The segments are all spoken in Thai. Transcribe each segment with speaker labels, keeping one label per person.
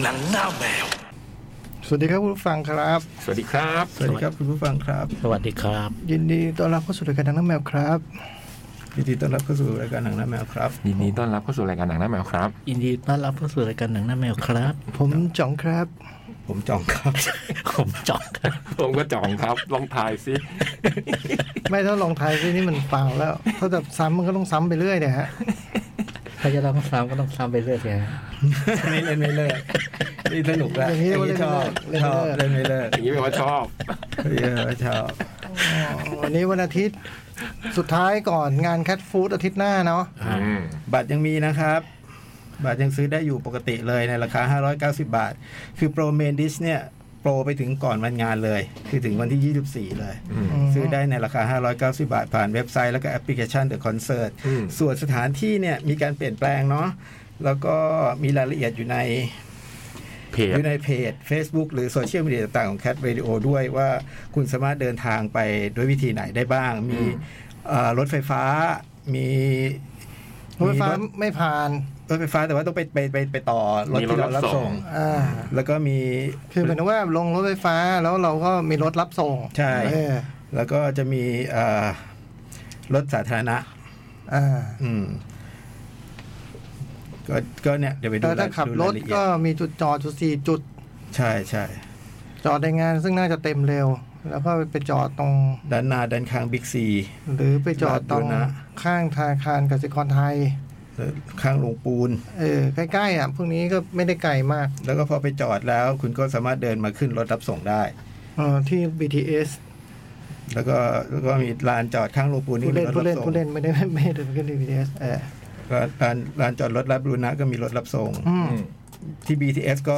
Speaker 1: หนังหน้าแมว
Speaker 2: สวัสดีครับคุณผู้ฟังครับ
Speaker 3: สวัสดีครับ
Speaker 2: สวัสดีครับคุณผู้ฟังครับ
Speaker 4: สวัสดีครับ
Speaker 2: ยินดีต้อนรับเข้าสู่รายการหนังน้ำแมวครับยินดีต้อนรับเข้าสู่รายการหนังน้ำแมวครับ
Speaker 3: ยินดีต้อนรับเข้าสู่รายการหนังหน้าแมวครับ
Speaker 4: ยินดีต้อนรับเข้าสู่รายการหนังหน้าแมวครับ
Speaker 2: ผมจ่องครับ
Speaker 5: ผมจองครับ
Speaker 4: ผมจองครับ
Speaker 3: ผมก็จ่องครับ ลองทายสิ
Speaker 2: ไม่ถ้าลองทายซินี่มันเปล่าแล้ว ถ้าจะซ้ำมันก็ต้องซ้ำไปเรื่อยเนี่ยฮะ
Speaker 4: ถ้าจะต้องซ้ำก็ต้องซ้ำไปเรื่อยนะฮะ
Speaker 5: ไม่เล่นไม่เลิกนี่สนุกแล้ว
Speaker 2: อย่างนี้เรียกว่าเล่น
Speaker 5: ช
Speaker 2: ไม่
Speaker 5: อ
Speaker 2: เลิ
Speaker 5: บ
Speaker 2: กเล่น
Speaker 5: ชอบเล่น
Speaker 2: ไม่เลิก
Speaker 5: ไม่เลิก
Speaker 3: อย่างนี้แปลว่าชอบ
Speaker 5: เยอะชอบ
Speaker 2: อ๋อวันนี้วันอาทิตย์ สุดท้ายก่อนงานแคทฟู้ดอาทิตย์หน้าเนาะ
Speaker 3: อืม
Speaker 5: บัตรยังมีนะครับ บัตรยังซื้อได้อยู่ปกติเลยในราคา 590 บาท คือโปรเมนดิสเนี่ยโปรไปถึงก่อนวันงานเลย คือถึงวันที่ 24 เลย ซื้อได้ในราคา 590 บาท ผ่านเว็บไซต์แล้วก็แอปพลิเคชัน The Concert
Speaker 3: อืม
Speaker 5: ส่วนสถานที่เนี่ยมีการเปลี่ยนแปลงเนาะแล้วก็มีรายละเอียดอยู่ใน
Speaker 3: เพจ
Speaker 5: อยู่ในเพจ Facebook หรือโซเชียลมีเดียต่างๆ ของ Cat Radio ด้วยว่าคุณสามารถเดินทางไปด้วยวิธีไหนได้บ้าง มี
Speaker 3: อืม
Speaker 5: เอ่อรถไฟฟ้า มี
Speaker 2: รถไฟฟ้า
Speaker 5: มี
Speaker 2: ไม่ผ่าน
Speaker 5: รถไฟฟ้าแต่ว่าต้องไปไปไปไปต่อรถ
Speaker 3: มีรถ
Speaker 5: ที่เรา
Speaker 3: รั
Speaker 5: รั
Speaker 3: บบ ส่ง
Speaker 5: ส่ง
Speaker 2: อ่า
Speaker 5: แล้วก็มี
Speaker 2: คือหมายถึงว่าลงรถไฟฟ้าแล้วเราก็มีรถรับส่ง
Speaker 5: ใช่
Speaker 2: เออ
Speaker 5: แล้วก็จะมีเอ่อรถสาธารณะ
Speaker 2: อ่า
Speaker 5: อืมก็ก็เนี่ยเดี๋ยวไปดู
Speaker 2: แต่ถ้าขับ
Speaker 5: ดูย
Speaker 2: รถ
Speaker 5: ละเอียด
Speaker 2: ก็มีจุดจอดจุดสี่จุด
Speaker 5: ใช่ใช่
Speaker 2: จอดในงานซึ่งน่าจะเต็มเร็ว แล้วก็ไปจอดตรง
Speaker 5: ด้านหน้าด้านข้างบิ๊กซี
Speaker 2: หรือไปจอดตรง
Speaker 5: ลาดบูรณะ
Speaker 2: ข้างธนาคารกสิกรไทย
Speaker 5: ข้างโรงปูน
Speaker 2: เออใกล้ๆอ่ะพวกนี้ก็ไม่ได้ไกลมาก
Speaker 5: แล้วก็พอไปจอดแล้วคุณก็สามารถเดินมาขึ้นรถรับส่งได้
Speaker 2: เออที่ BTS
Speaker 5: แล้วก็แล้วก็มีลานจอดข้างโรงปูน
Speaker 2: ผู้
Speaker 5: นี่มี
Speaker 2: เล่น
Speaker 5: รถ
Speaker 2: ผู้
Speaker 5: รับ
Speaker 2: เล่น
Speaker 5: ส่ง
Speaker 2: ผู้เล่นไม่ได้ไม่ได้ไม่ได้เดินขึ้น BTS เออ
Speaker 5: ก็ลานลานจอดรถรับรูนะก็มีรถรับส่ง
Speaker 2: อืม
Speaker 3: อืม
Speaker 5: ที่ BTS ก็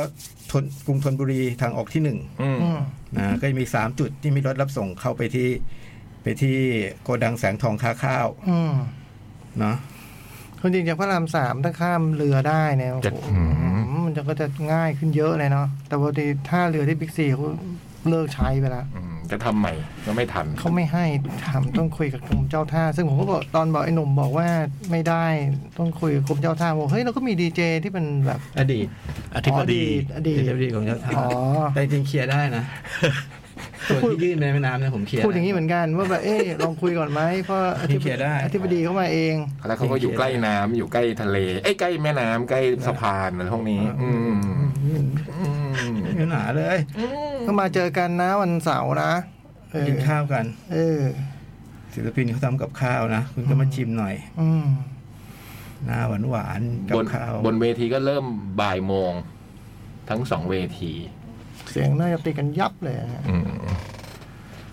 Speaker 5: ทนกรุงธนบุรีทางออกที่หนึ่ง
Speaker 3: อืม
Speaker 2: อืม
Speaker 5: นะก็มีสามจุดที่มีรถรับส่งเข้าไปที่ไปที่โกดังแสงทองค้าข้าว
Speaker 2: อืม
Speaker 5: เนาะ
Speaker 2: คนจริงจากพระรามสามถ้าข้ามเรือได้เนี่ยโอ้
Speaker 3: จะ
Speaker 2: โห
Speaker 3: อืม
Speaker 2: อืมมันจะก็จะง่ายขึ้นเยอะเลยเนาะแต่ปกติถ้าเรือที่บิ๊กซีเขาเลิกใช้ไปแล้ว
Speaker 3: อืมจะทำใหม่ก็ไม่ทัน
Speaker 2: เขาไม่ให้ทำต้องคุยกับกรมเจ้าท่า ซึ่งผมก็บอกตอนบอกไอ้หนุ่มบอกว่าไม่ได้ต้องคุยกับกรมเจ้าท่าบอกเฮ้ยเราก็มีดีเจที่เป็นแบบ
Speaker 5: อดีต
Speaker 4: อธิบดี
Speaker 2: อดีต
Speaker 5: อ
Speaker 2: อ
Speaker 5: ดี
Speaker 2: ดีต
Speaker 5: ตของเจ้าท่า
Speaker 2: อ๋อ
Speaker 5: แต่จริงๆเคลียร์ได้นะส่วนที่ยื่นในแม่น้ำเนี่ยผมเคลียร์
Speaker 2: พูดอย่างนี้เหมือนกันว่าแบบเอ๊ะลองคุยก่อนไหมเพราะอธิบ
Speaker 5: เคลียร์ได้
Speaker 2: อธิบดีเข้ามาเอง
Speaker 3: แล้วเขาก็อยู่ใกล้น้ำอยู่ใกล้ทะเลเอ้ยใกล้แม่น้ำใกล้สะพานอะไรพวกนี้ อืมอืม
Speaker 5: ไม่มีปัญหาเลย
Speaker 2: ก็มาเจอกันนะวันเสาร์นะ เออ
Speaker 5: กินข้าวกัน
Speaker 2: เออ
Speaker 5: ศิลปินเขาทำกับข้าวนะ คุณก็มาชิมหน่อย
Speaker 2: อืม
Speaker 5: หน้าหวานหวานๆกั
Speaker 3: บบ น
Speaker 5: ข้าว
Speaker 3: บนเวทีก็เริ่มบ่ายโมง ทั้งสองเวที
Speaker 2: เสียงน่าจะตีกันยับเลยอะ
Speaker 3: อืม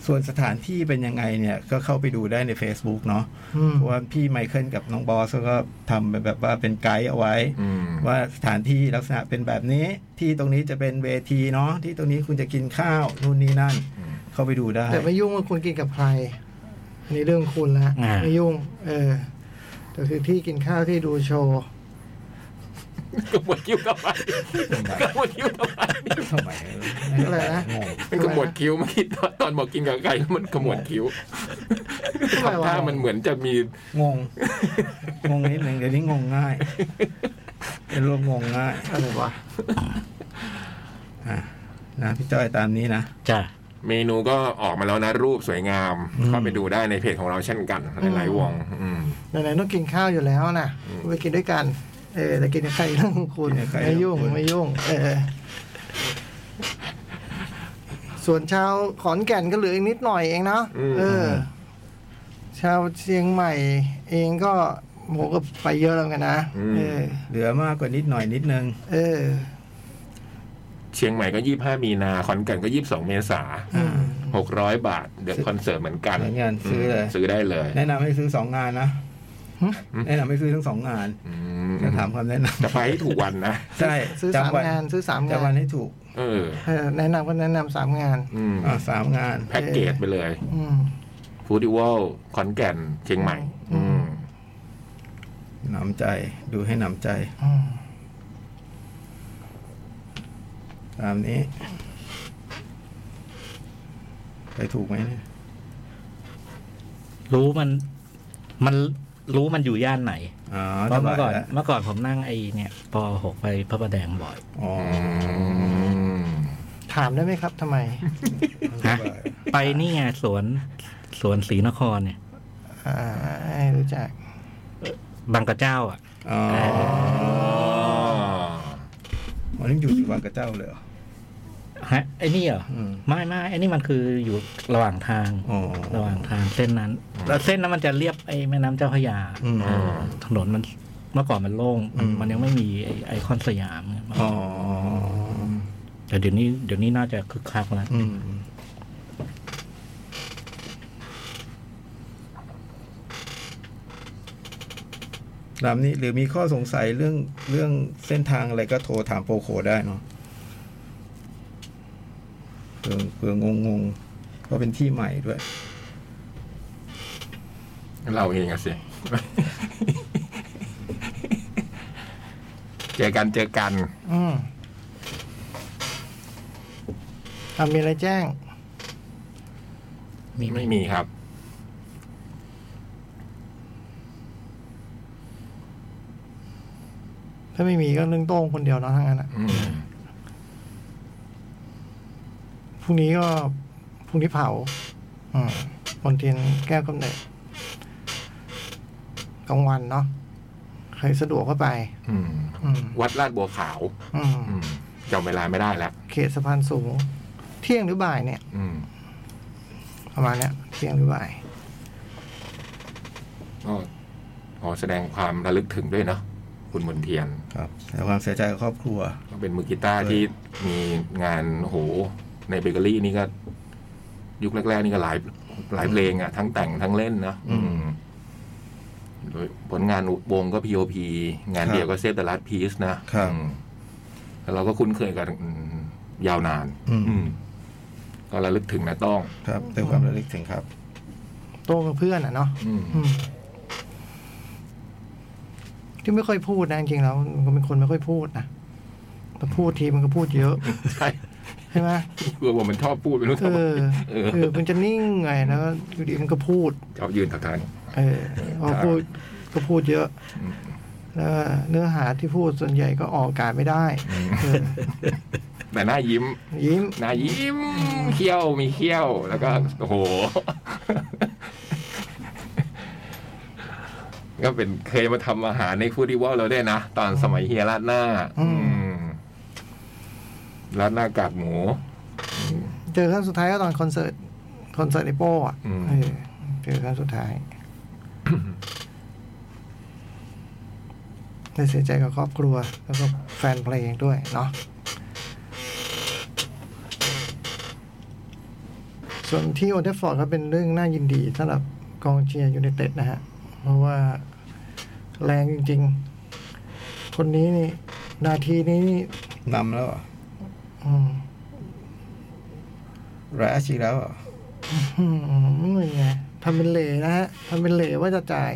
Speaker 5: ส่วนสถานที่เป็นยังไงเนี่ย ก็เข้าไปดูได้ใน Facebook เนาะ
Speaker 2: อืม
Speaker 5: เพราะว่าพี่ไมเคิลกับน้องบอสก็ทำแบบว่าเป็นไกด์เอาไว้
Speaker 3: อืม
Speaker 5: ว่าสถานที่ลักษณะเป็นแบบนี้ ที่ตรงนี้จะเป็นเวทีเนาะที่ตรงนี้คุณจะกินข้าวนู่นนี่นั่น
Speaker 3: อืม
Speaker 5: เข้าไปดูได้
Speaker 2: แต่ไม่ยุ่งว่าคุณกินกับใครอันนี้เรื่องคุณละ
Speaker 4: อ่า
Speaker 2: ไม่ยุ่ง เออแต่คือที่กินข้าวที่ดูโชว์
Speaker 3: ก็หมดคิวกับ ไปก็หมดคิวกับไป
Speaker 5: ทำไม
Speaker 2: อะไรนะ
Speaker 5: งง
Speaker 3: มันขมวดคิ้วเมื่อกี้ตอนตอนบอกกินกับไก่มันขมวดคิ้ว
Speaker 2: ทำไมวะ
Speaker 3: ทำท่ามันเหมือนจะมี
Speaker 5: งงงงนิดหนึ่งเดี๋ยวนี้งงง่ายเป็นโรคงงง่าย
Speaker 2: อะไรวะ
Speaker 5: อ่ะนะพี่จ้อยตามนี้นะ
Speaker 4: จ้ะ
Speaker 3: เมนูก็ออกมาแล้วนะ รูปสวยงามเข้าไปดูได้ในเพจของเราเช่นกันหลายๆวง อืม
Speaker 2: ไหนๆต้องกินข้าวอยู่แล้วนะไปกินด้วยกัน เออแต่กินกับใครเรื่องของคุณ
Speaker 5: กินกับใคร
Speaker 2: ไม่ยุ่ง
Speaker 5: เรื่องของคุณ
Speaker 2: ไม่ยุ่ง เออ ส่วนชาวขอนแก่นก็เหลืออีกนิดหน่อยเองเนาะ
Speaker 3: อืม
Speaker 2: เออ ชาวเชียงใหม่เองก็ผมก็ไปเยอะแล้วกันนะเออ
Speaker 5: เหลือมากกว่านิดหน่อยนิดนึง
Speaker 2: เออ
Speaker 3: เชียงใหม่ก็ยี่ห้ามีนาขอนแก่นก็ยี่สิบสองเมษาหกร้อยบาท เดือนคอนเสิร์ตเหมือนกัน
Speaker 5: เหมือนกันซื้อเลย
Speaker 3: ซื้อได้เลย
Speaker 5: แนะนำให้ซื้อสองงานนะ
Speaker 2: หึ
Speaker 5: แนะนำให้ซื้อทั้งสองงาน
Speaker 3: อืม
Speaker 5: จะถามความแนะน
Speaker 3: จะไปให้ถูกวันนะ
Speaker 5: ำใช่
Speaker 2: ซื้อสาม
Speaker 5: จำวัน
Speaker 2: งานซื้อสามงา
Speaker 5: จำวัน
Speaker 2: น
Speaker 5: ให้ถูก
Speaker 3: เออ
Speaker 2: เออแนะนำก็แนะนำสามงาน
Speaker 3: อืม
Speaker 5: อ่ะสามงาน
Speaker 3: แพ็กเกจไปเลย
Speaker 2: อืม
Speaker 3: ฟูดิวอลขอนแก่นเชียงใหม่ อืม
Speaker 5: หนำใจดูให้หนำใจ
Speaker 2: อืม
Speaker 5: ตามนี้ ไปถูกไหมเนี่ย
Speaker 4: รู้มันมัน รู้มันอยู่ย่านไหน
Speaker 6: อ๋อ
Speaker 4: เพราะเมื่อก่อน
Speaker 6: ตลาดละ
Speaker 4: เมื่อก่อนผมนั่งไอ้เนี่ยปหกไปพระประแดงบ่อย
Speaker 6: อ๋อ
Speaker 2: ถามได้ไหมครับทำไม
Speaker 4: ฮะ ไปนี่ไงสวนสวนศรีนครเนี่ย
Speaker 2: อ่าไม่รู้จัก
Speaker 4: บางกระเจ้าอ่ะ
Speaker 6: อ๋อวันนี้อยู่ที่วังกระเจ้าเลยเหรอ
Speaker 4: ฮะไอ้นี่เหรอ
Speaker 6: อืม
Speaker 4: ไม่ไม่ไอ้นี่มันคืออยู่ระหว่างทาง
Speaker 6: อ๋อ
Speaker 4: ระหว่างทางเส้นนั้น แล้วเส้นนั้นมันจะเรียบไอ้แม่น้ำเจ้าพระยา
Speaker 6: อืม
Speaker 4: ถนนมันเมื่อก่อนมันโล่ง
Speaker 6: อืม
Speaker 4: มันยังไม่มีไอ้ไอคอนสยามไง
Speaker 6: อ๋อ
Speaker 4: แต่เดี๋ยวนี้เดี๋ยวนี้น่าจะคึกคักแล้ว
Speaker 6: อืมลำนี้หรือมีข้อสงสัยเรื่องเรื่องเส้นทางอะไรก็โทรถามโปโคได้เนาะเผื่อเผื่องงงๆเพราะเป็นที่ใหม่ด้วย
Speaker 3: เราเองอะสิ เจอกันเจอกัน
Speaker 2: อืมอ่ะมีอะไรแจ้ง
Speaker 4: มีไหม
Speaker 3: ไม่มีครับ
Speaker 2: ถ้าไม่มีก็เรื่องโต้งคนเดียวเนาะทั้งนั้นอ่ะ
Speaker 3: อืม
Speaker 2: พรุ่งนี้ก็พรุ่งนี้เผา อืมบนเทียนแก้วกำเนิดกลางวันเนาะใครสะดวกก็ไป
Speaker 3: อืม
Speaker 2: อืม
Speaker 3: วัดลาดบัวขาว
Speaker 2: อืม
Speaker 3: อืมจำเวลาไม่ได้แล้ว
Speaker 2: เขตสะพานสูง เที่ยงหรือบ่ายเนี่ย
Speaker 3: อืม
Speaker 2: ประมาณเนี้ยเที่ยงหรือบ่าย
Speaker 3: ก็ขอแสดงความระลึกถึงด้วยเนาะคุณมนเทียน
Speaker 6: ครับแต่ความเสียใจกับครอบครัว
Speaker 3: ก็เป็นมือกีตาร์
Speaker 6: เออ
Speaker 3: ที่มีงานโอ้โหในเบเกอรี่นี่ก็ ยุคแรก ๆ นี่ก็หลายหลายเพลงอะทั้งแต่งทั้งเล่นนะอืมโดยผลงานวงก็ P.O.P. งานเดี่ยวก็เซฟแต่ลัดพีซนะครับ อืมแล้วเราก็คุ้นเคยกันอืมยาวนาน
Speaker 6: อืม
Speaker 3: มก็ระลึกถึงนะต้อง
Speaker 6: ครับด้วยความระลึกถึงครับ
Speaker 2: โต้งกับเพื่อนอ่ะเนาะ
Speaker 3: อืม
Speaker 2: อืม ที่ไม่ค่อยพูดนะจริงๆแล้วมันเป็นคนไม่ค่อยพูดนะแต่พูดทีมันก็พูดเยอะ
Speaker 3: ใช่
Speaker 2: ใช่ไหม
Speaker 3: กลัวว่ามันชอบพูดไม่รู้
Speaker 2: เอ
Speaker 3: ทำไม
Speaker 2: อ
Speaker 3: เออ
Speaker 2: เออมันจะนิ่งไงแล้วอยู่ดีมันก็พูด
Speaker 3: ชอบยืนแถักทาง
Speaker 2: เออพอพูดก็พูดเยอะ
Speaker 3: อืม
Speaker 2: แล้วเนื้อหาที่พูดส่วนใหญ่ก็ออกอากาศไม่ได้เออ
Speaker 3: แต่หน้ายิ้ม
Speaker 2: ยิ้ม
Speaker 3: หน้ายิ้มเขี้ยวมีเขี้ยว แล้วก็โอ้โห ก็เป็นเคยมาทำอาหารในฟูดิวอลเราด้วยนะ ตอนสมัยเฮียราดหน้า
Speaker 2: อืม
Speaker 3: อืมราดหน้ากากหมู
Speaker 2: เจอครั้งสุดท้ายก็ตอนคอนเสิร์ตคอนเสิร์ตไอโป้อะ
Speaker 3: อืม
Speaker 2: เออเจอครั้งสุดท้ายได้เสียใจกับครอบครัว แล้วก็แฟนเพลงด้วยเนาะส่วนที่โอเดฟฟอร์ดก็เป็นเรื่องน่ายินดีสำหรับกองเชียร์ยู i นเต็ดนะฮะ เพราะว่าแรงจริง ๆ คนนี้นี่ นาทีนี้นี่
Speaker 6: นำแล้วเหรอ
Speaker 2: อืม
Speaker 6: แรชอีกแล้วเหรอ
Speaker 2: อืมไงทำเป็นเหลนะฮะทำเป็นเหลว่าจะจ่าย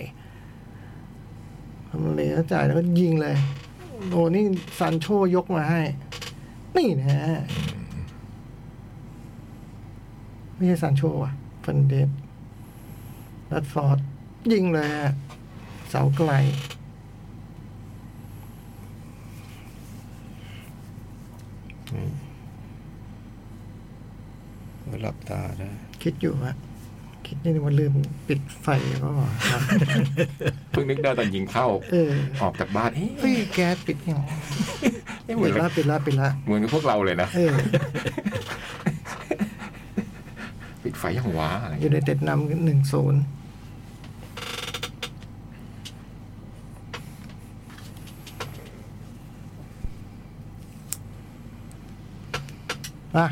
Speaker 2: ทำเป็นเหลว่าจะจ่ายแล้วก็ยิงเลยโอ้นี่ซานโชยกมาให้ นี่นะฮะไม่ใช่ซานโชว่ะเฟนเดสรัดฟอร์ด ยิงเลยฮะเสาไกล
Speaker 6: เออหลับตาได้
Speaker 2: คิดอยู่ฮะคิดนี่มันลืมปิดไฟก็
Speaker 3: เพิ่งนึกได้ตอนยิงเข้า
Speaker 2: เออ
Speaker 3: ออกจากบ้านเอ๊ะ
Speaker 2: เฮ้ยแก๊สปิดยัง
Speaker 3: เอ๊ะเหมื
Speaker 2: ปิ
Speaker 3: อน
Speaker 2: ดละปิดละปิดละ
Speaker 3: เหมือนกับพวกเราเลยนะ
Speaker 2: เออ
Speaker 3: ปิดไฟยังว้าอะไร
Speaker 2: ยูไนเต็ดนำหนึ่งศูนย์มา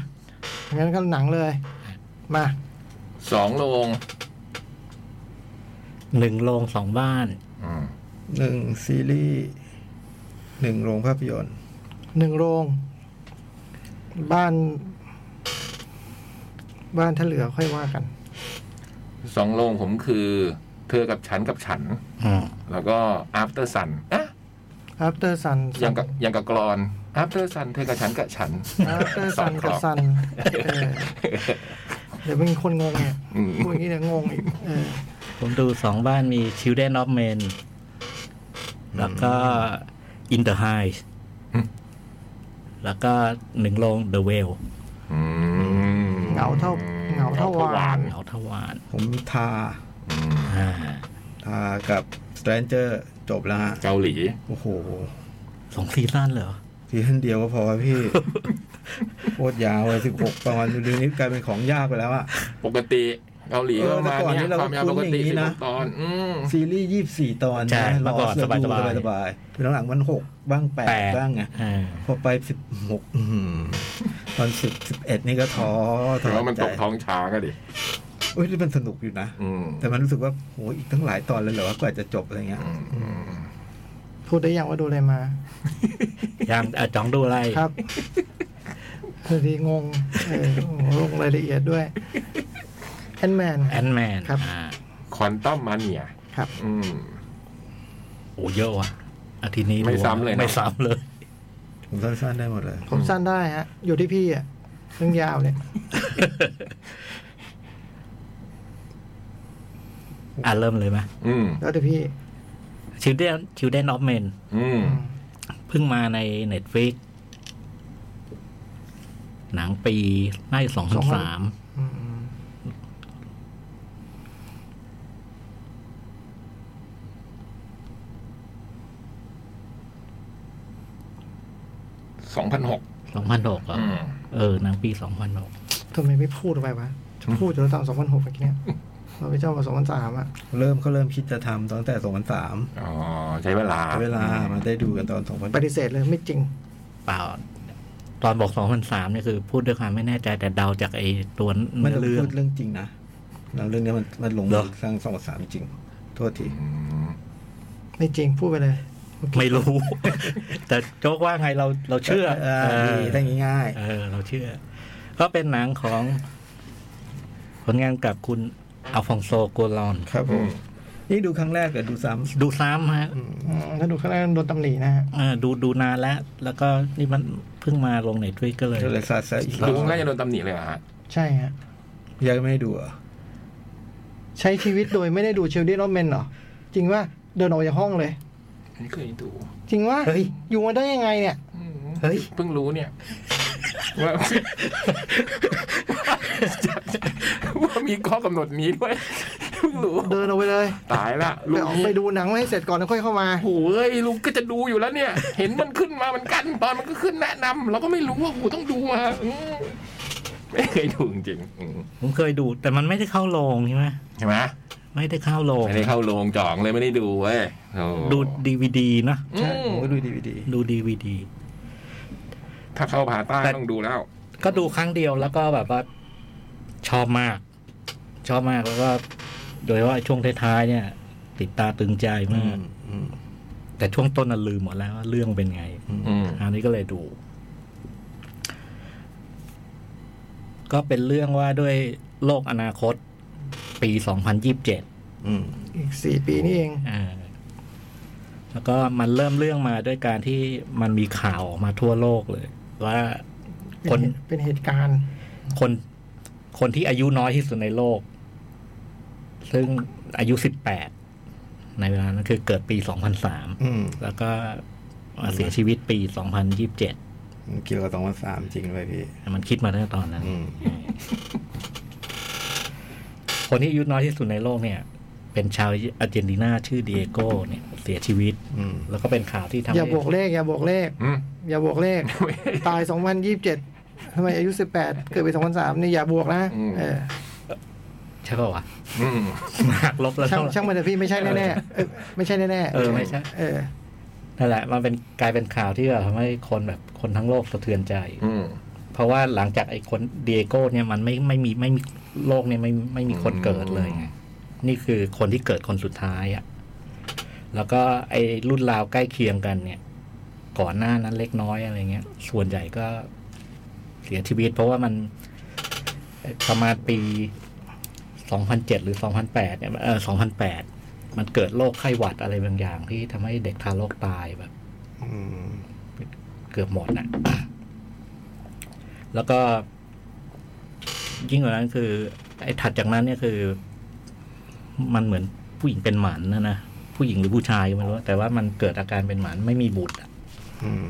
Speaker 2: งั้นก็หนังเลย มา
Speaker 3: สองโรง
Speaker 4: หนึ่งโรงสองบ้าน
Speaker 3: อืม
Speaker 6: หนึ่งซีรีส์หนึ่งโรงภาพยนตร์
Speaker 2: หนึ่งโรง บ้าน บ้านถ้าเหลือค่อยว่ากัน
Speaker 3: สองโรงผมคือ เธอกับฉันกับฉัน
Speaker 4: อืม
Speaker 3: แล้วก็ after sun อ่ะ
Speaker 2: after sun
Speaker 3: ยังกับยังกับกรอน after sun เธอกับฉันกับฉัน
Speaker 2: after
Speaker 3: สอ
Speaker 2: sun
Speaker 3: งกร
Speaker 2: กับ
Speaker 3: อบ
Speaker 2: sun เออเดี๋ยวมีคนงงเนี่ย
Speaker 3: อืม
Speaker 2: พูดอย่างนี้เดี๋ยวงงอีกเออ
Speaker 4: ผมดูสองบ้านมี Children of Men แล้วก็ In the Heights
Speaker 3: อืม
Speaker 4: แล้วก็หนึ่งโรง The Whale
Speaker 3: อืม
Speaker 2: เหงาเท่าเหงาเท่าหวาน
Speaker 4: เหงาทวาร
Speaker 5: ผมทา
Speaker 3: อืม
Speaker 4: อ่า
Speaker 5: ทากับ Stranger จบแล้วฮะ
Speaker 3: เกาหลี
Speaker 5: โอ้โห
Speaker 4: สองซีซั่นเหรอ
Speaker 5: ซีซั่นเดียวก็พอพี่ โคตรยาวเลยสิบหกตอนดูดีนี้กลายเป็นของยากไปแล้วอะ
Speaker 3: ปกติเกาหลีก็ประมาณ
Speaker 5: เออแต่ก่อน
Speaker 3: เนี่
Speaker 5: นี่
Speaker 3: ย
Speaker 5: เรา
Speaker 3: ความยาว
Speaker 5: ก็
Speaker 3: ป
Speaker 5: คุ้
Speaker 3: ก
Speaker 5: น
Speaker 3: ติ
Speaker 5: อย่างนี้
Speaker 3: สิบ
Speaker 5: นะ
Speaker 3: ตอน อืม
Speaker 5: ซีรีส์ยี่สิบสี่ตอน
Speaker 4: ใช่
Speaker 5: นะ
Speaker 4: เมื่อก่อน
Speaker 5: สเราดู
Speaker 4: สบายๆ
Speaker 5: สบายๆคือหลังๆมันหกบ้างแปดบ้างไง
Speaker 4: อ่า
Speaker 5: พอไปสิบหกตอนสิบสิบเอ็ดนี่ก็ท้อถ
Speaker 3: แต่
Speaker 5: อ
Speaker 3: ว่ามัน
Speaker 5: ใจ
Speaker 3: ตกท้องช้างก็ดิ
Speaker 5: เอ้ยนี่มันสนุกอยู่นะ
Speaker 3: อืม
Speaker 5: แต่มันรู้สึกว่าโหอีกตั้งหลายตอนเลยเหรอวะกว่าจะจบอะไรเงี้ย
Speaker 3: อืมอืม
Speaker 2: พูดได้ยังว่าดูอะไรมา
Speaker 4: ยังอ่ะจ้องดูอะไร
Speaker 2: ครับพอดีงงเออโอ้โหลงรายละเอียดด้วยแอนแมน
Speaker 4: แอนแมน
Speaker 2: ครับ
Speaker 4: อ่า
Speaker 3: ควอนตัมมาเนีย
Speaker 2: ครับ
Speaker 3: อืม
Speaker 4: โอ้เยอะว่ะอาทิตย์นี้
Speaker 3: ไม่ซ้ำเลยนะ
Speaker 4: ไม่ซ้ำเลย
Speaker 5: ผมสั้นๆได้หมดเลย
Speaker 2: ผมสั้นได้ฮะ อยู่ที่พี่อ่ะเรื่องยาวเนี่ย
Speaker 4: อ่ะเริ่มเลยไหม
Speaker 3: อืม
Speaker 2: แล้วแต่พี่
Speaker 4: ชิวเดนชิวเดนออฟเมน
Speaker 3: อืม
Speaker 4: เพิ่งมาในเน็ตฟิกหนังปีน่าจะสองพันสาม
Speaker 2: อืม
Speaker 3: สองพันหก
Speaker 4: สองพันหกอ่ะ
Speaker 3: อืม
Speaker 4: เออหนังปีสองพันหก
Speaker 2: ทำไมไม่พูดออกไปวะจะพูดจนตอนสองพันหกเมื่อกี้เนี่ยเราไปเจ้ามาสองพันสามอ่ะ
Speaker 5: เริ่มเขาเริ่มคิดจะทำตั้งแต่สองพันสาม
Speaker 3: อ๋อ ใช้เวลา
Speaker 5: เวลามาได้ดูกันตอนสองพัน
Speaker 2: ปฏิเสธเลยไม่จริง
Speaker 4: เปล่า ตอนบอกสองพันสามเนี่ยคือพูดด้วยความไม่แน่ใจแต่เดาจากไอ้ตัวเนื้
Speaker 5: ไม่
Speaker 4: อ
Speaker 5: ได้
Speaker 4: เรื่อง
Speaker 5: พูดเรื่องจริงนะหนังเรื่องนี้มันมันลง
Speaker 4: เหรอ
Speaker 5: สร้างสองพันสามจริง โทษที
Speaker 3: อืม
Speaker 2: ไม่จริงพูดไปเลยโอเค
Speaker 4: ไม่รู้ แต่โจ๊กว่าไงเราเราเชื่อ
Speaker 5: เออดีได้ง่าย
Speaker 4: เออ เราเชื่อ ก็เป็นหนังของ ผลงานกับคุณอัลฟองโซโกลอน
Speaker 5: ๆ ครับผม นี่ดูครั้งแรกกับดูซ้
Speaker 4: ดูซ้ำฮะ
Speaker 2: อืมถ้าดูข้างหน้าโดนตำหนินะฮะ
Speaker 4: เออดูดูนานแล้ว แล้วก็นี่มันเพิ่งมาลงในทวิตก็เลย
Speaker 5: ำก็เลยซาซะอีกรอ
Speaker 3: ดู
Speaker 5: บ
Speaker 3: น่าจะโดนตำหนิเลยเหรอฮะ
Speaker 2: ใช่ฮะ
Speaker 5: ยังไม่ได้ดูเหรอ
Speaker 2: ใช้ชีวิตโดยไม่ได้ดูเชลดี้รอมเมนเหรอ จริงว่าเดินออกจากห้องเลย
Speaker 3: ไม่เคยดู
Speaker 2: จริงว่า
Speaker 4: เฮ้ย
Speaker 2: อยู่มาได้ยังไงเนี่ย
Speaker 3: อืม
Speaker 4: เฮ้ย
Speaker 3: เพิ่งรู้เนี่ย ว่า ว่ามีข้อกำหนดนี้ด้วย เพิ่งรู้
Speaker 2: เดินออกไปเลย
Speaker 3: ตายละ
Speaker 2: ไป
Speaker 3: ลู
Speaker 2: อ
Speaker 3: ก
Speaker 2: อก
Speaker 3: นี้
Speaker 2: ไปดูหนังให้เสร็จก่อนแล้วค่อยเข้ามา
Speaker 3: โอ้โหเอ้ยลูกก็จะดูอยู่แล้วเนี่ย เห็นมันขึ้นมาเหมือนกัน ตอนมันก็ขึ้นแนะนำเราก็ไม่รู้ว่าโอ้โหต้องดูมาอืมไม่เคยดูจริงๆอืม
Speaker 4: ผมเคยดู แต่มันไม่ได้เข้าโรงใช่ไหม
Speaker 3: ใช่ไหม
Speaker 4: ไม่ได้เข้าโรง
Speaker 3: ไม่ได้เข้าโรงจ่องเลยไม่ได้ดูเว้ยโอ้
Speaker 4: ดูดีวดีนะ
Speaker 3: อื
Speaker 5: ใช่ผม มก็ดูดีวีดี
Speaker 4: ดูดีวดี
Speaker 3: ถ้าเข้าผ่าต้าต้องดูแล้ว
Speaker 4: ก็ดูครั้งเดียวแล้วก็แบบว่าชอบมาก ชอบมากแล้วก็ โดยว่าช่วงท้ายๆเนี่ย ติดตาตึงใจมาก แต่ช่วงต้นน่ะลืมหมดแล้วว่าเรื่องเป็นไง
Speaker 3: อืม
Speaker 4: คราวนี้ก็เลยดู ก็เป็นเรื่องว่าด้วยโลกอนาคต ปีสองพันยิบเจ็ด
Speaker 2: อีกสี่ปีนี่เอง
Speaker 4: อ่าแล้วก็มันเริ่มเรื่องมาด้วยการที่มันมีข่าวออกมาทั่วโลกเลย ว่าค
Speaker 2: เป็น นเป็นเหตุการณ์
Speaker 4: คนคนที่อายุน้อยที่สุดในโลก ซึ่งอายุสิบแปดในเวลานั้นคือเกิดปีสองพันสาม
Speaker 5: อืม
Speaker 4: แล้วก็มาเสียชีวิตปีสองพันยิบเจ็ด
Speaker 5: มันเกี่ยวกับสองพันสามจริงเลยพี่
Speaker 4: มันคิดมาตั้งแต่ตอนนั้น
Speaker 5: อืม
Speaker 4: คนที่อายุน้อยที่สุดในโลกเนี่ย เป็นชาวอาร์เจนตินาชื่อเดียโก้เนี่ย เสียชีวิต
Speaker 5: อืม
Speaker 4: แล้วก็เป็นข่าวที่ทำ
Speaker 2: อย่า
Speaker 4: ให้
Speaker 2: บวกเลข อย่าบวกเลข
Speaker 3: อืม
Speaker 2: อย่าบวกเลข ตายสองพันยี่สิบเจ็ดทำไมอายุสิบแปดเกิดปีสองพันสามนี่อย่าบวกนะ
Speaker 3: อืม
Speaker 2: เออ
Speaker 4: ใช่ป่าวะ
Speaker 3: อืม
Speaker 4: หักลบแล้ว
Speaker 2: ช่าง
Speaker 4: เท่าไหร่
Speaker 2: ช่างมันเถอะพี่ไม่ใช่แน่ๆเออไม่ใช่แน่ๆ
Speaker 4: เออไม่ใช่
Speaker 2: เออ
Speaker 4: นั่นแหละ มันเป็นกลายเป็นข่าวที่แบบทำให้คนแบบคนทั้งโลกสะเทือนใจ
Speaker 3: อืม
Speaker 4: เพราะว่าหลังจากไอ้คนเดียโก้เนี่ยมันไม่ไม่มีไม่มีโลกเนี่ยไม่ไม่มีคนเกิดเลยไงนี่คือคนที่เกิดคนสุดท้ายอะ่ะ แล้วก็ไอ้รุ่นราวใกล้เคียงกันเนี่ย ก่อนหน้านั้นเล็กน้อยอะไรเงี้ย ส่วนใหญ่ก็เสียชีวิต เพราะว่ามันประมาณปี 2007 หรือ 2008 เนี่ยเออ2008 มันเกิดโรคไข้หวัดอะไรบางอย่าง ที่ทำให้เด็กทารกตายแบบ
Speaker 5: อืม
Speaker 4: เกือบหมดนะ แล้วก็ยิ่งกว่านั้นคือ ไอ้ถัดจากนั้นเนี่ยคือ มันเหมือนผู้หญิงเป็นหมันนะนะผู้หญิงหรือผู้ชายก็ไม่รู้แต่ว่ามันเกิดอาการเป็นหมันไม่มีบุตรอะ
Speaker 6: อืม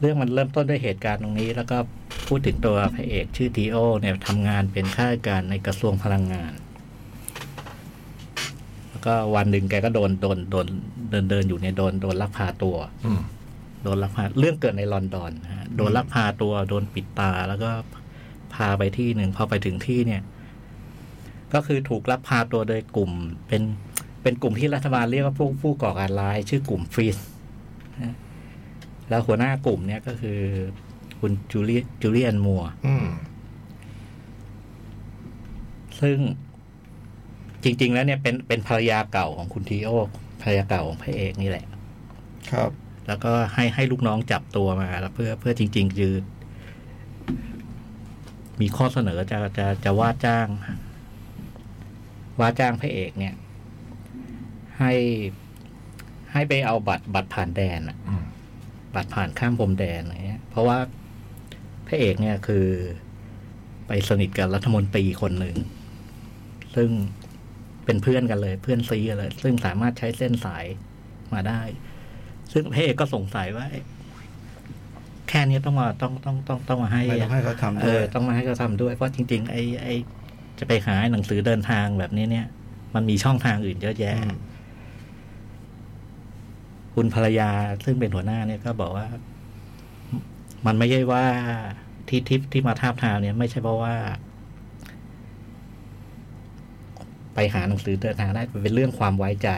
Speaker 4: เรื่องมันเริ่มต้นด้วยเหตุการณ์ตรงนี้ แล้วก็พูดถึงตัวพระเอกชื่อทีโอเนี่ยทำงานเป็นข้าราชการในกระทรวงพลังงาน แล้วก็วันหนึ่งแกก็โดนโดนโดนเดินเดินอยู่เนี่ยโดนโดนลักพาตัว
Speaker 3: อืม
Speaker 4: โดนลักพาเรื่องเกิดในลอนดอนนะฮะโดนลักพาตัวโดนปิดตาแล้วก็พาไปที่หนึ่งพอไปถึงที่เนี่ย ก็คือถูกลักพาตัวโดยกลุ่ม เป็นเป็นกลุ่มที่รัฐบาลเรียกว่าพวกผู้ก่อการร้าย ชื่อกลุ่มฟรีสนะแล้วหัวหน้ากลุ่มเนี่ยก็คือ คุณจูเลียจูเลียนมัวร์
Speaker 6: อืม
Speaker 4: ซึ่งจริง ๆ แล้วเนี่ยเป็นเป็นภรรยาเก่าของคุณทีโอภรรยาเก่าของพระเอกนี่แหละ
Speaker 6: ครับ
Speaker 4: แล้วก็ให้ให้ลูกน้องจับตัวมาแล้วเพื่อเพื่อจริง ๆ คือ มีข้อเสนอจะจะจะว่าจ้าง ว่าจ้างพระเอกเนี่ย ให้ให้ไปเอาบัตรบัตรผ่านแดนอะ
Speaker 3: อืม
Speaker 4: บัตรผ่านข้ามพรมแดนอะไรเงี้ย เพราะว่าพระเอกเนี่ยคือ ไปสนิทกับรัฐมนตรีคนหนึ่ง ซึ่งเป็นเพื่อนกันเลย เพื่อนซีกันเลย ซึ่งสามารถใช้เส้นสายมาได้ ซึ่งพระเอกก็สงสัยว่าเอ๊ะแค่นี้ต้องมาต้องต้องต้องต้องมาให้
Speaker 6: ไม่ต้องให้เขาทำด้วย
Speaker 4: เออต้องมาให้เขาทำด้วย เพราะจริง ๆ ไอ้ไอ้จะไปหาหนังสือเดินทางแบบนี้เนี่ย มันมีช่องทางอื่นเยอะแยะ
Speaker 6: อืม
Speaker 4: คุณภรรยาซึ่งเป็นหัวหน้าเนี่ยก็บอกว่า มันไม่ใช่ว่าที่ทิปที่มาทาบทามเนี่ย ไม่ใช่เพราะว่า ไปหาหนังสือเดินทางได้มันเป็นเรื่องความไว้ใจ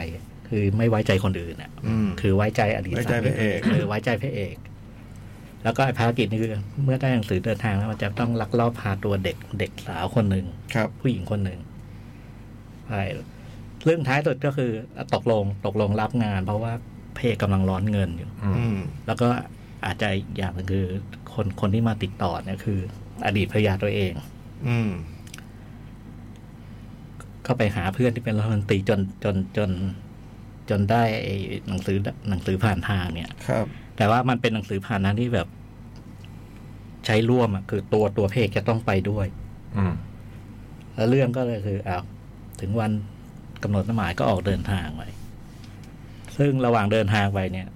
Speaker 4: คือไม่ไว้ใจคนอื่นอ่ะ
Speaker 6: อืม
Speaker 4: คือไว้ใจอดีต
Speaker 6: ไว้ใจพระเอก
Speaker 4: เออไว้ใจพระเอก แล้วก็ไอ้ภารกิจนี่คือเมื่อได้หนังสือเดินทางแล้วมันจะต้องลักลอบพาตัวเด็กเด็กสาวคนหนึ่ง
Speaker 6: ครับ
Speaker 4: ผู้หญิงคนหนึ่งใช่เรื่องท้ายสุดก็คือตกลงตกลงรับงาน เพราะว่าเพกกำลังร้อนเงินอยู่
Speaker 3: อืม
Speaker 6: อืม
Speaker 4: แล้วก็อาจจะอีกอย่างหนึงคือ คนคนที่มาติดต่อเนี่ยคือ อดีตภรรยาตัวเอง
Speaker 6: อืม
Speaker 4: ก็ไปหาเพื่อนที่เป็นรัฐมนตรีจนจนจน จนได้ไอ้หนังสือหนังสือผ่านทางเนี่ย
Speaker 6: ครับ
Speaker 4: แต่ว่ามันเป็นหนังสือผ่านทางที่แบบ ใช้ร่วมอะคือตัวตัวเพกจะต้องไปด้วย
Speaker 3: อืม
Speaker 4: แล้วเรื่องก็เลยคือเอาถึงวันกำหนดนัดหมายก็ออกเดินทางไป ซึ่งระหว่างเดินทางไปเนี่ย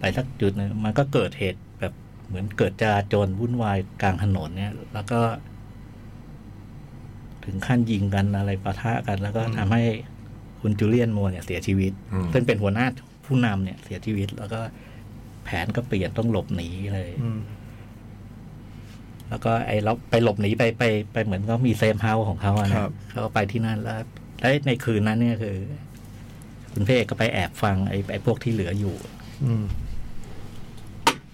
Speaker 4: ไปสักจุดหนึ่งมันก็เกิดเหตุแบบเหมือนเกิดจราจรวุ่นวายกลางถนนเนี่ย แล้วก็ ถึงขั้นยิงกันอะไรปะทะกัน แล้วก็ทำให้คุณจูเลียนมัวร์เนี่ยเสียชีวิต
Speaker 3: อืม
Speaker 4: ซึ่งเป็นหัวหน้าผู้นำเนี่ย เสียชีวิต แล้วก็แผนก็เปลี่ยนต้องหลบหนีเลย
Speaker 6: อืม
Speaker 4: แล้วก็ไอ้เราไปหลบหนีไปไปไปเหมือนก็มีเซฟเฮาส์ของเขาอะนะเขาก็ไปที่นั่นแล้วแล้วในคืนนั้นเนี่ยคือ คุณเพ่ก็ไปแอบฟังไอ้ไอ้พวกที่เหลืออยู่
Speaker 6: อืม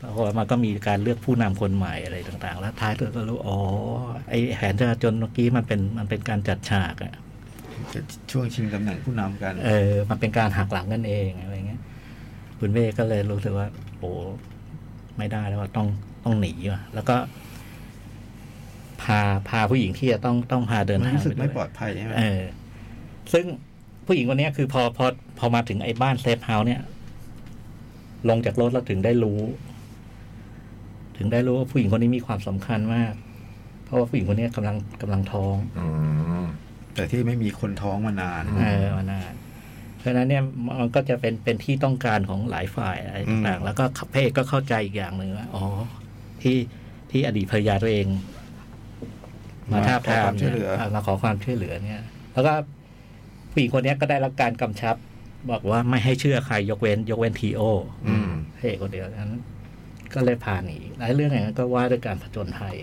Speaker 4: ปรากฏว่ามันก็มีการเลือกผู้นำคนใหม่อะไรต่างๆ แล้วท้ายสุดก็รู้อ๋อไอ้แผนจราจนเมื่อกี้มันเป็นมันเป็นการจัดฉากอะ
Speaker 6: จะช่วงชิงตำแหน่งผู้นำกัน
Speaker 4: เออ มันเป็นการหักหลังกันเองอะไรเงี้ย คุณเบ้ก็เลยรู้สึกว่า โอ้ไม่ได้แล้วว่าต้องต้องหนีว่ะ แล้วก็ พาพาผู้หญิงที่จะต้องต้องพาเดิน
Speaker 6: มัน
Speaker 4: ทาง
Speaker 6: รู้สึก
Speaker 4: ด้ว
Speaker 6: ไม่
Speaker 4: ย
Speaker 6: ปลอดภัยใช่ไหม
Speaker 4: เออ ซึ่งผู้หญิงคนเนี้ยคือพอพอพอมาถึงไอ้บ้านเซฟเฮาส์เนี่ย ลงจากรถแล้วถึงได้รู้ ถึงได้รู้ว่าผู้หญิงคนนี้มีความสำคัญมาก เพราะว่าผู้หญิงคนเนี้ยกำลังกำลังท้อง
Speaker 3: อืม
Speaker 6: แต่ที่ไม่มีคนท้องมานาน
Speaker 4: เออมานานเพราะฉะนั้นเนี่ยมันก็จะเป็นเป็นที่ต้องการของหลายฝ่ายอะไรต่าง
Speaker 6: อื
Speaker 4: ๆ
Speaker 6: ม
Speaker 4: แล้วก็พระเอกก็เข้าใจอีกอย่างหนึ่งว่าอ๋อที่ที่อดีตภรรยาตัวเอง มาทาบ
Speaker 6: ขอ
Speaker 4: ทา
Speaker 6: ค
Speaker 4: ม
Speaker 6: วามช่วยเหลือ
Speaker 4: นี่ยมาขอความช่วยเหลือเนี่ย แล้วก็ผู้หญิงคนเนี้ยก็ได้รับการกำชับ บอกว่าไม่ให้เชื่อใครยกเว้น ยกเว้นทีโอ
Speaker 6: อืม
Speaker 4: พระเอกคนเดียวนั้น ก็เลยพาหนีหลายเรื่องอย่างนั้นก็ว่าด้วยการผจญภัย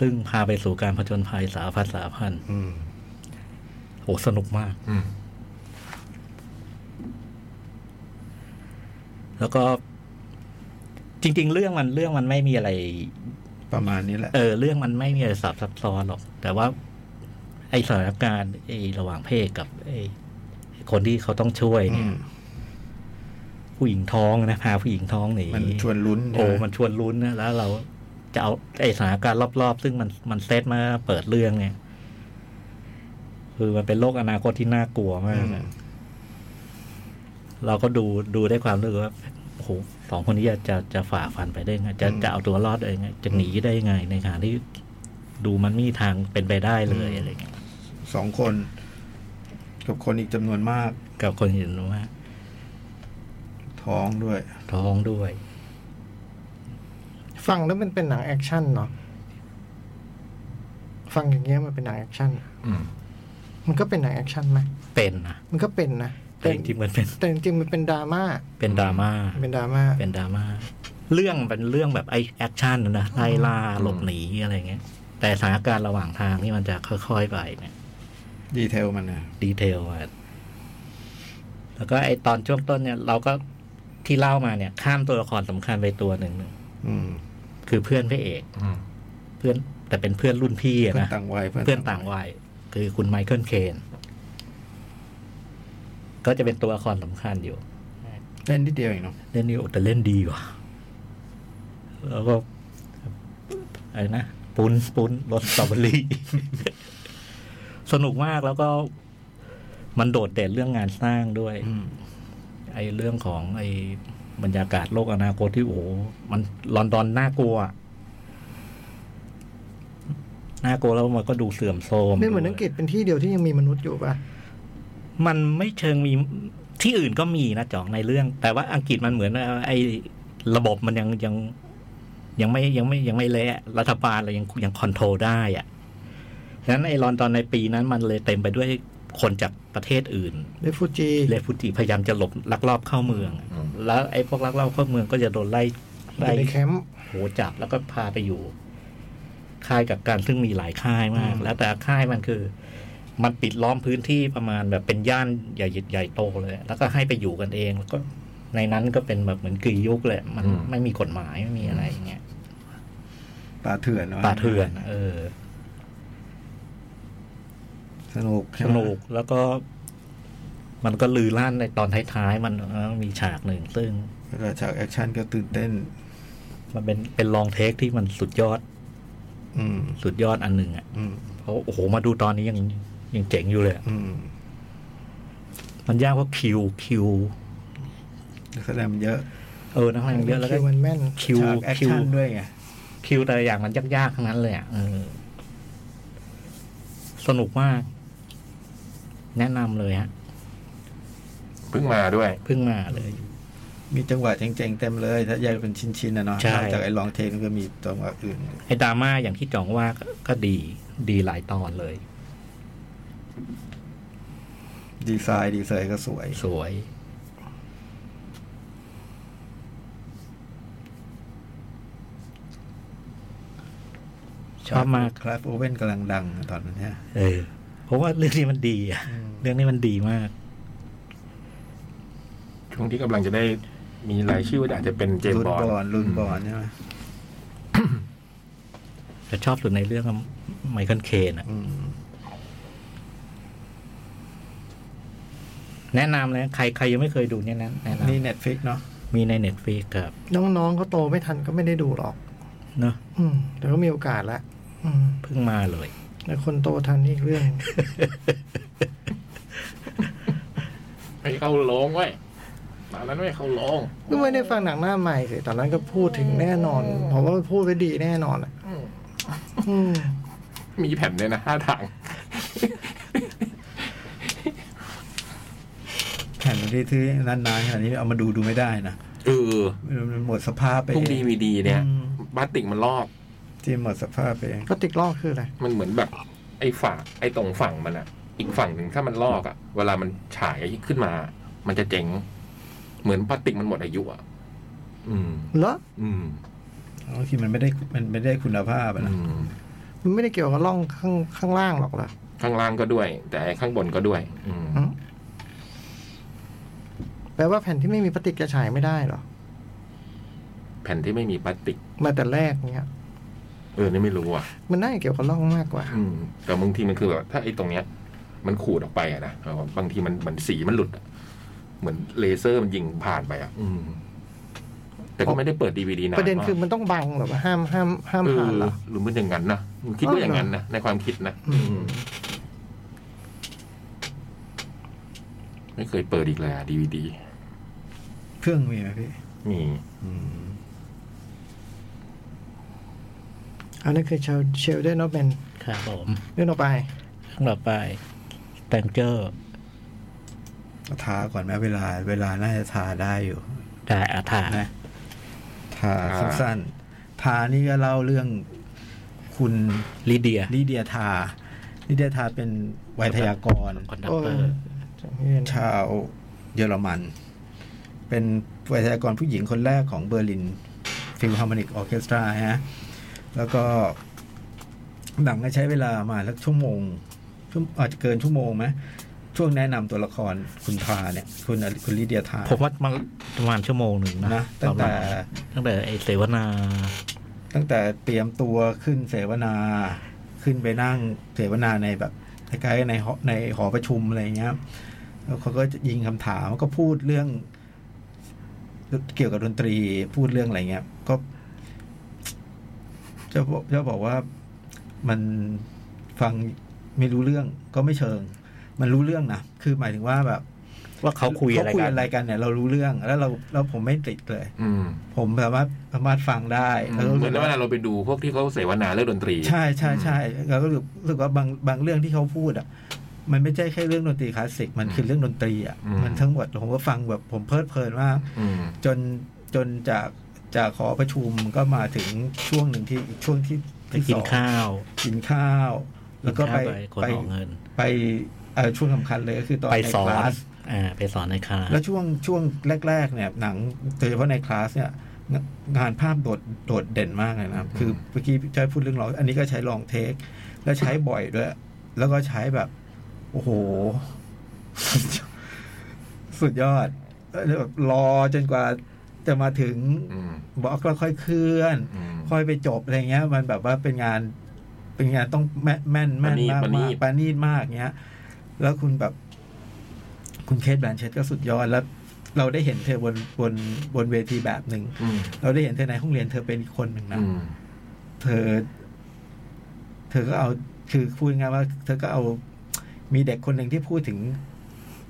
Speaker 4: ซึ่งพาไปสู่การผจญภัยสารพัดสารพัน
Speaker 6: อืม
Speaker 4: โหสนุกมาก
Speaker 3: อืม
Speaker 4: แล้วก็จริง ๆ เรื่องมันเรื่องมันไม่มีอะไร
Speaker 6: ประมาณนี้แหละ
Speaker 4: เออ เรื่องมันไม่มีอะไรซับซับซ้อนหรอก แต่ว่า ไอสถานการณ์ไอระหว่างเพศกับไอคนที่เขาต้องช่วยเนี่ย ผู้หญิงท้องนะพาผู้หญิงท้องหนี
Speaker 6: มันชวนลุ้น
Speaker 4: โอ้
Speaker 6: ใช่ไห
Speaker 4: มันชวนลุ้นนะแล้วเราจะเอาไอสถานการณ์รอบ ๆ ซึ่งมันมันเซตมาเปิดเรื่องเนี่ย คือมันเป็นโลกอนาคตที่น่ากลัว
Speaker 6: อื
Speaker 4: มาก
Speaker 6: ม
Speaker 4: อะ เราก็ดูดูได้ความรู้สึกว่าโอ้โหสองคนนี้จะจะจะฝ่าฟันไปได้ไง จะจะเอาตัวรอดได้ไง จะหนีได้ไงในขณะที่ ดูมันไม่มีทางเป็นไปได้เลยอะไรเงี้ย
Speaker 6: สองคน กับคนอีกจำนวนมาก
Speaker 4: กับคนเห็นว่า
Speaker 6: ท้องด้วย
Speaker 4: ท้องด้วย
Speaker 2: ฟังแล้วมันเป็นหนังแอคชั่นเนาะฟังอย่างเงี้ยมันเป็นหนังแอคชั่น
Speaker 3: อืม
Speaker 2: มันก็เป็นหนังแอคชั่นไหม
Speaker 4: เป็นนะ
Speaker 2: มันก็เป็นนะ
Speaker 4: แต่จริงๆมันเป็น
Speaker 2: แต่จริงๆมันเป็นดราม่า
Speaker 4: เป็นดราม่า
Speaker 2: เป็นดราม่า
Speaker 4: เป็นดราม่าเรื่องเป็นเรื่องแบบไอแอคชั่นนะนะไล่ล่าหลบหนีอะไรเงี้ย แต่สถานการณ์ระหว่างทางนี่มันจะค่อยๆไปเนี่ย
Speaker 6: ดีเทลมันนะ
Speaker 4: ดีเทลอะแล้วก็ไอตอนช่วงต้นเนี่ย เราก็ที่เล่ามาเนี่ย ข้ามตัวละครสำคัญไปตัวหนึ่ง
Speaker 6: อืม
Speaker 4: คือเพื่อนพระเอก
Speaker 3: อืม
Speaker 4: เพื่อนแต่เป็นเพื่อนรุ่นพี่อะ
Speaker 6: เพื่อน
Speaker 4: นะ
Speaker 6: ต่างวัย
Speaker 4: เพื่อนต่างวัยคือคุณไมเคิลเคนก็จะเป็นตัวละครสำคัญอยู่
Speaker 6: เล่นนิดเดียวเองเนาะ
Speaker 4: เล่นนี่โอ้แต่เล่นดีว่ะ แล้วก็อะไรนะ ปุ้นปุ้นรสสตรอเบอรี่ สนุกมากแล้วก็มันโดดเด่นเรื่องงานสร้างด้วย ไอ้เรื่องของไอ้บรรยากาศโลกอนาคตที่โอ้โหมันลอนดอนน่ากลัวอะน่ากลัวแล้วมันก็ดูเสื่อมโทรม
Speaker 2: ไม่เหมือนอังกฤษเป็นที่เดียวที่ยังมีมนุษย์อยู่ป่ะ
Speaker 4: มันไม่เชิงมีที่อื่นก็มีนะจ่องในเรื่อง แต่ว่าอังกฤษมันเหมือนว่าไอ้ระบบมันยังยัง ยังไม่ยังไม่ยังไม่เละรัฐบาลเรายังยังคอนโทรลได้อะฉะนั้นไอ้ลอนดอนในปีนั้นมันเลยเต็มไปด้วยคนจากประเทศอื่น
Speaker 2: เรฟูจี
Speaker 4: เลฟูจิพยายามจะหลบลักลอบเข้าเมือง
Speaker 3: อืม
Speaker 4: แล้วไอ้พวกลักลอบเข้าเมืองก็จะโดนไล่
Speaker 2: อยู่
Speaker 4: ไล่
Speaker 2: ในแคมป์
Speaker 4: โหจับแล้วก็พาไปอยู่ ค่ายกับการซึ่งมีหลายค่ายมาก แล้วแต่ค่ายมันคือ มันปิดล้อมพื้นที่ประมาณแบบเป็นย่านใหญ่ใหญ่โตเลย แล้วก็ให้ไปอยู่กันเอง แล้วก็ในนั้นก็เป็นแบบเหมือนกรียุคเลยมัน
Speaker 3: อืม
Speaker 4: ไม่มีกฎหมายไม่มีอะไรอย่างเงี้ย
Speaker 6: ป่าเถื่อนวะ
Speaker 4: ป่าเถื่อน เออ
Speaker 6: สนุกใช่
Speaker 4: ส
Speaker 6: ไหม
Speaker 4: นุกแล้วก็ มันก็ลือลั่นในตอนท้ายๆมันเออมีฉากหนึ่งซึ่ง
Speaker 6: เวลาฉากแอคชั่นก็ตื่นเต้น
Speaker 4: มันเป็นเป็นลองเทคที่มันสุดยอด
Speaker 6: อืม
Speaker 4: สุดยอดอันหนึ่งอ่ะ
Speaker 6: อืม
Speaker 4: เพราะโอ้โหมาดูตอนนี้ยังยังเจ๋งอยู่เลยอะ
Speaker 6: อืม
Speaker 4: มันยากเพราะคิวคิว
Speaker 6: นักแสดงมันเยอะ
Speaker 4: เออนักแสดงเยอะแล้วก็
Speaker 2: คิวมันแม่น
Speaker 4: คิว
Speaker 6: ฉากแอค
Speaker 4: คิว
Speaker 6: ชั่นด้วยไง
Speaker 4: คิวแต่ละอย่างมันยากๆทั้งนั้นเลยอ่ะเออสนุกมาก แนะนำเลยฮะ
Speaker 3: เพิ่งมาด้วย
Speaker 4: เพิ่งมาเลย
Speaker 6: มีจังหวะเจ๋งๆเต็มเลย ถ้าแยกเป็นชิ้นๆนะเนาะ
Speaker 4: ใช่
Speaker 6: นอกจากไอ้ลองเทนก็มีจังหวะอื่น
Speaker 4: ไอ้ดราม่าอย่างที่จ่องว่าก็ก็ดี ดีหลายตอนเลย
Speaker 6: ดีไซน์ดีไซน์ก็สวย
Speaker 4: สวยชอบมาก
Speaker 6: คลาฟโอเว่นกำลังดังตอนนั้นเนี่ย
Speaker 4: เออเพราะว่าเรื่องนี้มันดีอะเรื่องนี้มันดีมาก
Speaker 3: ช่วงที่กำลังจะได้มีรายชื่อว่าอาจจะเป็นเจมส์
Speaker 6: น
Speaker 3: บอบ
Speaker 6: อล
Speaker 3: นด์
Speaker 6: รุนบอลใช่ไหม
Speaker 4: แต่ชอบสุดในเรื่องไมเคิลเคนอะ
Speaker 6: อืม
Speaker 4: แนะนำเลยนะใครใครยังไม่เคยดูเนี่ยนะแนะน
Speaker 6: นี่เน็ตฟิกเนาะ
Speaker 4: ำมีในเน็ตฟ i ีกับ
Speaker 2: น้องๆเขาโตไม่ทันก็ไม่ได้ดูหรอก
Speaker 4: เนอะ
Speaker 2: อืมแต่ก็มีโอกาสละอืม
Speaker 4: เพิ่งมาเลย
Speaker 2: แต่คนโตทันนี่อีกเรื่อง
Speaker 3: ให้เข้าโรงไว้ตอนนั้นไม่เข้าโรง
Speaker 2: ก็ไม่ได้ฟังหนังหน้าใหม่สิตอนนั้นก็พูดถึงแน่นอน เพราะว่าพูดไว้ดีแน่นอนอะอืม
Speaker 3: มีแผ่นเลยนะห้าทาง
Speaker 6: แผ่นมันที่ทื่อนานๆขนาดนี้เอามาดูดูไม่ได้นะ
Speaker 3: เออ
Speaker 6: มันหมดสภาพไป
Speaker 3: พวก
Speaker 6: เอ
Speaker 3: ดี
Speaker 6: ง
Speaker 3: วีดีเนี่ยพลาสติกมันลอก
Speaker 6: ที่หมดสภาพไปเอง
Speaker 2: ก็ติกลอกคืออะไร
Speaker 3: มันเหมือนแบบ ไอ้ฝั่งไอ้ตรงฝั่งมันอะอีกฝั่งหนึ่งถ้ามันลอกอะเวลามันฉายขึ้นมา มันจะเจ๋ง เหมือนพลาสติกมันหมดอายุอะอืม
Speaker 2: เหรอ
Speaker 3: อืม
Speaker 6: บางทีมันไม่ได้มันไม่ได้คุณภาพอะ
Speaker 3: อื
Speaker 6: นะ
Speaker 3: ม
Speaker 2: มันไม่ได้เกี่ยวกับร่องข้างข้างล่างหรอกเหรอ
Speaker 3: ข้างล่างก็ด้วย แต่ข้างบนก็ด้วย อืม
Speaker 2: อืมแปลว่าแผ่นที่ไม่มีปฏิกจะฉายไม่ได้เหรอ
Speaker 3: แผ่นที่ไม่มีพลาสติก
Speaker 2: มาแต่แรกเนี้ย
Speaker 3: เออนี่ไม่รู้อ่ะ
Speaker 2: มันน่าจะเกี่ยวกับร่องมากกว่า
Speaker 3: อืมแต่บางทีมันคือแบบถ้าไอ้ตรงเนี้ย มันขูดออกไปอะนะแล้วบางทีมันมันสีมันหลุดอะเหมือนเลเซอร์มันยิงผ่านไปอ่ะ อืม แต่ก็ไม่ได้เปิดดีวีดีนะ
Speaker 2: ประเด็นคือมันต้องบังเหรอวะห้ามห้ามห้าม
Speaker 3: เอ
Speaker 2: ผ่าน
Speaker 3: อ
Speaker 2: เหรอ
Speaker 3: หรือมันอย่างนั้นนะมันคิดว่าอย่างนั้นนะในความคิดนะ
Speaker 2: อืม
Speaker 3: อืมไม่เคยเปิดอีกเลยอ่ะดีวีดี
Speaker 6: เครื่องมีไหมพี่
Speaker 3: มี
Speaker 2: อันนั้นคือเชลเชลเดนอฟแมน
Speaker 4: ครับผม
Speaker 2: เลื่อนออกไป
Speaker 4: ข้างต่อไปแตงเจอร์
Speaker 5: ทาก่อนไหมเวลา เวลาน่าจะทาได้อยู่
Speaker 4: ดาอาถา
Speaker 5: นะทาสั้นๆทานี่ก็เล่าเรื่องคุณ
Speaker 4: ลิเดีย
Speaker 5: ลิเดียทาลิเดียทาเป็นไวยทยากร
Speaker 4: คอนดัก
Speaker 2: โอ้
Speaker 4: เต
Speaker 2: ย
Speaker 4: อร์
Speaker 2: จำไม่ได้นะ
Speaker 5: ชาวเยอรมัน เป็นวิทยากรผู้หญิงคนแรกของเบอร์ลินฟิลฮาร์มนิกออเคสตราฮะ แล้วก็หนังก็ใช้เวลามาสักชั่วโมงชั่วอาจจะเกินชั่วโมงไหมช่วงแนะนำตัวละครคุณทาเนี่ยคุณคุณลิเดียทา
Speaker 4: ผมว่ามันประมาณชั่วโมงหนึ่งนะ
Speaker 5: นะตั้งแต่
Speaker 4: ประมาณตั้งแต่ไอเสวนา
Speaker 5: ตั้งแต่เตรียมตัวขึ้นเสวนา ขึ้นไปนั่งเสวนาในแบบใกล้ายๆในหอในหอประชุมอะไรอย่างเงี้ยครับแล้วเขาก็จะยิงคำถามก็พูดเรื่อง เกี่ยวกับดนตรีพูดเรื่องอะไรเงี้ย ก็จะบอกจะบอกว่ามันฟังไม่รู้เรื่องก็ไม่เชิง มันรู้เรื่องนะคือหมายถึงว่าแบบ
Speaker 4: ว่าเขาคุยอะไร
Speaker 5: เขาคุย
Speaker 4: กัน
Speaker 5: อะไรกันเนี่ย เรารู้เรื่อง แล้วเราแล้วผมไม่ติดเลย
Speaker 3: อืม
Speaker 5: ผมสามารถสามารถฟังได้แล้วก็รู้
Speaker 3: เหมื
Speaker 5: สึ
Speaker 3: อน
Speaker 5: ก
Speaker 3: เว
Speaker 5: ว่า
Speaker 3: ลาเราไปดูพวกที่เขาเสวนาเรื่องดนตรี
Speaker 5: ใช่ใช่ใช่เราก็รู้รู้สึกว่าบางบางเรื่องที่เขาพูดอ่ะ มันไม่ใช่แค่เรื่องดนตรีคลาสสิกมันคือเรื่องดนตรีอ่ะ
Speaker 3: อืม
Speaker 5: มันทั้งหมดผมก็ฟังแบบผมเพลิดเพลินมาก
Speaker 3: อืม
Speaker 5: จนจนจากจากขอประชุมก็มาถึงช่วงหนึ่งที่อีกช่วงที่
Speaker 4: ไป
Speaker 5: ที่
Speaker 4: กิ
Speaker 5: ส
Speaker 4: น
Speaker 5: อง
Speaker 4: ข้าว
Speaker 5: กินข้าว แล้วก็ไป
Speaker 4: นข้าคน
Speaker 5: ไป
Speaker 4: ออกเงิน
Speaker 5: ไปเอ่อช่วงสำคัญเลยก็คือตอน
Speaker 4: ไป
Speaker 5: ใน
Speaker 4: สอ
Speaker 5: คน ลาส
Speaker 4: อ่าไปสอนในคลาส
Speaker 5: แล้วช่วงช่วงแรก ๆ เนี่ยหนังโดยเฉพาะในคลาสเนี่ยงงานภาพโดดโดดเด่นมากเลยนะครับ คือเมื่อกี้ใช้อยพูดเรื่องร้อง อันนี้ก็ใช้ลองเทค และใช้บ่อยด้วย แล้วก็ใช้แบบ โอ้โห สุดยอดแล้วแบบรอจนกว่าจะมาถึง
Speaker 3: อืม
Speaker 5: บล็อกแล้วค่อยเคลื่อน
Speaker 3: อืม
Speaker 5: ค่อยไปจบอะไรเงี้ย มันแบบว่าเป็นงาน เป็นงานต้องแม่นแม่นแม่น
Speaker 3: ปานีต
Speaker 5: มาก
Speaker 3: ปานี
Speaker 5: มาก
Speaker 3: ต
Speaker 5: ปานีตมากเงี้ย แล้วคุณแบบ คุณเคทแบนเชตก็สุดยอดแล้ว เราได้เห็นเธอบนบนบนเวทีแบบหนึ่ง
Speaker 3: อืม
Speaker 5: เราได้เห็นเธอในห้องเรียนเธอเป็นอีกคนหนึ่งนะ
Speaker 3: อืม
Speaker 5: เธอ เธอก็เอาคือพูดง่ายๆว่า เธอก็เอามีเด็กคนหนึ่งที่พูดถึง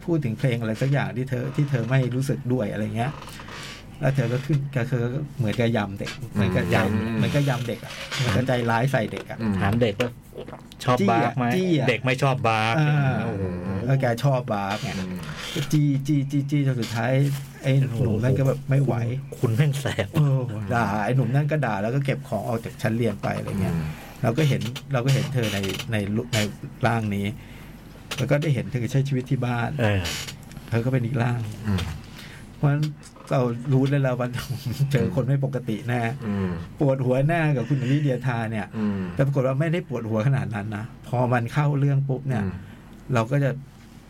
Speaker 5: พูดถึงเพลงอะไรสักอย่างที่เธอที่เธอไม่รู้สึกด้วยอะไรเงี้ย แล้วเธอก็ขึ้นก็คือเหมือนกับยำเด็กเหมือนกับยำเหมือนกับยำเด็กอ่ะเหมือนกับใจร้ายใส่เด็กอ่ะ
Speaker 3: อืม
Speaker 4: ถามเด็กว่าชอบบาร์กไหม
Speaker 5: จี้อะ
Speaker 4: เด็กไม่ชอบบาร์ก
Speaker 5: อ่า
Speaker 3: โอ้โห
Speaker 5: แล้วแกชอบบาร์กไงจีจีจีจีจนสุดท้ายไอ้หนุ่มนั่นก็แบบไม่ไหว
Speaker 4: คุณแม่งแสบ
Speaker 5: เออด่าไอ้หนุ่มนั่นก็ด่าแล้วก็เก็บของออกจากชั้นเรียนไปอะไรเงี้ยเราก็เห็นเราก็เห็นเธอในในลุในร่างนี้ แล้วก็ได้เห็นเธอใช้ชีวิตที่บ้าน
Speaker 4: เออ
Speaker 5: เธอก็เป็นอีกร่าง
Speaker 3: อืม
Speaker 5: เพราะฉะนั้นเรารู้ได้แล้วว่า เจอคนไม่ปกติแน่
Speaker 3: อืม
Speaker 5: ปวดหัวแน่กับคุณลิเดียทาเนี่ย
Speaker 3: อืม
Speaker 5: แต่ปรากฏว่าไม่ได้ปวดหัวขนาดนั้นนะพอมันเข้าเรื่องปุ๊บเนี่ย เราก็จะ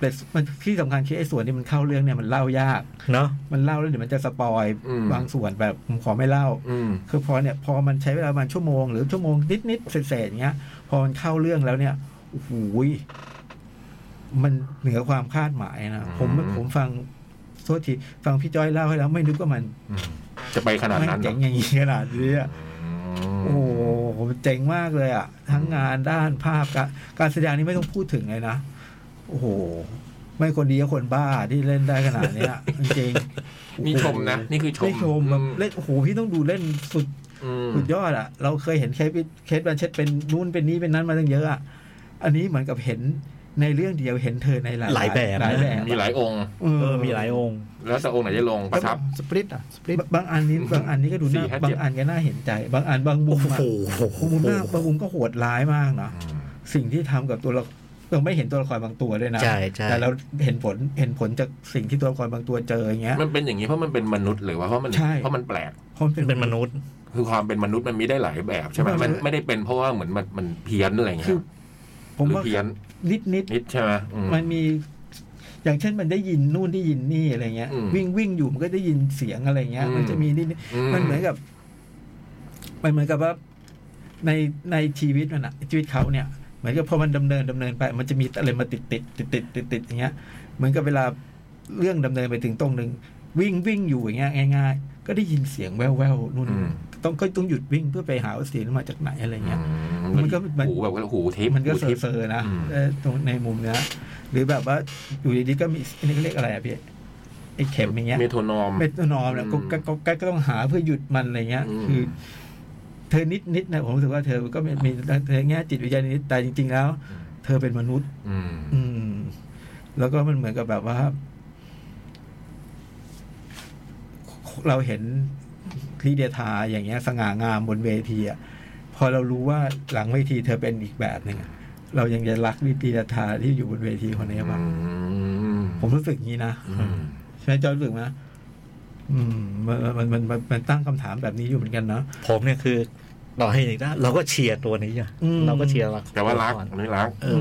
Speaker 5: แต่มันที่สำคัญคือไอ้ส่วนที่มันเข้าเรื่องเนี่ยมันเล่ายาก
Speaker 4: เนาะ
Speaker 5: มันเล่าแล้วเดี๋ยวมันจะสปอย
Speaker 3: อืม
Speaker 5: บางส่วนแบบผมขอไม่เล่า
Speaker 3: อืม
Speaker 5: คือพอเนี่ยพอมันใช้เวลาประมาณชั่วโมงหรือชั่วโมงนิดๆเศษๆอย่างเงี้ย พอมันเข้าเรื่องแล้วเนี่ยโอ้โหยมันเหนือความคาดหมายนะผม
Speaker 3: อืม
Speaker 5: ผมฟังโทษทีฟังพี่จ้อยเล่าให้แล้ว ไม่นึกว่ามัน
Speaker 3: อืมจะไปขนาด
Speaker 5: มัน
Speaker 3: นั้นเหร
Speaker 5: เจ๋
Speaker 3: อง
Speaker 5: อย่างนี้ข นาดนี้อะ
Speaker 3: ม
Speaker 5: โอ้โหเจ๋งมากเลยอ่ะ ทั้งงานด้านภาพการการแสดงนี่ไม่ต้องพูดถึงเลยนะ โอ้โห ไม่คนดีก็คนบ้าที่เล่นได้ขนาดเนี้ย จริงๆ
Speaker 3: นี่ชมนะ นี่คือชม
Speaker 5: ไม่ชมแบบ
Speaker 3: อื
Speaker 5: เล่นโอ้โหพี่ต้องดูเล่นสุด
Speaker 3: อืม
Speaker 5: สุดยอดอ่ะ เราเคยเห็นเคสเคสบันเชตเป็นนู่นเป็นนี้เป็นนั้นมาตั้งเยอะอ่ะ อันนี้เหมือนกับเห็นในเรื่องเดียวเห็นเธอในหลาย
Speaker 4: หลายแบบ
Speaker 5: หลาย
Speaker 4: นะ
Speaker 5: แบบ
Speaker 3: มีหลายองค์
Speaker 5: เอ
Speaker 4: เอ
Speaker 5: อ
Speaker 4: อมีหลายองค์
Speaker 3: แล้วแต่องค์ไหนจะลงประทับ
Speaker 2: สปริตอ่ะสปริต
Speaker 5: บางบางอันนี้บางอันนี้ก็ดู
Speaker 3: สี่
Speaker 5: น่า
Speaker 3: ห้าเจ็ด
Speaker 5: บางอันก็น่าเห็นใจ บางอันบางมุมอะ
Speaker 4: โอ้โห
Speaker 5: มุมน่าบางมุมก็โหดร้ายมากนะสิ่งที่ทำกับตัวละเราไม่เห็นตัวละครบางตัวด้วยนะ
Speaker 4: ใช่ใช่
Speaker 5: แต่เราเห็นผลเห็นผลจากสิ่งที่ตัวละครบางตัวเจออย่างเงี้ย
Speaker 3: มันเป็นอย่างนี้เพราะมันเป็นมนุษย์หรือว่าเพราะมัน
Speaker 5: ใช่
Speaker 3: เพราะมันแปลก
Speaker 5: เพราะมั
Speaker 4: เป็นมนุษย์
Speaker 3: คือความเป็นมนุษย์มันมีได้หลายแบบใช่ไหมมันไม่ได้เป็นเพราะว่าเหมือนมันมันเพี้ยนอะไรอย่างเงี้
Speaker 5: คื
Speaker 3: ย
Speaker 5: อ ผม
Speaker 3: หรือ
Speaker 5: ว่า
Speaker 3: เพี้ยน
Speaker 5: นิดนิด
Speaker 3: นิดใช่ไหมอืม
Speaker 5: มันมี อย่างเช่นมันได้ยินนู่นได้ยินนี่อะไรเงี้ย
Speaker 3: อืม
Speaker 5: วิ่งวิ่งอยู่มันก็ได้ยินเสียงอะไรเงี้ย
Speaker 3: อืม
Speaker 5: มันจะมีนิดนิด
Speaker 3: อื
Speaker 5: มันเหมือนกับมันเหมือนกับว่าในในชีวิตมันอะชีวิตเขาเนี่ยเหมือนกับพอมันดำเนินดำเนินไป มันจะมีอะไรมาติดติดติดติดติดติดอย่างเงี้ย เหมือนกับเวลาเรื่องดำเนินไปถึงตรงหนึ่งวิ่งวิ่งอยู่อย่างเงี้ยง่าย ๆ ก็ได้ยินเสียงแว่วแววๆนู่น
Speaker 3: อืม
Speaker 5: ต้องก็ต้องหยุดวิ่งเพื่อไปหาว่าเสียงมาจากไหนอะไรเงี้ย มั
Speaker 3: มัน
Speaker 5: นก็
Speaker 3: ก็
Speaker 5: มัน
Speaker 3: หูแบบว่าหูทิพย์
Speaker 5: มันก็
Speaker 3: หู
Speaker 5: เซอ
Speaker 3: ทิ
Speaker 5: ร์
Speaker 3: พย์
Speaker 5: เซอร์นะ
Speaker 3: อืม
Speaker 5: เออตรงในมุมเนี้ยหรือแบบว่าอยู่ดีๆก็มีอันนี้เขาเรียกอะไรอะพี่ไอ้เข็มอย่างเงี้ย
Speaker 3: เมโทรนอม
Speaker 5: เมตานอมเนี่ย
Speaker 3: อืม
Speaker 5: ก็ก็ก็ก็ก็ต้องหาเพื่อหยุดมันอะไรเงี้ย
Speaker 3: อืม
Speaker 5: คือ เธ ธอนิดนิดๆนะผมรู้สึกว่าเธอก็มีมีในแง่จิตวิทยานิดแต่จริง ๆ แล้ว เธอเป็นมนุษย์
Speaker 3: อืม
Speaker 5: อืม แล้วก็มันเหมือนกับแบบว่า เราเห็นลีเดียทาอย่างเงี้ย สง่างามบนเวทีอะพอเรารู้ว่าหลังเวทีเธอเป็นอีกแบบหนึ่งอะเรายังจะรักลีเดียทาที่อยู่บนเวทีคนนี้บ้างผมรู้สึกอย่างนี้นะ
Speaker 3: อืม
Speaker 5: ใช่ไหมจอยรู้สึกไหมอืมมันมันมันมันมันตั้งคำถามแบบนี้อยู่เหมือนกันเนาะ
Speaker 4: ผมเนี่ยคือต่อให้อีกนะเราก็เชียร์ตัวนี้อ่ะ
Speaker 5: อืม
Speaker 4: เราก็เชียร์ละค
Speaker 3: แต่ว่ารัก
Speaker 4: ก่อน
Speaker 3: ไม่รัก
Speaker 4: เออ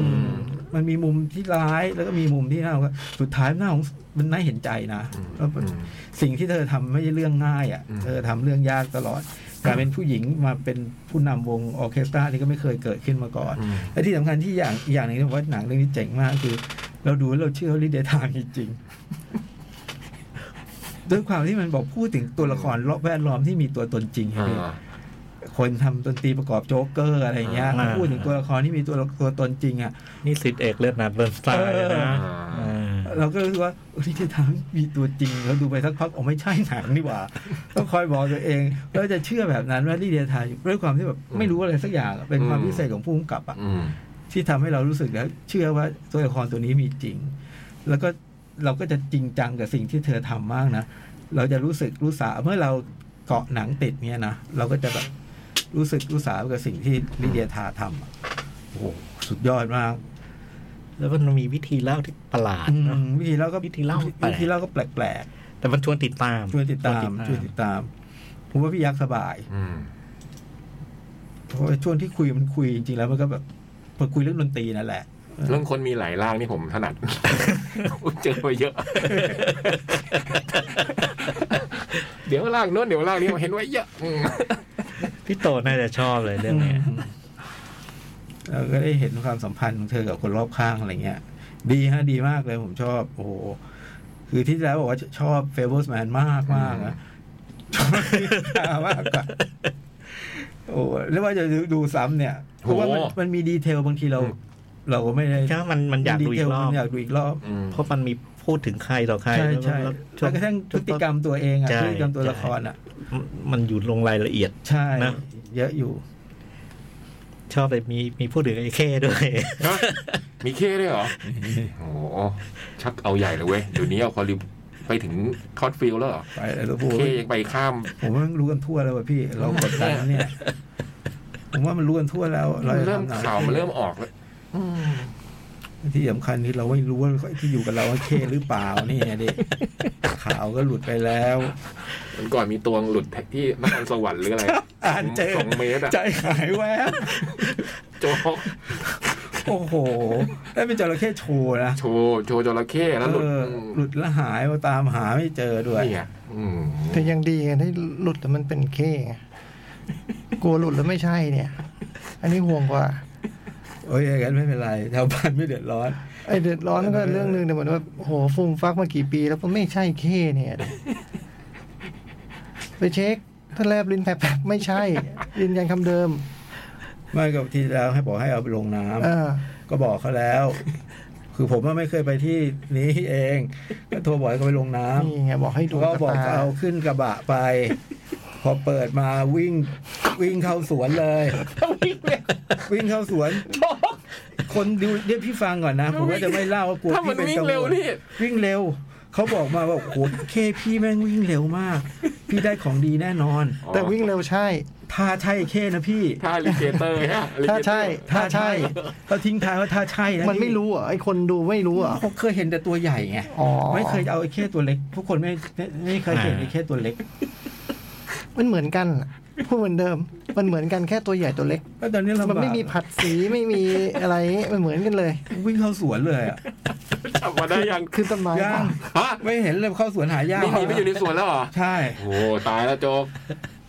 Speaker 5: มันมีมุมที่ร้ายแล้วก็มีมุมที่น่าสุดท้ายน่าสงมันน่าเห็นใจนะแล้วมัน สิ่งที่เธอทำไม่ใช่เรื่องง่ายอะ่ะ
Speaker 3: อืม
Speaker 5: เธอทำเรื่องยากตลอด การเป็นผู้หญิงมาเป็นผู้นำวงออร์เคสตรานี่ก็ไม่เคยเกิดขึ้นมาก่อน
Speaker 3: อืม
Speaker 5: และที่สำคัญที่อย่างอีกอย่างหนึ่งที่ผมว่าหนังเรื่องนี้เจ๋งมากคือ เราดูแล้วเราเชื่อลิเดทางจริงๆด้วยความที่มันบอกพูดถึงตัวละครรอบแวดล้อมที่มีตัวตนจริง
Speaker 3: อ่า
Speaker 5: คนทำดนตรีประกอบโจ๊กเกอร์อะไรอย่างเงี้ย
Speaker 4: อ่า
Speaker 5: พูดถึงตัวละครที่มีตัวละตัวตนจริงอ่ะ
Speaker 4: นี่สิทธิเอกเลือดหนาเบิร์นสไตล์เลยนะ
Speaker 3: เออ
Speaker 4: เออ
Speaker 5: เราก็รู้สึกว่าลิเดทางมีตัวจริงเราดูไปสักพักโอ้ไม่ใช่หนัง นี่หว่า ต้องคอยบอกตัวเองเราจะเชื่อแบบนั้นว่าลิเดียทางด้วยความที่แบบไม่รู้อะไรสักอย่างอะเป็นความพิเศษของผู้กำกับอ่ะ
Speaker 3: อืม
Speaker 5: ที่ทำให้เรารู้สึกแล้วเชื่อว่าตัวละครตัวนี้มีจริง แล้วก็เราก็จะจริงจังกับสิ่งที่เธอทำมากนะ เราจะรู้สึกรู้สาเมื่อเราเกาะหนังติดเนี่ยนะ เราก็จะแบบรู้สึกรู้สากับสิ่งที่ลิเดียทาทำอะโอ้โหสุดยอดมาก
Speaker 4: แล้วมันมีวิธีเล่าที่ประหลาดเนอะ
Speaker 5: อืมวิธีเล่าก็
Speaker 4: วิธีเล่าแปลก
Speaker 5: วิธีเล่าก็แปลก
Speaker 4: แต่มันชวนติดตาม
Speaker 5: ๆช่วยติดตามช่วยติดตามผมว่าพี่ยักษ์สบาย
Speaker 3: อืม
Speaker 5: เพราะว่าช่วงที่คุยมันคุยจริงๆแล้วมันก็แบบพอคุยเรื่องดนตรีนั่นแหละ
Speaker 3: เรื่องคนมีหลายร่างนี่ผมถนัด เจอไปเยอะ เดี๋ยวร่างโน้นเดี๋ยวร่างนี้เห็นไว้เยอะอืม
Speaker 4: พี่โตน่าจะชอบเลยเรื่องเนี้ย
Speaker 5: เราก็ได้เห็นความสัมพันธ์ของเธอกับคนรอบข้างอะไรเงี้ย ดีฮะดีมากเลยผมชอบ โอ้โห คือที่แล้วบอกว่าชอบเฟเบอร์สแมนมากมากนะชอบมากกว่าโอ้แล้วว่าจะดูซ้ำเนี่ยเพราะว่ามันมันมีดีเทลบางทีเรา เราก็ไม่ได้
Speaker 4: ใช่ไหมมันมันอยากดูอีกรอบ
Speaker 5: มันอยากดูอีกรอบ
Speaker 3: อืม
Speaker 4: เพราะมันมีพูดถึงใครต่อใคร
Speaker 5: ใช่
Speaker 4: แล้ว
Speaker 5: ใช่
Speaker 4: แล้ว
Speaker 5: แล้วกระทั่งพฤติกรรมตัวเองอะพฤติกรรมตัวละครอะ
Speaker 4: มันอยู่ลงรายละเอียด
Speaker 5: ใช่
Speaker 4: นะ
Speaker 5: เยอะอยู่
Speaker 4: ชอบเลยมีมีพูดถึงไอ้เคด้วย
Speaker 3: ฮะมีเคด้วยเหรอ โอ้โหชักเอาใหญ่เลยเว้ย เดี๋ยวนี้เอาคอลิวไปถึงคอตฟิลด์แล้วเหรอ
Speaker 5: ไปเลยลูกพู
Speaker 3: เค
Speaker 5: ด
Speaker 3: ยังไปข้าม
Speaker 5: ผมว่ามันรู้กันทั่วแล้วว่ะพี่ เรากดดันเนี่ย ผมว่ามันรู้กันทั่วแล้วเราจะ
Speaker 3: เริ่ม
Speaker 5: ทำหนัง
Speaker 3: ข่าวมันเริ่มออกแล้ว
Speaker 5: ที่สำคัญคือเราไม่รู้ว่าที่อยู่กับเราว่าเคหรือเปล่านี่ดิข่าวก็หลุดไปแล้ว
Speaker 3: มันก่อนมีตัวหลุดที่นครสวรรค์หรืออะไร
Speaker 5: อ่านเจอ
Speaker 3: สองเมตรอะ
Speaker 5: ใจหายแวบ
Speaker 3: โจ๊ก
Speaker 5: โอ้โหนั่นเป็นจระเข้โชว์นะ
Speaker 3: โชว์โชว์จระเข้แล้วหลุด
Speaker 5: เออหลุดแล้วหายเราตามหาไม่เจอด้วย
Speaker 3: นี่ไงอืม
Speaker 2: แต่ยังดีไงที่หลุดแต่มันเป็นเคไงกลัวหลุดแล้วไม่ใช่เนี่ย อันนี้ห่วงกว่า
Speaker 5: โอ้ยอย่างนั้นไม่เป็นไรแถวบ้านไม่เดือดร้อน
Speaker 2: ไอ้เดือดร้อนก็เรื่องหนึ่งแต่เหมือนว่าโหฟุ่มฟักมากี่ปี แล้วก็ไม่ใช่เคเนี่ย ไปเช็ค ถ้าแลบลิ้นแผลบๆไม่ใช่ยืนยันคำเดิม
Speaker 5: ไม่กับที่แล้วให้บอกให้เอาไปลงน้ำ
Speaker 2: เออ
Speaker 5: ก็บอกเขาแล้ว คือผมว่าไม่เคยไปที่นี้เอง ก็โทรบอกให้เขาไปลงน้ำ
Speaker 2: นี่ไงบอกให้ดู
Speaker 5: ก็
Speaker 2: บ
Speaker 5: บอก
Speaker 2: ตา
Speaker 5: เอาขึ้นกระบะไป พอเปิดมาวิ่งวิ่งเข้าสวนเลย วิ่งเข้าสวน คนดูเรียกพี่ฟังก่อนนะ ผมก็จะไม่เล่าว่ากลัว
Speaker 3: ถ้ามั
Speaker 5: พี่
Speaker 3: น
Speaker 5: เป็น
Speaker 3: วิ่ง
Speaker 5: กังว
Speaker 3: เร็ว
Speaker 5: ล
Speaker 3: นี่
Speaker 5: วิ่งเร็ว เขาบอกมาว่าโอ้โหเคพี่แม่งวิ่งเร็วมาก พี่ได้ของดีแน่นอน
Speaker 2: แต่วิ่งเร็วใช่
Speaker 5: ถ้าใช่เคนะพี่
Speaker 3: ถ้าลิเกเตอร์ฮะลิ
Speaker 2: ถ้า
Speaker 3: เกเตอร์
Speaker 2: ใช่ถ้าใช่
Speaker 5: เขาทิ้งท้ายว่าถ้าใช่นะ
Speaker 2: มันไม่รู้เหรอ่ะไอคนดูไม่รู้เหรอ่ะ
Speaker 5: เขาเคยเห็นแต่ตัวใหญ่ไง
Speaker 2: อ๋อ
Speaker 5: ไม่เคยเอาไอ้เคตัวเล็ก ทุกคนไม่ไม่ไม่เคยเห็นไอ้เคตัวเล็ก
Speaker 2: มันเหมือนกันอะพูดเหมือนเดิม มันเหมือนกันแค่ตัวใหญ่ตัวเล็ก
Speaker 5: แล้วตอนนี้ลำบาก
Speaker 2: มันไม่มีผัดสีไม่มีอะไรมันเหมือนกันเลย
Speaker 5: วิ่งเข้าสวนเลยอะ
Speaker 3: จับมาได้ยัง
Speaker 2: ขึ้นต้นไม้
Speaker 5: ย่าง
Speaker 3: ฮะ
Speaker 5: ไม่เห็นเลยเข้าสวนหายาก
Speaker 3: นี่หนีไปอยู่ในสวนแล้วเหรอ
Speaker 5: ใช่
Speaker 3: โอ้ตายแล้วโจ๊ก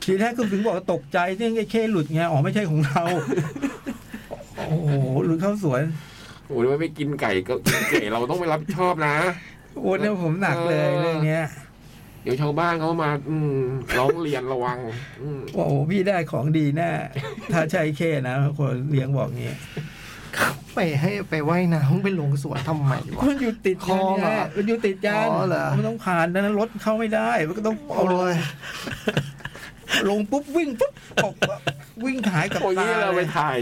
Speaker 5: ทีแรกก็ถึงบอกว่าตกใจที่ไอ้เคหลุดไงอ๋อไม่ใช่ของเรา โอ้โหหลุดเข้าสวน
Speaker 3: โอ้ยไม่กินไก่ก็กินเจ๋เราต้องไปรับผิดชอบนะ
Speaker 5: โอ้เนี่ยผมหนักเลยเรื่องเนี้ย
Speaker 3: เดี๋ยวชาวบ้านเขามา อืมร้องเรียนระวัง อืม
Speaker 5: โอ้โหพี่ได้ของดีแน่ถ้าใช่เคนะคนเลี้ยงบอกงี้
Speaker 2: ไปให้ไปไว่ายน้ำไปลงสวนทำไมวะ
Speaker 5: มันอยู่ติด
Speaker 2: คลองเหรอ
Speaker 5: แน่มันอยู่ติดยาน
Speaker 2: อ๋อเหรอ
Speaker 5: มันต้องผ่านนั้นรถเข้าไม่ได้ มันก็ต้องเอาล
Speaker 2: โอ้
Speaker 5: ง
Speaker 2: ย
Speaker 5: ลงปุ๊บวิ่งปุ๊บตก วิ่งขายกับ
Speaker 3: โอ้ยนี่
Speaker 5: ตา
Speaker 3: เรา
Speaker 5: เล
Speaker 3: ไป
Speaker 5: ย
Speaker 3: ถ่าย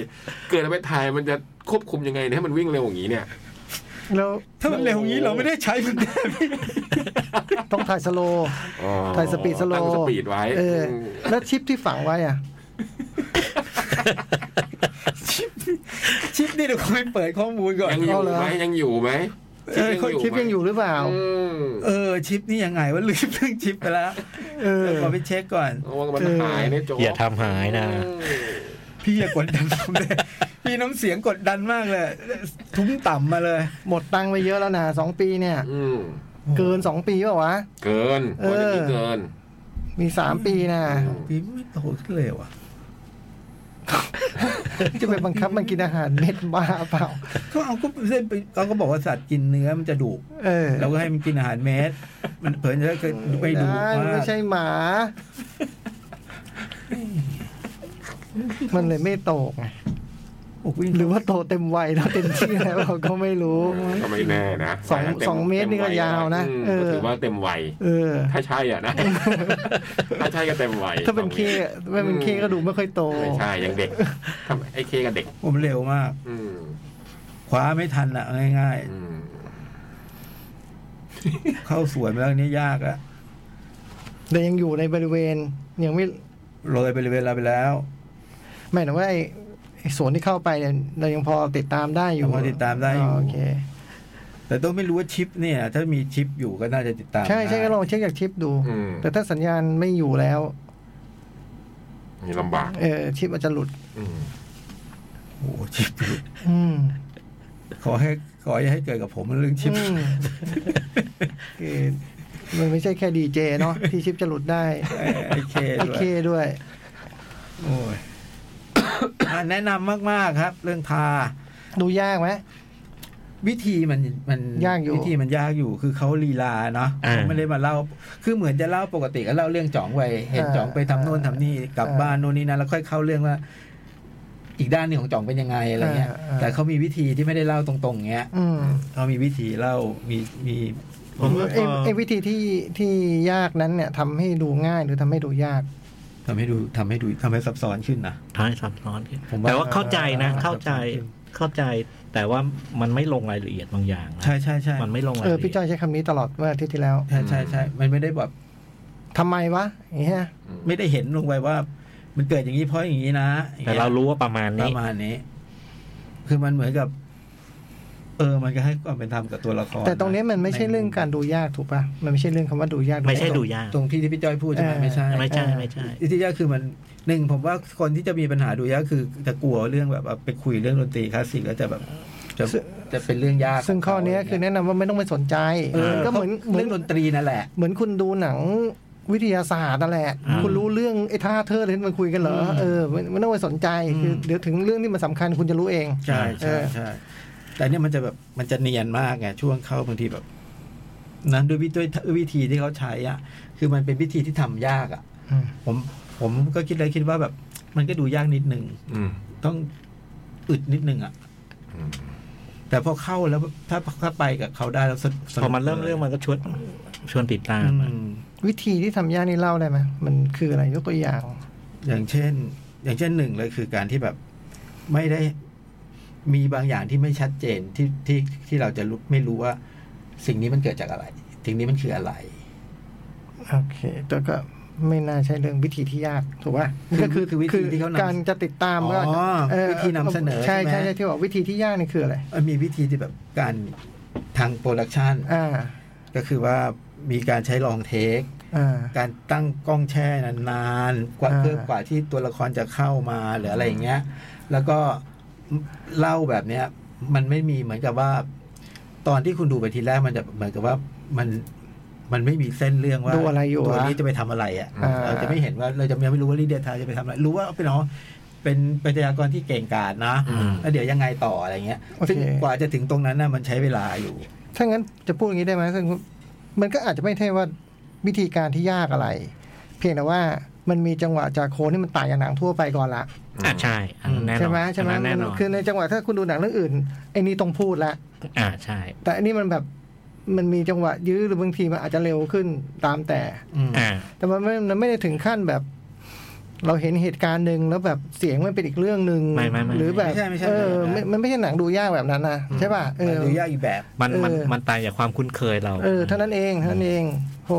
Speaker 3: เกิดเราไปถ่ายมันจะควบคุมยังไงเนี่ยให้มันวิ่งเร็วอย่างนี้เนี่ย
Speaker 2: แล้ว
Speaker 5: ถ้ามันเร็วอย่างนี้เราไม่ได้ใช้มันได้พี่
Speaker 2: ต้องถ่ายสโลว์ ถ่ายสปีดสโล
Speaker 3: ตั้งสปีดไว้
Speaker 2: เออ แล้วชิปที่ฝังไว้อ่ะ
Speaker 5: ชิปนี่เดี๋ยวคอยเปิดข้อมูลก่อน
Speaker 3: ยังอยู่
Speaker 2: เอาเหรอ
Speaker 3: ไหมยังอยู่ไหม
Speaker 5: เออ
Speaker 2: ชิปยังอยู่หรือเปล่า
Speaker 3: อืม
Speaker 5: เออชิปนี่ยังไงว่าลืมเรื่องชิปไปแล้ว
Speaker 2: เออ
Speaker 5: เดี๋ยวขอไปเช็คก่อน
Speaker 3: ระวังมันหายนะโจ๊ก
Speaker 4: อย่าทำหายนะ
Speaker 5: พี่อย่ากดดันผมเลยพี่น้ำเสียงกดดันมากเลย ทุ้มต่ำมาเลย
Speaker 2: หมดตังค์ไปเยอะแล้วนะสองปีเนี่ย
Speaker 3: อืม
Speaker 2: เกินสองปีเปล่าวะ
Speaker 3: เกิน
Speaker 2: เออ
Speaker 3: วันนี้เกิน
Speaker 2: มีสามปีนะ
Speaker 5: พี่ไม่โตขึ้นเลยว่ะ
Speaker 2: จะไปบังคับมันกินอาหารเม็ดบ้าเปล่า
Speaker 5: ก็เอาก็เส้นไปเขาก็บอกว่าสัตว์กินเนื้อมันจะดุ
Speaker 2: เออ
Speaker 5: เราก็ให้มันกินอาหารเม็ดมันเผินจะเคยไปดุ
Speaker 2: ด้
Speaker 5: มาก
Speaker 2: ไม่ใช่หมา มันเลยไม่โตไง
Speaker 5: โอ้วิ่ง
Speaker 2: หรือว่าโตเต็มวัยแล้วเต็มที่แล้วเราก็ไม่รู้
Speaker 3: ก็ไม่แน่นะ
Speaker 2: สอง
Speaker 3: แต่ต็
Speaker 2: สองเมตรนี่ก็
Speaker 3: ต็
Speaker 2: ยาวนะ
Speaker 3: อืม
Speaker 2: เออ
Speaker 3: ก็ถือว่าเต็มวัย
Speaker 2: เออ
Speaker 3: ถ้าใช่อ่ะนะ ถ้าใช่ก็เต็มวัย
Speaker 2: ถ้าเป็นเคถ้าเป็นเคก็ดูไม่ค่อยโต
Speaker 3: ไม่ใช่ยังเด็กทำไอ้เคกับเด็ก
Speaker 5: ผมเร็วมาก
Speaker 3: อืม
Speaker 5: คว้าไม่ทันอ่ะเอาง่าย
Speaker 3: อืม
Speaker 5: ๆ เข้าสวนไปแล้วนี่ยากอะ
Speaker 2: แต่ยังอยู่ในบริเวณยังไม่
Speaker 5: โรยไปเลยเวลาไปแล้ว
Speaker 2: หมายถึงว่าไอ้ไอ้สวนที่เข้าไปเนี่ยเรายังพอติดตามได้อยู่
Speaker 5: ยังพอติดตามได้อยู่
Speaker 2: โอเค
Speaker 5: แต่ต้องไม่รู้ว่าชิปเนี่ย ถ้ามีชิปอยู่ก็น่าจะติดตาม
Speaker 2: ใช่ใช่
Speaker 5: ได้
Speaker 2: ก็ลองเช็คจากชิปดู
Speaker 3: อืม
Speaker 2: แต่ถ้าสัญญาณไม่อยู่แล้ว
Speaker 3: นี่ลำบาก
Speaker 2: เออชิปอาจจะหลุด
Speaker 3: อืม
Speaker 5: โอ้โหชิปอยู่
Speaker 2: อืม
Speaker 5: ขอให้ขออย่าให้เกิดกับผมเรื่องชิป
Speaker 2: อืม คือมันไม่ใช่แค่ดีเจเนาะ ที่ชิปจะหลุดได้
Speaker 5: ไอเค
Speaker 2: ไอ
Speaker 5: ด้วย
Speaker 2: เคด้วย
Speaker 5: โอ้ย อ่ะแนะนำมาก ๆ ครับ เรื่องทา
Speaker 2: ดูยากไหม
Speaker 5: วิธีมันมัน
Speaker 2: ยากอยู่
Speaker 5: วิธีมันยากอยู่คือเขาลีลาเนาะ
Speaker 4: อ่า
Speaker 5: เขาไม่ได้มาเล่า คือเหมือนจะเล่าปกติก็เล่าเรื่องจ่องไปเห็นจ่องไปทำโน่นทำนี่กลับบ้านโน่นนี่นั่นแล้วค่อยเข้าเรื่องว่า อีกด้านหนึงของจ่องเป็นยังไงอะไรเงี้ย
Speaker 2: อ่าอ่า
Speaker 5: แต่เขามีวิธีที่ไม่ได้เล่าตรงๆเงี้ย
Speaker 2: อืม
Speaker 5: เขามีวิธีเล่ามีมี
Speaker 7: ผมก็พ
Speaker 2: ไอ้
Speaker 7: อ
Speaker 2: ไอ้วิธีที่ที่ยากนั้นเนี่ยทำให้ดูง่ายหรือทำให้ดูยาก
Speaker 5: ทำให้ดูทำให้ดูทำให้ซับซ้อนขึ้นนะ
Speaker 4: ท้ายซับซ้อนขึ้น
Speaker 5: ผมว่า
Speaker 4: แต่ว่าเข้าใจนะ เข้าใจ
Speaker 5: ซับซ้อนขึ้น
Speaker 4: เข้าใจ แต่ว่ามันไม่ลงรายละเอียดบางอย่างนะ
Speaker 5: ใช่ใช่ใช่
Speaker 4: มันไม่ลงราย
Speaker 2: เออ
Speaker 4: ละเอี
Speaker 2: พี่จ้อย
Speaker 4: ยด
Speaker 2: ใช้คำนี้ตลอดเมื่ออาทิตย์ที่แล้ว
Speaker 5: ใช่ใช่ใช่มันไม่ได้แบบ
Speaker 2: ทำไมวะอย่างเงี้ย
Speaker 5: ไม่ได้เห็นลงไปว่า มันเกิดอย่างนี้เพราะอย่างนี้นะอย่ง
Speaker 4: แต่
Speaker 5: งี้ย
Speaker 4: เรารู้ว่าประมาณ
Speaker 5: ป
Speaker 4: นี้
Speaker 5: ระมาณนี้ คือมันเหมือนกับ เออ มันก็ให้ความเป็นธรรมกับตัวละคร
Speaker 2: แต่ตรงนี้มันไม่ใช่
Speaker 5: ใ
Speaker 2: เรื่องการดูยากถูกปะมันไม่ใช่เรื่องคำว่าดูยาก
Speaker 4: ไม่ใช่
Speaker 2: ตรง
Speaker 4: ดูยาก
Speaker 5: ตรงที่ที่พี่จ้อยพูดใช่ไหม
Speaker 2: เออ
Speaker 5: ไม่ใช่
Speaker 4: ไม่ใช่ไม่ใช่
Speaker 5: ที่ยากคือมันหนึ่งผมว่าคนที่จะมีปัญหาดูยากคือจะกลัวเรื่องแบบว่าไปคุยเรื่องดนตรีคลาสสิกแล้วจะแบบจะจะเป็นเรื่องยาก
Speaker 2: ซึ่งข้อเนี้ยคือแนะนำว่าไม่ต้องไปสนใจ
Speaker 5: เออ
Speaker 2: ก็เหมือนเหมือ
Speaker 5: เรื่อ
Speaker 2: น
Speaker 5: งดนตรีนั่นแหละ
Speaker 2: เหมือนคุณดูหนังวิทยาศาสตร์นั่นแหละ
Speaker 4: า
Speaker 2: คุณรู้เรื่องไอ้ท่าเธอเล่นมันคุยกันเหรออ
Speaker 5: ม
Speaker 2: เออไม่ไม่ต้องไปสนใจคืออ
Speaker 5: ม
Speaker 2: เดี๋ยวถึงเรื่องที่มันสำคัญคุณจะรู้เอง
Speaker 5: ใช่ใช่
Speaker 2: เออ
Speaker 5: ใช่แต่เนี่ยมันจะแบบมันจะเนียนมากไงช่วงเข้าบางทีแบบ นั้นด้วยวิธีด้วยวิธีที่เขาใช้อ่ะ คือมันเป็นวิธีที่ทำยากอ่ะ
Speaker 2: อืม
Speaker 5: ผม ผมก็คิดเลยคิดว่าแบบ มันก็ดูยากนิดนึง
Speaker 3: อืม
Speaker 5: ต้องอึดนิดนึงอ่ะ
Speaker 3: อืม
Speaker 5: แต่พอเข้าแล้วถ้าถ้าไปกับเขาได้แล้วสนุกสก
Speaker 4: พอมันเริ่มเรื่องมันก็ชวนชวนติดตา
Speaker 5: อื
Speaker 4: ม
Speaker 5: ม
Speaker 4: อะ
Speaker 2: วิธีที่ทำยากนี่เล่าได้ไหมมันคืออะไรยกตัวอย่าง
Speaker 5: อย่างเช่น อย่างเช่นหนึ่งเลยคือการที่แบบไม่ได้มีบางอย่างที่ไม่ชัดเจนที่ที่ที่เราจะรู้ไม่รู้ว่า สิ่งนี้มันเกิดจากอะไร สิ่งนี้มันคืออะไร
Speaker 2: โอเคแต่ก็ไม่น่าใช่เรื่องวิธีที่ยากถูกป่ะ
Speaker 5: คือ
Speaker 2: ก็
Speaker 5: คือวิธีที่เขานำ
Speaker 2: การจะติดตามว่า
Speaker 5: อ๋อ
Speaker 2: เออ
Speaker 5: วิธีนำเสนอ
Speaker 2: ใช่
Speaker 5: ใช่ไหม
Speaker 2: ใช่ใช่ที่บอกวิธีที่ยากนี่คืออะไร
Speaker 5: มันมีวิธีที่แบบการทางโปรดักชัน
Speaker 2: อ่า
Speaker 5: ก็คือว่ามีการใช้ลองเทค
Speaker 2: อ่า
Speaker 5: การตั้งกล้องแช่นานๆกว่า
Speaker 2: อ่า
Speaker 5: เพื่อกว่าที่ตัวละครจะเข้ามาหรืออะไรอย่างเงี้ย แล้วก็เล่าแบบเนี้ย มันไม่มีเหมือนกับว่า ตอนที่คุณดูไปทีแรกมันจะเหมือนกับว่ามันมันไม่มีเส้นเรื่องว่า
Speaker 2: ดูอะไรอยู่
Speaker 5: ตัว
Speaker 2: วะ
Speaker 5: นี้จะไปทำอะไรอ่ะ
Speaker 2: อ่า
Speaker 5: เราจะไม่เห็นว่าเราจะยังไม่รู้ว่าลิเดียทาจะไปทำอะไร รู้ว่าเป็นอ๋อเป็นปัญญากรที่เก่งกาจนะ
Speaker 4: อืม
Speaker 5: แล้วเดี๋ยวยังไงต่ออะไรเงี้ย
Speaker 2: โอเค
Speaker 5: ซึ่งกว่าจะถึงตรงนั้นน่ะมันใช้เวลาอยู่
Speaker 2: ถ้างั้นจะพูดอย่างนี้ได้ไหมซึ่งมันก็อาจจะไม่ใช่ว่าวิธีการที่ยากอะไร เพียงแต่ว่ามันมีจังหวะจากโคนที่มันต่างจากหนังทั่วไปก่อนละ
Speaker 4: อ่ะใช่อันนั้นแน่นอน
Speaker 2: ใช่ไหมใช่ไหม
Speaker 4: อันนั้นแน่นอน
Speaker 2: คือในจังหวะถ้าคุณดูหนังเรื่องอื่นไอ้นี่ต้องพูดละ
Speaker 4: อ่าใช่
Speaker 2: แต่อันนี้มันแบบมันมีจังหวะยื้อหรือบางทีมันอาจจะเร็วขึ้นตามแต่
Speaker 5: อืม
Speaker 4: อ่า
Speaker 2: แต่มันไม่มันไม่ได้ถึงขั้นแบบ เราเห็นเหตุการณ์หนึ่งแล้วแบบเสียงมันเป็นอีกเรื่องหนึ่ง
Speaker 4: ไม่ไม่ไม่
Speaker 2: หรือแบบ
Speaker 6: ไม่ใช่ไม่ใช่
Speaker 2: เออ
Speaker 6: ไม่
Speaker 2: ไม่
Speaker 6: ใช่
Speaker 2: มันไม่ใช่หนังดูยากแบบนั้นนะใช่ป่ะเออ
Speaker 6: ดูยากอีกแบบ
Speaker 4: มันมัน
Speaker 2: เออ
Speaker 4: มันตายจากความคุ้นเคยเรา
Speaker 2: เออเท่านั้นเองเท่านั้นเองโห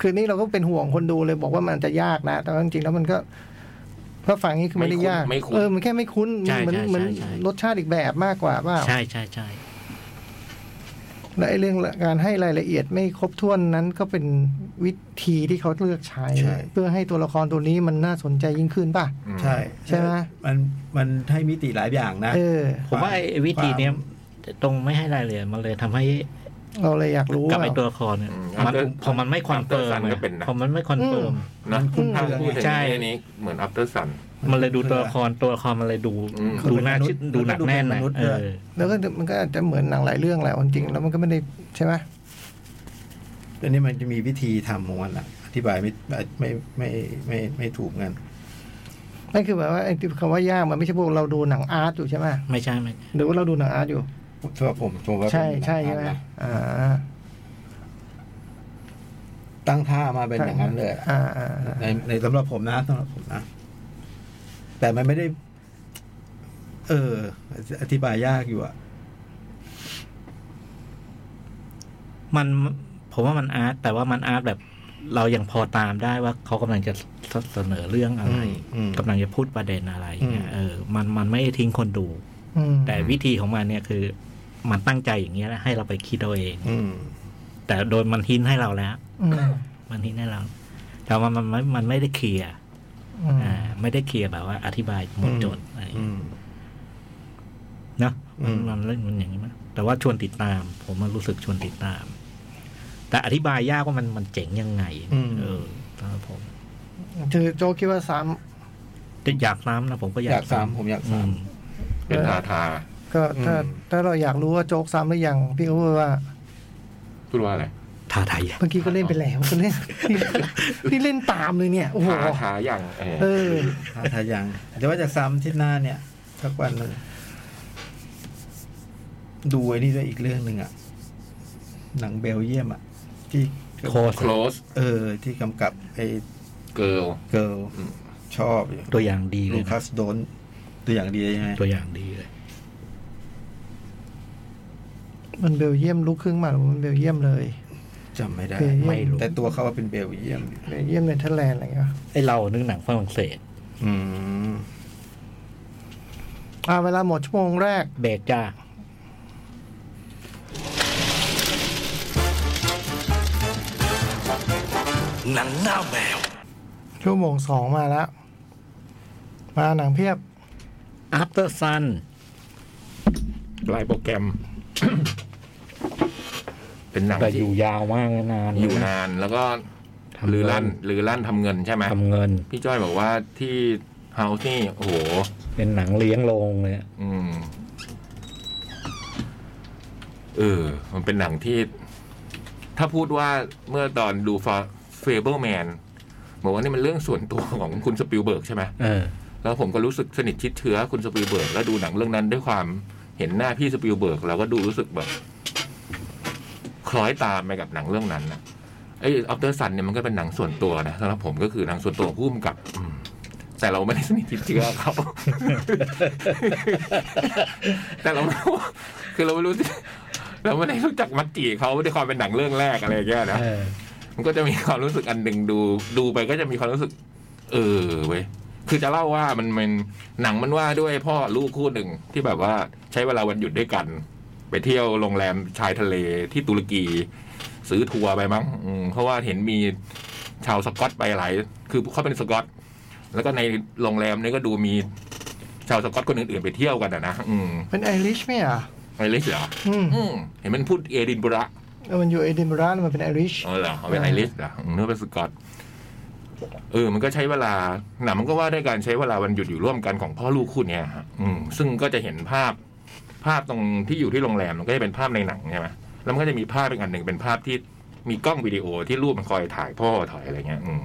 Speaker 2: คืนนี้เราก็เป็นห่วงคนดูเลยบอกว่ามันอาจจะยากนะ แต่ว่าจริงๆแล้วมันก็ถ้าฟังนี่คือไม่ได้ยาก
Speaker 3: ไม่คุ้น
Speaker 2: เออมันแค่ไม่คุ้นเหมืนเหมืนรสชาติอีกแบบมากกว่าเปล่า
Speaker 4: ใช่ใช่ใช่
Speaker 2: และไอ้เรื่องการให้รายละเอียดไม่ครบถ้วนนั้นก็เป็นวิธีที่เขาเลือกใช้
Speaker 6: ใช่
Speaker 2: เพื่อให้ตัวละครตัวนี้มันน่าสนใจยิ่งขึ้นป่ะ
Speaker 3: อืม
Speaker 6: ใช่
Speaker 2: ใช่ไหม
Speaker 6: มันมันให้มิติหลายอย่างนะ
Speaker 2: เออ
Speaker 4: ผมว่าไอ้วิธีเนี้ยตรงไม่ให้รายละเอียดมันเลยทำให้
Speaker 2: เราเลยอยากรู้
Speaker 4: กลับ
Speaker 2: ว่า
Speaker 4: ไปตัวละครเนี่ย
Speaker 3: อืม
Speaker 4: มันพอมันไม่คอนเฟิร์ม
Speaker 3: After Sun ก็เป็นนะ
Speaker 4: พอมันไม่คอนเฟิร์ม
Speaker 2: อืม
Speaker 3: นะ
Speaker 6: มันคุ้นเค
Speaker 3: ถ้าย พูดถึง
Speaker 4: ใช่
Speaker 3: เรื่องนี้เหมือน after sun
Speaker 4: มันเลยดูตัวละครตัวละครมันเลยดู
Speaker 3: อืม
Speaker 4: ดูน่าเชื่อดูหนักแน่นหน่อย
Speaker 6: แล้วก็ดู
Speaker 2: แล้วก็
Speaker 4: เออ
Speaker 6: เป็นมนุษย์ด้วย
Speaker 2: มันก็อาจจะเหมือนหนังหลายเรื่องแหละจริงๆแล้วมันก็ไม่ได้ใช่ไหม
Speaker 6: ตัวนี้มันจะมีวิธีทำของมันอะอธิบายไม่ไม่ไม่ไม่ไม่ไม่ถูกงั้น
Speaker 2: นั่นคือแบบว่าไอ้ที่คำว่ายากมันไม่ใช่พวกเราดูหนังอาร์ตอยู่ใช่ไหม
Speaker 4: ไม่ใช่ไม่ใช่
Speaker 2: หรือว่าเราดูหนังอาร์ตอยู่
Speaker 6: สำหรับผมผมว่าเป็น
Speaker 2: ใช่ใช่ใช่ไหม
Speaker 6: หนังนะ
Speaker 2: อ่า
Speaker 6: ตั้งท่ามาเป็นอย่างนั้นเลยอะ
Speaker 2: อ่าอ่าอ่า
Speaker 6: ในในสำหรับผมนะสำหรับผมนะ แต่มันไม่ได้ เออ อธิบายยากอยู่อะ
Speaker 4: มันผมว่ามันอาร์ตแต่ว่ามันอาร์ตแบบเรายังพอตามได้ว่าเขากำลังจะเสนอเรื่องอะไร
Speaker 6: อืม
Speaker 4: กำลังจะพูดประเด็นอะไรเนี่ย
Speaker 6: อืม
Speaker 4: เออมันมันไม่ได้ทิ้งคนดู
Speaker 2: อืม
Speaker 4: แต่วิธีของมันเนี่ยคือ มันตั้งใจอย่างเงี้ยนะให้เราไปคิดเอาเอง
Speaker 6: อืม
Speaker 4: แต่โดยมันทิ้นให้เราแล้ว
Speaker 2: อืม
Speaker 4: มันทิ้นให้เรา แต่ว่ามันมันมันไม่ได้เคลียร์
Speaker 2: อืม
Speaker 4: อ่าไม่ได้เคลียร์แบบว่าอธิบายหมดจดอะไรอย่าง
Speaker 6: อื
Speaker 4: เงี้ย
Speaker 6: ม
Speaker 4: เนาะ
Speaker 6: อืม
Speaker 4: มันเล่นมันอย่างนี้มั้ยแต่ว่าชวนติดตาม ผมมันรู้สึกชวนติดตาม แต่อธิบายยากว่ามันมันเจ๋งยังไงเออสำหรับผม
Speaker 2: คือโจคิดว่าซ้
Speaker 4: แต่อยากซ้ำนะผมก็
Speaker 6: อ
Speaker 4: อาย
Speaker 6: ยาก กซ้ำผมอยาก
Speaker 4: อื
Speaker 6: ซ้
Speaker 4: ม
Speaker 3: เป็นทาทา
Speaker 2: ำก็ถ้า
Speaker 6: อืม
Speaker 2: ถ้าเราอยากรู้ว่าโจ๊กซ้ำหรือยังพี่ก็พูดว่า
Speaker 3: พูดว่าอะไร
Speaker 4: ท้าทาย
Speaker 2: เมื่อกี้ก็เล่นไปแล้ว ก็เล่นนี่นี่เล่นตามเลยเนี่ยโอ้โห
Speaker 3: ทาทาอย่างเออ
Speaker 2: เออ
Speaker 6: ำท่าทายังแต่ว่าจะซ้ำที่หน้าเนี่ยสักวันหนึงดูไอ้นี่ด้วยอีกเรื่องหนึ่งอะหนังเบลเยียมอะที่
Speaker 4: โคส
Speaker 3: โคลส
Speaker 6: เออ ที่กำกับไอ้
Speaker 3: เกิล
Speaker 6: เกิร์ล
Speaker 3: อืม
Speaker 6: ชอบอยู่
Speaker 4: ตัวอย่างดีเล
Speaker 6: ลู
Speaker 4: ยนะ
Speaker 6: คัสโดนตัวอย่างดีใช่ไหม
Speaker 4: ตัวอย่างดีเลย
Speaker 2: มันเบลเยียมลูกครึ่งมาหรือมันเบลเยียมเลย
Speaker 6: จำไม่ได้
Speaker 2: เบลเยียม
Speaker 4: ไม่รู้
Speaker 6: แต่ตัวเขาว่าเป็นเบลเยียม
Speaker 2: เบลเยียมเนเธอร์แลนด์อะไรเงี้ย
Speaker 4: ไอเรานึกหนังฝรั่งเศส
Speaker 6: อืม
Speaker 2: อ่าเวลาหมดชั่วโมงแรก
Speaker 4: เบรกจ้า
Speaker 5: หนังหน้าแมว
Speaker 2: ชั่วโมงสองมาแล้ว มาหนังเพียบ
Speaker 4: After Sun
Speaker 3: ลายโปรแกรม เป็นหนัง
Speaker 4: แต่อ
Speaker 3: ที่
Speaker 4: ยู่ยาวมากนาน
Speaker 3: อยู่นานแล้วก็ลือลั่นลือลั่นทำเงินใช่ไหม
Speaker 4: ทำเงิน
Speaker 3: พี่จ้อยบอกว่าที่เฮาส์นี่โอ้โห
Speaker 4: เป็นหนังเลี้ยงโรงเลยอะ
Speaker 3: อืม เออ มันเป็นหนังที่ ถ้าพูดว่าเมื่อตอนดูฟาเฟเบิลแมนบอกว่านี่มันเรื่องส่วนตัวของคุณสปิลเบิร์กใช่ไหม
Speaker 4: เออ
Speaker 3: แล้วผมก็รู้สึกสนิทชิดเชื้อคุณสปิลเบิร์กแล้วดูหนังเรื่องนั้นด้วยความเห็นหน้าพี่สปิลเบิร์กเราก็ดูรู้สึกแบบคล้อยตามไปกับหนังเรื่องนั้นนะไอ้อัปเตอร์ซันเนี่ยมันก็เป็นหนังส่วนตัวนะสำหรับผมก็คือหนังส่วนตัวพุ่มกับอืมแต่เราไม่ได้สนิทชิดเชื้อเขา แต่เราไม่ รู้คือเราไม่รู้ เราไม่ได้รู้จักมัตจิเขาด้วยความเป็นหนังเรื่องแรกอะไรอย่างเงี้ยนะ
Speaker 4: เออ
Speaker 3: มันก็จะมีความรู้สึกอันหนึ่งดู ดูไปก็จะมีความรู้สึก เออเว้ยคือจะเล่าว่ามันมันหนังมันว่าด้วยพ่อลูกคู่หนึ่งที่แบบว่าใช้เวลาวันหยุดด้วยกัน ไปเที่ยวโรงแรมชายทะเลที่ตุรกี ซื้อทัวร์ไปมั้งอืมเพราะว่าเห็นมีชาวสกอตไปหลายคือเขาเป็นสกอต แล้วก็ในโรงแรมนี้ก็ดูมีชาวสกอตคนอื่นๆไปเที่ยวกันอะนะอืม
Speaker 2: เป็นไอริชไหมอ่ะ
Speaker 3: ไอริชเหรอ
Speaker 2: อืม
Speaker 3: อืมเห็นมันพูดเอดินบุระ
Speaker 2: เออมันอยู่เอดินบะระมันเป็นไอริช
Speaker 3: อ๋อเหรอเขาเป็นไอริสเหรออืมเนื้อเป็นสกอต เออ มันก็ใช้เวลาหนังมันก็ว่าด้วยการใช้เวลาวันหยุดอยู่ร่วมกันของพ่อลูกคู่เนี้ยฮะอืมซึ่งก็จะเห็นภาพ ภาพตรงที่อยู่ที่โรงแรมมันก็จะเป็นภาพในหนังใช่ไหมแล้วมันก็จะมีภาพอีกอันหนึ่งเป็นภาพที่มีกล้องวิดีโอที่รูปมันคอยถ่ายพ่อถ่ายอะไรเงี้ย อืม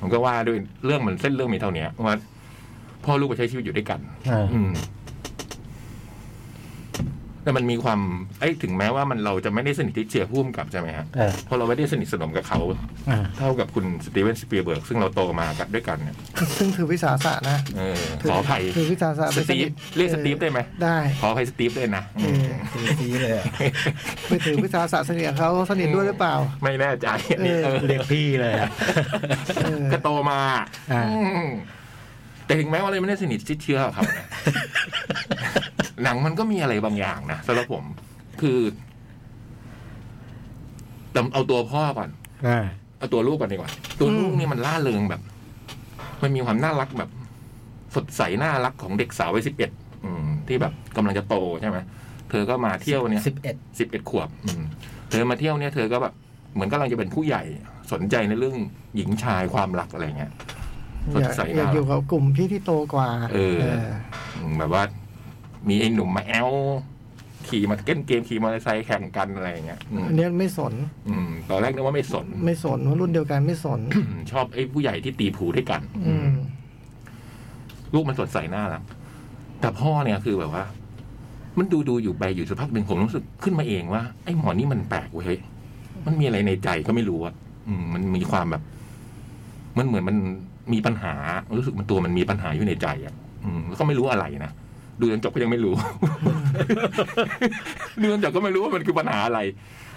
Speaker 3: มันก็ว่าด้วยเรื่องมันเส้นเรื่องมีเท่าเนี้ยว่าพ่อลูกไปใช้ชีวิตอยู่ด้วยกัน
Speaker 4: อ่า
Speaker 3: อืม แต่มันมีความไอ้ยถึงแม้ว่ามันเราจะไม่ได้สนิทที่เชียร์พุ่มกับใช่ไหมฮะ
Speaker 4: เออ
Speaker 3: เพราะเราไม่ได้สนิทสนมกับเขา
Speaker 4: อ่า
Speaker 3: เท่ากับคุณสตีเวนสปีลเบิร์กซึ่งเราโตมากันด้วยกันเนี่ย
Speaker 2: ซึ่งถือวิสาสะนะ
Speaker 3: เออ
Speaker 2: ถื
Speaker 3: ขออภัย
Speaker 2: ถือวิสาสะ
Speaker 3: ส
Speaker 2: ไม่
Speaker 3: ตี
Speaker 2: นิ
Speaker 3: ฟ
Speaker 2: ท
Speaker 3: เรียกสตีฟได้ไหม
Speaker 2: ได้
Speaker 3: ขออภัยสตีฟด้วยนะ
Speaker 2: เออ
Speaker 6: ตีตีเลยอะ
Speaker 2: ไปถือวิสาสะสนิทกับเขาสนิทด้วยหรือเปล่า
Speaker 3: ไม่แน่ใจอันนี้
Speaker 2: เออ
Speaker 3: เออ
Speaker 4: เรียกพี่เลยอะ
Speaker 2: เออ
Speaker 3: ก็โตมา
Speaker 4: อ่า
Speaker 3: อืมแต่ถึงแม้ว่าเราไม่ได้สนิทชิดเชื้อกับ เขานะ หนังมันก็มีอะไรบางอย่างนะสำหรับผม คือแต่เอาตัวพ่อก่อน
Speaker 4: อ่า
Speaker 3: เอาตัวลูกก่อนดีกว่า ตัวลูกนี่มันล่าเริงแบบ มันมีความน่ารักแบบ สดใสน่ารักของเด็กสาววัยสิบเอ็ดที่แบบกำลังจะโตใช่ไหมเธอก็มาเที่ยวเนี่ย
Speaker 6: สิบเอ็ด
Speaker 3: สิบเอ็ดขวบ อืมเธอมาเที่ยวเนี่ยเธอก็แบบเหมือนกำลังจะเป็นผู้ใหญ่ สนใจในเรื่องหญิงชายความรักอะไรเงี้ย สด
Speaker 2: อยาก
Speaker 3: ใส
Speaker 2: อยาก
Speaker 3: น่ารัก
Speaker 2: อยู่กับกลุ่มพี่ที่โตกว่า
Speaker 3: เออ อืมแบบว่า มีไอ้หนุ่มมาแอลขี่มาเล่นเกมขี่มอเตอร์ไซค์แข่งกันอะไรอย่างเงี้ยอืม
Speaker 2: อันเนี้ยไม่สน
Speaker 3: อืมตอนแรกนึกว่าไม่สน
Speaker 2: ไม่สนว่ารุ่นเดียวกันไม่สน
Speaker 3: อืมชอบไอ้ผู้ใหญ่ที่ตีผูด้วยกัน
Speaker 2: อืม
Speaker 3: ลูกมันสดใสน่ารักแต่พ่อเนี่ยคือแบบว่า มันดูดูๆอยู่ไปอยู่สักพักหนึ่งผมรู้สึกขึ้นมาเองว่า ไอ้หมอนี่มันแปลกเว้ยมันมีอะไรในใจก็ไม่รู้อะอืม มันมีความแบบ มันเหมือนมันมีปัญหา รู้สึกมันตัวมันมีปัญหาอยู่ในใจอะอืมแล้วก็ไม่รู้อะไรนะดูจนจบก็ยังไม่รู้ ดูจนจบก็ไม่รู้ว่ามันคือปัญหาอะไร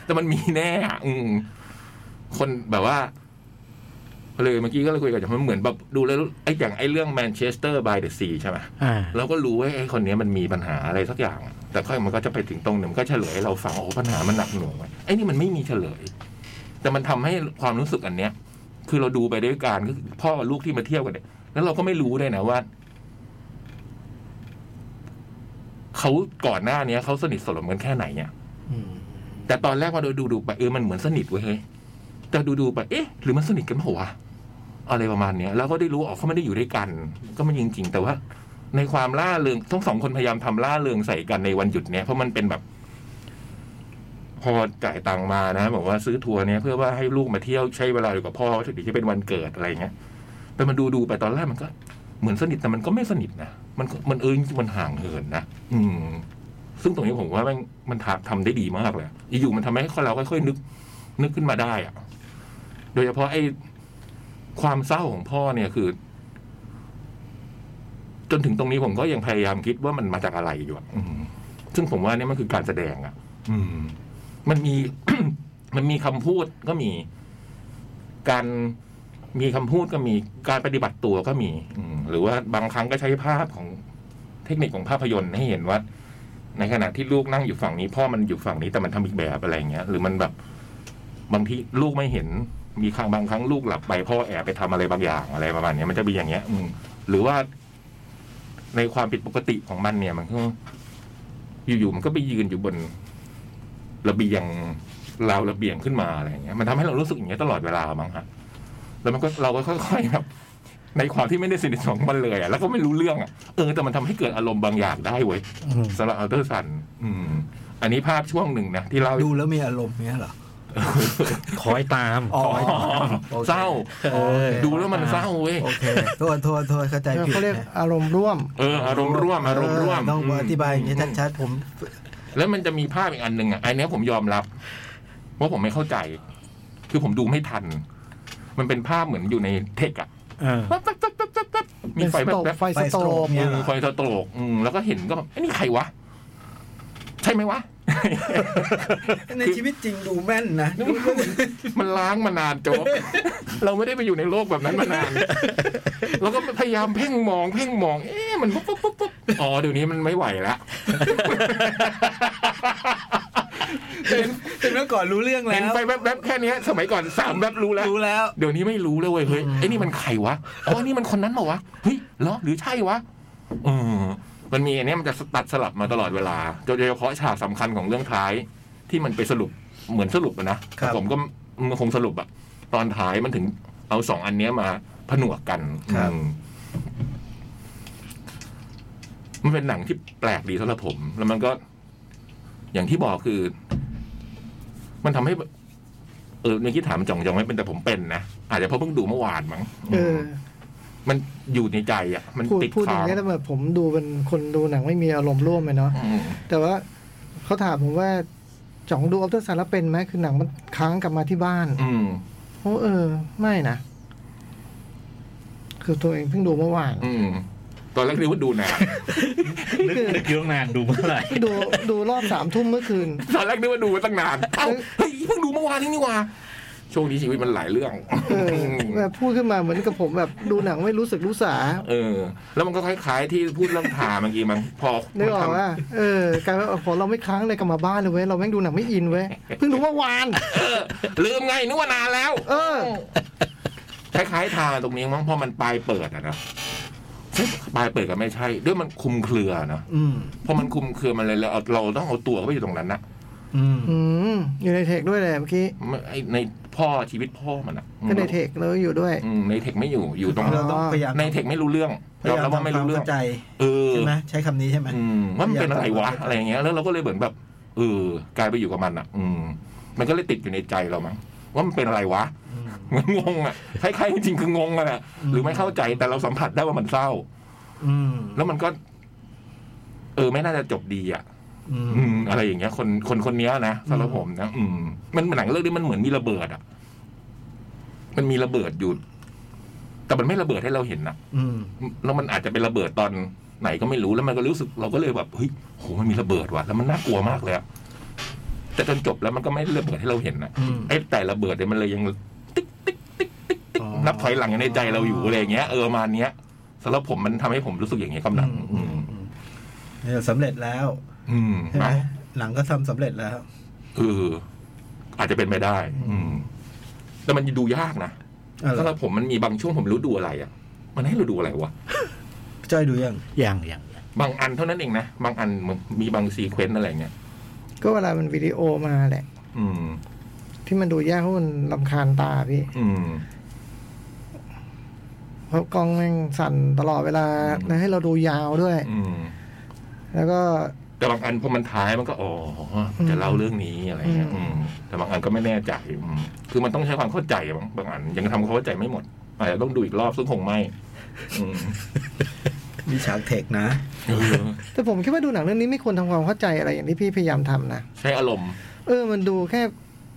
Speaker 3: แต่มันมีแน่อะอืมคนแบบว่า เลยเมื่อกี้ก็เลยคุยกับจมันเหมือนแบบดูแล้วไอ้อย่างไอ้เรื่องแมนเชสเตอร์บายเดอะซีใช่ไหม
Speaker 4: อ่า
Speaker 3: เราก็รู้ว่าไอ้คนเนี้ยมันมีปัญหาอะไรสักอย่าง แต่ค่อยมันก็จะไปถึงตรงหนึ่งมันก็เฉลยให้เราฟังโอ้ปัญหามันหนักหน่วงว่ะไอ้นี่มันไม่มีเฉลย แต่มันทำให้ความรู้สึกอันเนี้ย คือเราดูไปด้วยกันก็คือพ่อกับลูกที่มาเที่ยวกันเนี่ยแล้วเราก็ไม่รู้ด้วยนะว่าเขาก่อนหน้าเนี้ยเขาสนิทสนมกันแค่ไหนเนี่ย
Speaker 6: อืม
Speaker 3: แต่ตอนแรกว่าเราดูดูๆไปเออมันเหมือนสนิทเว้ยเฮ้ยแต่ดูดูๆไปเอ๊ะ หรือมันสนิทกันเปล่าวะอะไรประมาณเนี้ยแล้วก็ได้รู้ออกเขาไม่ได้อยู่ด้วยกัน ก็มันจริง ๆ แต่ว่า ในความล่าเริงทั้งสองคนพยายามทำล่าเริงใส่กันในวันหยุดเนี้ยเพราะมันเป็นแบบ พอจ่ายตังค์มานะบอกว่าซื้อทัวร์เนี้ยเพื่อว่าให้ลูกมาเที่ยวใช้เวลาอยู่กับพ่อถึงจะเป็นวันเกิดอะไรเงี้ยแต่มันดูดูๆไปตอนแรกมันก็ เหมือนสนิทแต่มันก็ไม่สนิทนะมันก็มันเออจริงๆมันห่างเหินนะอืม ซึ่งตรงนี้ผมว่ามันมันทำทำได้ดีมากเลยอยู่ๆมันทำให้คนเราค่อยๆนึก นึกขึ้นมาได้อะโดยเฉพาะไอ้ความเศร้าของพ่อเนี่ยคือ จนถึงตรงนี้ผมก็ยังพยายามคิดว่ามันมาจากอะไรอยู่อะอืมซึ่งผมว่าเนี่ยมันคือการแสดงอะอืม มันมี มันมีคำพูดก็มี การมีคำพูดก็มีการปฏิบัติตัวก็มี อืมหรือว่าบางครั้งก็ใช้ภาพของเทคนิคของภาพยนตร์ให้เห็นว่า ในขณะที่ลูกนั่งอยู่ฝั่งนี้ พ่อมันอยู่ฝั่งนี้แต่มันทำอีกแบบอะไรอย่างเงี้ย หรือมันแบบ บางทีลูกไม่เห็นมีครั้งบางครั้งลูกหลับไปพ่อแอบไปทำอะไรบางอย่างอะไรประมาณเนี้ยมันจะมีอย่างเงี้ย อืมหรือว่า ในความผิดปกติของมันเนี่ยมันก็อยู่ๆมันก็ไปยืนอยู่บน ระเบียงราวระเบียงขึ้นมาอะไรอย่างเงี้ยมันทำให้เรารู้สึกอย่างเงี้ยตลอดเวลามั้งฮะแล้วมันก็เราก็ค่อยๆแบบในความที่ไม่ได้สนิทสนมกับมันเลยอะแล้วก็ไม่รู้เรื่องอะเออแต่มันทำให้เกิดอารมณ์บางอย่างได้เว้ย
Speaker 4: อืม
Speaker 3: สำหรับอัลเทอร์ซัน อืม อันนี้ภาพช่วงหนึ่งนะ ที่เล่า
Speaker 6: ดูแล้วมีอารมณ์เนี้ยเหรอ
Speaker 4: คอยตาม
Speaker 6: อ๋อ
Speaker 3: อ๋อเศร้า
Speaker 4: เออ
Speaker 3: ดูแล้วมันเศร้าเว้ย
Speaker 6: โอเคโทษโทษโทษเข้าใจผิด
Speaker 2: เขาเรียกอารมณ์ร่วม
Speaker 3: เออ อารมณ์ร่วม อารมณ์ร่วม
Speaker 6: เออต้อง
Speaker 3: ม
Speaker 6: อธิบายอย่างนี้ชัดๆผม
Speaker 3: แล้วมันจะมีภาพอีกอันหนึ่งอ่ะ อันเนี้ยผมยอมรับว่าผมไม่เข้าใจ คือผมดูไม่ทัน มันเป็นภาพเหมือนอยู่ในเทคอะ
Speaker 4: เออ
Speaker 3: ปั๊บปั๊บปั๊บปั๊บปั๊บปั๊บมีไฟแบบแบบ
Speaker 2: ไฟสโตม
Speaker 6: ไฟสโตม
Speaker 3: เออไฟสโตรกอืมแล้วก็เห็นก็แบบไอ้ยนี่ใครวะ ใช่ไหม วะ
Speaker 6: ในชีวิตจริงดูแม่น นะ
Speaker 3: มันล้างมานานโจ๊ก เราไม่ได้ไปอยู่ในโลกแบบนั้นมานาน เราก็พยายามเพ่งมอง เพ่งมอง เอ๊ะมันปุ๊บปุ๊บปุ๊บปุ๊บอ๋อเดี๋ยวนี้มันไม่ไหวละ
Speaker 6: เป็นเมื่อก่อนรู้เรื่องแล้
Speaker 3: เห็น
Speaker 6: ว
Speaker 3: ไปแวบๆแค่เนี้ยสมัยก่อนสามแวบรู้แล้ว
Speaker 6: รู้แล้ว
Speaker 3: เดี๋ยวนี้ไม่รู้เลยเว้ยเฮ้ยไอ้นี่มันใครวะอ๋อนี่มันคนนั้นเหรอวะเฮ้ยเหรอหรือใช่วะเออมันมีอันเนี้ยมันจะตัดสลับมาตลอดเวลาโดยเฉพาะฉากสำคัญของเรื่องท้าย ที่มันไปสรุปเหมือนสรุปอะนะครับ ผมก็มันคงสรุปอะตอนท้ายมันถึงเอาสองอันเนี้ยมาผนวกกัน
Speaker 6: ครับ
Speaker 3: อืมมันเป็นหนังที่แปลกดีสำหรับผม แล้วมันก็ อย่างที่บอกคือ มันทำให้ เออเมื่อกี้ถามจ่องจองไม่เป็นแต่ผมเป็นนะ อาจจะเพราะเพิ่งดูเมื่อวานมั้ง
Speaker 2: เออ
Speaker 3: มันอยู่ในใจอ่ะ มัน
Speaker 2: พูด
Speaker 3: ติด
Speaker 2: พูดอย่า
Speaker 3: ค้างง
Speaker 2: นี้ยแต่แบบผมดูเป็นคนดูหนังไม่มีอารมณ์ร่วมเลยเนาะ
Speaker 3: อืม
Speaker 2: แต่ว่า เขาถามผมว่าจ่องดูออฟเตอร์ซันแล้วเป็นไหมคือหนังมันค้างกลับมาที่บ้าน
Speaker 3: อืม
Speaker 2: โอ้เออ ไม่นะ คือตัวเองเพิ่งดูเมื่อวาน
Speaker 3: อืม ตอนแรกนึกว่าดูหนัง
Speaker 4: นึกนึกอยุ่ตั้งนานดูเมื่อไหร่
Speaker 2: ดูดูรอบสามทุ่มเมื่อคืน
Speaker 3: ตอนแรกนึกว่าดูมาตั้งนาน เอ้าเฮ้ยเพิ่งดูเมื่อวานนี้นี่หว่า ช่วงนี้ชีวิตมันหลายเรื่อง
Speaker 2: เออแบบพูดขึ้นมาเหมือนกับผมแบบดูหนังไม่รู้สึกรู้สา
Speaker 3: เออ แล้วมันก็คล้ายๆที่พูดเรื่องผ่าเมื่อกี้มันพอ
Speaker 2: นึกออก
Speaker 3: มัน
Speaker 2: ว่า
Speaker 3: ทำ
Speaker 2: เออกลายเป็นว่าพอเราไม่ค้างเลยกลับมาบ้านเลยเว้ยเราแม่งดูหนังไม่อินเว้ยเพิ่งดูเมื่อวาน
Speaker 3: เออ ลืมไงนึกว่านานแล้ว
Speaker 2: เออ
Speaker 3: คล้ายๆทางตรงนี้มั้งเพราะมันปลายเปิดอะนะปลายเปิดก็ไม่ใช่ ด้วยมันคลุมเครือเนอะ
Speaker 6: อืม
Speaker 3: เพราะมันคลุมเครือมันเลยเราเราต้องเอาตัวเข้าไปอยู่ตรงนั้นนะ
Speaker 6: อืม
Speaker 2: อืมอยู่ในเทคด้วยแหละเมื่อกี้
Speaker 3: ไม่ไอ้ในพ่อชีวิตพ่อมันอะ
Speaker 2: ก็ในเทคแล้วอยู่ด้วย
Speaker 3: อืมในเทคไม่อยู่อยู่ตรง
Speaker 2: อ๋
Speaker 6: เรา
Speaker 2: อ
Speaker 6: ต้องพยายาม
Speaker 3: ในเทคไม่รู้เรื่อง
Speaker 6: พยายาม
Speaker 3: เรา
Speaker 6: ทำค
Speaker 3: ว่าไม่
Speaker 6: วา
Speaker 3: รู้
Speaker 6: ม
Speaker 3: เรื่อง
Speaker 6: เข้าใจ
Speaker 3: เออ
Speaker 6: ใช่ไหมใช้คำนี้ใช่ไหม
Speaker 3: อืมว่ามัน
Speaker 6: พยายาม
Speaker 3: เป็นอะไรวะ
Speaker 6: ทำความเข้าใจ
Speaker 3: อะไรอย่างเงี้ย แล้วเราก็เลยเหมือนแบบเออกลายไปอยู่กับมันอ่ะ อืม มันก็เลยติดอยู่ในใจเรามั้งว่ามันเป็นอะไรวะมัน งงอ่ะคล้ายๆจริงๆคืองงอะนะหรือไม่เข้าใจแต่เราสัมผัสได้ว่ามันเศร้า
Speaker 6: อืม
Speaker 3: แล้วมันก็ เออ ไม่น่าจะจบดีอ่ะ
Speaker 6: อืม
Speaker 3: อืม อะไรอย่างเงี้ย คนคนคนเนี้ยนะสำหรับผมนะอืม มันหนังเรื่องนี้มันเหมือนมีระเบิดอ่ะ มันมีระเบิดอยู่ แต่มันไม่ระเบิดให้เราเห็นนะ
Speaker 6: อืม
Speaker 3: แล้วมันอาจจะเป็นระเบิดตอนไหนก็ไม่รู้แล้วมันก็รู้สึกเราก็เลยแบบเฮ้ยโหมันมีระเบิดว่ะแล้วมันน่ากลัวมากเลยอะแต่จนจบแล้วมันก็ไม่ได้ระเบิดให้เราเห็นนะ
Speaker 6: อืม
Speaker 3: ไอ้แต่ระเบิดเนี่ยมันเลยยังติ๊กติ๊กติ๊กติ๊กติ๊ก
Speaker 6: อ๋อ
Speaker 3: นับถอยหลังอยู่ในใจเราอยู่อะไรอย่างเงี้ยเออประมาณเนี้ยสำหรับผมมันทำให้ผมรู้สึกอย่างเงี้ยกำลังอืม
Speaker 6: เนี่ยสำเร็จแล้ว
Speaker 3: อืม
Speaker 6: ใช่ไหม
Speaker 3: นะ
Speaker 6: หนังก็ทำสำเร็จแล้ว
Speaker 3: เอออาจจะเป็นไปได้ อืมแต่มันดูยากนะ
Speaker 6: อ่ะเหรอ
Speaker 3: สำหรับผมมันมีบางช่วงผมรู้ดูอะไรอ่ะ มันให้เราดูอะไรวะ
Speaker 6: จ้อยดูยัง
Speaker 4: อย่างอย่าง
Speaker 3: บางอันเท่านั้นเองนะบางอันมันมีบางซีเควนต์อะไรเงี้ย
Speaker 2: ก็เวลามันวิดีโอมาแหละ
Speaker 3: อืม
Speaker 2: ที่มันดูยากเพราะมันลำคาญตาพี่
Speaker 3: อืม
Speaker 2: เพราะกล้องแม่งสั่นตลอดเวลาแล้วให้เราดูยาวด้วย
Speaker 3: อืม
Speaker 2: แล้วก็
Speaker 3: แต่บางอันพอมันท้ายมันก็อ๋อจะเล่าเรื่องนี้อะไรเงี้ย
Speaker 2: อืม
Speaker 3: อืม แต่บางอันก็ไม่แน่ใจอืมคือมันต้องใช้ความเข้าใจบางบางอัน ยังทำความเข้าใจไม่หมดอาจจะต้องดูอีกรอบซึ่งคงไม่อืม
Speaker 6: มีฉากเทคนะ
Speaker 3: เออ
Speaker 2: แต่ผมคิดว่าดูหนังเรื่องนี้ไม่ควรทำความเข้าใจอะไรอย่างที่พี่พยายามทำนะ
Speaker 3: ใช้อารมณ์
Speaker 2: เออ มันดูแค่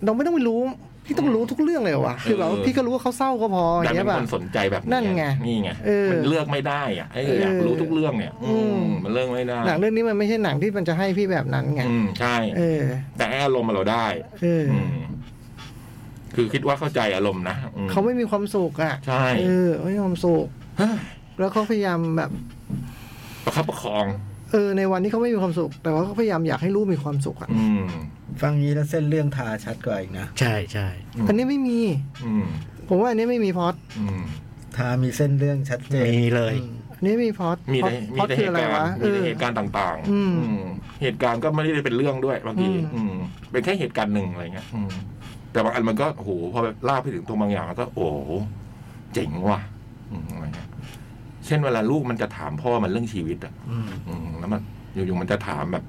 Speaker 2: เราไม่ต้องไปรู้ พี่ต้องรู้ทุกเรื่องเลยเหรอวะ คือแบบว่า
Speaker 3: เออ
Speaker 2: พี่ก็รู้ว่าเขาเศร้าก็พออ
Speaker 3: แต่
Speaker 2: ย่าง
Speaker 3: เป็
Speaker 2: เงี้ย
Speaker 3: นค
Speaker 2: ป่ะ
Speaker 3: นสนใจแบบ
Speaker 2: นั่นไง
Speaker 3: นี่ไง
Speaker 2: เออ
Speaker 3: มันเลือกไม่ได้อ่ะเอออยากรู้ทุกเรื่องเนี่ย อื
Speaker 2: อื
Speaker 3: ม
Speaker 2: ม
Speaker 3: มันเลือกไม่ได้
Speaker 2: หนังเรื่องนี้มันไม่ใช่หนังที่มันจะให้พี่แบบนั้นไง
Speaker 3: อืมใช่
Speaker 2: เออ
Speaker 3: แต่ให้อารมณ์เราได้
Speaker 2: เออ
Speaker 3: อืม คือคิดว่าเข้าใจอารมณ์นะอืม
Speaker 2: เขาไม่มีความสุขอ่ะ
Speaker 3: ใช่
Speaker 2: เออไม่มีความสุข
Speaker 3: เฮ้ย
Speaker 2: แล้วเขาพยายามแบบ
Speaker 3: ประคับประคอง
Speaker 2: เออ ในวันที่เขาไม่มีความสุข แต่ว่าเขาพยายามอยากให้ลูกมีความสุขอ่ะ
Speaker 3: อืม
Speaker 6: ฟังนี้แล้วเส้นเรื่องทาชัดกว่าอีกนะ
Speaker 4: ใช่ใช่
Speaker 3: อืม
Speaker 2: อันนี้ไม่มี
Speaker 3: อืม
Speaker 2: ผมว่าอันนี้ไม่มีพล็อด
Speaker 3: อืม
Speaker 6: ทามีเส้นเรื่องชัดเจน
Speaker 4: มีเลย
Speaker 2: อันนี้ไม่มีพล็อด
Speaker 3: มี
Speaker 2: พล็อ
Speaker 3: แต่
Speaker 2: ด
Speaker 3: มี
Speaker 2: พล็อด
Speaker 3: แต่เห
Speaker 2: คือ
Speaker 3: ตุ
Speaker 2: อะไร
Speaker 3: การ
Speaker 2: วะ
Speaker 3: ณ์
Speaker 2: เอ
Speaker 3: มีแต่
Speaker 2: อ
Speaker 3: เหตุการณ์ต่าง
Speaker 2: อืม
Speaker 3: อืมเหตุการณ์ก็ไม่ได้เป็นเรื่องด้วยบางที
Speaker 2: อืม
Speaker 3: อืมเป็นแค่เหตุการณ์หนึ่งอะไรเงี้ย อืม แต่บางอันมันก็โอ้โหพอแบบล่ากไปถึงตรงบางอย่างมันก็ โอ้โหเจ๋งว่ะอืมอะไรเงี้ยเช่นเวลาลูกมันจะถามพ่อมันเรื่องชีวิตอ่ะ
Speaker 6: อืม
Speaker 3: อืมแล้วมันอยู่ๆมันจะถามแบบ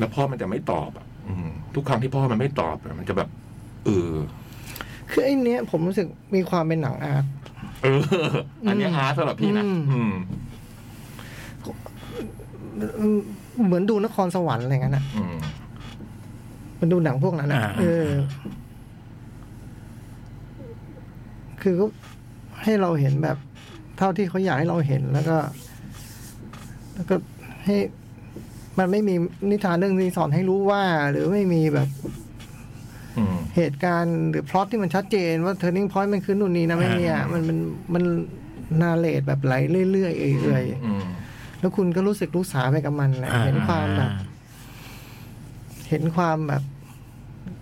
Speaker 3: แล้วพ่อมันจะไม่ตอบอ่ะอืม ทุกครั้งที่พ่อมันไม่ตอบอะมันจะแบบ เออ
Speaker 2: คือไอ้เนี้ยผมรู้สึกมีความเป็นหนังอาร์ต
Speaker 3: เออ อันเนี้ยอาร์ตสำหรับพี่นะ
Speaker 2: อืม
Speaker 3: อืม
Speaker 2: เออเหมือนดูนครสวรรค์อะไรเงี้ยน่ะ
Speaker 3: อืม
Speaker 2: มันดูหนังพวกนั้นอ่ะ
Speaker 4: อ่า
Speaker 2: เออ คือก็ให้เราเห็นแบบ เท่าที่เขาอยากให้เราเห็นแล้วก็ แล้วก็ให้ มันไม่มีนิทานเรื่องนี้สอนให้รู้ว่า หรือไม่มีแบบ
Speaker 3: อืม
Speaker 2: เหตุการณ์หรือพล็อตที่มันชัดเจนว่า turning point มันคือนู่นนี่นะไม่มีอ่ะ
Speaker 3: อ่ามั
Speaker 2: มันมันมันนาเลดแบบไหลเรื่อยๆเอื่อย
Speaker 3: อืม
Speaker 2: ๆแล้วคุณก็รู้สึกรู้สาไปกับมันนะเห็นความแบบ เห็นความแบบ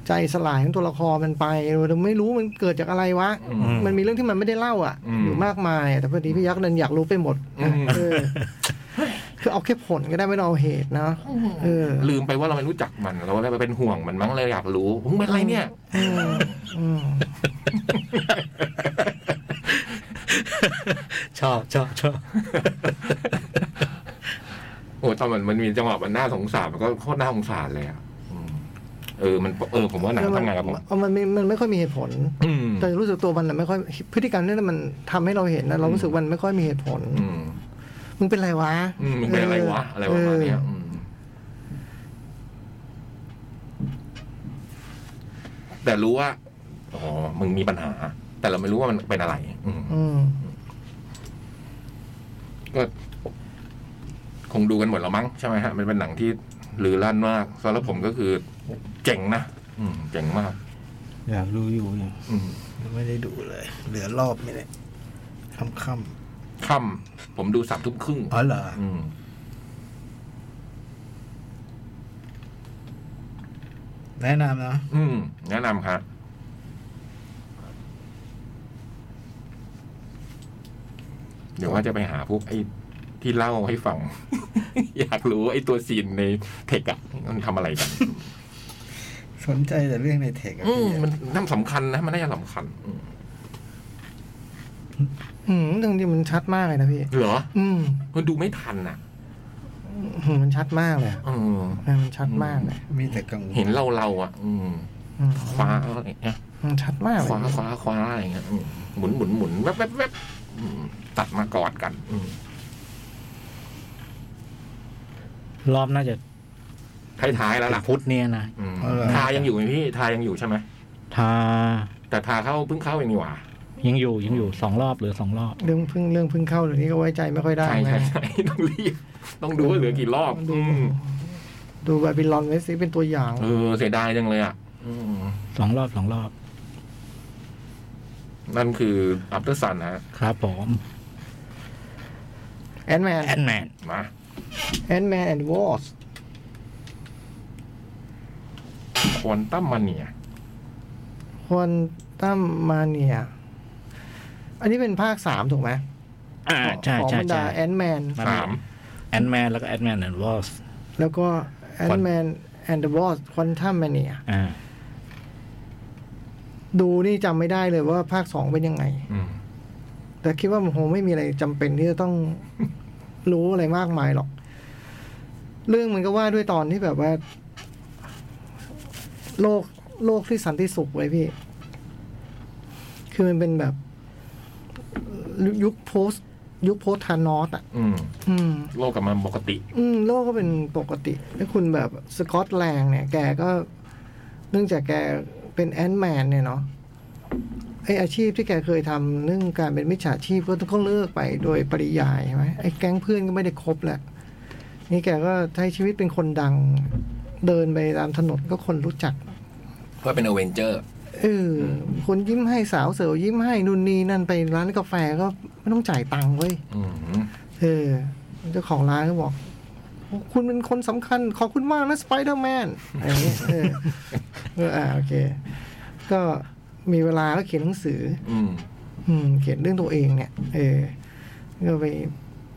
Speaker 2: ใจสลายของตัวละครมันไปเราไม่รู้มันเกิดจากอะไรวะ
Speaker 3: อืม
Speaker 2: มันมีเรื่องที่มันไม่ได้เล่าอ่ะ
Speaker 3: อืม
Speaker 2: อยู่มากมายอะแต่พอดีพี่ยักษ์นันอยากรู้ไปหมด
Speaker 3: อืม
Speaker 2: เออคือเอาแค่ผลก็ได้ไม่ต้องเอาเหตุเนาะเออ
Speaker 3: ลืมไปว่าเราไม่รู้จักมันเราก็เลยไปเป็นห่วงมันมั้งเลยอยากรู้มึงเป็นอะไรเนี่ย
Speaker 2: อืมอืม
Speaker 4: ชอบชอบชอบ
Speaker 3: โอ้ตอนมันมันมีจังหวะมันน่าสงสารมันก็โคตรน่าสงสารเลยอ่ะอืมเออมันเออผมว่าหนังทำงานกับผม
Speaker 2: เออมันมันมันไม่ค่อยมีเหตุผล
Speaker 3: อืม
Speaker 2: แต่รู้สึกตัวมันน่ะไม่ค่อยพฤติกรรมเนี่ยมันทำให้เราเห็นนะเรารู้สึกมันไม่ค่อยมีเหตุผล
Speaker 3: อืม
Speaker 2: มึงเป็นไรวะ
Speaker 3: อืมมึงเป็นอะไรวะ อะไรประมาณเนี้
Speaker 2: เอ
Speaker 3: ย
Speaker 2: อ
Speaker 3: อืม แต่รู้ว่าอ๋อมึงมีปัญหา แต่เราไม่รู้ว่ามันเป็นอะไร อืม
Speaker 2: อืม
Speaker 3: ก็ คงดูกันหมดแล้วมั้งใช่ไหมฮะมันเป็นหนังที่ลือลั่นมากสำหรับผมก็คือ เจ๋งนะอืมเจ๋งมาก
Speaker 6: อยากดูอยู่ยัง
Speaker 3: อืม
Speaker 6: ไม่ได้ดูเลย เหลือรอบไม่ได้ค่ำ
Speaker 3: ค่ำผมดูสามทุ่มครึ่ง
Speaker 6: ๆอ๋อเหรอ
Speaker 3: ม
Speaker 6: แนะนำนะ
Speaker 3: อืม แนะนำครับเดี๋ยวว่าจะไปหาพวกไอ้ที่เล่าให้ฟัง อยากรู้ไอ้ตัวซีนในเทคอะมันทำอะไรกัน
Speaker 6: สนใจแต่เรื่องในเทคอะ
Speaker 3: อื
Speaker 6: พี่
Speaker 3: มมันน่าสำคัญนะ มันน่าจะสำคัญอืม
Speaker 2: อืมจริงๆมันชัดมากเลยนะพี่
Speaker 3: เหรอ
Speaker 2: อืม
Speaker 3: มันดูไม่ทันอ่ะ
Speaker 2: อืมมันชัดมากเลย
Speaker 3: เออ
Speaker 2: เออมันชัดมากเลย
Speaker 6: มีแต่กังว
Speaker 3: เห็
Speaker 6: ล
Speaker 3: นเราเราๆอ่ะ อืม
Speaker 2: อืม
Speaker 3: คว้าอะไรอย่างเงี้ย
Speaker 2: มันชัดมากเล
Speaker 3: คว้าย คว้าคว้าอะไรอย่างเงี้ยอืมหมุนหมุนหมุนแวบแวบแวบอืมตัดมากอดกัน อืม
Speaker 4: รอบน่าจะ
Speaker 3: ท้ายๆแล้วล่ะ
Speaker 4: พุธเนี่ยนะ
Speaker 3: อืมทายังอยู่ไหมพี่ ทายังอยู่ใช่ไหม
Speaker 4: ทา
Speaker 3: แต่ทาเข้าเพิ่งเข้าเองนี่หว่า
Speaker 4: ยังอยู่ยังอยู่สองรอบเหรือสองรอบ
Speaker 2: เรื่องเพิ่งเรื่องเพิ่งเข้าเดี๋ยวนี้ก็ไว้ใจไม่ค่อยได้
Speaker 3: ใช่
Speaker 2: นะ
Speaker 3: ใช่ใช่ ต้องรีบ ต้องดูว่าเหลือกี่รอบอืม
Speaker 2: ดูบาบิลอนไว้สิเป็นตัวอย่าง
Speaker 3: เออเสียดายจังเลยอ่ะ อืม
Speaker 4: สองรอบสองรอบ
Speaker 3: นั่นคืออัปเตอร์ซันฮะ
Speaker 4: ครับผม
Speaker 2: แอนแมน
Speaker 4: แอนแมน
Speaker 3: มา
Speaker 2: แอนแมนแอนด์วอส
Speaker 3: ควอนตัมมาเนีย
Speaker 2: ควอนตัมมาเนีย อันนี้เป็นภาคสามถูกไหม
Speaker 4: อ่าใช่
Speaker 2: ของ
Speaker 4: ใช่
Speaker 2: บรร
Speaker 4: ใช่
Speaker 2: ดาแอนแมน
Speaker 3: สาม
Speaker 4: แอนแมนแล้วก็แอนแมนแอนวอส
Speaker 2: แล้วก็แอนแมนแอนด์วอสควอนตัมมาเนีย
Speaker 4: อ่า
Speaker 2: ดูนี่จำไม่ได้เลยว่าภาคสองเป็นยังไง
Speaker 3: อืม
Speaker 2: แต่คิดว่ามันคงไม่มีอะไรจำเป็นที่จะต้อง รู้อะไรมากมายหรอก เรื่องมันก็ว่าด้วยตอนที่แบบว่า โลกโลกที่สันติสุขไว้พี่ คือมันเป็นแบบ ยุคโพสยุคโพสทานอสอ่ะ
Speaker 3: อืม
Speaker 2: อืม
Speaker 3: โลกกลับมาปกติ
Speaker 2: อืมโลกก็เป็นปกติถ้าคุณแบบสกอตแลงเนี่ย แกก็เนื่องจากแกเป็นแอนด์แมนเนี่ยเนาะไออาชีพที่แกเคยทำเรื่องการเป็นมิจฉาชีพก็ต้องเลิกไปโดยปริยายใช่ไหมไอแก๊งเพื่อนก็ไม่ได้คบแหละ นี่แกก็ใช้ชีวิตเป็นคนดัง เดินไปตามถนนก็คนรู้จัก
Speaker 3: เพื่อเป็นอเวนเจอร์
Speaker 2: เออคนยิ้มให้สาวเสยวยิ้มให้นู่นนี่นั่นไปร้านกาแฟก็ไม่ต้องจ่ายตังค์เว้ย
Speaker 3: อืม
Speaker 2: เออเจ้าของร้านก็บอก คุณเป็นคนสำคัญ ขอบคุณมากนะสไปเดอร์แมนอะไรอย่างเงี้ยเออเอออ่าโอเค ก็มีเวลาก็เขียนหนังสือ
Speaker 3: อืม
Speaker 2: อืม เขียนเรื่องตัวเองเนี่ย เออก็ไป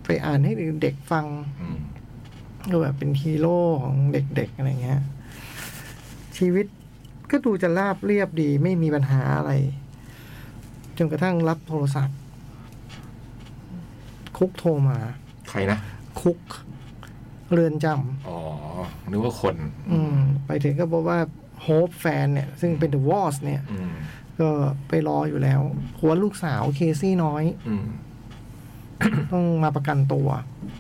Speaker 2: ไปอ่านให้เด็กๆฟัง
Speaker 3: อืม
Speaker 2: ก็แบบเป็นฮีโร่ของเด็กๆ อะไรเงี้ย ชีวิตก็ดูจะราบเรียบดีไม่มีปัญหาอะไร จนกระทั่งรับโทรศัพท์ คุกโทรมา
Speaker 3: ใครนะ
Speaker 2: คุก เรือนจ
Speaker 3: อ๋อ นึกว่าคน
Speaker 2: ำอืม ไปถึงก็บอกว่าโฮปแฟนเนี่ย ซึ่งเป็นเดอะวอสเนี่ย
Speaker 3: อืม
Speaker 2: ก็ไปรออยู่แล้วหัวลูกสาวเคซี่น้อย
Speaker 3: อืม
Speaker 2: ต้องมาประกันตัว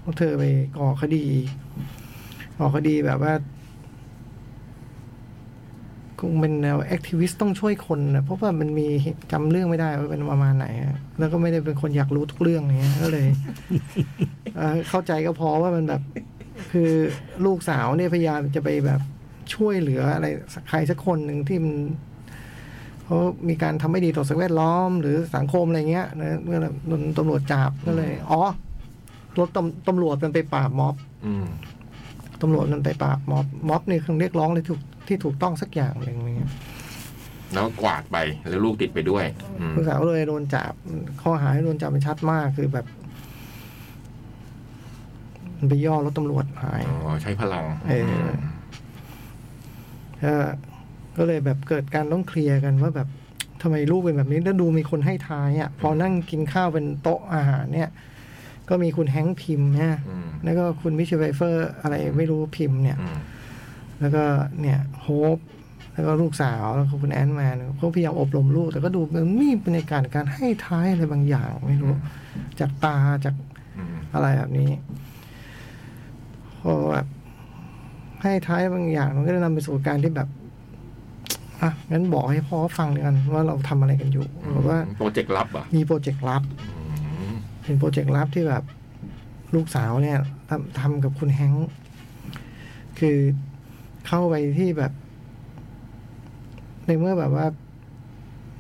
Speaker 2: เพราะเธอไปก่อคดี ก่อคดีแบบว่าคงเป็นแนวแอคทิวิสต์ต้องช่วยคนนะเพราะว่ามันมีจำเรื่องไม่ได้ว่าเป็นประมาณไหนฮะแล้วก็ไม่ได้เป็นคนอยากรู้ทุกเรื่องเนี้ยก็เลย เอ่อเข้าใจก็พอว่ามันแบบ คือลูกสาวเนี่ยพยายามจะไปแบบช่วยเหลืออะไรสักใครสักคนหนึ่งที่มัน เพราะมีการทำไม่ดีต่อสิ่งแวดล้อม หรือสังคมอะไรเงี้ยนะเมื่อโดนตำรวจจับก็เลย อ๋อรถตำตำรวจมันไปปราบม็อบ
Speaker 3: อืม
Speaker 2: ตำรวจมันไปปราบม็อบม็อบนี่คือเรียกร้องเลยที่ถูกที่ถูกต้องสักอย่างหนึ่งอะไรเงี้ย
Speaker 3: แล้วกวาดไป แล้วลูกติดไปด้วย อืม
Speaker 2: ลูกสาวเลยโดนจับข้อหาที่โดนจับมันชัดมากคือแบบ มันไปย่อรถตำรวจหาย
Speaker 3: อ๋อ ใช้พลัง
Speaker 2: เอออื
Speaker 3: ม
Speaker 2: ก็ก็เลยแบบเกิดการต้องเคลียร์กันว่าแบบทำไมลูกเป็นแบบนี้แล้วดูมีคนให้ท้ายอ่ะ พอนั่งกินข้าวเป็นโต๊ะอาหารเนี่ย ก็มีคุณแฮงค์พิมพ์เนี่ย
Speaker 3: อืม
Speaker 2: แล้วก็คุณวิชไวเฟอร์อะไรไม่รู้พิมพ์เนี่ย
Speaker 3: อืม
Speaker 2: แล้วก็เนี่ยโฮปแล้วก็ลูกสาวแล้วก็คุณแอนแมนเขาพยายามอบรมลูก แต่ก็ดูมันมีบรรยากาศการให้ท้ายอะไรบางอย่างไม่รู้ จากตาจาก
Speaker 3: อืม
Speaker 2: อะไรแบบนี้พอแบบให้ท้ายบางอย่างมันก็ได้นำไปสู่การที่แบบ อ่ะงั้นบอกให้พ่อฟังเดียวกันว่าเราทำอะไรกันอยู่บอกว่า
Speaker 3: โปรเจกต์ลับอ่ะ
Speaker 2: มีโปรเจกต์ลับ เป็นโปรเจกต์ลับที่แบบลูกสาวเนี่ยทำทำกับคุณแฮงค์คือเข้าไปที่แบบ ในเมื่อแบบว่า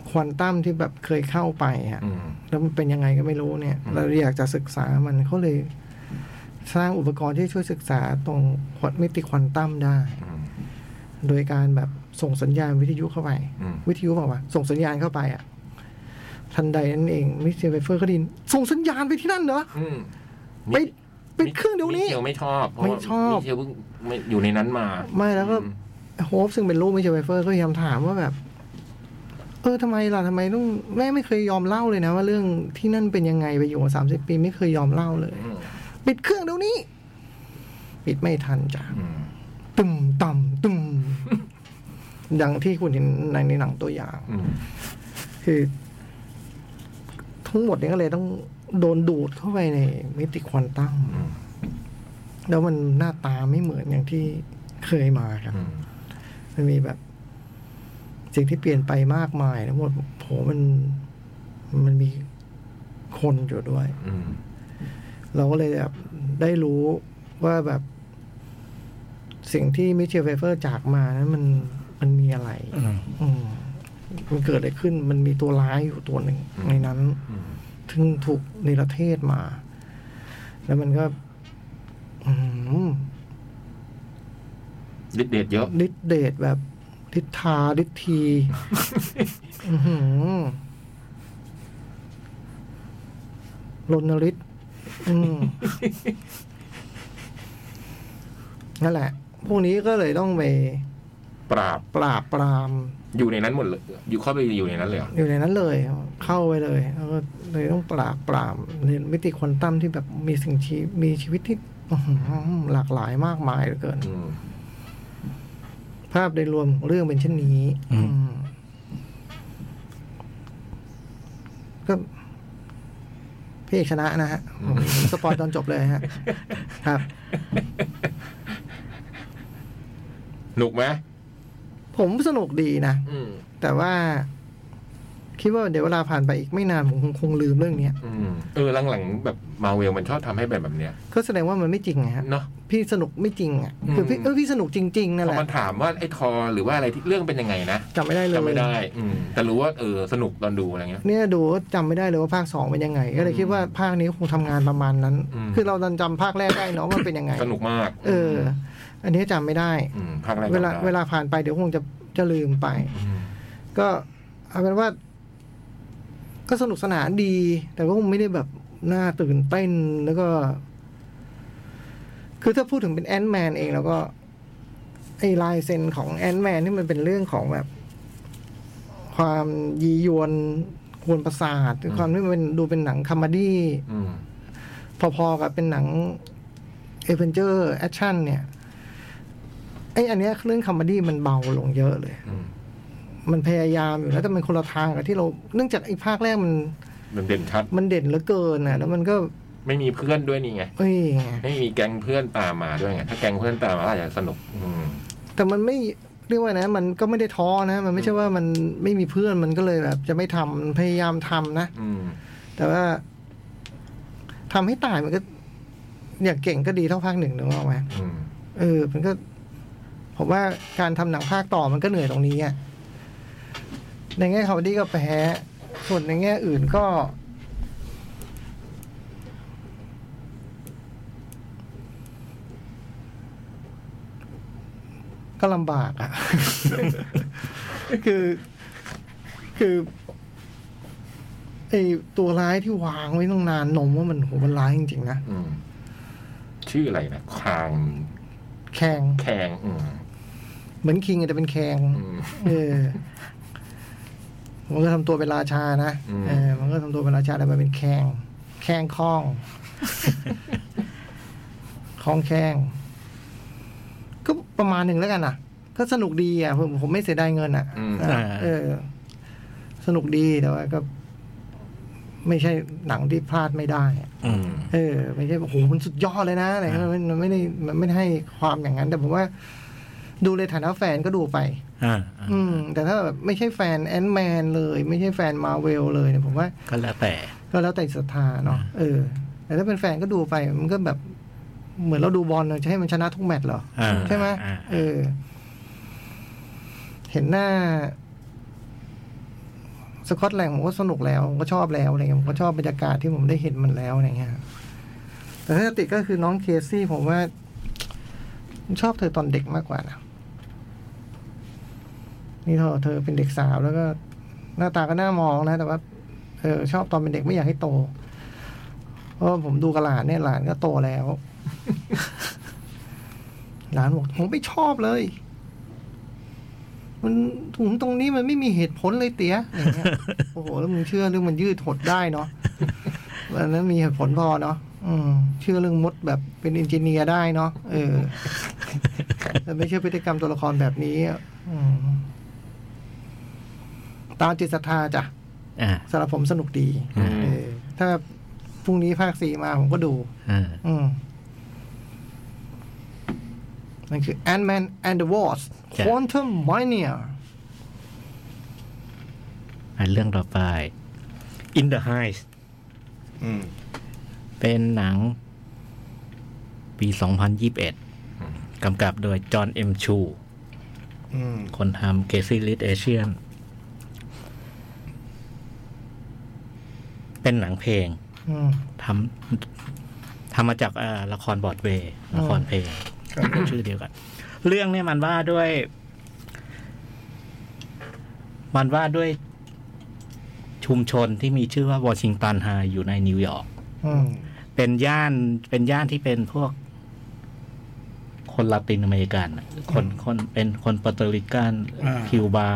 Speaker 2: ควอนตัมที่แบบเคยเข้าไปอะ
Speaker 3: อืม
Speaker 2: แล้วมันเป็นยังไงก็ไม่รู้เนี่ย
Speaker 3: อืม
Speaker 2: เราอยากจะศึกษามันเขาเลย สร้างอุปกรณ์ที่ช่วยศึกษาตรงควอนมิติควอนตัมได้
Speaker 3: อืม
Speaker 2: โดยการแบบส่งสัญญาณวิทยุเข้าไป
Speaker 3: อืม
Speaker 2: วิทยุบอกว่า ส่งสัญญาณเข้าไปอ่ะ ทันใดนั้นเองมิสเตอร์เวเฟอร์ก็ไดยินส่งสัญญาณไปที่นั่นเหรอ
Speaker 3: อืม
Speaker 2: ไปปิดเครื่องเดี๋ยวนี้
Speaker 3: มิเชลไม่ชอบเพราะ
Speaker 2: ไม่ชอบ
Speaker 3: มิเชลเพิ่งไม่อยู่ในนั้นมา
Speaker 2: ไม่แล้วก็โฮปซึ่งเป็นลูกไม่ใช่ไวเฟอร์ก็พยายามถามว่าแบบ เออทำไมล่ะทำไมต้องแม่ไม่เคยยอมเล่าเลยนะ ว่าเรื่องที่นั่นเป็นยังไงไปอยู่มาสามสิบปีไม่เคยยอมเล่าเลย
Speaker 3: อืม
Speaker 2: ปิดเครื่องเดี๋ยวนี้ ปิดไม่ทันจ้ะ
Speaker 3: อืม
Speaker 2: ตึมต่ำตึมดังที่คุณเห็นในในหนังตัวอย่าง
Speaker 3: อืม
Speaker 2: คือ ทั้งหมดเนี่ยก็เลยต้องโดนดูดเข้าไปในมิติควอนตัม
Speaker 3: อืม
Speaker 2: แล้วมันหน้าตาไม่เหมือนอย่างที่เคยมาครับ
Speaker 3: อืม
Speaker 2: มันมีแบบ สิ่งที่เปลี่ยนไปมากมายทั้งหมดโหมัน มันมีคนอยู่ด้วย
Speaker 3: อืม
Speaker 2: เราก็เลยแบบได้รู้ว่าแบบ สิ่งที่มิเชลเฟเฟอร์จากมานั้นมันมันมีอะไร
Speaker 4: อืม
Speaker 2: อืมมันเกิดอะไรขึ้น มันมีตัวร้ายอยู่ตัวหนึ่งในนั้น
Speaker 3: อืม
Speaker 2: ถึงถูกในประเทศมา แล้วมันก็ อืม
Speaker 3: ฤทธิ์เดชเยอะ
Speaker 2: ลิดเดทแบบลิดทาลิดทีอื้อหือลนลิดอืมนั่นแหละ พวกนี้ก็เลยต้องไป
Speaker 3: ปราบ
Speaker 2: ปราบปราม
Speaker 3: อยู่ในนั้นหมดเลย อยู่เข้าไปอยู่ในนั้นเลยเหรอ
Speaker 2: อยู่ในนั้นเลย เข้าไปเลยแล้วก็เลยต้องปราบปรามในมิติควอนตัมที่แบบมีสิ่งชีมีชีวิตที่อื้อหือหลากหลายมากมายเหลือเกิน
Speaker 3: อืม
Speaker 2: ภาพโดยรวมของเรื่องเป็นเช่นนี้อืมก็พี่เอกชนะนะฮะผมสปอยตอนจบเลยฮะ ครับ
Speaker 3: หนุกไหม
Speaker 2: ผมสนุกดีนะ
Speaker 3: อืม
Speaker 2: แต่ว่า คิดว่าเดี๋ยวเวลาผ่านไปอีกไม่นาน ผมคงคงลืมเรื่องเนี้ย
Speaker 3: อืมเออหลังๆแบบมาเวลมันชอบทำให้แบบแบบเนี้ย
Speaker 2: ก็แสดงว่ามันไม่จริงไงฮะ
Speaker 3: เนาะ
Speaker 2: พี่สนุกไม่จริงอ่ะ คือพี่
Speaker 3: อืม
Speaker 2: เออพี่สนุกจริง ๆ นั่น
Speaker 3: พ
Speaker 2: แห
Speaker 3: อ
Speaker 2: ละ
Speaker 3: มันถามว่าไอ้ทอหรือว่าอะไรที่เรื่องเป็นยังไงนะ
Speaker 2: จำไม่ได้เลย
Speaker 3: จำไม่ได้ อืมแต่รู้ว่าเออสนุกตอนดูอะไรเงี้ย
Speaker 2: เนี่ยดูก็จำไม่ได้เลยว่าภาคสองเป็นยังไง ก็เลยคิดว่าภาคนี้คงทำงานประมาณนั้น
Speaker 3: อืม
Speaker 2: คือเราดันจำภาคแรกได้เนาะว่ามันเป็นยังไง
Speaker 3: สนุกมาก
Speaker 2: เออ อันนี้จำไม่ได้
Speaker 3: มภาคแรก
Speaker 2: เวลา
Speaker 3: จำได้
Speaker 2: เวลาผ่านไปเดี๋ยวคงจะจะลืมไป
Speaker 3: อืม
Speaker 2: ก็เอาเป็นว่า ก็สนุกสนานดี แต่ว่าคงไม่ได้แบบน่าตื่นเต้นแล้วก็ คือถ้าพูดถึงเป็นแอนด์แมนเองแล้วก็ ไอ้ลายเซ็นของแอนด์แมนนี่มันเป็นเรื่องของแบบ ความยียวนกวนประสาทความที่มันเป็นดูเป็นหนังคอมเมดี้
Speaker 3: อืม
Speaker 2: พอๆกับเป็นหนังเอเวนเจอร์แอคชั่นเนี่ยไออันเนี้ยเรื่องคอมเมดี้มันเบาลงเยอะเลย
Speaker 3: อืม
Speaker 2: มันพยายามอยู่แล้วแต่มันคนละทางกับที่เราเนื่องจากไอ้ภาคแรกมัน
Speaker 3: มันเด่นชัด
Speaker 2: มันเด่นเหลือเกินนะแล้วมันก็
Speaker 3: ไม่มีเพื่อนด้วยนี่ไง
Speaker 2: เอ้ยไง
Speaker 3: ไม่มีแก๊งเพื่อนตามมาด้วยไง ถ้าแก๊งเพื่อนตามมาก็อาจจะสนุก อืม
Speaker 2: แต่มันไม่เรียกว่านะ มันก็ไม่ได้ท้อนะ มันไม่ใช่ว่ามันไม่มีเพื่อนมันก็เลยแบบ จะไม่ทำมันพยายามทำนะ
Speaker 3: อืม
Speaker 2: แต่ว่าทำให้ตายมันก็อยากเก่งก็ดีเท่าภาคหนึ่งนึกออกไหม
Speaker 3: อืม
Speaker 2: เออ มันก็ผมว่าการทำหนังภาคต่อมันก็เหนื่อยตรงนี้อ่ะ ในแง่คอมเมดี้ก็แพ้ ส่วนในแง่อื่นก็ ก็ลำบากอ่ะ คือ คือไอตัวร้ายที่วางไว้ตั้งนานนมว่ามันโหมันร้ายจริงๆนะ
Speaker 3: อืม ชื่ออะไรนะคาง
Speaker 2: แข่ง
Speaker 3: แคงอืม
Speaker 2: เหมือนคิงอะแต่เป็นแข่ง
Speaker 3: อืม
Speaker 2: เออ มันก็ทำตัวเป็นราชานะ
Speaker 3: อืม
Speaker 2: เออ มันก็ทำตัวเป็นราชาแต่มันเป็นแข้ง แข้งค ล้อง คล้องแข้ง ก็ประมาณหนึ่งแล้วกันนะก็สนุกดีอ่ะ ผมผมไม่เสียดายเงินอ่ะ
Speaker 3: อืม
Speaker 2: เออ สนุกดีแต่ว่าก็ ไม่ใช่หนังที่พลาดไม่ได้อะ
Speaker 4: อืม
Speaker 2: เออ ไม่ใช่โอ้โหมันสุดยอดเลยนะอะไรเงี้ยมันมันไม่ได้มันไม่ได้ให้ความอย่างนั้น แต่ผมว่า ดูในฐานะแฟนก็ดูไป
Speaker 4: อ่าอ่า
Speaker 2: อืม แต่ถ้าแบบไม่ใช่แฟนแอนแมนเลย ไม่ใช่แฟนมาเวลเลยเนี่ยผมว่า
Speaker 4: ก็แล้วแต่
Speaker 2: ก็แล้วแต่ศรัทธาเนาะเออ แต่ถ้าเป็นแฟนก็ดูไป มันก็แบบ เหมือนเราดูบอลเราจะให้มันชนะทุกแมตช์เหรอ
Speaker 4: อ่า
Speaker 2: ใช่ไหม
Speaker 4: อ่า
Speaker 2: เออ เห็นหน้า สกอตแลนด์ผมก็สนุกแล้วผมก็ชอบแล้วอะไรเงี้ยผมก็ชอบบรรยากาศที่ผมได้เห็นมันแล้วอะไรเงี้ยครับแต่ถ้าจะติดก็คือน้องเคซี่ผมว่าผมชอบเธอตอนเด็กมากกว่านะนี่เธอเธอเป็นเด็กสาวแล้วก็ หน้าตาก็น่ามองนะ แต่ว่า เออ ชอบตอนเป็นเด็กไม่อยากให้โต เพราะว่าผมดูกับหลานเนี่ยหลานก็โตแล้ว หลานบอกผมไม่ชอบเลย มันถุงตรงนี้มันไม่มีเหตุผลเลยเตี๋ยอย่างเงี้ย โอ้โห แล้วมึงเชื่อเรื่องมันยืดหดได้เนาะอันนั้นมีเหตุผลพอเนาะอืม เชื่อเรื่องมดแบบเป็นเอนจิเนียร์ได้เนาะเออ แต่ไม่เชื่อพฤติกรรมตัวละครแบบนี้อืมตามจิตศรัทธาจ้ะ
Speaker 4: อ่า
Speaker 2: สำหรับผมสนุกดี
Speaker 4: อืม
Speaker 2: เออถ้าพรุ่งนี้ภาคสี่มาผมก็ดู
Speaker 4: อ่า
Speaker 2: อืมนั่นคือ Ant-Man and the Wasp Quantum Mania
Speaker 4: อ่าเรื่องต่อไป In the Heights
Speaker 6: อืม
Speaker 4: เป็นหนัง ปี 2021 กำกับโดยจอห์นเอ็มชู
Speaker 6: อืม
Speaker 4: คนทำเกซี่ลิทเอเชียน เป็นหนังเพลง
Speaker 2: อืม
Speaker 4: ทำทำมาจากเอ่อละครบอร์ดเวย์
Speaker 2: อืม
Speaker 4: ละครเพลง
Speaker 6: ครับ
Speaker 4: ชื่อเดียวกัน เรื่องเนี่ยมันว่าด้วย มันว่าด้วยชุมชนที่มีชื่อว่าวอชิงตันไฮอยู่ในนิวยอร์ก
Speaker 2: อืม
Speaker 4: เป็นย่านเป็นย่านที่เป็นพวก คนลาตินอเมริกันน่ะคนคนเป็นคนปาตริกัน
Speaker 6: อ่า
Speaker 4: คิวบา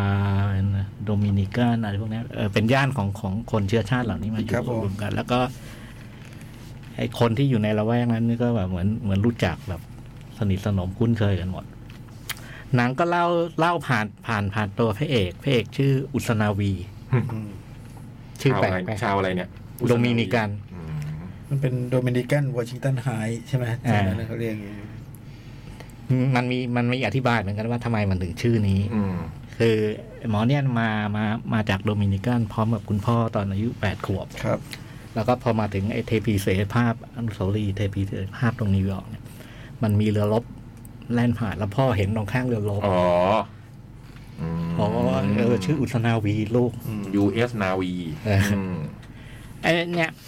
Speaker 4: โดมินิกันอะไรพวกเนี้ยเออเป็นย่านของของคนเชื้อชาติเหล่านี้มาอยู่รวมกัน แล้วก็ไอคนที่อยู่ในละแวกนั้นนี่ก็แบบเหมือนเหมือนรู้จักแบบสนิทสนมคุ้นเคยกันหมด หนังก็เล่าเล่าผ่านผ่านผ่านตัวพระเอกพระเอกชื่ออุสนาวี
Speaker 6: อืม
Speaker 4: ชื่อ
Speaker 3: ชาว
Speaker 4: แปล
Speaker 3: อะไร
Speaker 4: กไหม
Speaker 3: ชาวอะไรเนี่ย
Speaker 4: โดมินิกัน
Speaker 3: อืม
Speaker 6: มันเป็นโดมินิกันวอชิงตันไฮใช่ไหม
Speaker 4: อ่า
Speaker 6: ใช่นั้นเขาเรียกอย่างงี้
Speaker 4: มันมีมันมีอธิบายเหมือนกันว่าทำไมมันถึงชื่อนี้
Speaker 3: อืม
Speaker 4: คือหมอเนี่ยมา มา มาจากโดมินิกันพร้อมกับคุณพ่อตอนอายุ 8 ขวบ
Speaker 6: ครับ
Speaker 4: แล้วก็พอมาถึงไอ้เทพีเสรีภาพอนุสาวรีย์เทพีเสรีภาพตรงนิวยอร์กเนี่ยมันมีเรือรบแล่นผ่านแล้วพ่อเห็นตรงข้างเรือรบ
Speaker 3: อ๋ออืม
Speaker 4: อ๋อเออชื่ออุสนาวีลูก
Speaker 3: US Navy
Speaker 4: เอออื
Speaker 3: ม
Speaker 4: ไอ้เนี่ย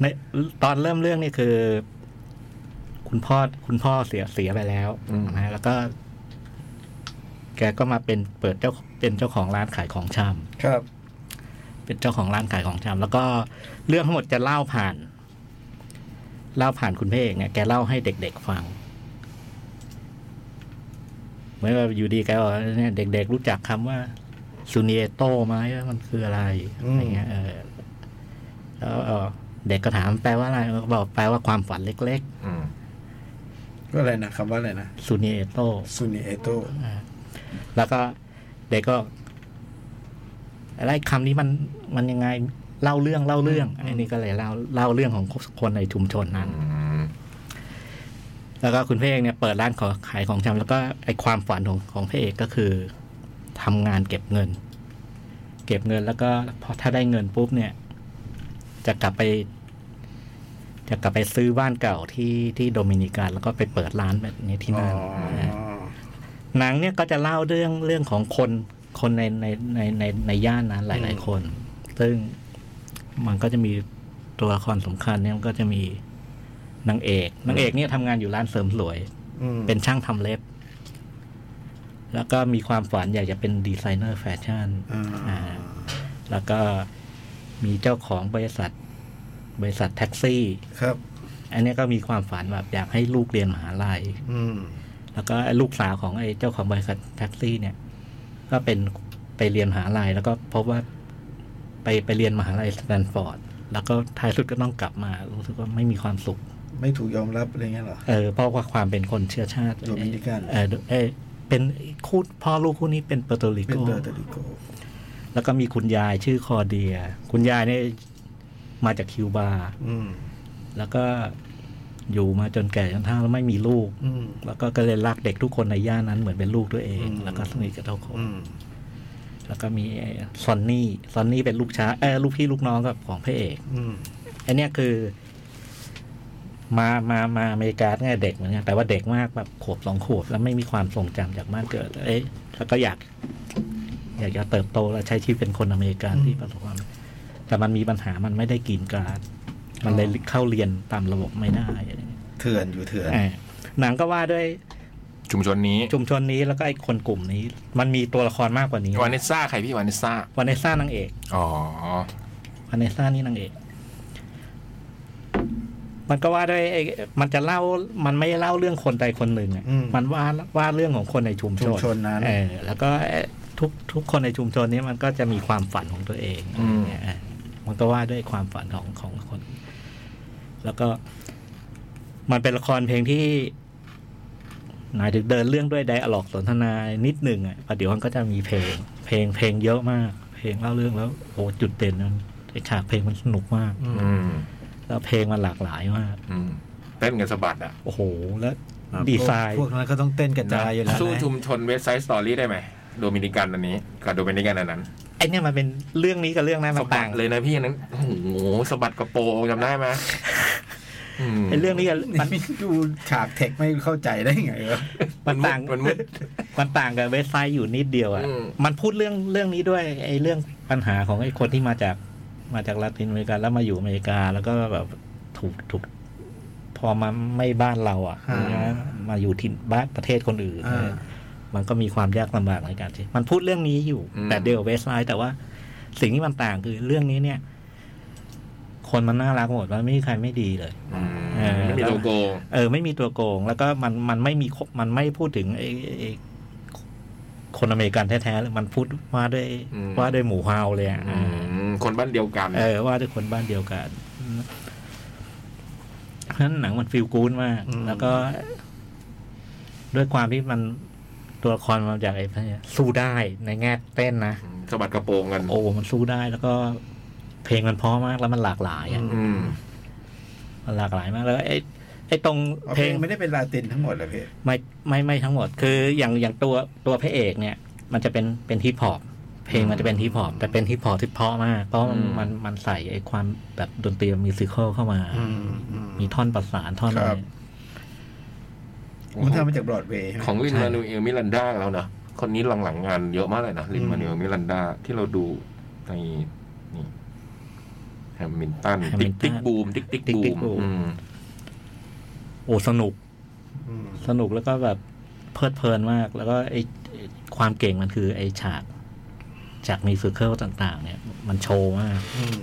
Speaker 4: ในตอนเริ่มเรื่องนี่คือ คุณพ่อคุณพ่อเสียเสียไปแล้วนะแล้วก็ แกก็มาเป็นเปิดเจ้าเป็นเจ้าของร้านขายของชำ
Speaker 6: ครับ
Speaker 4: เป็นเจ้าของร้านขายของชำแล้วก็เรื่องทั้งหมดจะเล่าผ่าน เล่าผ่านคุณพ่เอกเนี่ยแกเล่าให้เด็ก ๆ ฟัง เหมือนแบบอยู่ดีแกบอกว่าเนี่ยเด็ก ๆ รู้จักคำว่าซูเนโตไหมว่ามันคืออะไร
Speaker 6: อืม
Speaker 4: อะไรเงี้ยเออแล้วเออเด็กก็ถามแปลว่าอะไรก็บอกแปลว่าความฝันเล็ก
Speaker 3: อืม
Speaker 6: ก็อะไรนะคำว่าอะไรนะ
Speaker 4: ๆซูเนโต
Speaker 6: ซูนิเอโต
Speaker 4: แล้วก็เด็กก็อะไรคำนี้มันมันยังไงเล่าเรื่องเล่าเรื่องไอ้นี่ก็เลยเล่าเล่าเรื่องของคนในชุมชนนั้น
Speaker 3: อืม
Speaker 4: แล้วก็คุณพระเอกเนี่ยเปิดร้านของขายของชำแล้วก็ไอความฝันของของพระเอกก็คือทำงานเก็บเงิน เก็บเงินแล้วก็พอถ้าได้เงินปุ๊บเนี่ย จะกลับไป จะกลับไปซื้อบ้านเก่าที่ที่โดมินิกันแล้วก็ไปเปิดร้านแบบนี้ที่
Speaker 6: อ๋อ
Speaker 4: นั่นนะหนังเนี่ยก็จะเล่าเรื่องเรื่องของคนคนในในในในในย่านนั้นหลาย ๆ คน ซึ่งมันก็จะมีตัวละครสำคัญเนี่ยมันก็จะมีนางเอกนางเอกเนี่ยทำงานอยู่ร้านเสริมสวย
Speaker 6: อืม
Speaker 4: เป็นช่างทำเล็บ แล้วก็มีความฝันอยากจะเป็นดีไซเนอร์แฟชั่น
Speaker 6: อ่า
Speaker 4: อ่า แล้วก็มีเจ้าของบริษัท บริษัทแท็กซี่
Speaker 6: ครับ
Speaker 4: อันเนี้ยก็มีความฝันแบบอยากให้ลูกเรียนมหาลัย
Speaker 6: อืม
Speaker 4: แล้วก็ลูกสาวของไอ้เจ้าของบริษัทแท็กซี่เนี่ย ก็เป็นไปเรียนมหาลัย แล้วก็พบว่าไปไปเรียนมหาลัยสแตนฟอร์ด แล้วก็ท้ายสุดก็ต้องกลับมา รู้สึกว่าไม่มีความสุข
Speaker 6: ไม่ถูกยอมรับอะไรเงี้ยเหรอ
Speaker 4: เออเพราะว่าความเป็นคนเชื้อชาติ
Speaker 6: โดมินิกัน
Speaker 4: เออเออเป็นคู่พ่อลูกคู่นี้เป็นเปอร์โตริ
Speaker 6: เป็น
Speaker 4: โก
Speaker 6: เดอร์ตริโก
Speaker 4: แล้วก็มีคุณยายชื่อคอเดีย คุณยายเนี่ยมาจากคิวบา
Speaker 6: อืม
Speaker 4: แล้วก็อยู่มาจนแก่จนเฒ่าแล้วไม่มีลูก
Speaker 6: อืม
Speaker 4: แล้วก็ก็เลยรักเด็กทุกคนในย่านนั้นเหมือนเป็นลูกตัวเอง
Speaker 6: อืม
Speaker 4: แล้วก็สนิทกับทุกคน
Speaker 6: อืม
Speaker 4: แล้วก็มีไอ้ซอนนี่ซอนนี่เป็นลูกช้าเออลูกพี่ลูกน้องกับของพระเอก
Speaker 6: อืม
Speaker 4: อันเนี้ยคือ มามามาอเมริกาตั้งแต่เด็กเหมือนกันแต่ว่าเด็กมากแบบขวบสองขวบแล้วไม่มีความทรงจำจากบ้านเกิด เอ๊ะแล้วก็อยาก อยากจะเติบโตและใช้ชีวิตเป็นคนอเมริกันที่ประสบความสำเร็จแต่มันมีปัญหามันไม่ได้กินการ์ดมันเลยเข้าเรียนตามระบบไม่ได้อะไรอย่างเงี้ย
Speaker 6: เถื่อนอยู่เถื่อน
Speaker 4: อ่าหนังก็ว่าด้วย
Speaker 3: ชุมชนนี้
Speaker 4: ชุมชนนี้แล้วก็ไอ้คนกลุ่มนี้ มันมีตัวละครมากกว่านี้
Speaker 3: วานิสซ่าใครพี่วานิสซ่าว
Speaker 4: านเนสซ่านางเอก
Speaker 3: อ๋อ
Speaker 4: วานเนสซ่านี่นางเอก มันก็ว่าด้วยไอ้มันจะเล่ามันไม่เล่าเรื่องคนใดคนหนึ่งอะ
Speaker 6: อืม
Speaker 4: มันว่าว่าเรื่องของคนในชุมช
Speaker 6: ชุ
Speaker 4: น
Speaker 6: มชนนั้น
Speaker 4: เออแล้วก็ไอ้ทุกทุกคนในชุมชนนี้มันก็จะมีความฝันของตัวเอง
Speaker 3: อืม
Speaker 4: เนี่ยเออมันก็ว่าด้วยความฝันของของคน แล้วก็ มันเป็นละครเพลงที่หมายถึงเดินเรื่องด้วยไดอะล็อกสนทนานิดหนึ่งอ่ะประเดี๋ยวมันก็จะมีเพลง เพลงเพลงเยอะมาก เพลงเล่าเรื่องแล้วโอ้จุดเด่นมันไอ้ฉากเพลงมันสนุกมาก
Speaker 3: อืม
Speaker 4: แล้วเพลงมันหลากหลายมาก
Speaker 3: อืมเต้นกันสะบัดอ่ะ
Speaker 4: โอ้โห แล้วดีไซน์
Speaker 6: พวกนั้นก็ต้องเต้นกระจายอยู่แล้วนะ
Speaker 3: สู้ชุมชนเว็บไซต์สตอรี่ได้ไหมโดมินิกันอันนี้กับโดมินิกันอันนั้น
Speaker 4: ไอเนี่ยมันเป็นเรื่องนี้กับเรื่องนั้นมั
Speaker 3: สะ
Speaker 4: น
Speaker 3: บั
Speaker 4: ต่า
Speaker 3: ด
Speaker 4: ง
Speaker 3: เลยนะพี่อันนั้นโอ้โหสะบัดกระโปรงจำได้ไหมอืม
Speaker 4: ไอเรื่องนี้กับมัน
Speaker 6: นี่ดูฉากเทคไม่เข้าใจได้ไงวะ
Speaker 4: มันต่าง
Speaker 3: มันมืด
Speaker 4: มันต่างกับเว็บไซต์อยู่นิดเดียวอ่ะ
Speaker 3: อืม
Speaker 4: มันพูดเรื่องเรื่องนี้ด้วยไอเรื่องปัญหาของไอคนที่มาจากมาจากลาตินอเมริกาแล้วมาอยู่อเมริกา แล้วก็แบบถูกถูก พอมาไม่บ้านเราอ่ะนะมาอยู่ที่นบ้านประเทศคนอื่น
Speaker 6: อ่า
Speaker 4: มันก็มีความยากลำบากในการที่มันพูดเรื่องนี้อยู่
Speaker 3: อืม
Speaker 4: แต่เดียวเวสไลน์แต่ว่า สิ่งที่มันต่างคือเรื่องนี้เนี่ย คนมันน่ารักหมดมันไม่มีใครไม่ดีเลย
Speaker 3: อืม
Speaker 4: เออ
Speaker 3: ไม่มีตัวโกง
Speaker 4: เออไม่มีตัวโกง แล้วก็มันมันไม่มีมันไม่พูดถึงไอ้ไอ้ไอ้คนอเมริกันแท้ๆเลยมันพูดว่าด้วย
Speaker 3: อืม
Speaker 4: ว่าด้วยหมู่ฮาวเลยอะ
Speaker 3: อืมคนบ้านเดียวกัน
Speaker 4: เออว่าด้วยคนบ้านเดียวกันเพราะฉะนั้นหนังมันฟีลกู๊ดมาก
Speaker 6: อืม
Speaker 4: แล้วก็ ด้วยความที่มันตัวละครมันมาจากไอ้พวกเนี้ยสู้ได้ในแง่เต้นนะ
Speaker 3: สะบัดกระโปรงกัน
Speaker 4: โอ้มันสู้ได้แล้วก็ เพลงมันเพราะมากแล้วมันหลากหลายอะ
Speaker 3: อืม
Speaker 4: มันหลากหลายมากแล้วไอ้ไอ้ตรง
Speaker 6: อ๋อ
Speaker 4: เพ
Speaker 6: เพ
Speaker 4: ล
Speaker 6: ล
Speaker 4: ง
Speaker 6: งไม่ได้เป็นลาตินทั้งหมดเลยเพลง
Speaker 4: ไม่ไม่ไม่ทั้งหมดคืออย่างอย่างตัวตัวพระเอกเนี่ย มันจะเป็นเป็นฮิปฮอปเพลงมันจะเป็นฮิปฮอปแต่เป็นฮิปฮอปที่เพราะมากเพราะมัน
Speaker 3: อืม
Speaker 4: มันมันใส่ไอ้ความแบบดนตรีมิวสิคอลเข้ามา มีท่อนประสานท่อนอะ
Speaker 6: ค
Speaker 4: ไร
Speaker 6: รับ มันทำมาจากบรอดเวย์ใช่ไหม
Speaker 3: ของลินมานูเอลมิลันดาแล้วนะคนนี้หลังๆงานเยอะมากเลยนะลินมานูเอลมิลันดาที่เราดูในนี่แฮมมินตันติ๊กติ๊กบูมติ๊กติ๊กบูมอืม
Speaker 4: โอ้สนุก
Speaker 6: อืม
Speaker 4: สนุกแล้วก็แบบเพลิดเพลินมาก แล้วก็ไอ้ไอ้ความเก่งมันคือไอ้ฉากฉากมิวสิคอลต่าง ๆ เนี่ย มันโชว์มาก
Speaker 6: อืม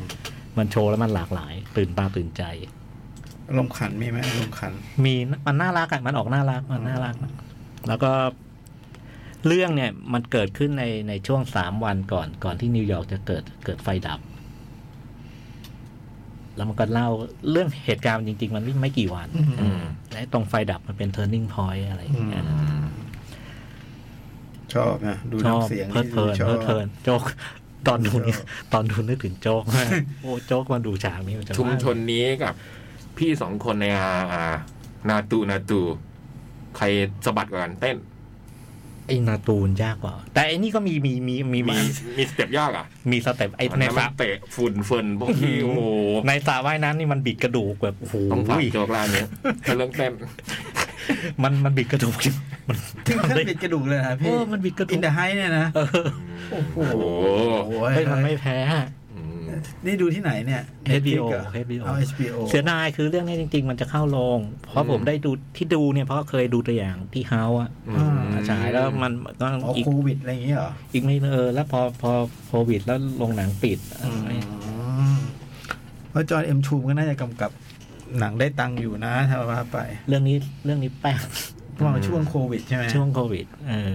Speaker 4: มันโชว์แล้วมันหลากหลาย ตื่นตาตื่นใจ
Speaker 6: อารมณ์ขันมีไหมอารมณ์ขัน
Speaker 4: มีนะมันน่ารักอะมันออกน่ารักมันน่ารักนะแล้วก็ เรื่องเนี่ย มันเกิดขึ้นในในช่วงสามวันก่อน ก่อนที่นิวยอร์กจะเกิดเกิดไฟดับ แล้วมันก็เล่าเรื่องเหตุการณ์จริง ๆ มันไม่ไม่กี่วัน
Speaker 3: อืม
Speaker 4: และตรงไฟดับมันเป็น turning point อะไรอย่างเงี้ย
Speaker 6: อื
Speaker 3: อืม
Speaker 6: ชอบนะดู
Speaker 4: ชอบ
Speaker 6: น้ำเสียง
Speaker 4: เพลิดเพลิน
Speaker 6: ชอ
Speaker 4: เพลิ
Speaker 6: บ
Speaker 4: ดเพลินโจ๊กตอนดูเนี่ย
Speaker 6: ชอบ
Speaker 4: ตอนดูนึกถึงโจ๊กมากโอ้โจ๊กมันดูฉากนี้มันจะ
Speaker 3: ชุม
Speaker 4: ว่า
Speaker 3: ชนนี้กับ พี่สองคนในอาอานาตูนาตู ใครสะบัดกว่ากันเต้น
Speaker 4: ไอ้นาตูนยากกว่า แต่ไอ้นี่ก็มีมีมีมี
Speaker 3: มีมีสเต็ปยากอ่ะ
Speaker 4: มีสเต็ปไอ้
Speaker 3: อัน
Speaker 4: ใน
Speaker 3: นั้น
Speaker 4: ส
Speaker 3: มั
Speaker 4: ระ
Speaker 3: นเตะฝุ่นเฟินพวกที่โอ้โห
Speaker 4: ในสระว่ายน้ำนี่มันบิดกระดูกแบบโอ้โห
Speaker 3: ต้องฝากโจกร้านเนี้ยถ้าเรื่องเต้น
Speaker 4: มันมันบิดกระดูกมัน
Speaker 6: ถึงขั้น
Speaker 4: ทำได้
Speaker 6: บิดกระดูกเลยนะ
Speaker 4: เอ
Speaker 6: พี่
Speaker 4: อมันบิดกระดู
Speaker 6: อิ
Speaker 4: ก
Speaker 6: นเดอะไฮเนี่ยนะ
Speaker 4: เออ
Speaker 6: โอ้โห
Speaker 3: โอ้โห
Speaker 6: โอ้
Speaker 4: เฮ้
Speaker 6: ย
Speaker 4: ยมันไม่แพ้
Speaker 3: อืม
Speaker 6: นี่ดูที่ไหนเนี่ย
Speaker 4: HBO
Speaker 6: Netflix เหรอ
Speaker 4: HBO
Speaker 6: เอา HBO
Speaker 4: เสียดายคือเรื่องนี้จริง ๆ มันจะเข้าโรงเพราะผมได้ดูที่ดูเนี่ยเพราะเคยดูตัวอย่างที่เฮาอะ
Speaker 3: อืม
Speaker 4: ฉายแล้วมันก็
Speaker 6: อ๋อ
Speaker 4: อีก
Speaker 6: โควิดอะไรอย่างเงี้ยเหรอ
Speaker 4: อีกไม่เออแล้วพอพอโควิดแล้วโรงหนังปิด
Speaker 6: อเพราะจอห์นเอ็มชูมก็น่าจะกำกับหนังได้ตังค์อยู่นะถ้าว่าไป
Speaker 4: เรื่องนี้เรื่องนี้แป้ง
Speaker 6: เพราะว่าช่วงโควิดใช่ไหม
Speaker 4: ช่วงโควิดเออ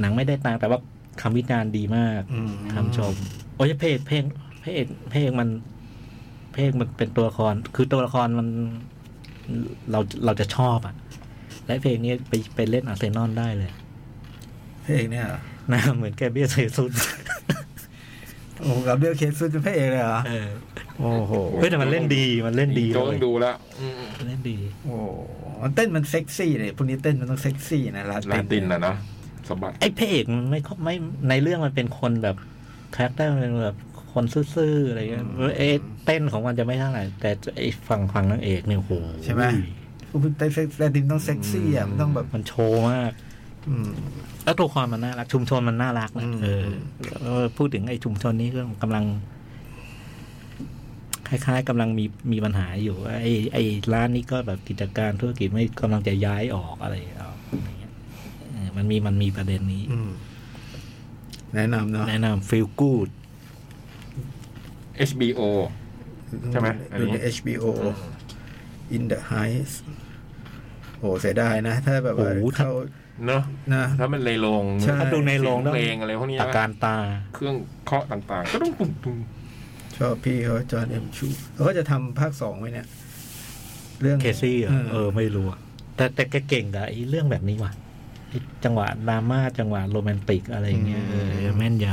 Speaker 4: หนังไม่ได้ตังค์แต่ว่าคำวิจารณ์ดีมาก
Speaker 6: อืม
Speaker 4: คำชม โอ้ยเพลงเพลงเพลงเพลงมันเพลงมันเป็นตัวละคร คือตัวละครมันเราเราจะชอบอ่ะ และเพลงนี้ไปไปเล่นอาร์เซนอลได้เลย
Speaker 6: เพลงเนี่ยเหรอ
Speaker 4: หนะเหมือนแกเบียเซซุน
Speaker 6: โอ้โหกับเลือกเคสซุดเป็นพระเอกเลยเหรอ
Speaker 4: เออ
Speaker 6: โอ้โห
Speaker 4: เฮ้ยแต่มันเล่นดีมันเล่นดี
Speaker 3: โจ้ต้องดูแล้ว
Speaker 4: มันเล่นดี
Speaker 6: โอ้โหมันเต้นมันเซ็กซี่เลยพวกนี้เต้นมันต้องเซ็กซี่นะลา
Speaker 3: ลาตินอ่ะนะสะบัด
Speaker 4: ไอ้พระเอกมันไม่ค่อยไม่ในเรื่องมันเป็นคนแบบคาแรคเตอร์มันเป็นแบบคนซื่อๆอะไรเงี้ยเอ้ยเต้นของมันจะไม่เท่าไหร่แต่ไอ้ฝั่งฝั่งนางเอกเนี่ยโอ้โห
Speaker 6: ใช่ไหมพวกเต้นเซ็กลาตินต้องเซ็กซี่อ่ะมันต้องแบบ
Speaker 4: มันโชว์มาก
Speaker 6: อืม
Speaker 4: แล้วตัวละครมันน่ารักชุมชนมันน่ารักนะ
Speaker 6: อืม
Speaker 4: เออแล้วพูดถึงไอ้ชุมชนนี้ก็กำลัง คล้ายๆกำลังมีมีปัญหาอยู่ว่าไอ้ไอ้ร้านนี้ก็แบบกิจการธุรกิจไม่กำลังจะย้ายออกอะไรออกอะไรเงี้ยเออมันมีมันมีประเด็นนี้
Speaker 6: อืมแนะนำเนาะ
Speaker 4: แนะนำ feel good
Speaker 3: HBO ใช่ไหมอันนี้
Speaker 6: ดูใน HBO In the Heights โอ้เสียดายนะ ถ้าแบบว่า
Speaker 4: โอ้โห
Speaker 6: เขา
Speaker 3: เนอะ
Speaker 6: นะ
Speaker 3: ถ้ามันในโรง
Speaker 6: ใช่
Speaker 4: ถ้าดูในโรง
Speaker 3: เสีย
Speaker 4: แล้ว
Speaker 3: เพลงอะไรพวกนี้
Speaker 4: ตะ
Speaker 3: นะ
Speaker 4: การตา
Speaker 3: เครื่องเคาะต่างๆ ก็ต้องตุ้มตุ้ม
Speaker 6: ชอบพี่เขาจอห์นเอ็มชูเขาก็จะทำภาคสองไว้เนี่ย เรื่อง
Speaker 4: เคซี่เหรอ
Speaker 6: เอ
Speaker 4: เอ
Speaker 6: อ
Speaker 4: อ ไม่รู้อะแต่แต่แกเก่งกับไอ้เรื่องแบบนี้ว่ะไอ้จังหวะดราม่าจังหวะโรแมนติกอะไรอย่างเงี้ยเออแม่นย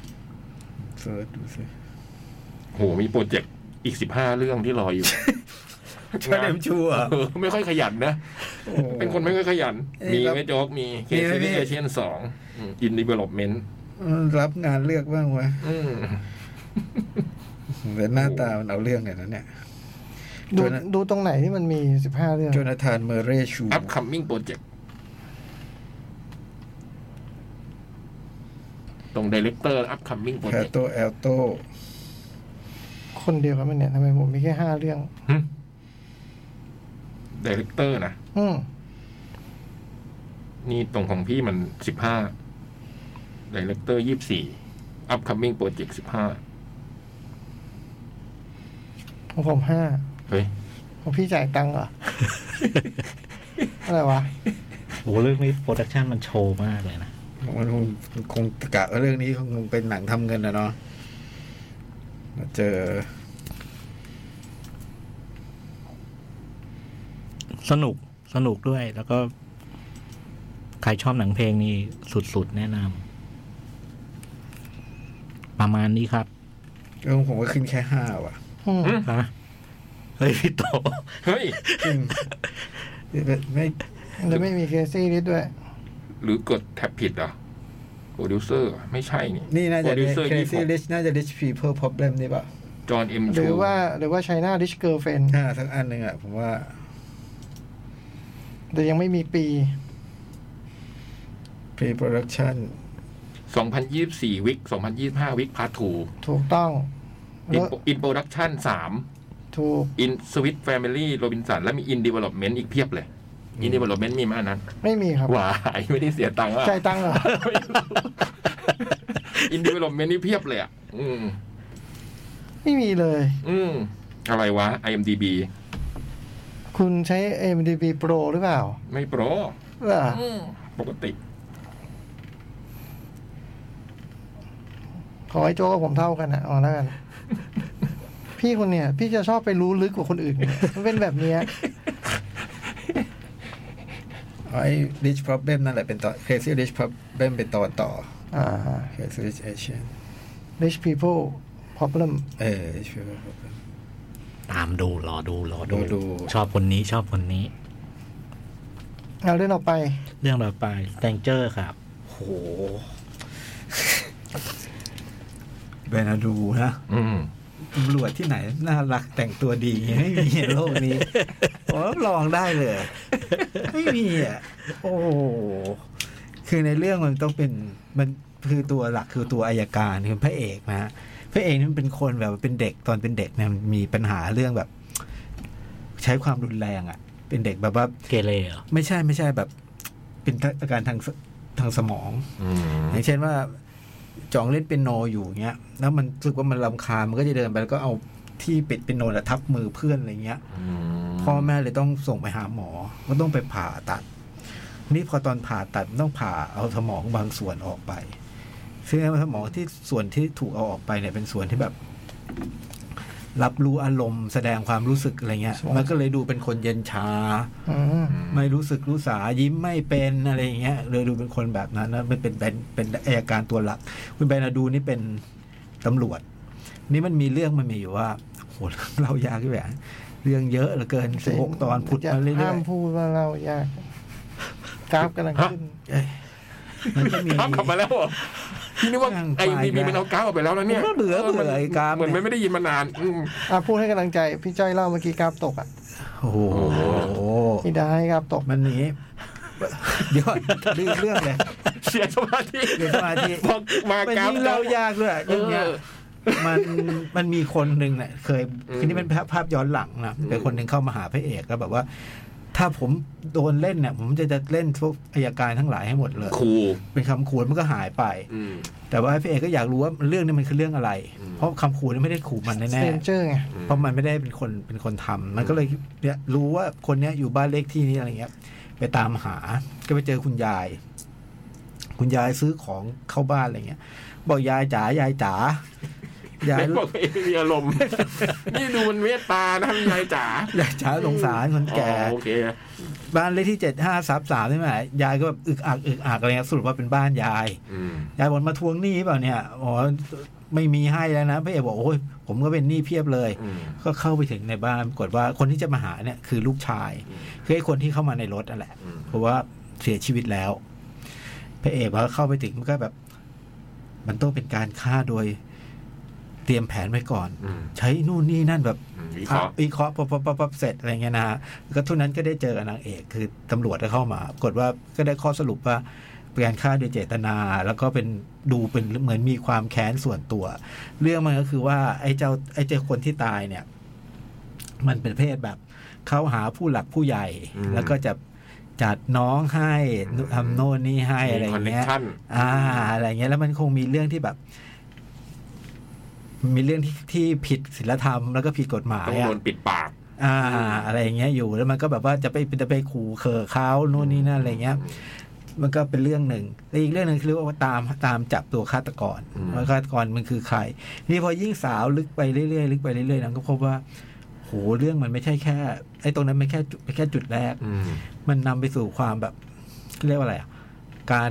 Speaker 4: ำ
Speaker 6: เสิร์ชดูสิ
Speaker 3: โหมีโปรเจกต์อีกสิบห้าเรื่องที่รออยู่
Speaker 6: จอห์นเอ็มชูอ่ะ
Speaker 3: เออไม่ค่อยขยันนะ เป็นคนไม่ค่อยขยัน
Speaker 6: เอ้ย
Speaker 3: มี
Speaker 6: แล้ว
Speaker 3: ไว้โจ๊กมีเค
Speaker 6: มีไหมพี่
Speaker 3: ซีเอเชียนสองอินดีเวล็อปเมนต์
Speaker 6: รับงานเลือกบ้างวะแต่หน้าตามันเอาเรื่องเนี่ยนะเนี่ย
Speaker 2: ดู
Speaker 6: จนนะ
Speaker 2: ดูตรงไหนที่มันมีสิบห้าเรื่อง
Speaker 6: โจนาธานเมอร์เรชู
Speaker 3: อัพคัมมิ่งโปรเจกต์ตรงดีเลกเตอร์อัพคัมมิ่งโปร
Speaker 6: แพ
Speaker 3: เจกต์
Speaker 6: โตแอลโต
Speaker 2: คนเดียวกันมันเนี่ยทำไมผมมีแค่ห้าเรื่อง
Speaker 3: ดีเลกเตอร์นะ
Speaker 2: อืม
Speaker 3: นี่ตรงของพี่มันสิบห้าดีเลกเตอร์ยี่สี่อัพคัมมิ่งโปรเจกต์สิบห้า
Speaker 2: ของผมห้า
Speaker 3: เฮ้ย
Speaker 2: ของพี่จ่ายตังค์เหรอ อะไรวะ
Speaker 4: โอ้โหเรื่องนี้โปรดักชันมันโชว์มากเลยนะ
Speaker 6: มันคงคงกะว่าเรื่องนี้คงเป็นหนังทำเงินนะเนาะมาเจอ
Speaker 4: สนุกสนุกด้วยแล้วก็ ใครชอบหนังเพลงนี่สุดๆ แนะนำประมาณนี้ครับ
Speaker 6: เออผมก็ขึ้นแค่ห้าว่ะ
Speaker 2: อืม
Speaker 4: ฮะเฮ้ยพี่โต
Speaker 3: เฮ้ย
Speaker 6: ขึ้นไม่
Speaker 2: แล้วไม่มีเคซี่ลิสต์ด้วย
Speaker 3: หรือกดแท็บผิดเหรอโปรดิวเซอร์ไม่ใช่นี่
Speaker 6: นี่น่า
Speaker 3: โป
Speaker 6: จะ
Speaker 3: รดิวเซอร์
Speaker 6: เค
Speaker 3: ยี่สิ
Speaker 6: ซี่
Speaker 3: บ
Speaker 6: ลิชน่าจะ rich people problem นี่ป่ะ
Speaker 3: จอห์นเอ็ม
Speaker 2: ห
Speaker 3: ชู
Speaker 2: รือว่าหรือว่า China Rich Girlfriend
Speaker 6: อ่าสักอันหนึ่งอ่ะ ผมว่า
Speaker 2: แต่ยังไม่มีปี
Speaker 6: pre production
Speaker 3: สองพันยี่สี่วิกสองพันยี่ห้าวิกพาร์ททู
Speaker 2: ถูกต้อง
Speaker 3: อิน
Speaker 2: แล้ว
Speaker 3: อินโปรดักชั่นสาม
Speaker 2: ถูก
Speaker 3: อินสวิตแฟมิลี่โรบินสัน และมีอินดีเวล็อปเมนต์อีกเพียบเลย อินดีเวล็อปเมนต์มีไหมอันนั้น
Speaker 2: ไม่มีครับ
Speaker 3: หวายไม่ได้เสียตังค์อ่ะ
Speaker 2: จ่ายตังค์เหรอ
Speaker 3: อินดีเวล็อปเมนต์นี่เพียบเลยอ่ะ อืม
Speaker 2: ไม่มีเลย
Speaker 3: อืม อะไรวะ IMDB
Speaker 2: คุณใช้ MDB Pro หรือเปล่า
Speaker 3: ไม่โปร
Speaker 2: เหรอ
Speaker 3: ปกติ
Speaker 2: ขอให้โจกกับผมเท่ากันอ่ะเอา แล้วกัน พี่คนเนี่ย พี่จะชอบไปรู้ลึกกว่าคนอื่นเนี่ยมันเป็นแบบเนี้ย
Speaker 6: เอาไอ้ rich problem นั่นแหละเป็นตอน crazy rich problem เป็นตอนต่อ
Speaker 2: อ่า
Speaker 6: crazy rich asian
Speaker 2: Rich People Problem
Speaker 6: เออ rich people problem
Speaker 4: ตามดูรอดูรอดู
Speaker 6: รอดู
Speaker 4: ชอบคนนี้ชอบคนนี้
Speaker 2: เอาเรื่องออกไป
Speaker 4: เรื่องต่อไป Stranger ครับ
Speaker 6: โหเบนาดูนะ
Speaker 3: อืม
Speaker 6: ตำรวจที่ไหน น่ารักแต่งตัวดีอย่างเงี้ยไม่มีในโลกนี้ ผมรับรองได้เลย ไม่มีอ่ะ โอ้โหคือในเรื่องมันต้องเป็นมันคือตัวหลักคือตัวอายการคือพระเอกนะฮะพระเอกนี่มันเป็นคนแบบเป็นเด็กตอนเป็นเด็กเนี่ยมันมีปัญหาเรื่องแบบ ใช้ความรุนแรงอ่ะ เป็นเด็กแบบว่า
Speaker 4: เกเรเหรอ
Speaker 6: ไม่ใช่ไม่ใช่แบบ เป็นอาการทางสทางสมอง
Speaker 3: อืม
Speaker 6: อย่างเช่นว่าจ่องเล่นเป็นโนอยู่เงี้ย แล้วมันรู้สึกว่ามันลำคาญมันก็จะเดินไปแล้วก็เอาที่ปิดเป็นโนน่ะทับมือเพื่อนอะไรเงี้ย
Speaker 3: อืม
Speaker 6: พ่อแม่เลยต้องส่งไปหาหมอ ก็ต้องไปผ่าตัด นี่พอตอนผ่าตัดมันต้องผ่าเอาสมองบางส่วนออกไป ซึ่งสมองที่ส่วนที่ถูกเอาออกไปเนี่ยเป็นส่วนที่แบบ รับรู้อารมณ์แสดงความรู้สึกอะไรเงี้ย มันก็เลยดูเป็นคนเย็นชา
Speaker 2: อืม
Speaker 6: ไม่รู้สึกรู้สายิ้มไม่เป็นอะไรอย่างเงี้ยเลยดูเป็นคนแบบนั้นนะมันเป็นเป็นเป็นอายการตัวหลัก คุณแบรนาดูนี่เป็น ตำรวจ นี่มันมีเรื่องมันมีอยู่ว่าโหเล่ายากที่แบบเรื่องเยอะเหลือเกินสิบหกตอนผุดมาเรื่
Speaker 2: ห้า
Speaker 6: อย
Speaker 2: มพูดว่าเรายากกราฟกำลังขึ้น
Speaker 6: ๆเอ้ยมันก็มี
Speaker 3: กราฟกลับมาแล้วเหรอพี่นึกว่า
Speaker 6: นั่ง
Speaker 3: ไอ้
Speaker 6: ไป
Speaker 3: มีมี
Speaker 6: นะ
Speaker 3: มันเอากราฟออกไปแล้วนะเนี่ย
Speaker 6: มันเบื่อเบื่อไอ้กราฟ
Speaker 3: เหมือนมั
Speaker 6: เนี่ย
Speaker 3: นไม่ได้ยินมานานอืม
Speaker 2: อ่ะพูดให้กำลังใจ พี่จ้อยเล่าเมื่อกี้กราฟตกอ่ะ
Speaker 6: โอ้โห
Speaker 2: พี่ดาให้กราฟตก
Speaker 6: มันหนีเดี๋ยวก่อนลืมเรื่องเลย
Speaker 3: เสียสมาธิ
Speaker 6: เสียสมาธิ
Speaker 3: บอกมา
Speaker 6: มัน
Speaker 3: กราฟ
Speaker 6: ยิ่งเล่ายากด้วยเรื่องเนี้ย
Speaker 3: เออ
Speaker 6: มันมันมีคนหนึ่งเนี่ยเคย
Speaker 3: อืม
Speaker 6: ทีนี้เป็นภาพภาพย้อนหลังนะ
Speaker 3: อืม
Speaker 6: เป็นคนหนึ่งเข้ามาหาพระเอกแล้วแบบว่า ถ้าผมโดนเล่นเนี่ย ผมจะจะเล่นพวกอายการทั้งหลายให้หมดเลย
Speaker 3: ครู
Speaker 6: เป็นคำขู่มันก็หายไป
Speaker 3: อืม
Speaker 6: แต่ว่าพระเอกก็อยากรู้ว่าเรื่องนี้มันคือเรื่องอะไร
Speaker 3: อืม
Speaker 6: เพราะคำขู่นี่ไม่ได้ขู่มัน
Speaker 2: ส
Speaker 6: แน่
Speaker 2: เตนเจอร์ไง
Speaker 6: ๆเพราะมันไม่ได้เป็นคนเป็นคนทำมันก็เลยเนี่ยรู้ว่าคนเนี้ยอยู่บ้านเลขที่นี้อะไรเงี้ย ไปตามหาก็ไปเจอคุณยาย คุณยายซื้อของเข้าบ้านอะไรเงี้ย บอกยายจ๋ายายจ๋ายาย
Speaker 3: ไม่บอกเองมีอารมณ์ นี่ดูมันเมตตานะพี่ยายจ๋าย
Speaker 6: ายจ๋าสงสารคนแก่
Speaker 3: อ๋อโอเค
Speaker 6: บ้านเลขที่เจ็ดห้าสามสามใช่ไหมยายก็แบบอึกอักอึกอักอะไรเงี้ยสรุปว่าเป็นบ้านยาย
Speaker 3: อืม
Speaker 6: ยายบอกมาทวงหนี้เปล่าเนี่ยอ๋อไม่มีให้แล้วนะพี่เอกบอกโอ้ยผมก็เป็นหนี้เพียบเลย
Speaker 3: อืม
Speaker 6: ก็เข้าไปถึงในบ้านปรากฏว่าคนที่จะมาหาเนี่ยคือลูกชาย คือไอ้คนที่เข้ามาในรถนั่นแหละ
Speaker 3: อืม
Speaker 6: เพราะว่าเสียชีวิตแล้วพระเอกพอเข้าไปถึงมันก็แบบ มันต้องเป็นการฆ่าโดย เตรียมแผนไว้ก่อน
Speaker 3: อืม
Speaker 6: ใช้นู่นนี่นั่นแบบ
Speaker 3: อืมวิเคราะห์
Speaker 6: วิเคราะห์ปั๊บปั๊บปั๊บปั๊บเสร็จอะไรเงี้ยนะฮะก็ทุกนั้นก็ได้เจอกับนางเอกคือตำรวจได้เข้ามาปรากฏว่าก็ได้ข้อสรุปว่าเป็นการฆ่าโดยเจตนา แล้วก็เป็นดูเป็นเหมือนมีความแค้นส่วนตัว เรื่องมันก็คือว่าไอ้เจ้าไอ้เจ้าคนที่ตายเนี่ย มันเป็นเพศแบบเข้าหาผู้หลักผู้ใหญ่ แล้วก็จะจัดน้องให้ทำโน่นนี่ให้อะไร
Speaker 3: มีคอนเนค
Speaker 6: เงี้ย
Speaker 3: ชั่น
Speaker 6: อ่าอะไรเงี้ยแล้วมันคงมีเรื่องที่แบบ มีเรื่องที่ที่ผิดศีลธรรมแล้วก็ผิดกฎหมาย
Speaker 3: ต้อง
Speaker 6: อ่ะ
Speaker 3: โดนปิดปาก
Speaker 6: อ่า อะไรอย่างเงี้ยอยู่แล้วมันก็แบบว่าจะไปจะไปขู่เขอเขานู่นนี่นั่นอะไรเงี้ย มันก็เป็นเรื่องหนึ่งแล้วอีกเรื่องหนึ่งคือว่าตามตามจับตัวฆาตกร
Speaker 3: อืม
Speaker 6: ว่าฆาตกรมันคือใคร นี่พอยิ่งสาวลึกไปเรื่อยๆลึกไปเรื่อยๆนะก็พบว่าโหเรื่องมันไม่ใช่แค่ไอ้ตรงนั้นมันแค่จุดเป็นแค่จุดแรก
Speaker 3: อืม
Speaker 6: มันนำไปสู่ความแบบเรียกว่าอะไรอ่ะ การ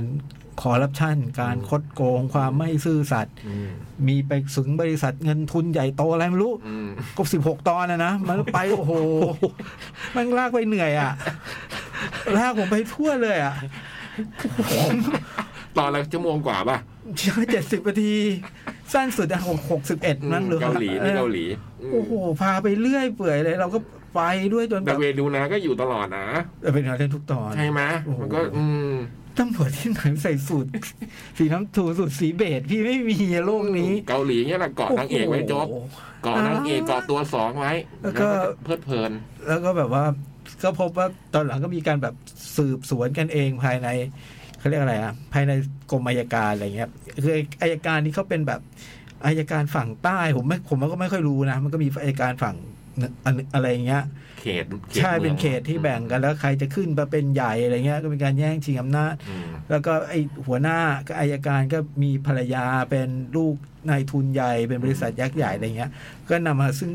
Speaker 6: คอร์รัปชัน การคดโกง ความไม่ซื่อสัตย์
Speaker 3: อืม
Speaker 6: มีไปถึงบริษัทเงินทุนใหญ่โตอะไรไม่รู้
Speaker 3: อืม
Speaker 6: ก็สิบหกตอนนะนะ มันไป โอ้โห มันลากไปเหนื่อยอ่ะ ลากผมไปทั่วเลยอ่ะ
Speaker 3: ตอนละชั่วโมงกว่าป่ะ
Speaker 6: เจ็ดสิบนาที สั้นสุดอะหกหกสิบเอ็ดมั้งหรือ
Speaker 3: เกาหลีนี่เกาหลี
Speaker 6: เออโอ้โห พาไปเรื่อยเปื่อยเลย เราก็ไปด้วยจนแบ
Speaker 3: แต่
Speaker 6: บ
Speaker 3: เวดูนะก็อยู่ตลอดนะ
Speaker 6: เออเป็นเราเล่นทุกตอน
Speaker 3: ใช่ไหม
Speaker 6: โอ้โห
Speaker 3: มันก็ อืม
Speaker 6: ตำรวจที่ไหนใส่สูตร สีน้ำถูสูตรสีเบจพี่ไม่มีอะโลกนี้
Speaker 3: เกาหลีเนี่ยนะเกาะนางเอกไว้จบ
Speaker 6: โอ้โห
Speaker 3: เกาะนางเอกเกาะตัวสองไว้
Speaker 6: แล้วก็
Speaker 3: เพลิดเพลิน
Speaker 6: แล้วก็แบบว่า ก็พบว่าตอนหลังก็มีการแบบสืบสวนกันเองภายในเขาเรียกอะไรอ่ะภายในกรมอายการอะไรเงี้ยคืออายการนี่เขาเป็นแบบอายการฝั่งใต้ผมไม่ผมก็ไม่ค่อยรู้นะ มันก็มีอายการฝั่งอันอะไรเงี้ย
Speaker 3: เขตขต
Speaker 6: ใช่เป็นเขต
Speaker 3: มือง
Speaker 6: ที่แบ่งกันแล้วใครจะขึ้นมาเป็นใหญ่อะไรเงี้ย ก็เป็นการแย่งชิงอำนาจ
Speaker 3: อืม
Speaker 6: แล้วก็ไอหัวหน้าก็อายการก็มีภรรยาเป็นลูกนายทุนใหญ่เป็นบริษัทยักษ์ใหญ่อะไรเงี้ย ก็นำมาซึ่ง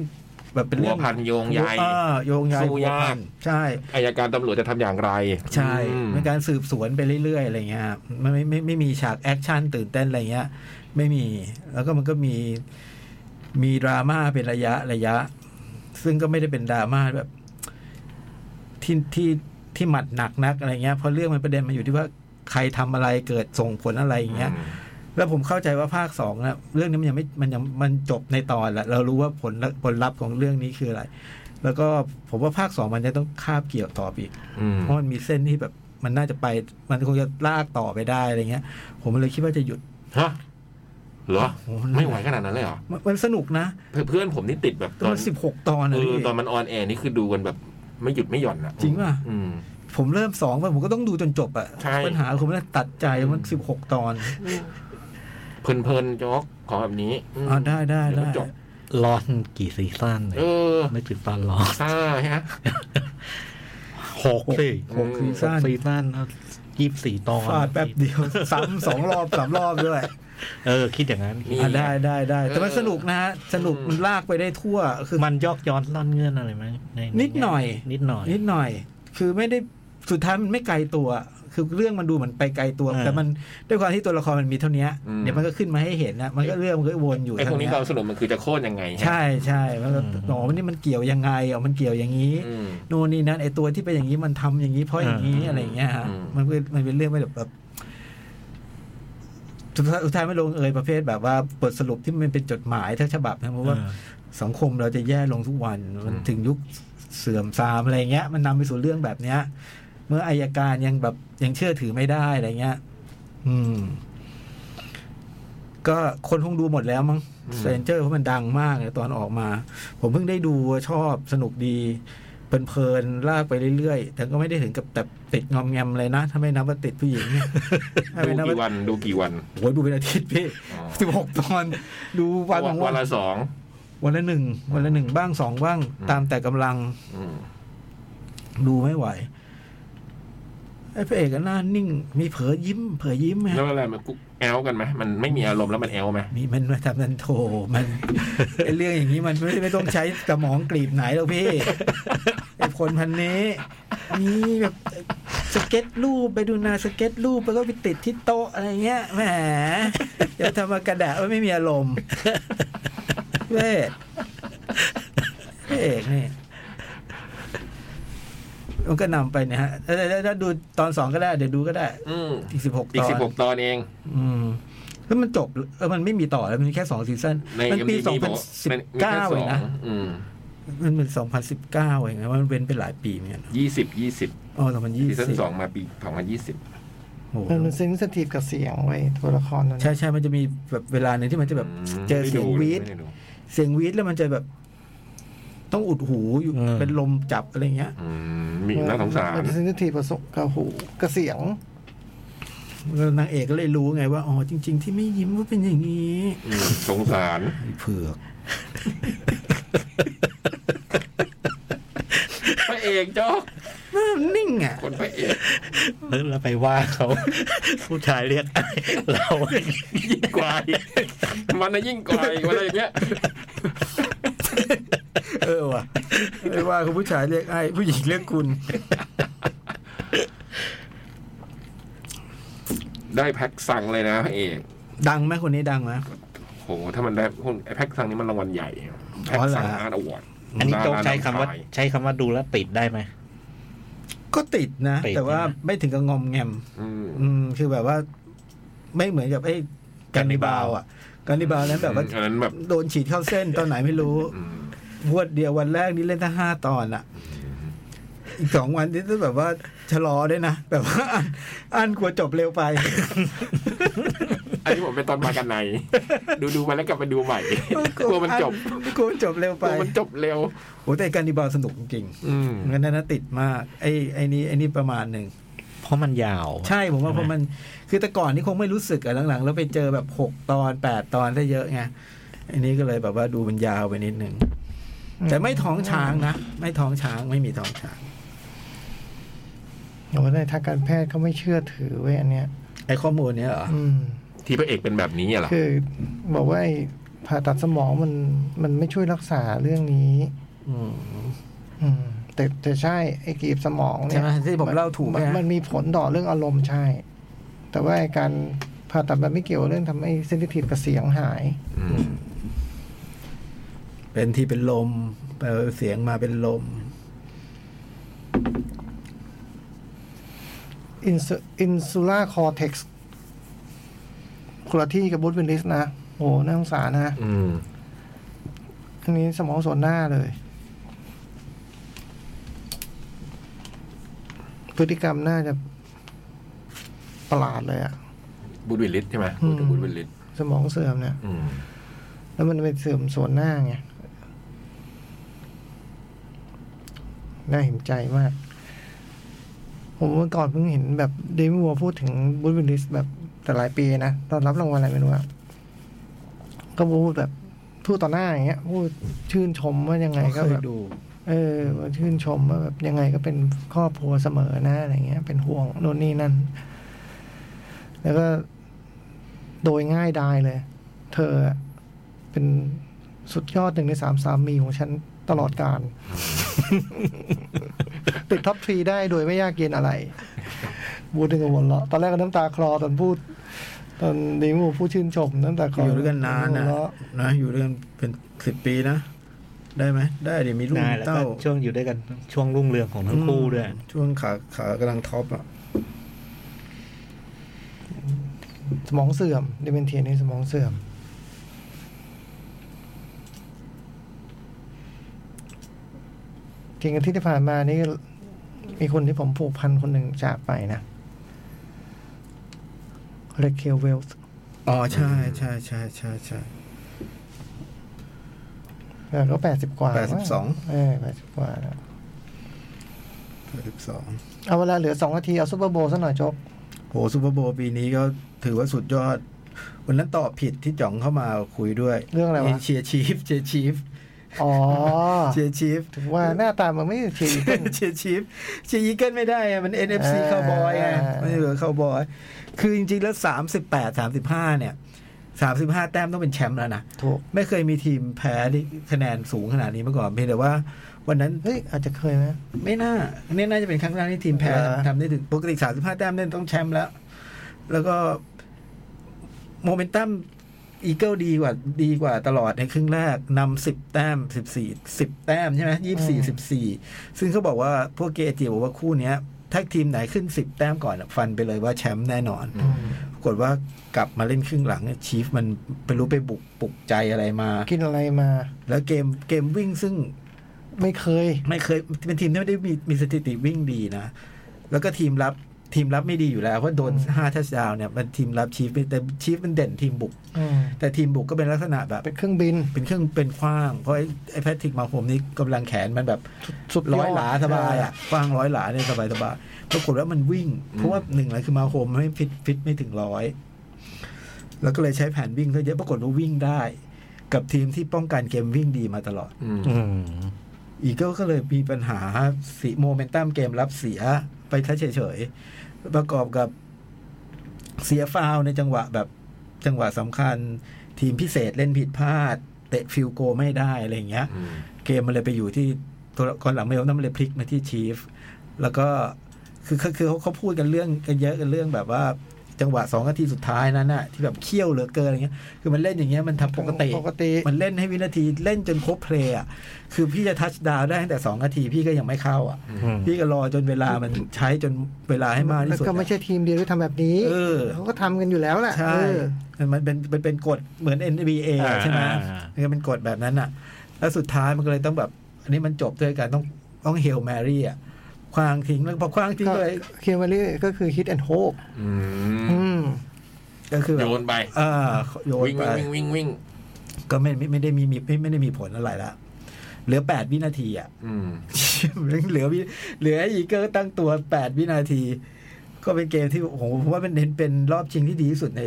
Speaker 6: แบบเป็น
Speaker 3: หั
Speaker 6: เรื่
Speaker 3: ว
Speaker 6: อง
Speaker 3: พันโยงใหญ่
Speaker 6: เออโยงใหญ่
Speaker 3: สู้ยาก
Speaker 6: ใช่
Speaker 3: อายการตำรวจจะทำอย่างไร
Speaker 6: ใช่
Speaker 3: อืม
Speaker 6: เป็นการสืบสวนไปเรื่อยๆอะไรเงี้ยครับไม่ไม่ไม่ไม่มีฉากแอคชั่นตื่นเต้นอะไรเงี้ย ไม่มี แล้วก็มันก็มีมีดราม่าเป็นระยะระยะ ซึ่งก็ไม่ได้เป็นดราม่าแบบ ที่ที่ที่หมัดหนักนักอะไรเงี้ยเพราะเรื่องมันประเด็นมันอยู่ที่ว่าใครทำอะไรเกิดส่งผลอะไรอย่างเงี้ย แล้วผมเข้าใจว่าภาคสองนะเรื่องนี้มันยังไม่มันยังมันจบในตอนละเรารู้ว่าผลละผลลัพธ์ของเรื่องนี้คืออะไร แล้วก็ผมว่าภาคสองมันจะต้องคาบเกี่ยวต่อไปอีก
Speaker 3: อืม
Speaker 6: เพราะมันมีเส้นที่แบบมันน่าจะไป มันคงจะลากต่อไปได้อะไรเงี้ย ผมเลยคิดว่าจะหยุด
Speaker 3: ฮะเหรอ
Speaker 6: โอ้โห
Speaker 3: ไม่ไหวขนาดนั้นเลยเหรอ
Speaker 6: มันมันสนุกนะ
Speaker 3: เพื่อนผมนี่ติดแบบตอ
Speaker 6: มัน นสิบหกตอน
Speaker 3: เอ
Speaker 6: นะ
Speaker 3: อ
Speaker 6: พี่
Speaker 3: ตอนมันออนแอร์นี่คือดูกันแบบไม่หยุดไม่หย่อนอ่ะ
Speaker 6: จริงป่ะ
Speaker 3: อืม
Speaker 6: ผมเริ่มสองไปผมก็ต้องดูจนจบอะ
Speaker 3: ใช่
Speaker 6: ปัญหาผมเลยตัดใจมันสิบหกตอน
Speaker 3: เพลินๆโจ๊อกขอแบบนี้ม
Speaker 6: อ่าได้ได้
Speaker 3: เดี๋ยวมั
Speaker 6: ได้
Speaker 3: นจบ
Speaker 4: ลอนกี่ซีซั่นเลย
Speaker 3: เออ
Speaker 4: ไม่ถึงตอนลอน
Speaker 3: ซ่าฮะ
Speaker 4: หกสิ
Speaker 6: หกซีซั่น
Speaker 4: หกซีซั่นยี่สิบสี่ตอน
Speaker 6: ฟาดแป๊บเดียว ซ้ำสองรอบสามรอบด้วย
Speaker 4: เออ คิดอย่างนั้น
Speaker 3: นี่
Speaker 6: อ่าได้ได้ได้ แต่มัน
Speaker 3: เออ
Speaker 6: สนุกนะฮะ สนุก
Speaker 3: อืม
Speaker 6: มันลากไปได้ทั่วคือ
Speaker 4: มันยอกย้อนล่อนเงื่อนอะไรไหมใน
Speaker 6: นิดหน่อย
Speaker 4: นิดหน่อย
Speaker 6: นิดหน่อย คือไม่ได้สุดท้ายมันไม่ไกลตัว คือเรื่องมันดูเหมือนไปไกลตัว
Speaker 4: อ่า
Speaker 6: แต่มันด้วยความที่ตัวละครมันมีเท่าเนี้ย
Speaker 3: อืม
Speaker 6: เดี๋ยวมันก็ขึ้นมาให้เห็นนะมันก็เรื่องมันก็วนอยู่
Speaker 3: ไอ้พวกนี้
Speaker 6: เท่า
Speaker 3: เรา
Speaker 6: เนี้ย
Speaker 3: สรุปมันคือจะโค่นยังไงฮะ
Speaker 6: ใช่ใช่มันก็โอ้มันนี่มันเกี่ยวยังไงอ๋อมันเกี่ยวอย่างนี้
Speaker 3: อืม
Speaker 6: โน่นนี่นั่นไอตัวที่เป็นอย่างนี้มันทำอย่างนี้เพราะอย่างนี้
Speaker 4: อืม
Speaker 6: อะไรอย่างเงี้ยฮะ
Speaker 3: อืม
Speaker 6: มันเป็นมันเป็นเรื่องไม่แบบแบบสุดท้ายสุดท้ายไม่ลงเอยประเภทแบบว่าบทสรุปที่มันเป็นจดหมายทั้งฉบับนะเพราะว่า สังคมเราจะแย่ลงทุกวันมันถึงยุคเสื่อมทรามอะไรเงี้ย มันนำไปสู่เรื่องแบบเนี้ย เมื่ออายการยังแบบยังเชื่อถือไม่ได้อะไรเงี้ย อืม ก็คนคงดูหมดแล้วมั้งเซนเจอร์เพราะมันดังมากเลยตอนออกมา ผมเพิ่งได้ดูชอบสนุกดีเพลินๆลากไปเรื่อยๆ แต่ก็ไม่ได้ถึงกับแต่ติดงอมแงมเลยนะ ถ้าไม่นับว่าติดผู้หญิง ถ้า
Speaker 3: ดู
Speaker 6: ไม่นับ
Speaker 3: กี่
Speaker 6: ว่า
Speaker 3: วันดูกี่วัน
Speaker 6: โอ้ยดูเป็นอาทิตย์พี่
Speaker 3: อ๋อ
Speaker 6: สิบหกตอน ดูวันของ
Speaker 3: วั
Speaker 6: วันน
Speaker 3: ละสอง
Speaker 6: วันละหนึ่งวันละหนึ่งบ้างสองบ้าง
Speaker 3: อืม
Speaker 6: ตามแต่กำลัง
Speaker 3: อืม
Speaker 6: ดูไม่ไหวไอ้พระเอกก็หน้านิ่ง มีเผลอยิ้ม เผลอยิ้มไหม
Speaker 3: แล้วอะไรมันกุ๊กแอลกันไหมมันไม่มีอารมณ์แล้วมันแอลไหม
Speaker 6: มีมันมาทำนันโถมัน ไอ้เรื่องอย่างนี้มันไม่ไม่ต้องใช้สมองกลีบไหนหรอกพี่ ไอ้คนพันนี้มีแบบสเก็ตรูปไปดูนาสเก็ตรูปแล้วก็ไปติดที่โต๊ะอะไรเงี้ยแหมเดี๋ยวทำมากระดาษว่าไม่มีอารมณ์เว้ยพระเอกนี่ มันก็นำไปเนะฮะเออแล้วแล้วดูตอนสองก็ได้ เดี๋ยวดูก็ได้
Speaker 3: อืม
Speaker 6: อีกสิบหกตอน
Speaker 3: อีกสิบหกตอนเอง
Speaker 6: อืมแล้วมันจบเออมันไม่มีต่อแล้วมันมีแค่สองซีซั่น
Speaker 3: ใน
Speaker 6: มั
Speaker 3: MDB
Speaker 6: ปีสอง
Speaker 3: บ
Speaker 6: พั
Speaker 3: อน ก
Speaker 6: สิบ
Speaker 3: มันมีแค่
Speaker 6: เก้า
Speaker 3: ส
Speaker 6: เอ
Speaker 3: อง
Speaker 6: งนะ
Speaker 3: อืม
Speaker 6: มันเป็นสองพันสิบเก้าเองนะมันเว้นไปหลายปีเหมือนกัน
Speaker 3: ยี่สิบยี่สิบ
Speaker 6: อ๋อสองพันยี่
Speaker 3: ซีซั่น
Speaker 6: สิบ
Speaker 3: สองมาปีสองพันยี่สิบ
Speaker 6: โอ้โห
Speaker 2: มันเซนซิทีฟกับเสียงไว้ยตัวละครนั้น
Speaker 6: ใช่ใช่มันจะมีแบบเวลาหนึ่งที่มันจะแบบเจอเสียงวีดเสียงวีดแล้วมันจะแบบ ต้องอุดหูอยู่
Speaker 4: อืม
Speaker 6: เป็นลมจับอะไรเงี้ย
Speaker 3: อืมมีน่าสงสาร
Speaker 2: มันเซนซิทีฟกับสกับหูกับเสียง
Speaker 6: แล้วนางเอกก็เลยรู้ไงว่าอ๋อจริง ๆ ที่ไม่ยิ้มว่าเป็นอย่างนี้
Speaker 3: อืมสงสาร
Speaker 6: ไอ้เผือก
Speaker 3: พระเอกจอก
Speaker 6: หน้ามันนิ่งอ่ะ
Speaker 3: คนพระเอก
Speaker 4: แล้วไปว่าเขา ผู้ชายเรียกอะไรเรา
Speaker 3: ยิ่งกว่าอีกมันน่ะยิ่งกว่าอีกอะไรอย่างเงี้ย
Speaker 6: เออว่ะไม่ว่าคุณผู้ชายเรียกไอ้ผู้หญิงเรียกคุณ
Speaker 3: ได้แพ็คสั่งเลยนะพระเอก
Speaker 6: ดังไหมคนนี้ดังไหม
Speaker 3: โหถ้ามันได้พวกไอ้แพ็คสั่งนี้มันรางวัลใหญ่แพ็คสั่ง
Speaker 6: อ๋อ
Speaker 3: อาร์
Speaker 6: เหรอ
Speaker 3: ตอวอร์ด
Speaker 4: อันนี้โจ๊กใช้คำว่าใช้คำว่าดูแล้วติดได้ไหม
Speaker 6: ก็ติดนะ
Speaker 4: ติด
Speaker 6: แต่ว่า
Speaker 4: ใช่ไหม
Speaker 6: ไม่ถึงกับงอมแงม
Speaker 3: อืม
Speaker 6: อืมคือแบบว่า ไม่เหมือนกับไอ้การนิบาลอ่ะการนิบาลนั้นแบบว่า
Speaker 3: อันนั้นแบบ
Speaker 6: โดนฉีดเข้าเส้นตอนไหนไม่รู้
Speaker 3: อืม
Speaker 6: งวดเดียววันแรกนี่เล่นทั้งห้าตอนอะอีกสองวันนี่ต้องแบบว่าชะลอด้วยนะ แบบว่า อ่านอ่านกลัวจบเร็วไป
Speaker 3: อันนี้ผมเป็นตอนมากันใน ดูดูๆมาแล้วกลับมาดูให ม่กลัวมันจบ
Speaker 6: กลัวมันจบเร็ว
Speaker 3: ก
Speaker 6: ไป
Speaker 3: ลัวมันจบเร็ว
Speaker 6: โอ้แต่การนิบาลสนุกจริง
Speaker 3: อืม
Speaker 6: ๆงั้นนั้นนะติดมาก ไอ้ไอ้นี่ไอ้นี่ประมาณหนึ่ง
Speaker 4: เพราะมันยาว
Speaker 6: ใช่ผมว่าเพราะมันคือแต่ก่อนนี่คงไม่รู้สึกอะหลังๆ แล้วไปเจอแบบหกตอนแปดตอนได้เยอะไงอันนี้ก็เลยแบบว่าดูมันยาวไปนิดหนึ่ง
Speaker 2: อืม
Speaker 6: แต่ไม่ท้องช้างนะไม่ท้องช้างไม่มีท้องช้าง
Speaker 2: แต่ว่าในทางการแพทย์เขาไม่เชื่อถือเว้ยอันเนี้ย
Speaker 6: ไอ้ข้อมูลเนี้ยเหรอ
Speaker 2: อืม
Speaker 3: ที่พระเอกเป็นแบบนี้เหรอ
Speaker 2: คือบอกว่าไอ้ผ่าตัดสมองมันมันไม่ช่วยรักษาเรื่องนี้
Speaker 6: อืม
Speaker 2: อืม แต่แต่ใช่ไอ้กรีบสมองเนี่ย
Speaker 6: ใช่ไหมที่ผมเล่าถูกไหม
Speaker 2: น
Speaker 6: ฮะ
Speaker 2: มันมีผลต่อเรื่องอารมณ์ใช่ แต่ว่าไอ้การผ่าตัดมันไม่เกี่ยวเรื่องทำให้เซนซิทีฟกับเสียงหาย
Speaker 3: อืม
Speaker 6: เป็นที่เป็นลมเอ่อเสียงมาเป็นลม
Speaker 2: อินซูอินซูล่าคอเท็กซ์คนละที่กับบูธวินลิสนะโอ้น่าสงสารนะ
Speaker 3: อืม
Speaker 2: อันนี้สมองส่วนหน้าเลย พฤติกรรมน่าจะประหลาดเลยอะ
Speaker 3: บูดวิลลิสใช่ไหมพูดถึง
Speaker 2: อืม
Speaker 3: บูดวิลลิส
Speaker 2: สมองเสื่อมเนี่ย
Speaker 3: อืม
Speaker 2: แล้วมันไปเสื่อมส่วนหน้าไง น่าเห็นใจมาก ผมเมื่อก่อนเพิ่งเห็นแบบเดมิวัวพูดถึงบูธวิลลิสแบบแต่หลายปีนะ ตอนรับรางวัลอะไรไม่รู้อะก็พูดแบบพูดต่อหน้าอย่างเงี้ย พูดชื่นชมว่ายังไงก็แบบ เออว่าชื่นชมว่าแบบยังไงก็เป็นครอบครัวเสมอนะอะไรเงี้ย เป็นห่วงโน่นนี่นั่น แล้วก็โดยง่ายดายเลย เธอเป็นสุดยอดหนึ่งในสามสามีของฉันตลอดการ ติดท็อปทรีได้โดยไม่ยากเย็นอะไร พูดถึงกับหัวเราะตอนแรกก็น้ำตาคลอตอนพูด ตอนนิวพูดชื่นชมน้ำตาคลอ
Speaker 6: อ
Speaker 2: อยู่
Speaker 6: ด้วยกันนาน
Speaker 2: หั
Speaker 6: นะ
Speaker 2: วเราะ
Speaker 6: นะอยู่ด้วยกันเป็นสิบปีนะ ได้ไหมได้เดี๋ยวมีลูก
Speaker 4: นาน
Speaker 6: มี
Speaker 4: แล้วก็
Speaker 6: เต้า
Speaker 4: ช่วงอยู่ด้วยกันช่วงรุ่งเรืองของทั้งคู่ด้วย
Speaker 6: ช่วงขาขากำลังท็อปอ่ะ
Speaker 2: สมองเสื่อมดิเมนเทียนี่สมองเสื่อม จริงอาทิตย์ที่ผ่านมานี่มีคนที่ผมผูกพันคนหนึ่งจากไปนะเรเคเวลส์
Speaker 6: อ๋อใช่ใช่ใช่ใช่ใช่
Speaker 2: ก็แปดสิบกว่าล้ว
Speaker 6: 82
Speaker 2: เออแปดสิบกว่าแล้ว
Speaker 6: สิบสอง
Speaker 2: เอาเวลาเหลือสองนาที เอาซูเปอร์โบว์ซะหน่อยจบ
Speaker 6: โหซูเปอร์โบว์ปีนี้ก็ถือว่าสุดยอด วันนั้นตอบผิดที่จ่องเข้ามาคุยด้วย
Speaker 2: เรื่องอะไรวะ
Speaker 6: เชียร์ชีฟเชียร์ชีฟ
Speaker 2: อ๋อ
Speaker 6: เชียร์ชีฟ
Speaker 2: ถึงว่าหน้าตามันไม่ฉีก
Speaker 6: เชียร์ชีฟเชียร์อีเกิลไม่ได้อะมัน NFC
Speaker 2: อ่า
Speaker 6: คาวบอยไงมันเหลือคาวบอย คือจริงๆ แล้ว 38 35 เนี่ย 35 แต้มต้องเป็นแชมป์แล้วนะ
Speaker 2: ถูก
Speaker 6: ไม่เคยมีทีมแพ้ที่คะแนนสูงขนาดนี้มาก่อนเพียงแต่ว่า วันนั้น
Speaker 2: เฮ้ย อาจจะเคยไหม
Speaker 6: ไม่น่าเนี่ยน่าจะเป็นครั้งแรกที่ทีมแพ้
Speaker 2: เหรอ
Speaker 6: ทำได้ถึงปกติ 35 แต้มเนี่ยต้องแชมป์แล้ว แล้วก็โมเมนตัมอีเกิลดีกว่าดีกว่าตลอดในครึ่งแรกนำสิบแต้มสิบสี่สิบแต้มใช่ไหมยี่สี่สิบสี่ซึ่งเขาบอกว่าพวกเกจิบอกว่าคู่เนี้ยถ้าทีมไหนขึ้นสิบแต้มก่อนอะฟันไปเลยว่าแชมป์แน่นอน ปรากฏว่ากลับมาเล่นครึ่งหลังเนี่ยชีฟมันไปรู้ไปบุกปลุกใจอะไรมา
Speaker 2: กินอะไรมา
Speaker 6: แล้วเกมเกมวิ่งซึ่ง
Speaker 2: ไม่เคย
Speaker 6: ไม่เคยเป็นทีมที่ไม่ได้มีมีสถิติวิ่งดีนะ แล้วก็ทีมรับทีมรับไม่ดีอยู่แล้ว เพราะโดน
Speaker 2: อืม
Speaker 6: ห้าทัชดาวน์เนี่ยมันทีมรับชีฟแต่ชีฟมันเด่นทีมบุก
Speaker 2: อืม
Speaker 6: แต่ทีมบุกก็เป็นลักษณะแบบ
Speaker 2: เป็นเครื่องบิน
Speaker 6: เป็นเครื่องเป็นขว้าง เพราะไอ้ไอ้แพทริกมาผมนี่กำลังแขนมันแบบ
Speaker 2: สุดยอด
Speaker 6: ร้อยหลาสบายอ่ะขว้างร้อยหลาเนี่ยสบายสบายปรากฏว่ามันวิ่ง เพราะว่าหนึ่งเลยคือมาโฮมไม่ฟิตฟิตไม่ถึงร้อยแล้วก็เลยใช้แผนวิ่งเยอะปรากฏว่าวิ่งได้ กับทีมที่ป้องกันเกมวิ่งดีมาตลอด
Speaker 3: อืม
Speaker 4: อืม
Speaker 6: อีกก็เลยมีปัญหาสีโมเมนตัมเกมรับเสียไปแค่เฉยๆ ประกอบกับเสียฟาวล์ในจังหวะแบบจังหวะสำคัญ ทีมพิเศษเล่นผิดพลาด เตะฟิลโกลไม่ได้อะไรอย่างเงี้ย
Speaker 3: อืม
Speaker 6: เกมมันเลยไปอยู่ที่ตัวก่อนหลังไม่รู้นั่นมันเลยพลิกมาที่ชีฟ แล้วก็คือคือคือเขาเขาพูดกันเรื่องกันเยอะกันเรื่องแบบว่าจังหวะสองนาทีสุดท้ายนั้นน่ะที่แบบเคี่ยวเหลือเกินอะไรเงี้ย คือมันเล่นอย่างเงี้ยมันทำปกติ
Speaker 2: ปกติ
Speaker 6: มันเล่นให้วินาทีเล่นจนครบเพลย์อ่ะ คือพี่จะทัชดาวน์ได้ตั้งแต่สองนาทีพี่ก็ยังไม่เข้าอ่ะ
Speaker 4: อืม
Speaker 6: พี่ก็รอจนเวลามันใช้จนเวลาให้มาก
Speaker 2: แล้ว
Speaker 6: ที่สุด
Speaker 2: ก็
Speaker 6: อะ
Speaker 2: ไม่ใช่ทีมเดียวที่ทำแบบนี้
Speaker 6: เออ
Speaker 2: เขาก็ทำกันอยู่แล้วแหละ
Speaker 6: ใช่
Speaker 2: เออ
Speaker 6: มันเป็นเป็นเป็นกฎเหมือน NBA
Speaker 4: อ่า
Speaker 6: ใช่ไหม
Speaker 4: อ่า
Speaker 6: มันก็เป็นกฎแบบนั้นอ่ะ แล้วสุดท้ายมันก็เลยต้องแบบ อันนี้มันจบด้วยการต้องต้องเฮลแมรี่อ่ะ คว้างทิ้งแล้วพอคว้างทิ้ง
Speaker 2: ก็
Speaker 6: เลย
Speaker 2: เคมารีก็คือฮิตแอนด์โฮป
Speaker 3: อืม
Speaker 6: ก็คือแบ
Speaker 3: โย
Speaker 6: บ
Speaker 3: นไป
Speaker 6: อ่าโยน
Speaker 3: วิ่ง
Speaker 6: ไป
Speaker 3: วิ่งวิ่งวิ่งวิ่ง
Speaker 6: ก็ไม่ไม่ไม่ได้มีมีไม่ไม่ได้มีผลอะไรละ เหลือแปดวินาทีอ่ะ
Speaker 3: อืม
Speaker 6: เหลือวิเหลืออีกก็ตั้งตัว 8 วินาที ก็เป็นเกมที่โอ้โหผมว่าเป็นเป็นเป็นรอบชิงที่ดีที่สุดใน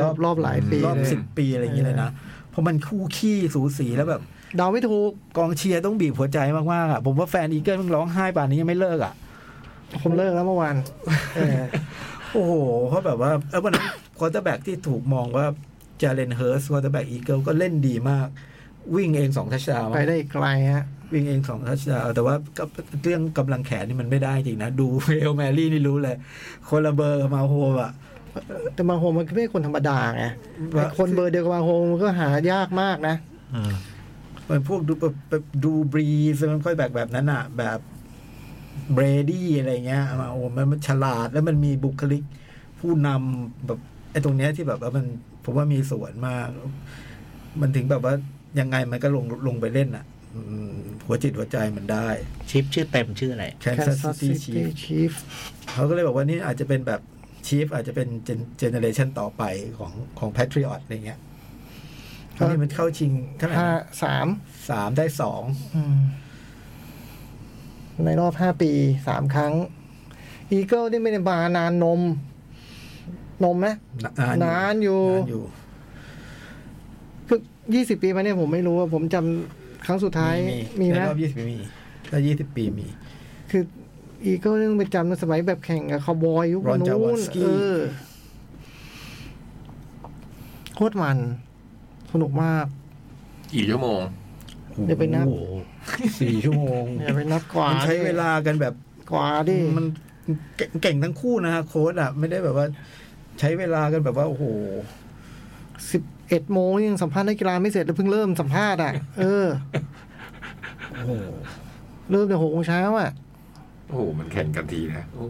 Speaker 2: รอบรอบหลายปี
Speaker 6: รอบ
Speaker 2: เลย
Speaker 6: สิบปีอะไรอย่างเงี้ยเลยนะ เพราะมันคู่ขี้สูสีแล้วแบบ
Speaker 2: เดาไม่ถูก
Speaker 6: กองเชียร์ต้องบีบหัวใจมากๆอ่ะผมว่าแฟนอีเกิลมึงร้องไห้ป่านนี้ยังไม่เลิกอ่ะ
Speaker 2: ผมเลิกแล้วเมื่อวานเออ
Speaker 6: โอ้โหเขาแบบว่าเออวันนั้น ควอเตอร์แบ็กที่ถูกมองว่าจาเลนเฮิร์สควอเตอร์แบ็กอีเกิลก็เล่นดีมาก วิ่งเองสองทัชดาวน์
Speaker 2: ไปได้อีกไกลฮะ
Speaker 6: วิ่งเองสองทัชดาวน์แต่ว่ากับเรื่องกำลังแขนนี่มันไม่ได้จริงนะ ดูเอลแมรี่นี่รู้เลย คนละเบอร์กับมาโฮมอ่ะ
Speaker 2: แต่มาโฮมมันไม่ใช่คนธรรมดาไง
Speaker 6: ว่า
Speaker 2: ไอ้คนเบอร์เดียวกับมาโฮมมันก็หายากมากนะ
Speaker 4: อืม
Speaker 6: มันพวกดูแบบแบบดูบรีสมันค่อยแบบแบบนั้นอ่ะ แบบเบรดี้อะไรเงี้ยมาโอ้มันมันฉลาดแล้วมันมีบุคลิก ผู้นำแบบไอ้ตรงเนี้ยที่แบบว่ามันผมว่ามีส่วนมาก มันถึงแบบว่ายังไงมันก็ลงลงไปเล่นอ่ะ อืมหัวจิตหัวใจมันได้
Speaker 4: ชิปชื่อเต็มชื่ออะไร
Speaker 6: แคนซัส
Speaker 2: Kansas
Speaker 6: ซิตี้
Speaker 2: City
Speaker 6: ชี
Speaker 2: Chief
Speaker 6: เขาก็เลยบอกว่านี่อาจจะเป็นแบบชีฟอาจจะเป็นเจเนเรชันต่อไปของของแพทริออตอะไรเงี้ยตอนนี้มันเข้าชิงเท่าไหร่
Speaker 2: ห้า
Speaker 6: นะ
Speaker 2: สาม
Speaker 6: สามได้สอง
Speaker 2: อืมในรอบห้าปีสามครั้ง อีเกิลนี่ไม่ได้มานานนม นมไหม นานอยู่
Speaker 6: นานอยู่
Speaker 2: คือยี่สิบปีมาเนี่ยผมไม่รู้ว่าผมจำครั้งสุดท้ายมี
Speaker 6: ใน
Speaker 2: นะ
Speaker 6: รอบยี่สิบปีมีถ้ายี่สิบปีมี
Speaker 2: คือ อีเกิลนี่ต้องไปจำสมัยแบบแข่งกับคาวบอยยุค
Speaker 6: Ron
Speaker 2: นู้น
Speaker 6: Jaworski
Speaker 2: เออโคตรมัน สนุกมาก
Speaker 3: กี่ชั่วโมง
Speaker 2: เดี๋ยวไปนับ
Speaker 6: โอ้โหสี่ชั่วโมง
Speaker 2: อย่าไปนับกว่า
Speaker 6: มันใช้เวลากันแบบ
Speaker 2: กว่าดิ
Speaker 6: มัน เก่งเก่งทั้งคู่นะฮะโค้ดอ่ะ ไม่ได้แบบว่า ใช้เวลากันแบบว่าโอ้โห
Speaker 2: สิบเอ็ดโมงยังสัมภาษณ์นักกีฬาไม่เสร็จแล้วเพิ่งเริ่มสัมภาษณ์อ่ะ เออ
Speaker 6: โอ้โห
Speaker 2: เริ่มแต่หกโมงเช้าอ่ะ
Speaker 3: โอ้โหมันแข่งกันทีนะโอ้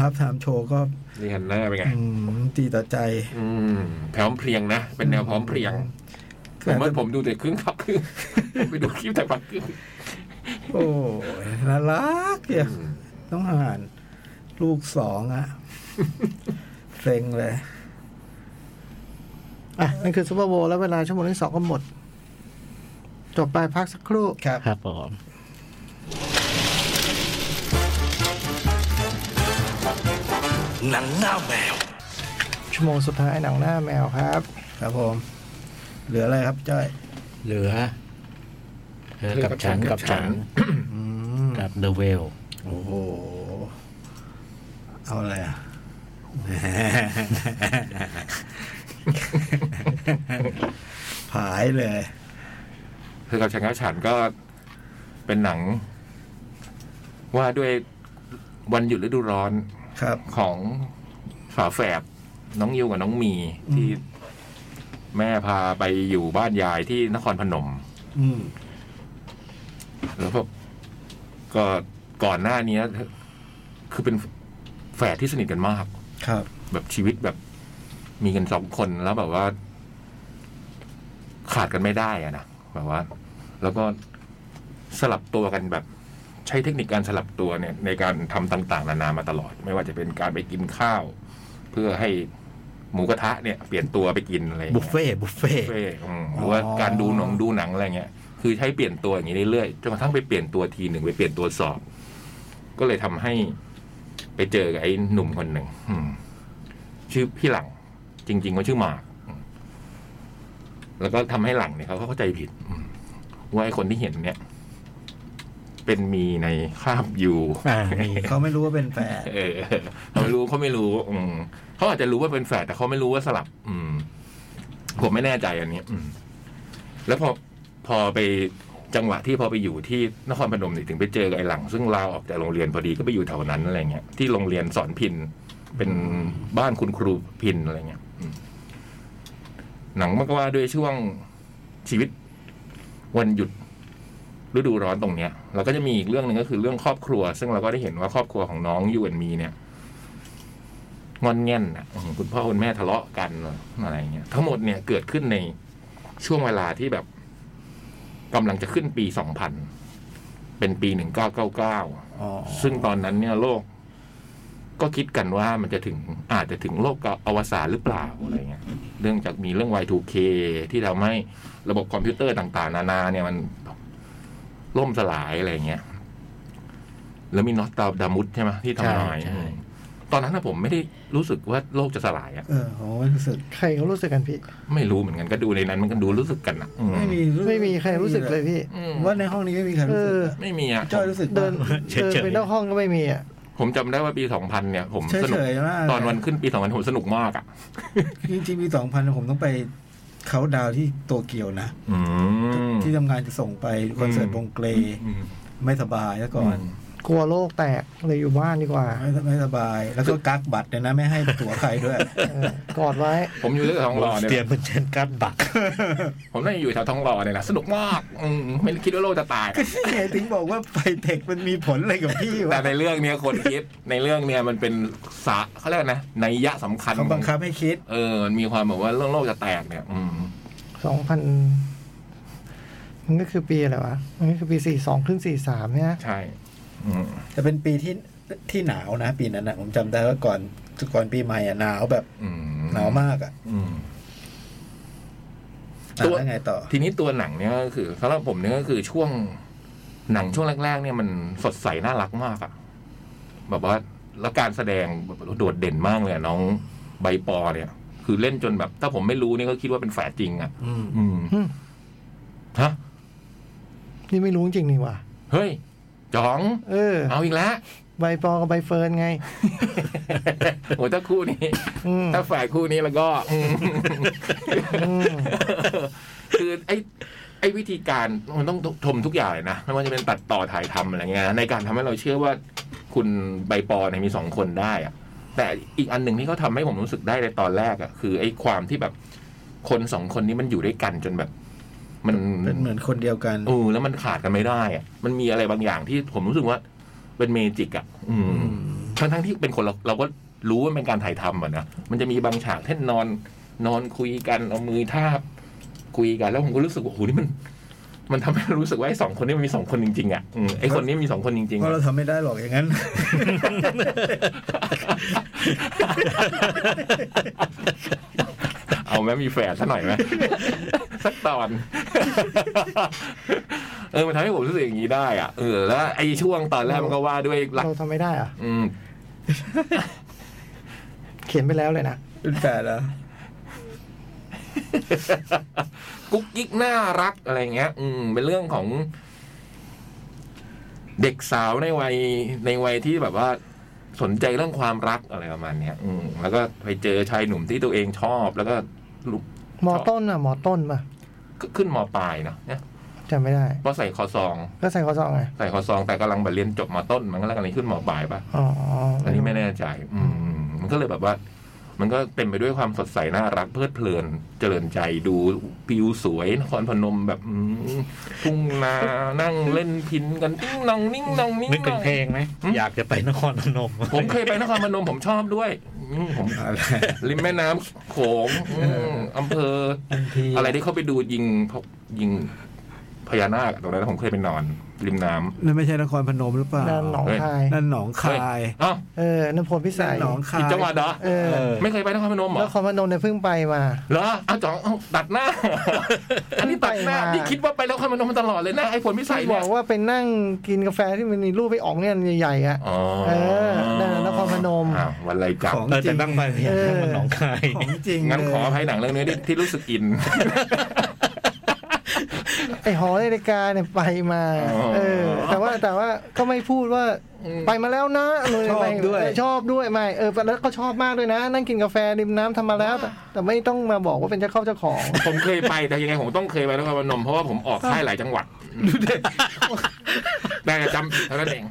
Speaker 6: ครับไทม์โชว์ก็
Speaker 3: นี่ฮันเนอร์เป็นไง
Speaker 6: อืมดีต่อใจ
Speaker 3: อืมพร้อมเพรียงนะ เป็นแนวพร้อมเพรียง
Speaker 6: แต่
Speaker 3: ผมว่าผมดูแต่ครึ่งครับครึ่ง ไปดูคลิปแต่ฟังครึ่ง
Speaker 6: โอ้ยน่ารักเดียวต้องห่าน ลูกสอง อะเซ็งเลย
Speaker 2: อ่ะ นั่นคือซูเปอร์โบว์แล้วเวลาชั่วโมงที่สองก็หมด จบไปพักสักครู่
Speaker 6: ครับ
Speaker 4: ครับผม
Speaker 5: หนังหน้าแมว
Speaker 2: ชั่วโมงสุดท้ายหนังหน้าแมวครับ
Speaker 6: ครับผม เหลืออะไรครับจ้อย
Speaker 4: เหลือเหลือกับฉันกับฉัน
Speaker 6: อืม
Speaker 4: กับเดอะเวล
Speaker 6: โอ้โห เอาอะไรอ่ะ ผายเลย
Speaker 3: คือกับฉันกับฉันก็เป็นหนัง ว่าด้วยวันหยุดฤดูร้อน
Speaker 6: ครับ
Speaker 3: ของฝาแฝดน้องยิวกับน้องมีที่แม่พาไปอยู่บ้านยายที่นครพนม
Speaker 6: อืม
Speaker 3: แล้วแบบก็ก่อนหน้านี้คือเป็นแฝดที่สนิทกันมาก
Speaker 6: ครับ
Speaker 3: แบบชีวิตแบบมีกันสองคนแล้วแบบว่า ขาดกันไม่ได้อะนะแบบว่า แล้วก็สลับตัวกันแบบ ใช้เทคนิคการสลับตัวเนี่ย ในการทำต่าง ๆ นานามาตลอด ไม่ว่าจะเป็นการไปกินข้าว เพื่อให้หมูกระทะเนี่ย เปลี่ยนตัวไปกินอะไรอย่าง
Speaker 4: บุ
Speaker 3: เงี้
Speaker 4: ฟ
Speaker 3: ย
Speaker 4: เฟ่ต์บุฟเฟ่ต์
Speaker 3: เฟ่อืมหรือว่าการดูหนังดูหนังอะไรเงี้ย คือใช้เปลี่ยนตัวอย่างนี้เรื่อยๆจนกระทั่งไปเปลี่ยนตัวทีหนึ่งไปเปลี่ยนตัวสอบ ก็เลยทำให้ไปเจอกับไอ้หนุ่มคนหนึ่งอืมชื่อพี่หลัง จริงๆเขาชื่อหมากอืมแล้วก็ทำให้หลังเนี่ยเขาเข้าใจผิดอืมว่าไอ้คนที่เห็นเนี่ย เป็นมีในคราบอยู่
Speaker 4: อ่ามี
Speaker 6: เขาไม่รู้ว่าเป็นแฟน
Speaker 3: เออเขาไม่รู้เขาไม่รู้อืมเขาอาจจะรู้ว่าเป็นแฝดแต่เขาไม่รู้ว่าสลับ อืม ผมไม่แน่ใจอันนี้ อืม แล้วพอพอไปจังหวะที่พอไปอยู่ที่นครพนมเนี่ยถึงไปเจอกับไอ้หลัง ซึ่งลาออกจากโรงเรียนพอดีก็ไปอยู่แถวนั้นอะไรเงี้ยที่โรงเรียนสอนพิน เป็นบ้านคุณครูพินอะไรเงี้ยอืมหนังมันก็ว่าด้วยช่วงชีวิตวันหยุดฤดูร้อนตรงเนี้ยเราก็จะมีอีกเรื่องหนึ่งก็คือเรื่องครอบครัว ซึ่งเราก็ได้เห็นว่าครอบครัวของน้องยูเอนมีเนี่ยงอนแง่นอ่ะอืมคุณพ่อคุณแม่ทะเลาะกันอะไรเงี้ยทั้งหมดเนี่ยเกิดขึ้นในช่วงเวลาที่แบบกำลังจะขึ้นปีสองพันเป็นปีหนึ่งเก้าเก้าเก้า
Speaker 6: อ๋อ
Speaker 3: ซึ่งตอนนั้นเนี่ยโลก ก็คิดกันว่ามันจะถึงอาจจะถึงโลกอวสานหรือเปล่าอะไรเงี้ยเรื่องจากมีเรื่อง Y2K ที่ทำให้ระบบคอมพิวเตอร์ต่างๆ นานา เนี่ยมันล่มสลายอะไรเงี้ยแล้วมีน็อตตาดามุดใช่ไหมที่ทำนายอืมตอนนั้นนะผมไม่ได้รู้สึกว่าโลกจะสลายอะ
Speaker 6: เออผมรู้สึก
Speaker 2: ใครเขารู้สึกกันพี่
Speaker 3: ไม่รู้เหมือนกันก็ดูในนั้น มันก็ดูรู้สึกกันอะอืม
Speaker 6: ไม่มี
Speaker 2: ไม่มีใครรู้สึกเลยพี่
Speaker 3: อืม
Speaker 6: ผมว่าในห้องนี้ไม่มีใครรู้สึกอะ
Speaker 3: ไม่มีอะ
Speaker 6: จ้อยรู้สึกปะ
Speaker 2: เดินเดินไปนอกห้องก็ไม่มีอ่ะ
Speaker 3: ผมจำได้ว่าปีสองพันเนี่ย ผมสนุก
Speaker 6: เฉยๆมาก
Speaker 3: ตอนวันขึ้นปีสองพันผมสนุกมากอะ
Speaker 6: จริงๆมีสองพันผมต้องไปเขาน์ดาวน์ที่โตเกียวนะ
Speaker 3: อืม
Speaker 6: ที่ทำงานจะส่งไปคอนเสิร์ตวงเกรย์
Speaker 3: อืม
Speaker 6: ไม่สบายแล้วก่อน
Speaker 2: กลัวโลกแตกเลยอยู่บ้านดีกว่า
Speaker 6: ไม่ไม่สบาย แล้วก็กักบัตรเนี่ยนะ ไม่ให้ตั๋วใครด้วย
Speaker 2: เออกอดไว้
Speaker 3: ผมอยู่ที่ทองหล่อเนี่
Speaker 4: เตรีย
Speaker 3: ย
Speaker 4: มเป็นเชนกัดบัก
Speaker 3: ผมน่าจะอยู่แถวทองหล่อเนี่ยแหละสนุกมากอืมไม่คิดว่าโลกจะตาย
Speaker 6: ไงถึงบอกว่าไฟเทคมันมีผลอะไรกับพี่วะ
Speaker 3: แต่ในเรื่องเนี้ยคนคิด ในเรื่องเนี้ยมันเป็นสะเขาเรียกนะนัยยะสำคัญ
Speaker 6: เขาบังคับให้คิด
Speaker 3: เออมันมีความแบบว่าเรื่องโลกจะแตกเนี่ย อืม
Speaker 2: สองพันมันก็คือปีอะไรวะ มันก็คือปีสี่สองขึ้นสี่สามเนี่ย
Speaker 3: ใช่ อืม
Speaker 6: แต่เป็นปีที่ที่หนาวนะ ปีนั้นนะผมจำได้ว่าก่อนก่อนปีใหม่อะหนาวแบบ
Speaker 3: อืม
Speaker 6: หนาวมากอะ
Speaker 3: อืม
Speaker 6: อ่ะ
Speaker 3: ตัว
Speaker 6: แล้วไงต่อ
Speaker 3: ทีนี้ตัวหนังเนี่ยก็คือสำหรับผมเนี่ยก็คือช่วงหนังช่วงแรก ๆ เนี่ยมันสดใสน่ารักมากอะแบบว่าแล้วการแสดงแบบโดดเด่นมากเลยอะน้องใบปอเนี่ย คือเล่นจนแบบ ถ้าผมไม่รู้เนี่ยก็คิดว่าเป็นแฝดจริงอะ
Speaker 6: อืม
Speaker 3: อืม
Speaker 2: อืม
Speaker 3: ฮะ
Speaker 2: นี่ไม่รู้จริงนี่ว่ะ
Speaker 3: เฮ้ยจ๋อง
Speaker 2: เออ
Speaker 3: เอาอีก แล้ว
Speaker 2: ใบปอกับใบเฟิร์นไง
Speaker 3: โอ้ถ้าคู่นี้
Speaker 2: อืม
Speaker 3: ถ้าแฝดคู่นี้แล้วก็อืม
Speaker 2: อืม
Speaker 3: คือไอ้ไอ้ อ้วิธีการมันต้องทมทุกอย่างเลยนะไม่ว่าจะเป็นตัดต่อถ่ายทำอะไรเงี้ยในการทำให้เราเชื่อว่าคุณใบปอเนี่ยมีสองคนได้อะแต่อีกอันหนึ่งที่เขาทำให้ผมรู้สึกได้ในตอนแรกอะคือไอ้ความที่แบบคนสองคนนี้มันอยู่ด้วยกันจนแบบ มัน
Speaker 6: เป็นเหมือนคนเดียวกัน
Speaker 3: เออแล้วมันขาดกันไม่ได้อะมันมีอะไรบางอย่างที่ผมรู้สึกว่าเป็นเมจิกอ่ะ อืมทั้งทั้งๆที่เป็นคนเราเราก็รู้ว่ามันเป็นการถ่ายทำอ่ะนะมันจะมีบางฉากเช่นนอนนอนคุยกันเอามือทาบคุยกันแล้วผมก็รู้สึกว่าโอ้โหนี่มัน มันทำให้เรารู้สึกว่าไอ้สองคนนี้มันมีสองคนจริงๆอ่ะอืมไอ้คนนี้มีสองคนจริงๆอะ
Speaker 6: เพราะเราทำไม่ได้หรอกอย่างนั้น
Speaker 3: เอาไหมมีแฝดซะหน่อยไหม สักตอน เออมันทำให้ผมรู้สึกอย่างนี้ได้อ่ะเออแล้วไอ้ช่วงตอนแรกมันก็ว่าด้วยรัก
Speaker 2: เราทำไม่ได้เหรอะ
Speaker 3: อืม
Speaker 2: เขียนไปแล้วเลยนะ
Speaker 6: เป็นแฝดเหรอ
Speaker 3: กุ๊กกิ๊กน่ารักอะไรเงี้ย อืม เป็นเรื่องของเด็กสาวในวัยในวัยที่แบบว่า สนใจเรื่องความรักอะไรประมาณเนี้ย อืม แล้วก็ไปเจอชายหนุ่มที่ตัวเองชอบ แล้วก็ลุก
Speaker 2: มอต้นอ่ะมอต้นป่ะ
Speaker 3: ก็ขึ้นมปลายเนาะเนี่ย
Speaker 2: จำไม่ได้
Speaker 3: เพราะใส่คอซอง
Speaker 2: ก็ใส่ข้อซองไง
Speaker 3: ใส่คอซองแต่กำลังแบบเรียนจบมต้น มันก็กำลังขึ้นมปลายปะ
Speaker 2: อ๋อ
Speaker 3: อันนี้ไม่แน่ใจ อืม มันก็เลยแบบว่า มันก็เต็มไปด้วยความสดใสน่ารักเพลิดเพลิน เจริญใจดูวิวสวยนครพนมแบบอืมทุ่งนา นั่งเล่นพินกันนิ่งนองนิ่งนองนิ่ง
Speaker 4: นึก
Speaker 3: น
Speaker 4: ถึ
Speaker 3: อง ง
Speaker 4: เพลงไหม
Speaker 3: อืม
Speaker 4: อยากจะไปนครพนม
Speaker 3: ผมเคยไปนครพนมผมชอบด้วยอืมผม
Speaker 6: อะไร
Speaker 3: ริมแม่น้ำโขงอืมอำเภอ
Speaker 6: ทันที
Speaker 3: อะไรที่เขาไปดูยิงพวกยิงพญานาคตรงนั้นผมเคยไปนอน ริมน้
Speaker 6: นั่นไม่ใช่นครพนมหรือเปล่า
Speaker 2: ด้านหนองคาย
Speaker 6: นั่นหนอง
Speaker 3: ำ
Speaker 6: คาย
Speaker 3: เอ้า
Speaker 2: เออนพลพิสัย
Speaker 6: หนองคา
Speaker 3: อี
Speaker 6: ย
Speaker 3: กจังหวัดเหรอ
Speaker 2: เออ
Speaker 4: เออ
Speaker 3: ไม่เคยไปนครพนมเหรอ
Speaker 2: นครพนมเนี่ยเพิ่งไปมา
Speaker 3: เหรออ้าวจ๋องเอ้าตัดหน้า อันนี้ตัดหน้า
Speaker 2: ไปมา
Speaker 3: นี่คิดว่าไปแล้วข้ามานมตลอดเลยนะไอ้ผลพิสัย
Speaker 2: ที่บ
Speaker 3: เนี่
Speaker 2: อย กว่าไปนั่งกินกาแฟที่มันมีรูปไปอ๋องเนี่ยใหญ่ๆอ่ะ
Speaker 3: อ๋อ
Speaker 2: เออนั่นน่ะนครพนม
Speaker 3: อ้าววันไรจับ
Speaker 6: ของ
Speaker 4: เออ
Speaker 6: จ
Speaker 4: แต่
Speaker 6: ริง
Speaker 4: นั่งไปอยากนั่งมันหนองคาย
Speaker 6: ของจริง
Speaker 3: งั้น
Speaker 6: เลย
Speaker 3: ขออภัยหนังเรื่องนี้ที่ที่รู้สึกอิน
Speaker 2: ไอหอนาฬิกาเนี่ยไปมา
Speaker 3: อ๋อ
Speaker 2: เออ แต่ว่าแต่ว่าก็ไม่พูดว่าไปมาแล้วนะเลย
Speaker 6: ชอบด้วย
Speaker 2: ชอบด้วยไม่เออแล้วก็ชอบมากด้วยนะ นั่งกินกาแฟริมน้ำทำมาแล้ว แต่แต่ไม่ต้องมาบอกว่าเป็นเจ้าเข้าเจ้าของ
Speaker 3: ผมเคยไปแต่ยังไงผมต้องเคยไปนครพนมเพราะว่าผมออกค่ายหลายจังหวัดแต่จำผิดเท่านั้นเอง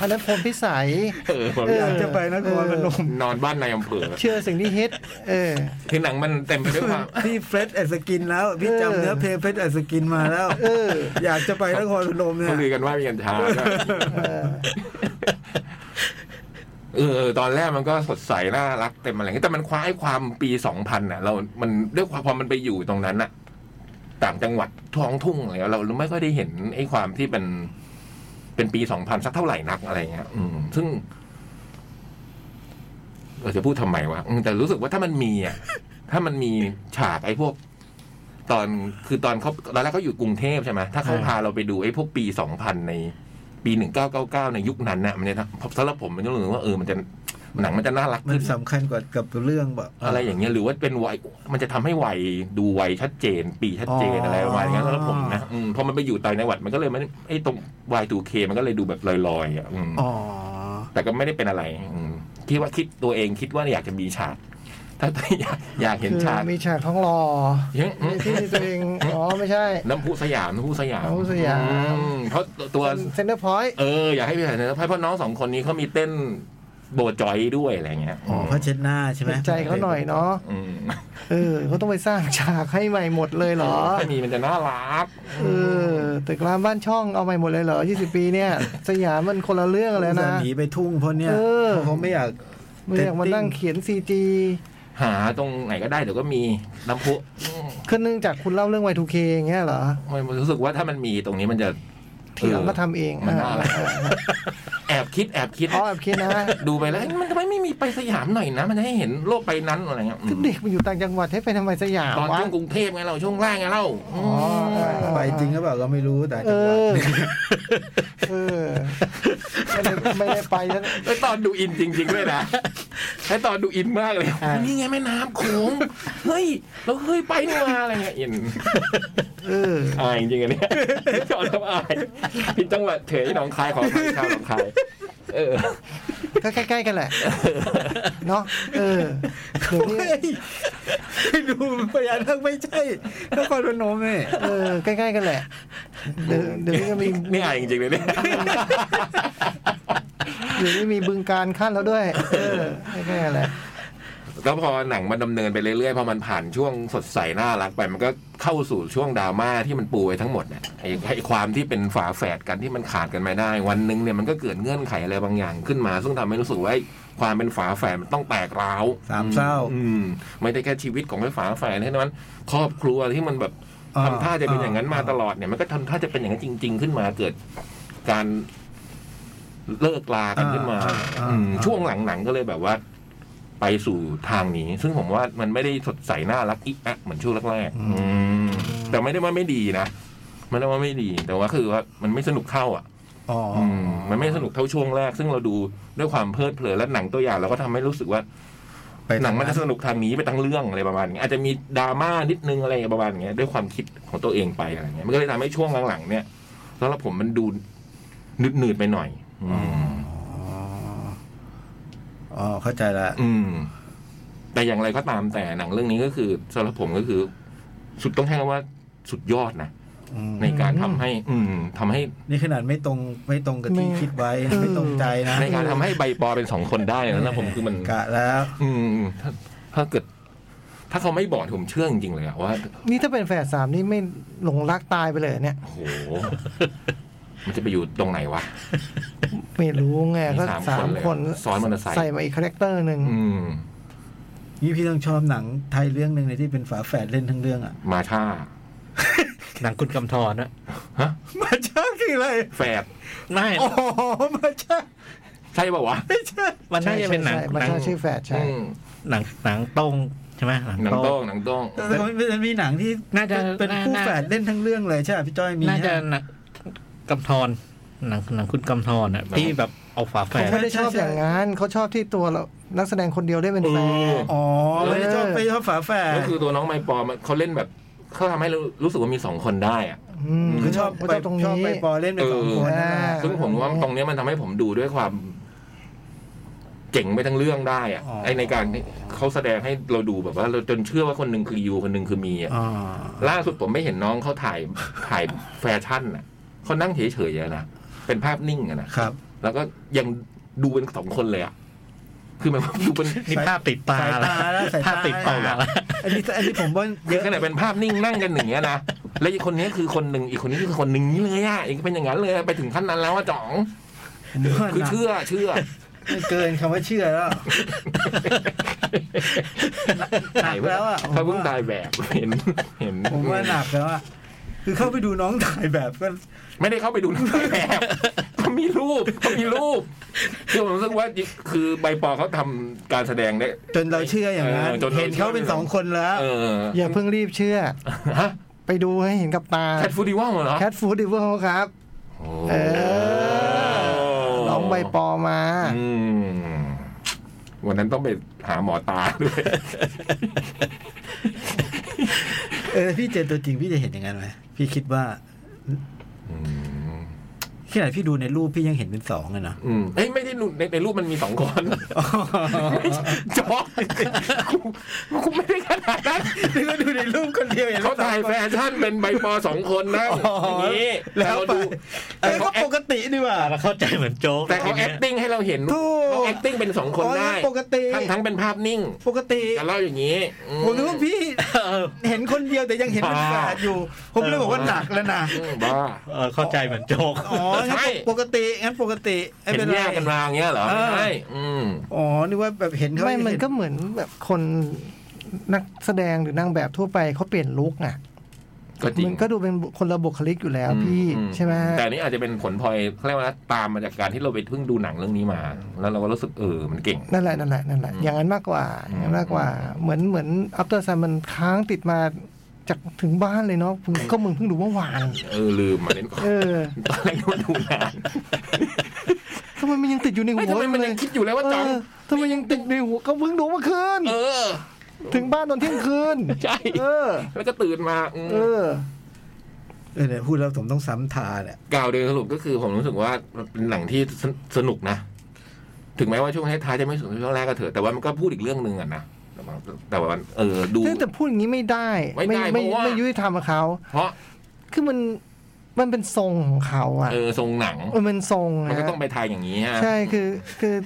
Speaker 2: อันนั้นพรหมพิสัย
Speaker 3: เออผม
Speaker 2: เอ
Speaker 6: อยากจะไปนครพนม
Speaker 3: นอนบ้านนายอำเภอ
Speaker 2: เชื่อสิ่งที่ฮิตเออ
Speaker 3: คือหนังมันเต็มไปด้วยความ
Speaker 6: พี่เฟรดแอดสกินแล้วพี่จำเนื้อเพลงเฟรดแอดสกินมาแล้ว
Speaker 2: เออ
Speaker 6: อยากจะไปนครพนมเนี่ย
Speaker 3: เขาลือกันว่ามีกัญชาด้วย
Speaker 2: เออ
Speaker 3: เออตอนแรกมันก็สดใสน่ารักเต็มอะไรอย่างเงี้ยแต่มันคว้าไอ้ความปีสองพันอ่ะ เรา มันด้วยความพอมันไปอยู่ตรงนั้นอ่ะ ต่างจังหวัดท้องทุ่งอะไรเงี้ยเราไม่ค่อยได้เห็นไอ้ความที่เป็น เป็นปีสองพันสักเท่าไหร่นักอะไรเงี้ยอืม ซึ่งเราจะพูดทำไมวะอืมแต่รู้สึกว่าถ้ามันมีอ่ะ ถ้ามันมีฉากไอ้พวก ตอนคือตอนเขาตอนแรกเขาอยู่กรุงเทพใช่ไหมถ้าเขาพาเราไปดูไอ้พวกปีสองพันใน ปีหนึ่งเก้าเก้าเก้าในยุคนั้นน่ะมันจะทำสำหรับผมมันก็รู้สึกว่าเออมันจะหนังมันจะน่ารัก
Speaker 6: มัน
Speaker 3: ขึ้น
Speaker 6: สำคัญกว่ากับเรื่องแบบ
Speaker 3: อะไรอย่างเงี้ยหรือว่าเป็นวัยมันจะทำให้วัยดูวัยชัดเจน ปีชัดเจนอะไรประมาณอย่างเงี้ย
Speaker 6: อ๋อ
Speaker 3: สำหรับผมนะอืมพอมันไปอยู่ต่างจังหวัดมันก็เลยไม่ได้ไอ้ตรง Y2K มันก็เลยดูแบบลอยๆอ่ะอืม
Speaker 6: อ๋อ
Speaker 3: แต่ก็ไม่ได้เป็นอะไรอืมคิดว่าคิดตัวเองคิดว่าอยากจะมีฉากถ้าอยาก อยากเห็น
Speaker 2: คือ
Speaker 3: ฉาก
Speaker 2: มีฉากท้องรอ
Speaker 3: ยังอืม
Speaker 2: ที่ตัวเอง อ๋อ ไม่ใช่
Speaker 3: น้ำพุสยามน้ำพุสยาม
Speaker 2: น้ำพุสยาม
Speaker 3: อืมเพราะตัว
Speaker 2: เซนเตอร์พอยต์
Speaker 3: เอออยากให้พี่ถ่ายเนื้อเพราะน้องสองคนนี้เขามีเต้นโบจอยด้วยอะไรเงี้ย
Speaker 6: อ๋อพระเช็ดหน้าใช่ไหม
Speaker 2: ใจเขาหน่อยเนาะ
Speaker 3: อืม
Speaker 2: เออเขาต้องไปสร้างฉากให้ใหม่หมดเลยเหรอ
Speaker 3: ถ้ามีมันจะน่ารัก
Speaker 2: เออตึกรามบ้านช่องเอาใหม่หมดเลยเหรอ 20 ปีเนี่ย สยามมันคนละเรื่อง
Speaker 6: อุต
Speaker 2: แล้ว
Speaker 6: ส่า
Speaker 2: นะ
Speaker 6: ห์หนีไปทุ่งเพราะเนี่ย
Speaker 2: เออ
Speaker 6: เพราะเขาไม่อยาก
Speaker 2: ไม่อยากมานั่งเขียน CG
Speaker 3: หาตรงไหนก็ได้เดี๋ยวก็มีน้ำพุอืม
Speaker 2: คือเนื่องจากคุณเล่าเรื่อง Y2K อย่างเงี้ยเหรอ
Speaker 3: มันรู้สึกว่าถ้ามันมีตรงนี้มันจะ
Speaker 2: ทีหลังก็ทำเอง
Speaker 3: เออมันน่ารักแอบคิดแอบคิด
Speaker 2: อ๋อแบบคิดนะ
Speaker 3: ดูไปแล้วเอ๊ะมันทำไมไม่มีไปสยามหน่อยนะ มันจะให้เห็นโลกไปนั้นอะไรเงี้ยอืม
Speaker 2: คือเด็กมันอยู่ต่างจังหวัดให้ไปทำไมสยาม
Speaker 3: ตอน
Speaker 2: วะ
Speaker 3: ช่วงกรุงเทพไงเราช่วงล่างไงเล่าอืม
Speaker 2: อ๋อเออ
Speaker 6: ไปจริงหรือเปล่าก็ไม่รู้แต่
Speaker 2: เอ
Speaker 6: จังห
Speaker 2: อ
Speaker 6: วะ
Speaker 2: เออ ไม่ได้ไม่ได้ไปแล้ว
Speaker 3: ไอตอนดูอินจริง ๆ ด้วย นะไอตอนดูอินมากเลย
Speaker 2: อ่า
Speaker 3: นี่ไงแม่น้ำโขงเฮ้ยเราเคยไปนี่มาอะไรเงี้ยอิน
Speaker 2: เออ
Speaker 3: อายจริงๆอันเนี้ยพี่จอนทำอายพี่จังหวัดเถยหนองคายขออภัยชาวหนองคาย เออ
Speaker 2: ก็ใกล้ๆกันแหละ เนาะเออเดี๋ยวนี้
Speaker 6: ไม่ดูพยานทักไม่ใช่นครพนมเนี่ย
Speaker 2: เออใกล้ๆกันแหละ เดี๋ยวเดี๋ยวนี้ก็มี
Speaker 3: นี่อายจริงๆเลยเนี่ย
Speaker 2: เดี๋ยวนี้มีบึงการขั้นแล้วด้วย เออใกล้ๆกันแหละ
Speaker 3: แล้วพอหนังมันดำเนินไปเรื่อยๆ พอมันผ่านช่วงสดใสน่ารักไป มันก็เข้าสู่ช่วงดราม่าที่มันปูไว้ทั้งหมดเนี่ยไอ้ไอ้ความที่เป็นฝาแฝดกันที่มันขาดกันไม่ได้ วันหนึ่งเนี่ยมันก็เกิดเงื่อนไขอะไรบางอย่างขึ้นมา ซึ่งทำให้รู้สึกว่าไอ้ความเป็นฝาแฝดมันต้องแตกร้าว
Speaker 6: สามเศร้า
Speaker 3: อืมไม่ได้แค่ชีวิตของไอ้ฝาแฝดเท่านั้นครอบครัวที่มันแบบทำท่าจะเป็นอย่างนั้นมาตลอดเนี่ยมันก็ทำท่าจะเป็นอย่างนั้นจริง ๆ ขึ้นมาเกิดการเลิกลากันขึ้นมา
Speaker 6: อ่าอ่าอ่า
Speaker 3: อืมช่วงหลังๆก็เลยแบบว่า ไปสู่ทางนี้ ซึ่งผมว่ามันไม่ได้สดใสน่ารักอีกอะเหมือนช่วงแรกๆอืมแต่ไม่ได้ว่าไม่ดีนะไม่ได้ว่าไม่ดี แต่ว่าคือว่ามันไม่สนุกเท่าอ่ะ
Speaker 6: อ๋ออ
Speaker 3: มมันไม่สนุกเท่าช่วงแรก ซึ่งเราดูด้วยความเพลิดเพลินและหนังตัวอย่างเราก็ทำให้รู้สึกว่า
Speaker 6: ไป
Speaker 3: หนังมันจะสนุกทางนี้ไปทั้งเรื่องอะไรประมาณนี้อาจจะมีดราม่านิดนึงอะไรประมาณนี้ด้วยความคิดของตัวเองไปอะไรเงี้ยมันก็เลยทำให้ช่วงหลังๆเนี่ยสำหรับผมมันดูหนืดๆไปหน่อย อืม
Speaker 6: อ๋ออ๋อเข้าใจละ
Speaker 3: อืม แต่อย่างไรก็ตามแต่หนังเรื่องนี้ก็คือสำหรับผมก็คือ สุดต้องให้คำว่าสุดยอดนะ
Speaker 6: อืม
Speaker 3: ในการทำให้ อืมทำให้
Speaker 6: นี่ขนาดไม่ตรงไม่ตรงกับที่
Speaker 2: ไม่
Speaker 6: คิดไว้ไม่ตรงใจนะ
Speaker 3: ในการทำให้ใบปอเป็นสองคนได้นะนะผมคือมัน
Speaker 6: กะแล้ว
Speaker 3: อืม ถ้าถ้าเกิด ถ้าเขาไม่บอกผมเชื่อจริงๆเลยอะว่า
Speaker 2: นี่ถ้าเป็นแฝดสามนี่ไม่หลงรักตายไปเลยเนี่ย
Speaker 3: โอ้โห มันจะไปอยู่ตรงไหนวะ
Speaker 2: ไม่รู้ไง
Speaker 3: มี
Speaker 2: ก็
Speaker 3: สา
Speaker 2: สาม ม
Speaker 3: ค
Speaker 2: คน น
Speaker 3: เลยซ้อนมอเตอร์ไซค์
Speaker 2: ใส่มาอีกคาแรคเตอร์หนึ่ง
Speaker 3: อืม
Speaker 6: นี่พี่ต้องชอบหนังไทยเรื่องหนึ่งในที่เป็นฝาแฝดเล่นทั้งเรื่องอ่ะ
Speaker 3: มาช่า
Speaker 4: หนังคุณกำธรนะ
Speaker 3: ฮะ
Speaker 6: มาช่างคืออะไร
Speaker 3: แฝด
Speaker 4: ไม่
Speaker 6: อ๋อมาช่าง
Speaker 3: ใช่ป่าวะ
Speaker 6: ไม่ใช่
Speaker 4: มันน่าจะเป็นหนัง
Speaker 2: ใช่ใช่
Speaker 4: ห
Speaker 2: มา
Speaker 4: นัง
Speaker 2: ชาชื่อแฝดใช่
Speaker 3: อืม
Speaker 4: หนังหนังโต้งใช่ไหมหนัง
Speaker 3: หนัง
Speaker 4: โต้ง
Speaker 3: โต้องหนังโต้อง
Speaker 6: แต่มันมันมีหนังที่
Speaker 4: น่าจะ
Speaker 6: เป็น
Speaker 4: น่า
Speaker 6: คู่
Speaker 4: น่า
Speaker 6: แฝดเล่นทั้งเรื่องเลยใช่ไหมพี่จ้อยมี
Speaker 4: น่าจะ
Speaker 6: ฮ
Speaker 4: หนังกำธรหนังหนังคุณกำธรอ่ะ
Speaker 3: หนัง
Speaker 4: ที่แบบเอาฝาแฝด
Speaker 2: เขาไม่ได้ชอบ
Speaker 6: ใช่ใช่
Speaker 2: อย่างนั้นเขาชอบที่ตัวเรานักแสดงคนเดียวได้เป็นแฟน
Speaker 3: เออ
Speaker 6: อ๋อไม่ได้ชอบ
Speaker 2: เออ
Speaker 6: ไปชอบฝาแฝด
Speaker 3: ก็คือตัวน้องไมปอมันเขาเล่นแบบเขาทำให้เรารู้สึกว่ามีสองคนได้อะ
Speaker 2: ม
Speaker 6: คือชอบ
Speaker 2: เขา
Speaker 6: ไป
Speaker 2: ชอบตรง
Speaker 6: ชอบ
Speaker 2: นี้
Speaker 6: ไปปอเล่นเป็นสองคนนั่นแหละ
Speaker 2: เออ
Speaker 3: ซึ่งผมว่าตรงเนี้ยมันทำให้ผมดูด้วยความ เจ๋งไปทั้งเรื่องได้อะไอในการที่เขาแสดงให้เราดูแบบว่าเราจนเชื่อว่าคนหนึ่งคือยูคนหนึ่งคือมีอะ
Speaker 6: อ๋อ
Speaker 3: ล่าสุดผมไม่เห็นน้องเขาถ่ายถ่ายแฟชั่นอ่ะเขานั่งเฉยๆอะนะเป็นภาพนิ่งอะนะครับ แล้วก็ยังดูเป็นสองคนเลยอ่ะคือหมายความว่าดูเป็น
Speaker 4: นี่ภาพติดตา
Speaker 6: สายตาแล้วสายตา
Speaker 4: ภาพติดตาแล้ว
Speaker 6: อันนี้อันนี้ผมว่าเย
Speaker 3: เยอะข
Speaker 6: อะ
Speaker 3: นาดเป็นภาพนิ่งนั่งกันอย่างเงี้ยนะแล้วอีกคนนี้คือคนหนึ่งอีกคนนี้คือคนหนึ่งนี้เลยอ่ะอีกเป็นอย่างนั้นเลยอะไปถึงขั้นนั้นแล้วอะจ๋อง
Speaker 6: ผมว่า
Speaker 3: คือ
Speaker 6: หนัก
Speaker 3: เชื่อเชื่ อ
Speaker 6: เกินคำว่าเชื่อแล้ว หนักแล้วอะ
Speaker 3: เขาเพิ่งตายแบบเห็นเห็น
Speaker 6: ผมว่าหนักแล้วอ่ะคือเข้าไปดูน้องถ่ายแบบก็
Speaker 3: ไม่ได้เข้าไปดูหนังตายแบบเขามีรูปเขามีรูปคือผมรู้สึกว่าคือใบปอเขาทำการแสดงได้
Speaker 6: จนเราเชื่ออย่างนั้น
Speaker 3: เออจนเรา
Speaker 6: เห็นเขาเป็นสองคนแล้ว
Speaker 3: เออ
Speaker 2: อย่าเพิ่งรีบเชื่อ
Speaker 3: ฮะ
Speaker 2: ไปดูให้เห็นกับตา
Speaker 3: แคทฟูดีว่าเหรอ
Speaker 2: แคทฟูดดิเวอร์ครับ
Speaker 3: โอ้
Speaker 2: เออ น้องใบปอมา
Speaker 3: อืมวันนั้นต้องไปหาหมอตาด้วย
Speaker 6: เออพี่เจอตัวจริงพี่จะเห็นอย่างนั้นไหมพี่คิดว่า
Speaker 3: อืม
Speaker 6: ขนาดพี่ดูในรูปพี่ยังเห็นเป็นสองเลยนะ
Speaker 3: อืมเอ้ยไม่ได้ดูในในรูปมันมีสองคนจอกกูกูไม่ได้ขนาดนั้น
Speaker 6: นี่ก็ดูในรูปคนเดียวเห็น
Speaker 3: เขาถ่ายแฟ
Speaker 6: น
Speaker 3: ชั่นเป็นใบปอสองคนนะ
Speaker 6: อ๋ออ
Speaker 3: อย่างนี้
Speaker 6: แล้
Speaker 3: แล้ว
Speaker 6: ว
Speaker 3: ดู
Speaker 6: ไป เออก็ปกติดีว่า
Speaker 4: เราเข้าใจเหมือนโจ๊ก
Speaker 3: แต่เขา
Speaker 4: ทีนี้ย
Speaker 3: acting ให้เราเห็น
Speaker 6: ถูก
Speaker 3: เขา acting เป็นสองคน
Speaker 6: อ๋อ
Speaker 3: ได้
Speaker 6: ปกติ
Speaker 3: ทั้งทั้งเป็นภาพนิ่ง
Speaker 6: ปกติ
Speaker 3: แต่เล่าอย่างนี้อื
Speaker 6: ผมนึกว่าพี่เห็นคนเดียวแต่ยังเห็นเป็นแฝดอยู่ ผมเลยบอกว่าหนักแล้วนะ
Speaker 3: อืมบ้า
Speaker 4: เออเข้าใจเหมือนโจ๊ก
Speaker 6: อ๋องั้นปกติงั้นปกติไม่
Speaker 3: เห็
Speaker 6: เป็น
Speaker 3: น
Speaker 6: ไร
Speaker 3: แยกกันมาอย่างเงี้ยเหรอ
Speaker 6: เออ
Speaker 3: ใช่อืม
Speaker 6: อ๋อนึกว่าแบบเห็นเขา
Speaker 2: ไม่มัน
Speaker 6: เห็
Speaker 2: ก็เหมือนแบบคนนักแสดงหรือนางแบบทั่วไปเขาเปลี่ยนลุคอ่ะ
Speaker 3: ก็จริง
Speaker 2: มันก็ดูเป็นคนระบุคลิกอยู่แล้วพี่
Speaker 3: อื
Speaker 2: ใช่ไหม
Speaker 3: แต่อันนี้อาจจะเป็นผลพลอยเขาเรียกว่าตามมาจากการที่เราไปเพิ่งดูหนังเรื่องนี้มา แล้วเราก็รู้สึกเออมันเก่ง
Speaker 2: นั่นแหละนั่นแหละนั่นแหละ
Speaker 3: อืม
Speaker 2: อย่างนั้นมากกว่า
Speaker 3: อืม
Speaker 2: อย่างนั้นมากกว่า เหมือนเหมือนอัปเตอร์ซันมันค้างติดมาจากถึงบ้านเลยเนาะผมก็มึงเพิ่งดูเมื่อวาน
Speaker 3: เออลืมอันนี้
Speaker 2: เออ
Speaker 3: ตอนแรกนึกว่าดู หนัง
Speaker 2: ทำไมมันยังติดอยู่ในหัว
Speaker 3: ไม่ทำไมมันยังคิดอยู่เลยว่าจ๋อง
Speaker 2: เทำไมยังติดในหัวก็เพิ่งดูเมื่อคืน
Speaker 3: เออ
Speaker 2: ถึงบ้านตอนเที่ยงคืน
Speaker 3: ใช่
Speaker 2: เออ
Speaker 3: แล้วก็ตื่นมาอืม
Speaker 2: เออ
Speaker 6: เออเนี่ยพูดแล้วผมต้องซ้ำทาเนี่ย
Speaker 3: กล่าวโดยสรุปก็คือผมรู้สึกว่ามันเป็นหนังที่สนสนุกนะ ถึงแม้ว่าช่วงท้ายๆจะไม่สนุกช่วงแรกก็เถอะแต่ว่ามันก็พูดอีกเรื่องหนึ่งอะนะแต่ว่าแต่ว่าเออดู
Speaker 2: ซึ่งแต่พูดอย่างนี้ไม่ได้
Speaker 3: ไม่ได้
Speaker 2: ไม่
Speaker 3: เพราะว่า
Speaker 2: ไม่ยุติธรรมกับเขา
Speaker 3: เพราะ
Speaker 2: คือมันมันเป็นทรงของเขาอ่ะ
Speaker 3: เออทรงหนัง
Speaker 2: เออมันทรงอะ
Speaker 3: มันก็ต้องไปทายอย่างนี้ฮะ
Speaker 2: ใช่คือคือ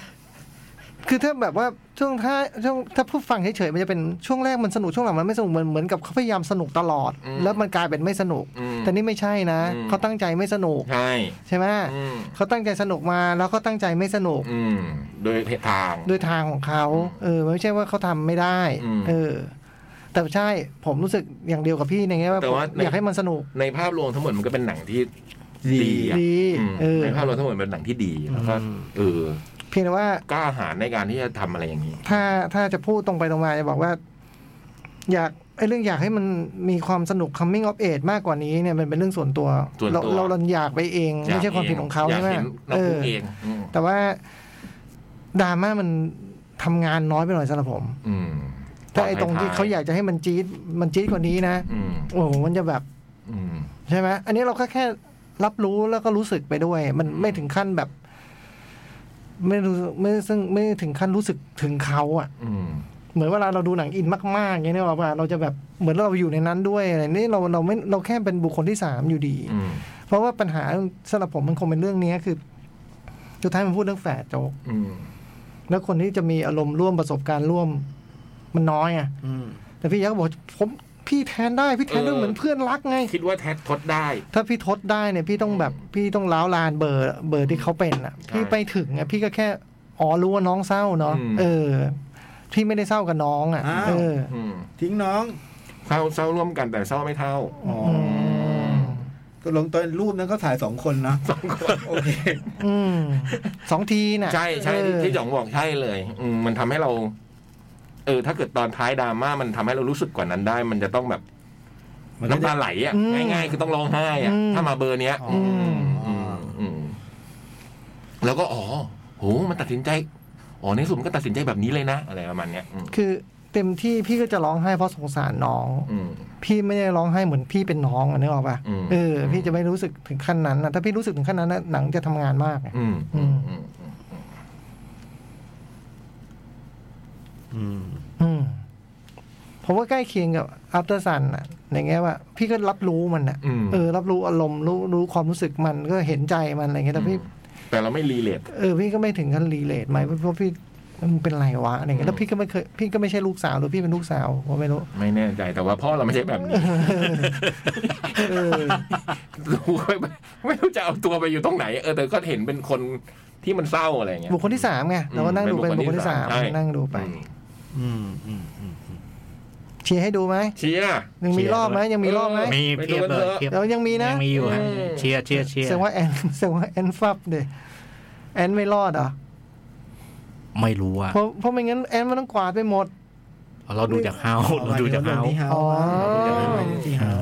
Speaker 2: คือถ้าแบบว่าช่วงถ้าช่วงถ้าผู้ฟังเฉยๆมันจะเป็นช่วงแรกมันสนุกช่วงหลังมันไม่สนุกเหมือนเหมือนกับเขาพยายามสนุกตลอด แล้วมันกลายเป็นไม่สนุก
Speaker 3: อืม
Speaker 2: แต่นี่ไม่ใช่นะ
Speaker 3: อืม
Speaker 2: เขาตั้งใจไม่สนุก
Speaker 3: ใช่
Speaker 2: ใช่ไหม
Speaker 3: อืม
Speaker 2: เขาตั้งใจสนุกมาแล้วก็ตั้งใจไม่สนุก
Speaker 3: อืมโดยทาง
Speaker 2: ด้วยทางของเขาเออมันไม่ใช่ว่าเขาทำไม่ได้
Speaker 3: อืม
Speaker 2: เออ แต่ใช่ผมรู้สึกอย่างเดียวกับพี่ในแง่ว่า
Speaker 3: แต่ว่าใน
Speaker 2: อยากให้มันสนุก
Speaker 3: ในภาพรวมทั้งหมดมันก็เป็นหนังที่ดีอะ
Speaker 2: ดี
Speaker 3: อืม
Speaker 2: เออ
Speaker 3: ในภาพรวมทั้งหมดเป็นหนังที่ดีแล้วก็เออ
Speaker 2: เพียงแต่ว่า
Speaker 3: กล้าหาญในการที่จะทำอะไรอย่างนี้
Speaker 2: ถ้าถ้าจะพูดตรงไปตรงมาจะบอกว่า อยากไอ้เรื่องอยากให้มันมีความสนุก coming of age มากกว่านี้เนี่ยมันเป็นเรื่องส่วนตัว
Speaker 3: ส่วนตัว
Speaker 2: เราเราเราอยากไปเอง ไม่ใช่ความผิดของเขา
Speaker 3: อยก
Speaker 2: ใช่ไหม
Speaker 3: ห็นเรา
Speaker 2: เอ
Speaker 3: พูด
Speaker 2: อ
Speaker 3: เองอืม
Speaker 2: แต่ว่าดราม่ามันทำงานน้อยไปหน่อยสำหรับผม
Speaker 3: อืม
Speaker 2: ถ้าไอ้ตรงที่เขาอยากจะให้มันจี๊ดมันจี๊ดกว่านี้นะ
Speaker 3: อืม
Speaker 2: โอ้โหมันจะแบบ
Speaker 3: อืม
Speaker 2: ใช่ไหมอันนี้เราก็แค่รับรู้แล้วก็รู้สึกไปด้วย มันไม่ถึงขั้นแบบ ไม่รู้ไม่ซึ่งไม่ถึงขั้นรู้สึกถึงเขาอ่ะ
Speaker 3: อืม
Speaker 2: เหมือนเวลาเราดูหนังอินมากๆอย่างเงี้ยเนี่ยว่าเราจะแบบเหมือนเราอยู่ในนั้นด้วยอะไรนี่เราเราไม่เราแค่เป็นบุคคลที่สามอยู่ดี
Speaker 3: อืม
Speaker 2: เพราะว่าปัญหาสำหรับผมมันคงเป็นเรื่องเนี้ยคือสุดท้ายมันพูดเรื่องแฝดโจก
Speaker 3: อืม
Speaker 2: แล้วคนที่จะมีอารมณ์ร่วมประสบการณ์ร่วม มันน้อยอะ
Speaker 6: อืม
Speaker 2: แต่พี่ยักษ์ก็บอกผมพี่แทนได้พี่แทนได้
Speaker 3: เออ
Speaker 2: เหมือนเพื่อนรักไง
Speaker 3: คิดว่าแท็กทดได้
Speaker 2: ถ้าพี่ทดได้เนี่ยพี่ต้องแบบพี่ต้องล้าวลานเบอร์เบอร์ที่เขาเป็นอ่ะ
Speaker 3: ใช่
Speaker 2: พี่ไปถึงอ่ะพี่ก็แค่อ๋อรู้ว่าน้องเศร้าเนาะ
Speaker 3: อืม
Speaker 2: เออพี่ไม่ได้เศร้ากับน้องอ่ะ
Speaker 6: อ้าว
Speaker 2: เออ
Speaker 3: อืม
Speaker 6: ทิ้งน้อง
Speaker 3: เศร้าเศร้าร่วมกันแต่เศร้าไม่เท่า
Speaker 6: อ๋อก็ลงต้นรูปนั้นเขาถ่ายสองคนเนาะสองคนโอเค
Speaker 2: อืมสองทีน่ะ
Speaker 3: ใช่ใช่ที่
Speaker 2: เออ
Speaker 3: ที่จ่องบอกใช่เลยอืมมันทำให้เรา เออ ถ้าเกิดตอนท้ายดราม่ามันทำให้เรารู้สึกกว่านั้นได้ มันจะต้องแบบ
Speaker 6: มันก็
Speaker 3: น้ำ
Speaker 6: จะ
Speaker 3: ตาไหลอ่ะ
Speaker 2: อืม
Speaker 3: ง่ายๆ คือต้องร้องไห้อ่ะ
Speaker 2: อืม
Speaker 3: ถ้ามาเบอร์เนี้ย
Speaker 6: อืม
Speaker 3: อืมอืมแล้วก็อ๋อโหมันตัดสินใจอ๋อในที่สุดมันก็ตัดสินใจแบบนี้เลยนะอะไรประมาณเนี้ยอืม
Speaker 2: คือเต็มที่พี่ก็จะร้องไห้เพราะสงสารน้อง
Speaker 3: อืม
Speaker 2: พี่ไม่ได้ร้องไห้เหมือนพี่เป็นน้องอะนึกออกปะ
Speaker 3: อืม
Speaker 2: เออ พี่จะไม่รู้สึกถึงขั้นนั้นนะถ้าพี่รู้สึกถึงขั้นนั้นนะหนังจะทำงานมาก
Speaker 3: อืมอืมอืม
Speaker 6: อืม
Speaker 2: อืมเพราะว่าใกล้เคียงกับอัปเตอร์ซันอะในแง่ว่า พี่ก็รับรู้มันอะ
Speaker 3: อืม
Speaker 2: เออ รับรู้อารมณ์รู้รู้ความรู้สึกมันก็เห็นใจมันอะไรเงี้ยแต่พี่
Speaker 3: แต่เราไม่รีเลท
Speaker 2: เออพี่ก็ไม่ถึงขั้นรีเลทไหมเพราะพี่มึงเป็นไรวะอะไรเงี้ยแล้วพี่ก็ไม่เคยพี่ก็ไม่ใช่ลูกสาวหรือพี่เป็นลูกสาวผมไม่รู้
Speaker 3: ไม่แน่ใจแต่ว่าพ่อเราไม่ใช่แบบนี้
Speaker 2: เออ
Speaker 3: รู้ไว้ไหม ไม่รู้จะเอาตัวไปอยู่ตรงไหน เออแต่ก็เห็นเป็นคนที่มันเศร้าอะไรเงี้ย
Speaker 2: บุคคลที่สามไงเราก็นั่งดูเป็นบุคคลที่สาม
Speaker 3: ใช่
Speaker 2: นั่งดูไป
Speaker 3: อืม
Speaker 6: อืมอืมอืม
Speaker 2: เชียร์ให้ดูไหม
Speaker 3: เชียร์
Speaker 2: ยังมีรอบไหม
Speaker 4: เชียร์
Speaker 2: ยังมีรอบไหม
Speaker 3: เออ
Speaker 4: มีเพียบเลยเพียบ
Speaker 2: แล้วยังมีนะ
Speaker 4: ยังมีอยู่ฮะ
Speaker 3: อืม
Speaker 4: เชียร์เชียร์เชียร์
Speaker 2: แสดงว่าแอนแสดงว่าแอนฟับเดยแอนไม่รอดเหรอ่ะ
Speaker 4: ไม่รู้อ่ะ
Speaker 2: เพราะเพราะไม่งั้นแอนมันต้องกวาดไปหมด
Speaker 4: เราดูจากเฮาเราดูจากเฮา
Speaker 6: เรื่องนี้เฮา
Speaker 2: อ๋อ
Speaker 6: เรื่องนี้เฮา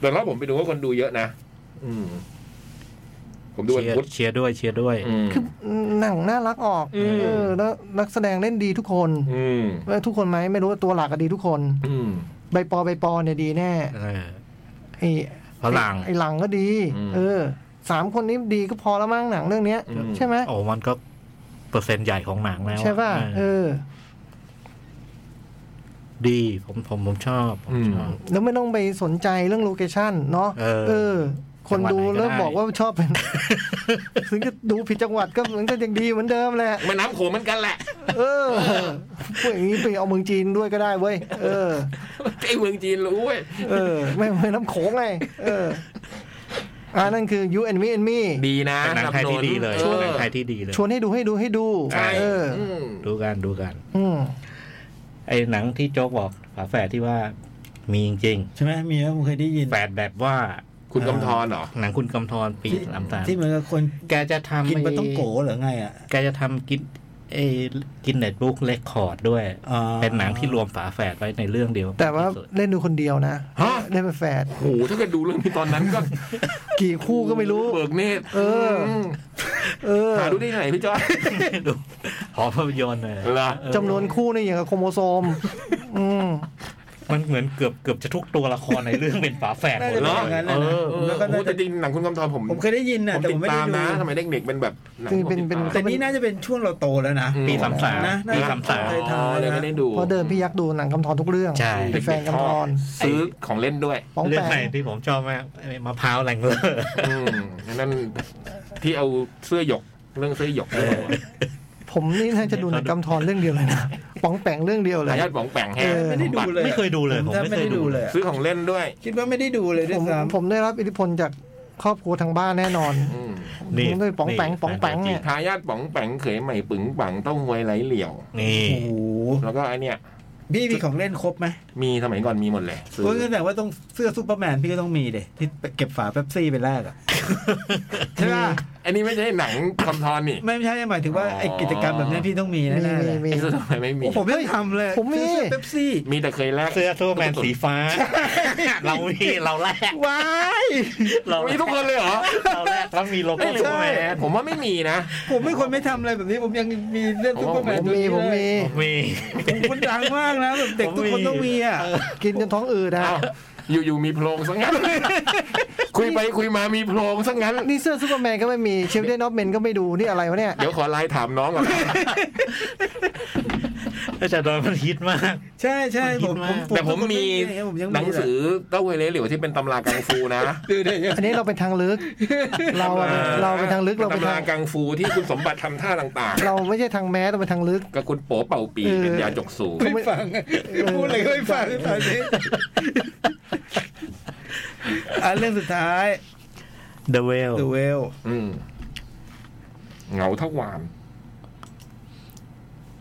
Speaker 3: แต่รอบผมไปดูว่าคนดูเยอะนะอืม ผมดูวัน
Speaker 4: เชียร์
Speaker 3: พุธ
Speaker 4: เชียร์ด้วยเชียร์ด้วย
Speaker 3: อืม
Speaker 2: คือหนังน่ารักออก
Speaker 3: อืม
Speaker 2: เออแล้วนักแสดงเล่นดีทุกคน
Speaker 3: อืม
Speaker 2: ว่าทุกคนไหมไม่รู้ว่าตัวหลักก็ดีทุกคน
Speaker 3: อืม
Speaker 2: ใบปอใบปอเนี่ยดีแน่
Speaker 4: เออ
Speaker 2: ไอ้
Speaker 4: ฝรั่ง
Speaker 2: ไอ้หลังก็ดี
Speaker 3: อืม
Speaker 2: เออสามคนนี้ดีก็พอแล้วมั้งหนังเรื่องเนี้ย
Speaker 3: อืม
Speaker 2: ใช่ไหม
Speaker 4: โอ้มันก็เปอร์เซ็นต์ใหญ่ของหนังแล้วอ
Speaker 2: ใช่ป่ะเออ
Speaker 4: ดีผมผมผมชอบผมชอบ
Speaker 2: แล้วไม่ต้องไปสนใจเรื่องโลเคชันเนาะ
Speaker 4: เออ
Speaker 2: คนดู
Speaker 4: จังหวัดไหนก็ได้
Speaker 2: เริ่มบอกว่าชอบเป็น ถึงจะดูผิดจังหวัดก็เหมือนก็ยังดีเหมือนเดิมแหละ
Speaker 3: มันน้ำโขงเหมือนกันแหละ
Speaker 2: เออพวกอย่างนี้ไปเอาเมืองจีนด้วยก็ได้เว้ย เออ
Speaker 3: ไอ้เมืองจีนรู้เว้ย
Speaker 2: เออ ไม่ไม่น้ำโขงไงเอออ่านั่นคือ you and me and me
Speaker 3: ดีนะ
Speaker 4: เป็นหนังไทยที่ดีเลย
Speaker 3: สบสนุน
Speaker 4: เป็นหนังไทย
Speaker 3: เออ
Speaker 4: ที่ดีเลย
Speaker 2: ชวนให้ดูให้ดูให้ดู
Speaker 4: ใช่
Speaker 2: เออ
Speaker 3: ม
Speaker 4: ดูกันดูกัน
Speaker 2: อืม
Speaker 4: ไอ้หนังที่โจ๊กบอกฝาแฝดที่ว่ามีจริง
Speaker 6: ใช่ไหมมีไหมผมเคยได้ยิน
Speaker 4: ๆแฝดแบบว่า
Speaker 3: คุณกำธรเหรอ
Speaker 4: หนังคุณกำธรปี
Speaker 6: ที่
Speaker 4: สามสาม
Speaker 6: ที่เหมือนกับคน
Speaker 4: แกจะทำ
Speaker 6: กินปลา
Speaker 4: ไอ้
Speaker 6: ต้องโกเหรือไงอ่ะ
Speaker 4: แกจะทำกินไอ้กินเน็ตบุ๊กเรคคอร์ดด้วย
Speaker 6: อ๋อ
Speaker 4: เป็นหนังที่รวมฝาแฝดไว้ในเรื่องเดียว
Speaker 2: แต่ว่า
Speaker 4: ที่สุด
Speaker 2: เล่นดูคนเดียวนะ
Speaker 3: ฮะ
Speaker 2: เล่นเป็นแฝด
Speaker 3: โหถ้าเกิดดูเรื่องนี้ตอนนั้นก็
Speaker 2: กี่คู่ก็ไม่รู้
Speaker 3: เบิกเนตร
Speaker 2: เอออื
Speaker 3: ม
Speaker 2: เออ
Speaker 3: หาดูได้ที่ไหนพี่จ้อย
Speaker 4: ดูหอภาพยนตร์เลย
Speaker 3: เหรอ
Speaker 2: จำนวนคู่นี่อย่างกับโครโมโซม อืม
Speaker 4: มันเหมือนเกือบเกือบจะทุกตัวละครในเรื่องเป็นฝาแฝดหมดเล
Speaker 6: น่า
Speaker 4: ย
Speaker 6: จะอย่างนั้น
Speaker 4: เอ
Speaker 6: น่ะนะ
Speaker 4: อ
Speaker 3: เออ
Speaker 6: แล้วก็
Speaker 3: โอ้
Speaker 6: น่าจะ
Speaker 3: แต่จริงหนังคุณคำทรผม
Speaker 6: ผมเคยได้ยินนะ
Speaker 3: ผม
Speaker 6: แต่ผ
Speaker 3: ติด
Speaker 6: มไม่ได้
Speaker 3: ตาม
Speaker 6: ดู
Speaker 3: นะทำไมเด็กๆเป็นแบบหง
Speaker 2: จริงๆเป็น
Speaker 3: ผมติดตาม
Speaker 2: เป็
Speaker 6: แต่นี่น่าจะเป็นช่วงเราโตแล้วนะ
Speaker 3: อืม
Speaker 4: ปีสามสาม
Speaker 6: นะน่าจะ
Speaker 4: ปีสามสาม
Speaker 6: ไทยๆนะ
Speaker 3: เลยไม่ได้ดู
Speaker 2: เพราะเดิมพี่ยักษ์ดูหนังกำทรทุกเรื่อง
Speaker 4: ใช่
Speaker 2: เป็นแฟนกำทร
Speaker 3: ซื้อของเล่นด้วย
Speaker 2: ป้อง
Speaker 4: เรื่
Speaker 2: แป
Speaker 4: องไหน
Speaker 2: ง
Speaker 4: ที่ผมชอบมากไอ้มะพร้าวแรงเลอร์
Speaker 3: อืมนั่นที่เอาเสื้อหยกเรื่องเสื้อหยกด้วย
Speaker 2: ผมนี่น่าจะดูหนังกำทรเรื่องเดียวเลยนะป้องแปงเรื่องเดียวเล
Speaker 3: สาย ยญาติป๋องแปงแฮะ
Speaker 2: เออ
Speaker 6: ไม่ได้ดูเลย
Speaker 4: ไม่เคยดูเลย ผม
Speaker 6: แทบ
Speaker 4: ไม่เคยดูเลย
Speaker 6: อะ
Speaker 3: ซื้อของเล่นด้วย
Speaker 6: คิดว่าไม่ได้ดูเลยด้ว
Speaker 2: ผ
Speaker 6: ย
Speaker 2: ม
Speaker 6: ซ้
Speaker 2: ผมได้รับอิทธิพลจากครอบครัวทางบ้านแน่นอน
Speaker 3: อืม
Speaker 4: นี่
Speaker 2: ผมด้วยป๋องแปง
Speaker 4: นี่
Speaker 2: ป๋องแปงเนี่ย
Speaker 3: ทายาทป๋องแปงเขยใหม่ปึ๋งปังเต้าหวยไหลเหลี่ยว
Speaker 4: นี่
Speaker 6: ำโอ้โห
Speaker 3: แล้วก็ไอเนี่ย
Speaker 6: พี่มีของเล่นครบไหม
Speaker 3: มีสมัยก่อนมีหมดเลยซื้อ
Speaker 6: ก็แสดงว่าต้องเสื้อซูเปอร์แมนพี่ก็ต้องมีเดยที่เก็บฝาเป๊ปซี่ไปแรกอะใช่ป่ะ
Speaker 3: อันนี้ไม่ใช่หนังคำทอนนี่
Speaker 6: ไม่ใช่หมายถึงว่าไอ
Speaker 3: อ๋อ
Speaker 6: กิจกรรมแบบนี้พี่ต้องมี
Speaker 2: มี
Speaker 6: แน่ๆเลย
Speaker 2: มี
Speaker 3: ไอ้
Speaker 2: มี
Speaker 3: เสื้อทำไมไม่มี
Speaker 6: โอ้ผมไม่ทำเลย
Speaker 2: ผมมี
Speaker 6: ซื้อเป๊ปซี่
Speaker 3: มีแต่เคยแลก
Speaker 4: เสื้อซูเปอร์แมนสีฟ้า เราพี่เราแรก
Speaker 6: ว้าย
Speaker 4: เราแร
Speaker 3: มี
Speaker 4: ก
Speaker 3: ทุกคนเลยเหรอ
Speaker 4: เราแรกแล้วมีโลโก้
Speaker 3: ไม่
Speaker 4: ซูเปอร์แม
Speaker 3: ใช่
Speaker 4: น
Speaker 3: ผมว่าไม่มีนะ
Speaker 6: ผมไม่คนไม่ทำอะไรแบบนี้ ผมยังมีเรื่องซุปเปอร์แม
Speaker 2: ผ
Speaker 6: น
Speaker 2: ม
Speaker 6: ตัว
Speaker 2: มี
Speaker 6: นี้
Speaker 2: ผม
Speaker 6: เล
Speaker 2: มี
Speaker 6: ย
Speaker 4: มี
Speaker 6: ผมคนดังมากนะแบบเด็ก
Speaker 4: ผม
Speaker 6: ทุกคน
Speaker 4: มี
Speaker 6: ต้องมีอ่ะ
Speaker 2: กินจนท้องอืดนะ
Speaker 3: อ้าวอยู่ๆมีโพรงซะงั้น คุยไปคุยมามีโพรงซะงั้น
Speaker 2: นี่เสื้อซูเปอร์แมนก็ไม่มีเชฟเดนอฟเมนก็ไม่ดูนี่อะไรวะ เนี่ย
Speaker 3: เดี๋ยวขอไลน์ถามน้องก่อนนะ
Speaker 4: อาจารย์ดอนมันฮิตมาก
Speaker 6: ใช่ใช่ผมผม
Speaker 3: แต่ผมมี
Speaker 6: ผมยัง
Speaker 3: หนังสือเต้าเวยเลเหลียวที่เป็นตำรากังฟูนะ
Speaker 6: ดูเด็ก
Speaker 2: อันนี้เราเป็นทางลึก เรา อะเราเป็นทางลึกเราเป็น
Speaker 3: ตำรา
Speaker 2: ทาง
Speaker 3: กังฟูที่คุณสมบัติทำท่าต่าง
Speaker 2: เราไม่ใช่ทางแมสเราเป็นทางลึก
Speaker 3: ๆ กับคุณโป๋เป่าปี
Speaker 2: เออ
Speaker 3: เป็นยาจกสูบ
Speaker 6: ไม่ฟังพูดอะไรก็ไม่ฟังตอนนี้อ่ะเรื่องสุดท้าย
Speaker 4: The Whale
Speaker 6: The Whale
Speaker 3: อืมเหงาเท่าหวาน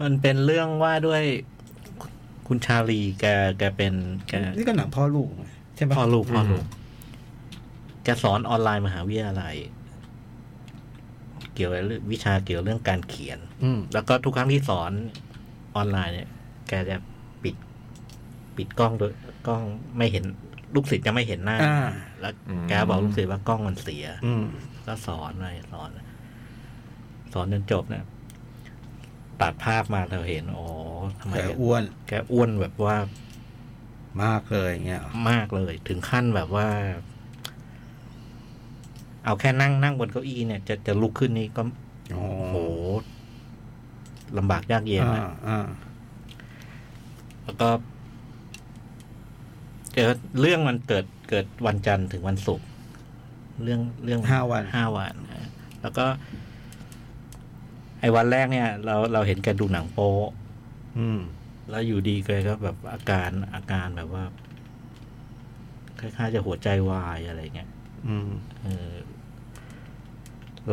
Speaker 4: มันเป็นเรื่องว่าด้วยคุณชาลีแกแกเป็นแก
Speaker 6: นี่ก็หนังพ่อลูกใช่ไหม
Speaker 4: พ่อลูกพ่อลูกแกสอนออนไลน์มหาวิทยาลัย เกี่ยวกับเรื่องวิชาเกี่ยวเรื่องการเขียน
Speaker 6: อืม
Speaker 4: แล้วก็ทุกครั้งที่สอนออนไลน์เนี่ย แกจะปิด ปิดกล้องโดยกล้องไม่เห็นลูกศิษย์จะไม่เห็นหน้า
Speaker 6: อ่า
Speaker 4: แล้ว
Speaker 3: อืม
Speaker 4: แกบอกลูกศิษย์ว่ากล้องมันเสีย
Speaker 6: อืม
Speaker 4: ก็สอนอะไรสอน สอนจนจบเนี่ยตัดภาพมาเราเห็นโอ้ทำไม
Speaker 6: แผล
Speaker 4: แก
Speaker 6: อ้วน
Speaker 4: แกอ้วนแบบว่าม
Speaker 6: ากเลยอย่างเงี้ยเหรอ
Speaker 4: มากเลย ถึงขั้นแบบว่า เอาแค่นั่งนั่งบนเก้าอี้เนี่ยจะจะลุกขึ้นนี่ก็
Speaker 6: โอ้
Speaker 4: โอ้
Speaker 6: โห
Speaker 4: โหลำบากยากเย็น
Speaker 6: อ่า
Speaker 4: อะ
Speaker 6: อ่า
Speaker 4: แล้วก็เกิดเรื่องมันเกิดเกิดวันจันทร์ถึงวันศุกร์เรื่องเรื่อง
Speaker 6: ห้าวัน
Speaker 4: ห้าวันนะแล้วก็ ไอ้วันแรกเนี่ย เราเราเห็นแกดูหนังโป๊ะ
Speaker 6: อืม
Speaker 4: แล้วอยู่ดีแกก็แบบอาการอาการแบบว่าคล้ายๆจะหัวใจวายอะไรเงี้ย
Speaker 6: อืม
Speaker 4: เออ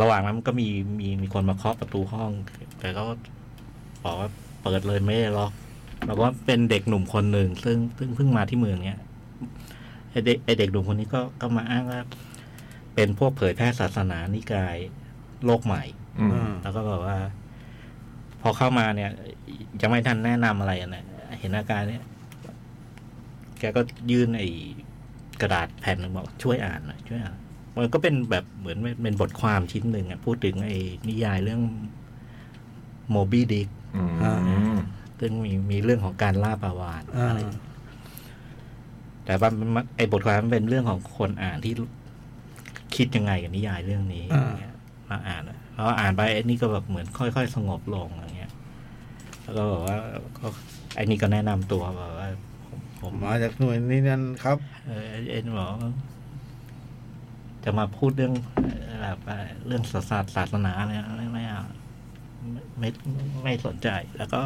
Speaker 4: ระหว่างนั้นมันก็มีมีมีคนมาเคาะประตูห้องแกก็บอกว่าเปิดเลยไม่ได้ล็อก แล้วก็เป็นเด็กหนุ่มคนหนึ่งซึ่งซึ่งเพิ่งมาที่เมืองเนี้ยไอเด็กไอเด็กหนุ่มคนนี้ก็ก็มาอ้างว่า เป็นพวกเผยแพร่ศาสนานิกายโลกใหม่
Speaker 3: อืม
Speaker 4: แล้วก็บอกว่า พอเข้ามาเนี่ยยังไม่ทันแนะนำอะไรอะนะเห็นอาการเนี่ย แกก็ยื่นไอ้กระดาษแผ่นหนึ่งบอกช่วยอ่านหน่อยช่วยอ่านมันก็เป็นแบบเหมือนเป็นบทความชิ้นหนึ่งอะพูดถึงไอ้นิยายเรื่องโมบี้ดิก
Speaker 3: อืม
Speaker 6: อ่า
Speaker 4: ซึ่งมีมีเรื่องของการล่าปลาวาน
Speaker 6: อ่า
Speaker 4: อะไรแต่ว่ามันมันไอ้บทความมันเป็นเรื่องของคนอ่านที่คิดยังไงกับนิยายเรื่องนี้
Speaker 6: อ่า
Speaker 4: อย่างเงี้ยมาอ่านพออ่านไปไอ้นี่ก็แบบเหมือนค่อยๆสงบลงอะไรเงี้ย แล้วก็บอกว่าก็ไอ้นี่ก็แนะนำตัวบอกว่า ผมผ
Speaker 6: ผม มมาจากหน่วยนี้นั่นครับ
Speaker 4: เออไอ้ไอ็นบอกว่าจะมาพูดเรื่องเอ่อแบบว่าเรื่องศาสนาศาสนาอะไรไม่ไม่เอา ไม่ไม่ไม่สนใจ แล้วก็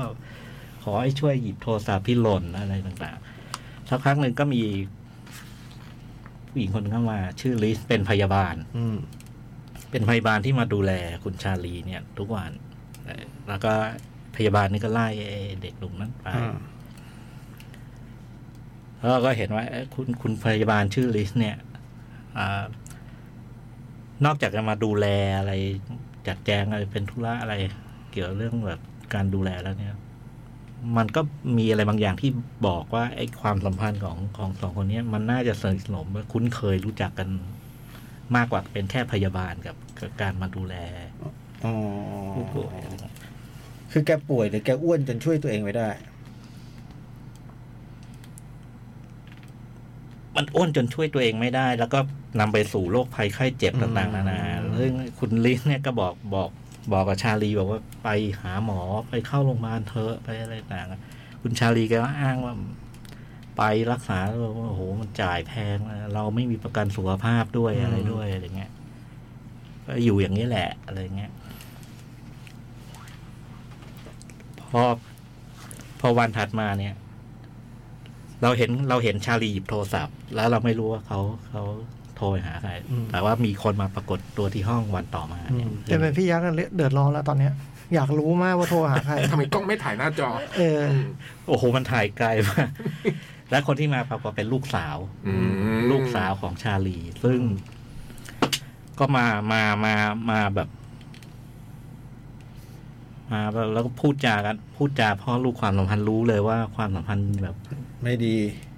Speaker 4: ขอให้ช่วยหยิบโทรศัพท์ที่หล่นอะไรต่างๆสักครั้งหนึ่งก็มี ผู้หญิงคนหนึ่งเข้ามา ชื่อลิสเป็นพยาบาล
Speaker 6: อืม
Speaker 4: เป็นพยาบาลที่มาดูแลคุณชาลีเนี่ย ทุกวันเอ่อแล้วก็พยาบาลนี่ก็ไล่ไอ้เด็กหนุ่มนั้นไป แล้วก็เห็นว่าเอ้ยคุณคุณพยาบาลชื่อลิสเนี่ยอานอกจากจะมาดูแลอะไร จัดแจงอะไรเป็นธุระอะไร เกี่ยวเรื่องแบบการดูแลแล้วเนี่ย มันก็มีอะไรบางอย่างที่บอกว่าไอ้ความสัมพันธ์ของของสองคนเนี้ยมันน่าจะสนิทสนมและคุ้นเคยรู้จักกันมากกว่าเป็นแค่พยาบาลกับกับการมาดูแล
Speaker 6: อ๋อ
Speaker 4: ผู้ป่วย
Speaker 6: คือแกป่วยหรือแกอ้วนจนช่วยตัวเองไม่ได้
Speaker 4: มันอ้วนจนช่วยตัวเองไม่ได้ แล้วก็นำไปสู่โรคภัยไข้เจ็บต่างๆนานาเรื่องคุณลิสเนี่ยก็บอกบอกบอกกับชาลีบอกว่าไปหาหมอไปเข้าโรงพยาบาลเถอะไปอะไรต่างๆคุณชาลีแกก็อ้างว่า ไปรักษาแล้วบอกว่าโอ้โหมันจ่ายแพงนะเราไม่มีประกันสุขภาพด้วยอะไรด้วยอะไรเงี้ยก็อยู่อย่างนี้แหละอะไรเงี้ยพอพอวันถัดมาเนี่ย เราเห็นเราเห็นชาลีหยิบโทรศัพท์ แล้วเราไม่รู้ว่าเขาเขาโทรไปหาใคร
Speaker 6: อืม
Speaker 4: แต่ว่ามีคนมาปรากฏตัวที่ห้องวันต่อมาเนี่ย
Speaker 2: จะเป็นพี่ยักษ์น่ะเดือดร้อนแล้วตอนเนี้ย อยากรู้มากว่าโทรหาใคร
Speaker 3: เอ๊ะทำไมกล้องไม่ถ่ายหน้าจอ
Speaker 2: เออ
Speaker 4: โอ้โหมันถ่ายไกลมาก และคนที่มาปรากฏเป็นลูกสาว
Speaker 3: อืม
Speaker 4: ลูกสาวของชาลี ซึ่ง ก็มามามามาแบบ มาแบบแล้วก็พูดจากันพูดจาพ่อลูกความสัมพันธ์รู้เลยว่าความสัมพันธ์แบบ
Speaker 6: ไม่ดี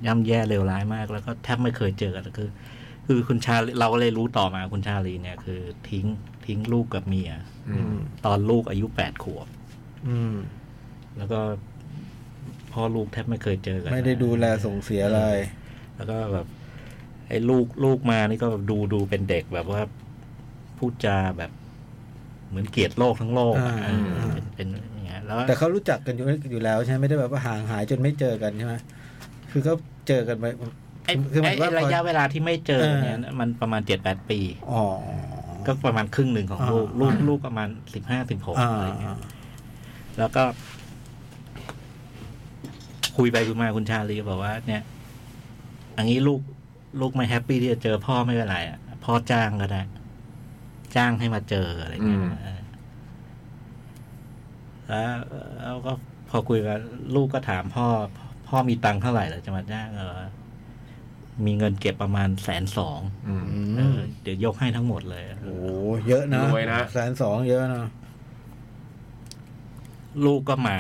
Speaker 4: ย่ำแย่เลวร้ายมาก แล้วก็แทบไม่เคยเจอกันคือ คือคุณชาลีเราก็เลยรู้ต่อมาคุณชาลีเนี่ย คือ ทิ้งทิ้งลูกกับเมีย
Speaker 3: อืม
Speaker 4: ตอนลูกอายุแปดขวบ
Speaker 6: อืม
Speaker 4: แล้วก็พ่อลูกแทบไม่เคยเจอกัน
Speaker 6: ไม่ได้ดูแลส่งเสียอะไร
Speaker 4: แล้วก็แบบไอ้ลูกลูกมานี่ก็แบบดูดูเป็นเด็กแบบว่าพูดจาแบบ เหมือนเกลียดโลกทั้งโลกอะ
Speaker 6: อ่า
Speaker 4: เออเป็นเป็นอย่างเงี้ยแล้ว
Speaker 6: แต่เขารู้จักกันอยู่อยู่แล้วใช่ไหมไม่ได้แบบว่าห่างหายจนไม่เจอกันใช่ไหมคือก็เจอกันไป
Speaker 4: ไอ้
Speaker 6: คือหมาย
Speaker 4: ไอ้
Speaker 6: ถึงว่า
Speaker 4: ไอ้ระยะเวลาที่ไม่เจอเนี่ย
Speaker 6: เออ
Speaker 4: มันประมาณเจ็ดแปดปี
Speaker 6: อ๋อ
Speaker 4: ก็ประมาณครึ่งหนึ่งของ
Speaker 6: อ่า
Speaker 4: ลูกลูก
Speaker 6: อ่า
Speaker 4: ลูกประมาณสิบห้าสิบหก
Speaker 6: อ่า
Speaker 4: อะไรเงี้ยแล้วก็ คุยไปคุยมาคุณชาลีบอกว่า เนี่ยอันนี้ลูกลูกไม่แฮปปี้ที่จะเจอพ่อไม่เป็นไรอะพ่อจ้างก็ได้ จ้างให้มาเจออะไรเงี้ย
Speaker 3: อืม
Speaker 4: เออแล้วแล้วก็พอคุยกันลูกก็ถามพ่อ พ่อมีตังค์เท่าไหร่เหรอจะมาจ้างเออมีเงินเก็บประมาณแสนสอง
Speaker 3: อืม
Speaker 6: อื
Speaker 4: เอ
Speaker 6: ม
Speaker 4: อเดี๋ยวยกให้ทั้งหมดเลย
Speaker 6: โอ้โหเยอะนะ
Speaker 3: รวยนะ
Speaker 6: แสนสองเยอะนะ
Speaker 4: ลูกก็มา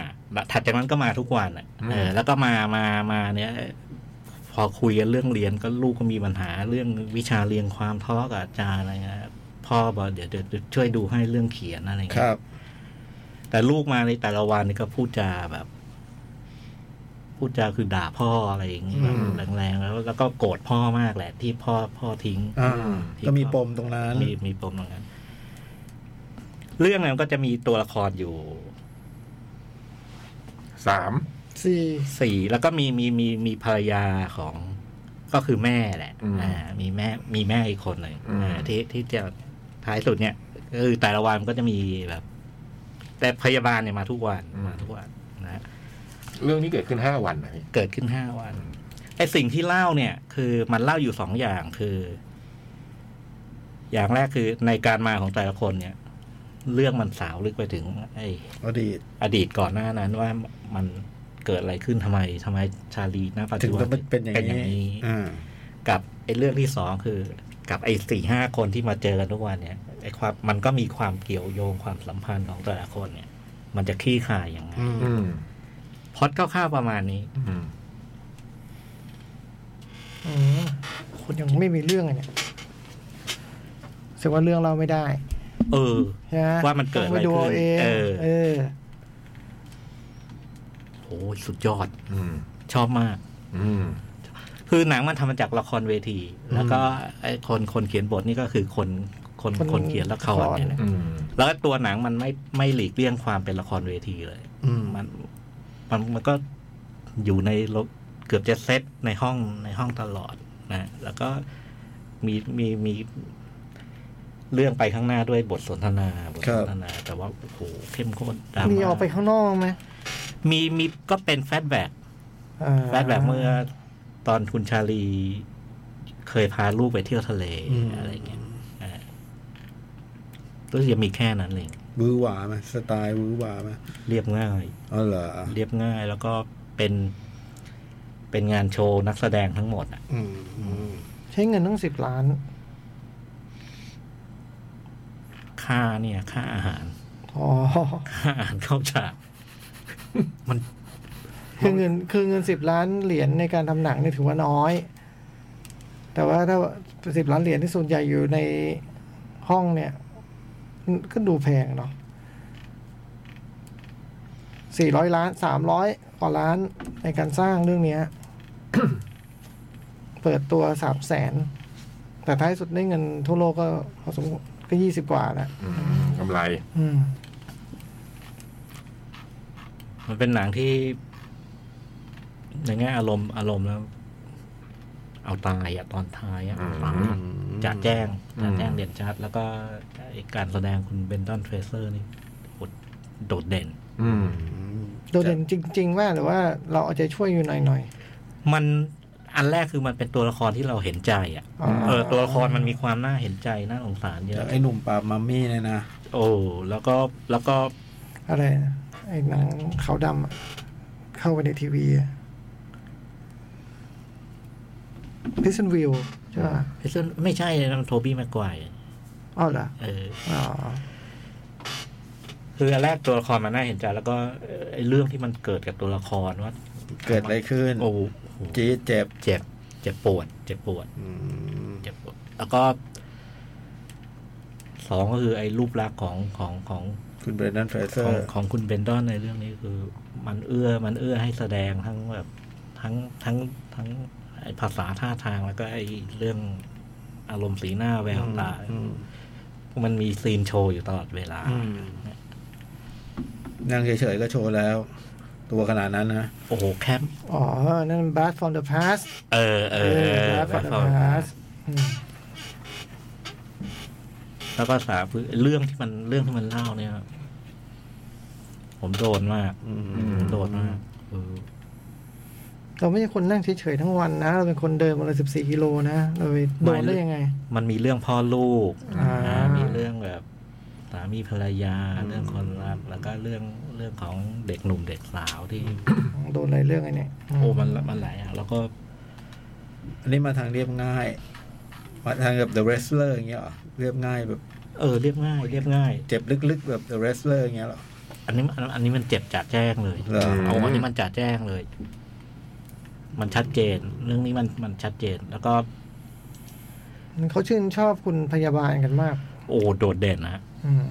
Speaker 4: ถัดจากนั้นก็มาทุกวันอ่ะ
Speaker 3: อืม
Speaker 4: เออ แล้วก็มามามาเนี่ย พอคุยกันเรื่องเรียนก็ลูกก็มีปัญหา เรื่องวิชาเรียนความท้อกับอาจารย์อะไรเงี้ยพ่อบอกเดี๋ยวเดี๋ยวช่วยดูให้เรื่องเขียนอะไร
Speaker 6: ค
Speaker 4: เงี้
Speaker 6: รั
Speaker 4: ย
Speaker 6: บ
Speaker 4: แต่ลูกมาในแต่ละวันนี่ก็พูดจาแบบ พูดจาคือด่าพ่ออะไรอย่างเงี้ยแบบ
Speaker 6: อืม
Speaker 4: แรงๆแล้ว แล้วก็โกรธพ่อมากแหละ ที่พ่อพ่อทิ้ง
Speaker 6: อ่า
Speaker 3: อืม
Speaker 6: ก็มีปมตรงนั้น
Speaker 4: มีมีปมตรงนั้น เรื่องนั้นก็จะมีตัวละครอยู่
Speaker 3: สาม
Speaker 2: สี่
Speaker 4: สี่แล้วก็มีมีมีมีภรรยาของก็คือแม่แหละ
Speaker 3: อืม
Speaker 4: มีแม่มีแม่อีกคนหนึ่ง
Speaker 3: อืม
Speaker 4: อ่าที่ที่จะท้ายสุดเนี่ยก็คือแต่ละวันมันก็จะมีแบบ แต่พยาบาลเนี่ยมาทุกวันมาทุกวันนะ
Speaker 3: เรื่องนี้เกิดขึ้นห้าวันนะพี่
Speaker 4: เกิดขึ้นห้าวันไอสิ่งที่เล่าเนี่ย คือมันเล่าอยู่สองอย่างคือ อย่างแรกคือในการมาของแต่ละคนเนี่ย เรื่องมันสาวลึกไปถึง ไอ
Speaker 6: อดีต
Speaker 4: อดีตก่อนหน้านั้นว่ามันเกิดอะไรขึ้นทำไมทำไมชาลีหน้าปัจ
Speaker 6: ถึ
Speaker 4: จุ
Speaker 6: ง
Speaker 4: บั
Speaker 6: ต้องเป็นอย่าง
Speaker 4: เป็นอย่าง
Speaker 6: นี้
Speaker 4: นี้
Speaker 6: อ่า
Speaker 4: กับไอ้เรื่องที่สองคือ กับไอ้สี่ห้าคนที่มาเจอกันทุกวันเนี่ยไอ้ความมันก็มีความเกี่ยวโยงความสัมพันธ์ของแต่ละคนเนี่ย มันจะคลี่คลายยังไง
Speaker 6: อืม
Speaker 3: อืม
Speaker 4: พล็อดคร่าวๆประมาณนี้
Speaker 3: อืม
Speaker 2: อืมคุณยังไม่มีเรื่องเลยเนี่ยแสดงว่าเรื่องเราไม่ได้
Speaker 4: เออ
Speaker 2: ใช่ไหม
Speaker 4: ว่ามันเกิด
Speaker 2: ต้ง
Speaker 4: อะไร
Speaker 2: ไปดู
Speaker 4: ขึ้น
Speaker 2: เอาเอง
Speaker 4: เออ
Speaker 2: เออ
Speaker 4: โอ้ยสุดยอด
Speaker 3: อืม
Speaker 4: ชอบมาก
Speaker 3: อืม
Speaker 4: คือหนังมันทำมาจากละครเวที แล้วก็ไอ้คนคนเขียนบทนี่ก็คือคนคน
Speaker 2: คน
Speaker 4: คนเขียนละครเนี่ยแหละ
Speaker 3: อืม
Speaker 4: แล้วก็ตัวหนังมันไม่ไม่หลีกเลี่ยงความเป็นละครเวทีเลย
Speaker 6: อืม
Speaker 4: มันมันมันก็อยู่ในโลกเกือบจะเซตในห้องในห้องตลอดนะ แล้วก็มีมีมีเรื่องไปข้างหน้าด้วยบทสนทนาบทสนทนา แต่ว่าโอ้โหเข้มข้นดรา
Speaker 2: มี
Speaker 4: ม่า
Speaker 2: ออกไปข้างนอกไหม
Speaker 4: มีมีก็เป็นแฟลชแบ็ก
Speaker 2: อ่า
Speaker 4: แฟลชแบ็กเมื่อตอนคุณชาลี เคยพาลูกไปเที่ยวทะเล
Speaker 6: อืม
Speaker 4: อะไรอย่างเงี้ยอ่าก็จะมีแค่นั้นเอง
Speaker 6: วือหวาไหมสไตล์วือหวาไหม
Speaker 4: เรียบง่าย
Speaker 6: อ๋อเหรอ
Speaker 4: เรียบง่ายแล้วก็เป็น เป็นงานโชว์นักแสดงทั้งหมดอะ
Speaker 6: อืมอืม
Speaker 2: ใช้เงินตั้งสิบล้าน
Speaker 4: ค่าเนี่ย ค่าอาหาร
Speaker 2: อ๋อ
Speaker 4: ค่าอาหารเข้าฉาก มัน
Speaker 2: คือเงินคือเงินสิบล้านเหรียญในการทำหนังนี่ถือว่าน้อย แต่ว่าถ้าสิบล้านเหรียญที่ส่วนใหญ่อยู่ในห้องเนี่ย ก็ดูแพงเนาะสี่ร้อย ล้านสามร้อยกว่าล้านในการสร้างเรื่องเนี้ย เปิดตัวสามแสน แต่ท้ายสุดได้เงินทั่วโลกก็พอสมควรก็ยี่สิบกว่านะ
Speaker 3: อืมกำไร
Speaker 2: อืม
Speaker 4: มันเป็นหนังที่ ในแง่อารมณ์อารมณ์แล้ว เอาตายอะตอนท้ายอะ
Speaker 3: อืม
Speaker 4: ตายอะจะแจ้ง
Speaker 3: อื
Speaker 4: จะ
Speaker 3: ม
Speaker 4: แจ้งเด่นชัด แล้วก็ไอ้การแสดงคุณเบนตันเฟเซอร์นี่โหดโดดเด่น
Speaker 3: อืม
Speaker 2: โดดเด่นจริง ๆ ว่าหรือว่าเราเอาใจช่วยอยู่หน่อย
Speaker 4: มันอันแรกคือมันเป็นตัวละครที่เราเห็นใจอ่ะ
Speaker 2: ๆอ๋อ
Speaker 4: เออตัวละครมันมีความน่าเห็นใจน่าสงสารเย
Speaker 6: เดี๋ย
Speaker 4: อะ
Speaker 6: วไอ้หนุ่มปราบมัมมี่เนี่ยนะ
Speaker 4: โอ้แล้วก็แล้วก็
Speaker 2: อะไรนะไอ้หนังขาวดำอะเข้าไปในทีวีพิซซันวิวใช่ป่ะ
Speaker 4: ไอ้เส้นไม่ใช่นะมันโทบี้แม็กไกวร์
Speaker 2: อ้าวเหรอ
Speaker 4: เออ
Speaker 2: อ๋อ
Speaker 4: คืออันแรกตัวละครมันน่าเห็นใจ แล้วก็เอ่อไอ้เรื่องที่มันเกิดกับตัวละครว่า
Speaker 6: เกิดอะไรขึ้น
Speaker 4: โอ้โห
Speaker 6: กรีดเจ็บ
Speaker 4: เจ็บ เจ็บปวด เจ็บปวด
Speaker 6: อืม
Speaker 4: เจ็บปวด แล้วก็ สองก็คือไอ้รูปลักษณ์ของของของ
Speaker 6: คุณเบรนดันเฟรเซอ
Speaker 4: ของ
Speaker 6: ร์
Speaker 4: ของคุณเบนดอนในเรื่องนี้คือ มันเอื้อมันเอื้อให้แสดงทั้งแบบ ทั้งทั้งทั้งไอ้ภาษาท่าทางแล้วก็ไอ้เรื่องอารมณ์สีหน้าแววตา
Speaker 6: อืม
Speaker 4: มันมีซีนโชว์อยู่ตลอดเวลา
Speaker 6: อืมนั่งเฉยๆก็โชว์แล้ว ตัวขนาดนั้นนะ
Speaker 4: โอ้โหแคมป์
Speaker 2: อ๋อ นั่นบาสฟอร์มเดอะพาส
Speaker 4: เออเออเออ
Speaker 2: บาสฟอร์มเดอะพาส
Speaker 4: แล้วก็สามคือเรื่องที่มันเรื่องที่มันเล่าเนี่ย ผมโดนมาก
Speaker 6: อืม
Speaker 4: ผมโดนมากเออ
Speaker 2: เราไม่ใช่คนนั่งเฉยๆทั้งวันนะ เราเป็นคนเดินวันละสิบสี่กิโลนะเราไปโดนได้ยังไง
Speaker 4: มันมีเรื่องพ่อลูก
Speaker 2: อ่า
Speaker 4: อ่ามีเรื่องแบบสามีภรรยา เรื่องคนรักแล้วก็เรื่องเรื่องของเด็กหนุ่มเด็กสาวที่
Speaker 2: โดนอะไรเรื่องไอ้เนี่ย
Speaker 4: โอ้มันมันหลายอย่างแล้วก็
Speaker 6: อันนี้มาทางเรียบง่าย มาทางแบบ The Wrestler อย่างเงี้ยเหรอเรียบง่ายแบบ
Speaker 4: เออเรียบง่าย เรียบง่าย
Speaker 6: เจ็บลึกๆแบบ The Wrestler อย่างเงี้ยเหรอ
Speaker 4: อันนี้อันอันนี้มันเจ็บจัดแจ้งเลย
Speaker 6: เหรอ
Speaker 4: เอาอันนี้มันจัดแจ้งเลย มันชัดเจน เรื่องนี้มันมันชัดเจน แล้วก็
Speaker 2: เขาชื่นชอบคุณพยาบาลกันมาก
Speaker 4: โอ้โดดเด่นนะฮะ
Speaker 2: อืม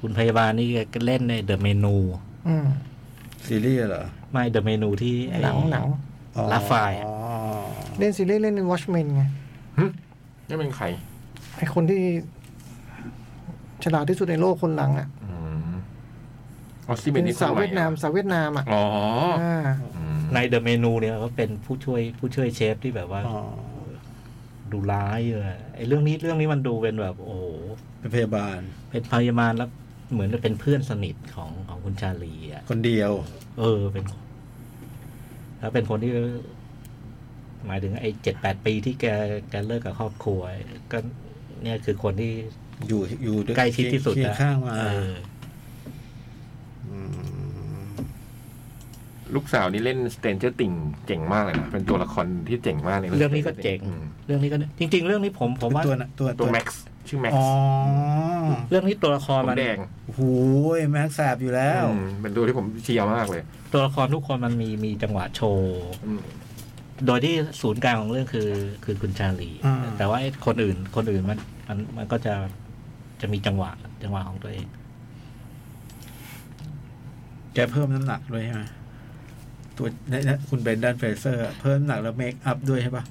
Speaker 4: คุณพยาบาลนี่ก็เล่นในเดอะเมนู
Speaker 2: อืม
Speaker 6: ซีรีส์เหรอ
Speaker 4: ไม่เดอะเมนูที่ไอ้
Speaker 2: หนังหนัง
Speaker 6: อ๋อ
Speaker 4: ลาฟาย
Speaker 6: อ๋อ
Speaker 2: เล่นซีรีส์เล่นในวอชแมนไง
Speaker 3: นี่เป็นใคร
Speaker 2: ไอคนที่ฉลาดที่สุดในโลกคนหลังอ่ะ
Speaker 3: อืมออสซี่เบ
Speaker 2: เป็น น
Speaker 3: นี่
Speaker 2: สาวเวียดนามสาวเวียดนามอ่ะ
Speaker 3: อ๋อ
Speaker 2: อ่า
Speaker 3: อืม
Speaker 4: ในเดอะเมนูเนี่ยก็เป็นผู้ช่วยผู้ช่วยเชฟที่แบบว่า
Speaker 6: อ๋อ
Speaker 4: ดูร้ายเลยอะไอ้เรื่องนี้เรื่องนี้มันดูเป็นแบบ โอ้โห
Speaker 6: เป็นพยาบาล
Speaker 4: เป็นพยาบาลแล้วเหมือนจะเป็นเพื่อนสนิทของของคุณชาลีอ่ะ
Speaker 6: คนเดียว
Speaker 4: เออเป็นแล้วเป็นคนที่ หมายถึงไอ้เจ็ดแปดปีที่แกแกเลิกกับครอบครัว ก็เนี่ยคือคนที่
Speaker 6: อยู่อยู่ด้วย
Speaker 4: ใกล้ชิดที่สุด
Speaker 6: เคียง
Speaker 4: นะ
Speaker 6: ข้างมา
Speaker 4: เออ
Speaker 6: ม
Speaker 3: ลูกสาวนี่เล่นสเตนเจอร์ติงเจ๋งมากเลยนะ เป็นตัวละครที่เจ๋งมากในเลย
Speaker 4: เรื่องนี้ก็เจ๋ง เรื่องนี้ก็จริง ๆ เรื่องนี้ผมผมว่า
Speaker 6: ตัวน่ะตัว
Speaker 3: ตัวแม็กซ์ชื่อแม็ก
Speaker 6: อ๋อ
Speaker 3: ซ์
Speaker 4: เรื่องนี้ตัวละคร
Speaker 3: ผม
Speaker 4: มัน
Speaker 3: แดง
Speaker 6: โหูยแม็กซ์แสบอยู่แล้ว
Speaker 3: อืมเป็นตัวที่ผมเชียร์มากเลย
Speaker 4: ตัวละครทุกคนมันมีมีจังหวะโชว์
Speaker 3: อืม
Speaker 4: โดยที่ศูนย์กลางของเรื่องคือคือคุณชาลี
Speaker 6: อ่า
Speaker 4: แต่ว่าไอ้คนอื่นคนอื่นมันมันมันก็จะจะมีจังหวะจังหวะของตัวเอง
Speaker 6: แกเพิ่มน้ำหนักด้วยใช่ไหมตัวเนยนะคุณเบนดันเฟรเซอร์ เพิ่มน้ำหนักแล้วเมคอัพด้วยใช่ปะ